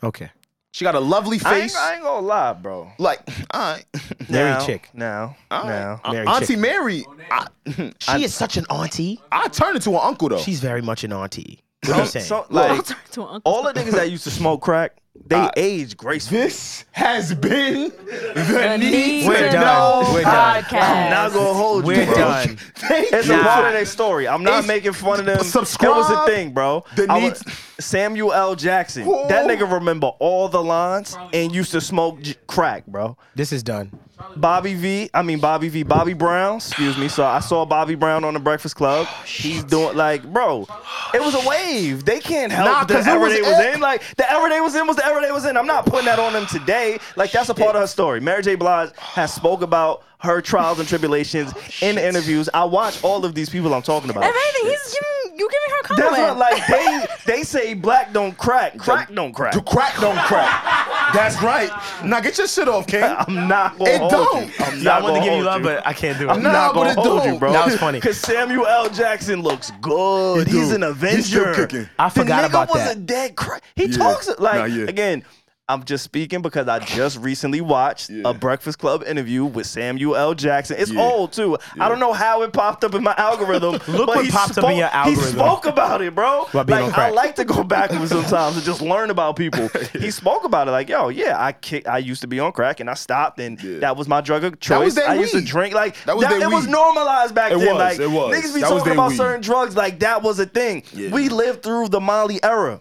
S4: Okay.
S5: She got a lovely
S1: I ain't,
S5: face.
S1: I ain't gonna lie, bro.
S5: Like, all right.
S4: Mary
S1: now,
S4: chick.
S1: Now,
S5: All
S1: now.
S5: right. Uh,
S4: Mary
S5: Auntie
S4: chick.
S5: Mary, I,
S4: She is such an auntie.
S5: I turned into an uncle though.
S4: She's very much an auntie. What are you saying?
S1: So, like,
S3: turn to an uncle.
S1: all the niggas that used to smoke crack, they
S4: Uh,
S1: age gracefully.
S5: this has been the
S3: The
S5: need.
S3: Need
S4: We're
S3: to
S4: done.
S3: Know
S4: We're done.
S3: podcast.
S1: I'm not gonna hold
S4: We're
S1: you, bro.
S4: done.
S5: Thank
S1: It's
S5: you.
S1: a part of their story. I'm not
S5: It's-
S1: making fun of them.
S5: Subscribe.
S1: It was a thing, bro.
S5: The
S1: I
S5: needs-
S1: was- Samuel L. Jackson.
S5: Whoa.
S1: That nigga remember all the lines and used to smoke j- crack, bro.
S4: This is done.
S1: Bobby V, I mean Bobby V, Bobby Brown, excuse me. So I saw Bobby Brown on the Breakfast Club.
S5: Oh,
S1: He's doing like, bro, it was a wave. They can't help
S5: Nah,
S1: the
S5: 'cause it
S1: ever
S5: was
S1: they was
S5: it.
S1: in. Like the ever they was in was the ever they was in. I'm not putting that on them today. Like that's a part of her story. Mary J. Blige has spoke about her trials and tribulations
S5: Oh,
S1: in interviews. I watch all of these people I'm talking about.
S3: If anything, he's giving you giving her
S1: That's
S3: compliment.
S1: what like they they say black don't crack, crack don't crack.
S5: To crack don't crack. That's right. Now get your shit off, King.
S1: I'm not gonna
S5: It
S1: hold
S5: don't.
S1: you. I'm
S4: Yeah,
S1: not
S4: I wanted
S1: gonna
S4: to give you
S1: hold
S4: love, but I can't do it.
S1: I'm not,
S5: Nah, but
S1: gonna
S5: it
S1: hold
S5: don't.
S1: you, bro.
S4: That was funny.
S1: Cause Samuel L. Jackson looks good.
S5: He
S1: He's
S5: do.
S1: an Avenger.
S5: He's still kicking.
S4: I forgot
S1: the nigga
S4: about
S1: was
S4: that.
S1: a dead crack. He
S5: Yeah.
S1: talks like
S5: Nah, yeah.
S1: again. I'm just speaking because I just recently watched
S5: Yeah.
S1: a Breakfast Club interview with Samuel L. Jackson. It's
S5: Yeah.
S1: old too. I don't know how it popped up in my algorithm.
S4: Look
S1: but
S4: what
S1: he
S4: popped up in
S1: spoke-
S4: your
S1: He
S4: algorithm.
S1: spoke about it, bro.
S4: About being on
S1: Like
S4: crack.
S1: I like to go backwards sometimes and just learn about people. He spoke about it like, yo, yeah, I kick, I used to be on crack and I stopped, and
S5: Yeah.
S1: that was my drug of choice.
S5: was their
S1: I used to
S5: weed.
S1: drink like
S5: That was their
S1: it was
S5: weed.
S1: normalized back
S5: It
S1: then.
S5: was,
S1: like
S5: it was.
S1: niggas be
S5: That was
S1: talking
S5: their
S1: about
S5: weed.
S1: certain drugs like that was a thing.
S5: Yeah.
S1: We lived through the Molly era.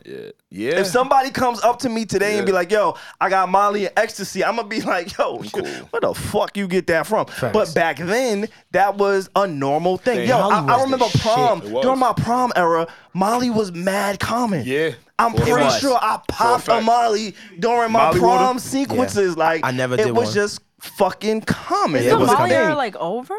S5: Yeah.
S1: If somebody comes up to me today and be like, "Yo, I got Molly and ecstasy," I'm gonna be like, "Yo,
S5: cool.
S1: where the fuck you get that from?" But back then, that was a normal thing. Yo,
S4: Molly
S1: I,
S4: was
S1: I
S4: the
S1: remember
S4: shit.
S1: prom
S5: It was.
S1: during my prom era. Molly was mad common.
S5: Yeah.
S1: I'm
S5: For a
S1: pretty
S5: fact.
S1: sure I popped a
S5: fact.
S1: Molly during my
S5: Molly
S1: prom
S5: water?
S1: sequences. Like
S4: I never
S1: it
S4: did
S1: was
S4: one.
S1: just fucking common.
S3: Is
S1: It was a
S3: Somalia,
S1: thing.
S3: like over?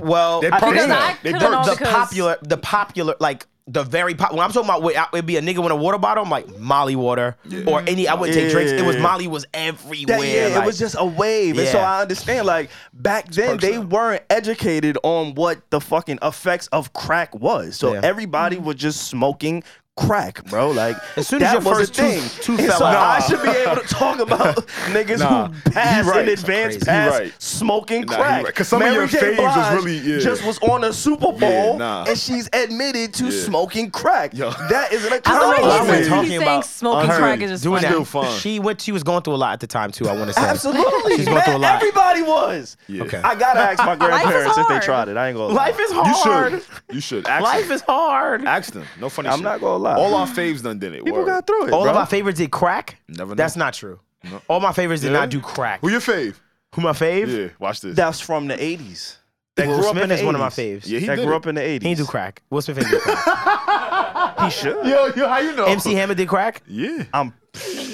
S4: Well,
S5: They
S4: I think
S5: burnt
S3: Because
S5: it.
S3: I
S5: They
S3: couldn't
S5: burnt
S3: know
S5: the
S4: the
S3: because
S4: popular, the popular, like the very pop. When I'm talking about, wait, I- it'd be a nigga with a water bottle, I'm like Molly water or any. I wouldn't take drinks. It was
S1: Yeah.
S4: Molly was everywhere.
S1: That- yeah,
S4: like-
S1: it was just a wave. And so
S4: Yeah.
S1: I understand, like, back then they weren't educated on what the fucking effects of crack was. So
S4: Yeah.
S1: everybody was just smoking crack, bro. Like,
S4: As soon as
S1: that
S4: your
S1: was
S4: first
S1: a thing.
S4: tooth- tooth
S1: and
S4: fell
S1: so
S4: out.
S1: I should be able to talk about niggas
S5: Nah.
S1: who passed
S5: You right.
S1: in advance
S4: Crazy.
S1: past
S5: right.
S1: smoking
S5: Nah, you
S1: crack.
S5: right. 'Cause some of
S1: Mary
S5: your
S1: J.
S5: faves was
S1: Blige
S5: really- yeah.
S1: just was on a Super Bowl
S5: nah.
S1: and she's admitted to smoking crack.
S5: Yo.
S1: That is an
S3: I love
S1: accomplishment.
S4: I
S3: how he's-
S4: wasn't
S3: he's
S4: talking
S3: saying
S4: about
S3: smoking
S5: her
S3: crack is just
S5: doing
S3: funny.
S5: that. Still fun.
S4: She went. She was going through a lot at the time too. I want to say.
S1: Absolutely.
S4: She's going through a
S1: Man,
S4: lot.
S1: Everybody was.
S5: Okay.
S1: I gotta ask my grandparents if they
S3: hard.
S1: tried it. I ain't gonna lie.
S4: Life is
S5: You
S4: hard.
S5: should. You should. Ask
S4: Life
S5: them.
S4: is hard.
S5: Ask them. No funny
S1: I'm
S5: shit.
S1: not gonna lie.
S5: All our faves done did it.
S1: People
S5: Word.
S1: got through it.
S4: All
S1: bro.
S4: of my favorites did crack.
S5: Never know.
S4: That's not true. All my favorites did not do crack.
S5: Who your fave?
S4: Who my fave?
S5: Yeah, watch this.
S1: That's from the 80s. That
S4: Will
S1: grew up
S4: Smith
S1: in the
S4: is one of my
S1: 80s.
S4: faves.
S5: yeah, he
S1: that
S5: did
S1: grew
S5: it.
S1: up in the 80s.
S4: He didn't do crack. Will Smith ain't do crack.
S1: He should.
S6: Yo, yo, how you know?
S4: MC Hammer did crack.
S5: Yeah.
S1: I'm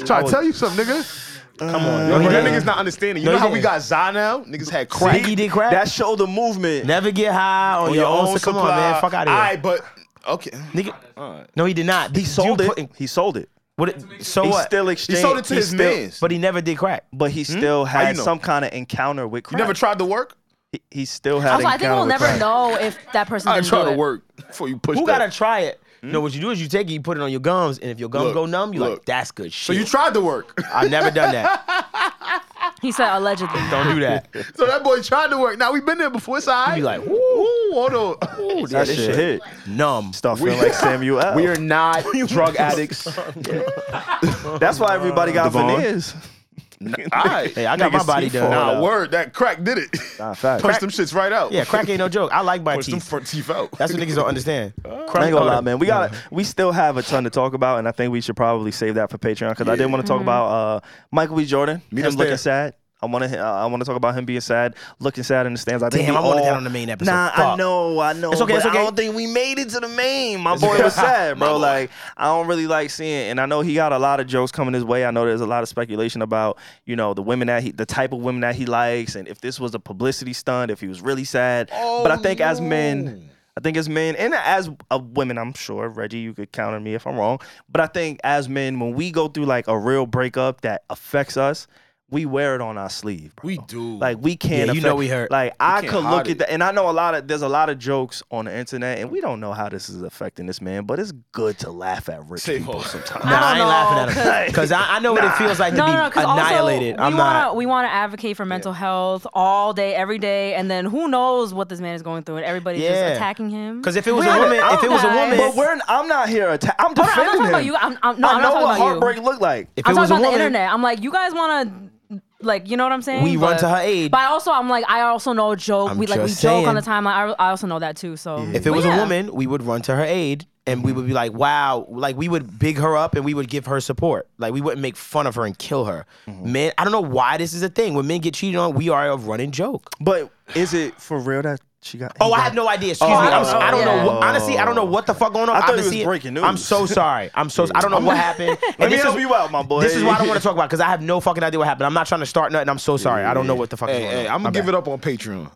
S6: trying to tell you something, nigga.
S5: Yo,
S4: he
S5: but that
S4: didn't.
S5: niggas not understanding. You
S4: No,
S5: know
S4: he
S5: how we got
S4: didn't.
S5: Za now? Niggas had crack.
S4: Biggie did crack.
S1: that showed the movement.
S4: Never get high on,
S5: on
S4: your, own. supply. Come on, man. Fuck out of here.
S5: All right, but okay.
S4: Nigga. No, he did not.
S1: he sold
S4: you
S1: it.
S4: put in-
S1: he sold it.
S4: what it- so
S1: He
S4: what?
S1: still
S5: He
S1: exchanged.
S5: sold it to his
S1: still-
S5: mans.
S4: but he never did crack.
S1: But he still had
S5: you know?
S1: some kind of encounter with
S5: you
S1: crack.
S5: never tried to work?
S1: he, he still had.
S3: Also, I think
S1: encounter
S3: we'll
S1: with
S3: never
S1: crack.
S3: know if that person
S5: I
S3: didn't
S5: tried
S3: do
S5: to
S3: it.
S5: work before you pushed
S4: Who
S5: that.
S4: gotta try it? No, what you do is you take it, you put it on your gums, and if your gums
S5: Look,
S4: go numb, you like,
S5: look.
S4: that's good
S5: so
S4: shit.
S5: you tried to work.
S4: I've never done that.
S3: He said allegedly.
S4: Don't do that.
S5: so that boy tried to work. Now we've been there before. It's all right.
S4: You like, ooh,
S5: hold on.
S4: ooh,
S1: That
S4: this
S1: shit
S4: shit
S1: hit.
S4: numb.
S1: Start feeling like Samuel L.
S5: We are not drug addicts.
S1: That's why everybody got
S5: Devon.
S1: veneers.
S5: All right.
S4: Hey, I got my
S1: Nigga
S4: body
S1: see
S4: done.
S1: fall
S5: Nah,
S1: out.
S5: word. That crack did it.
S1: Nah, facts.
S5: Pushed them shits right out.
S4: Yeah, crack ain't no joke. I like my
S5: Pushed them
S4: teeth.
S5: front teeth out.
S4: That's what niggas don't understand.
S1: I ain't gonna lie,
S4: Crack-
S1: man. We got we still have a ton to talk about, and I think we should probably save that for Patreon because I did want to talk about uh, Michael B. Jordan,
S5: Meet
S1: him
S5: us
S1: looking
S5: there.
S1: sad. I want to uh, I want to talk about him being sad, looking sad in the stands. I think
S4: Damn,
S1: we
S4: I wanted
S1: all,
S4: that on the main episode.
S1: Nah, I
S4: Fuck.
S1: know, I know.
S4: It's okay,
S1: but
S4: it's okay.
S1: I don't think we made it to the main. My boy was sad, bro. Like I don't really like seeing, and I know he got a lot of jokes coming his way. I know there's a lot of speculation about you know the women that he, the type of women that he likes, and if this was a publicity stunt, if he was really sad.
S4: Oh,
S1: but I think as men. I think as men and as uh, women, I'm sure Reggie, you could counter me if I'm wrong. But I think as men, when we go through like a real breakup that affects us, we wear it on our sleeve. Bro.
S5: We do.
S1: Like we can't.
S4: Yeah, you
S1: affect-
S4: know we hurt.
S1: Like I could
S5: hide
S1: look
S5: it.
S1: at that, and I know a lot of there's a lot of jokes on the internet, and we don't know how this is affecting this man. But it's good to laugh at rich
S5: Save
S1: people
S5: hope.
S1: sometimes.
S4: Nah, I, ain't laughing at him
S1: Cause-
S4: because I, I know what it feels like to
S3: No,
S4: be
S3: no, no. 'cause
S4: annihilated.
S3: Also,
S4: I'm
S3: we
S4: not.
S3: Wanna, we want to advocate for mental health all day, every day, and then who knows what this man is going through, and everybody's
S4: Yeah.
S3: just attacking him.
S4: Because if it was
S1: Wait,
S4: a woman,
S1: I'm
S4: if it was a
S3: not-
S4: woman,
S1: But we're I'm not here. Atta- I'm
S3: Hold on, I'm
S1: defending
S3: not talking
S1: him.
S3: about you. I'm, I'm, no,
S1: I know
S3: I'm not talking
S1: what
S3: about
S1: heartbreak
S3: you.
S1: look like.
S4: if
S3: I'm
S4: it was
S3: talking
S4: a
S3: about
S4: woman,
S3: the internet. I'm like, you guys want to, like, you know what I'm saying?
S4: We run to her aid.
S3: But I also, I'm like, I also know joke.
S4: I'm
S3: we like we
S4: just
S3: joke on the
S4: saying.
S3: timeline. I, I also know that too. So
S4: if it
S3: But
S4: was
S3: yeah.
S4: a woman, we would run to her aid and we would be like, wow, like we would big her up and we would give her support. Like we wouldn't make fun of her and kill her. Men, I don't know why this is a thing. When men get cheated on, we are a running joke.
S1: But is it for real that she got?
S4: Oh, I have no idea. Excuse
S1: Oh,
S4: me. I'm,
S1: oh,
S4: I don't
S3: yeah.
S4: know. What, honestly, I don't know what the fuck going on.
S1: I thought
S4: I've
S1: it
S4: been
S1: was
S4: seeing-
S1: breaking
S4: I'm
S1: news.
S4: so sorry. I'm so. I don't know what happened.
S1: Let
S4: And
S1: me
S4: this
S1: help
S4: is-
S1: you out, my boy.
S4: This is why I don't want to talk about because I have no fucking idea what happened. I'm not trying to start nothing. I'm so sorry. I don't know what the fuck is
S5: Hey,
S4: going
S5: hey,
S4: on.
S5: I'm
S4: My
S5: gonna give
S4: bad.
S5: it up on Patreon.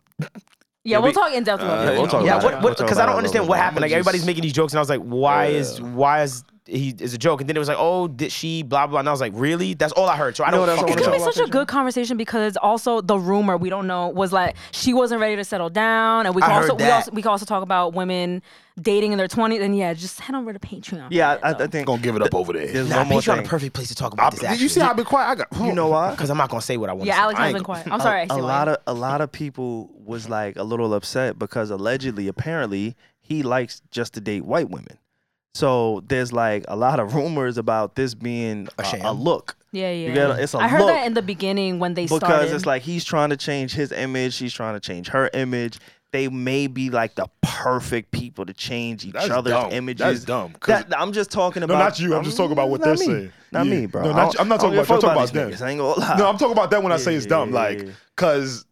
S3: yeah, we'll talk in depth about
S1: Uh, we'll
S3: it.
S1: talk
S4: Yeah,
S1: about it.
S4: what?
S1: We'll
S4: What?
S1: talk about it
S4: Because I
S1: a
S4: don't
S1: little
S4: understand
S1: bit
S4: what
S1: more.
S4: happened. Like everybody's making these jokes, and I was like, why is why is he is a joke? And then it was like, oh, did she blah blah? And I was like, really? That's all I heard. So I
S1: know
S4: don't.
S1: what else I
S4: fucking
S1: wanna
S3: It's gonna
S1: talk
S3: be
S1: about
S3: such a good conversation because also the rumor we don't know was like she wasn't ready to settle down, and we can
S4: I
S3: also
S4: heard
S3: we
S4: that.
S3: also we can also talk about women dating in their twenties. And yeah, just head over to Patreon.
S1: Yeah, I, I think
S5: Gonna give it up over there.
S1: there's
S4: Nah,
S1: one more
S4: Patreon
S1: thing. Uh,
S4: a perfect place to talk about this.
S5: I-
S4: Actually.
S5: you see how I've been quiet? I got.
S1: you know why?
S4: Because I'm not gonna say what I want.
S3: yeah,
S4: to
S3: Alex
S5: I
S3: has
S5: ain't
S3: been
S5: go-
S3: quiet. I'm sorry. I
S1: a
S3: see why.
S1: lot of a lot of people was like a little upset because allegedly, apparently, he likes just to date white women. So there's like a lot of rumors about this being a, a
S4: sham.
S1: look.
S3: Yeah, yeah.
S1: You gotta- it's a
S3: I heard
S1: look
S3: that in the beginning when they
S1: because
S3: started.
S1: it's like he's trying to change his image, she's trying to change her image. They may be like the perfect people to change each
S5: That's
S1: other's
S5: dumb.
S1: images.
S5: That's dumb, 'cause-
S1: That, I'm just talking about. Mm,
S6: not you. I'm just talking about what
S1: not
S6: they're
S1: me.
S6: saying.
S1: Not
S6: Yeah.
S1: me, bro.
S6: No,
S1: I
S6: not
S1: don't-
S6: you. I'm not
S1: I don't
S6: talking
S1: give a
S6: about-
S1: fuck
S6: I'm talking
S1: these
S6: about them.
S1: niggas. I ain't gonna lie.
S6: No, I'm talking about that when I say
S1: Yeah,
S6: it's dumb.
S1: yeah,
S6: Like,
S1: yeah.
S6: cause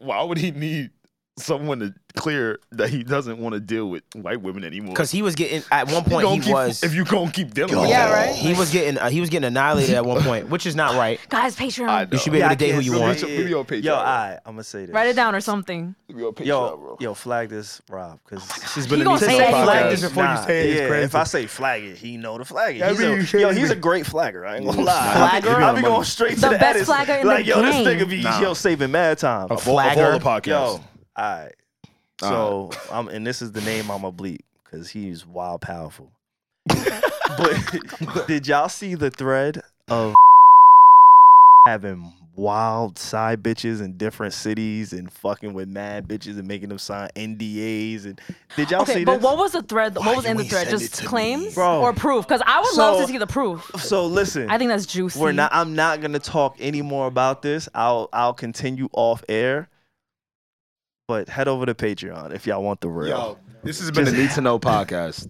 S6: why would he
S5: Why would he need someone to clear that he doesn't want to deal with white women anymore.
S4: Because he was getting at one
S5: You
S4: point
S5: gonna
S4: he
S5: keep-
S4: was
S5: if you gonna keep dealing with
S7: Yeah,
S5: it.
S1: Oh.
S7: right?
S4: he was getting uh, he was getting annihilated at one point, which is not right.
S3: Guys, Patreon.
S5: I know.
S4: You should be able
S1: I
S4: to date who
S1: can't
S4: you
S1: say-
S4: want.
S5: Give me your picture,
S1: Yo,
S5: bro.
S1: I, I'm gonna say this.
S3: Write it down or something.
S5: Give me a picture,
S1: Yo,
S5: bro.
S1: yo, flag this, Rob, because she's
S3: been He in gonna these say podcasts. it.
S1: flag
S5: Podcast.
S1: before
S7: you say it, it's
S1: Yeah,
S7: crazy.
S1: if I say flag it, he know the flag it.
S5: That
S1: He's
S5: mean you
S1: a,
S5: shouldn't
S1: yo, he's
S5: be-
S1: a great flagger. I ain't gonna lie.
S4: Flagger?
S1: I be going straight to
S3: The
S1: the,
S3: best
S1: Addis.
S3: flagger in the
S1: like, yo, this
S3: game.
S1: nigga be yo saving mad time.
S4: A
S1: Of
S4: flagger.
S5: All the podcasts.
S1: Yo, all right. So I'm, and this is the name I'ma bleep because he's wild powerful. but did y'all see the thread of having wild side bitches in different cities and fucking with mad bitches and making them sign NDAs and did y'all
S3: Okay,
S1: see
S3: but
S1: this?
S3: what was the thread? What was
S2: you
S3: in the
S2: ain't
S3: thread?
S2: send it
S3: Just
S2: to me?
S3: claims
S1: Bro.
S3: or proof? Because I would love
S1: So-
S3: to see the proof.
S1: so listen,
S3: I think that's juicy.
S1: we're not. I'm not gonna talk any more about this. I'll I'll continue off air. But head over to Patreon if y'all want the real.
S2: This has been the Need to Know podcast.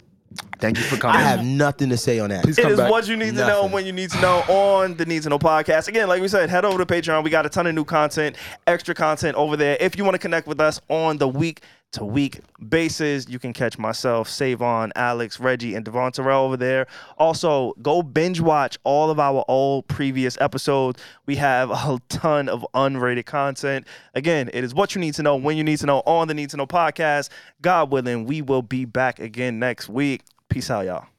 S2: Thank you for coming.
S4: I have nothing to say on that.
S2: Please
S1: It
S2: come
S1: is
S2: back.
S1: what you need to know
S4: Nothing.
S1: when you need to know on the Need to Know podcast. Again, like we said, head over to Patreon. We got a ton of new content, extra content over there. If you want to connect with us on the week to week basis, you can catch myself, Savon, Alex, Reggie, and Devon Terrell over there. Also, go binge watch all of our old previous episodes. We have a ton of unrated content. Again, it is what you need to know when you need to know on the Need to Know podcast. God willing, we will be back again next week. Peace out, y'all.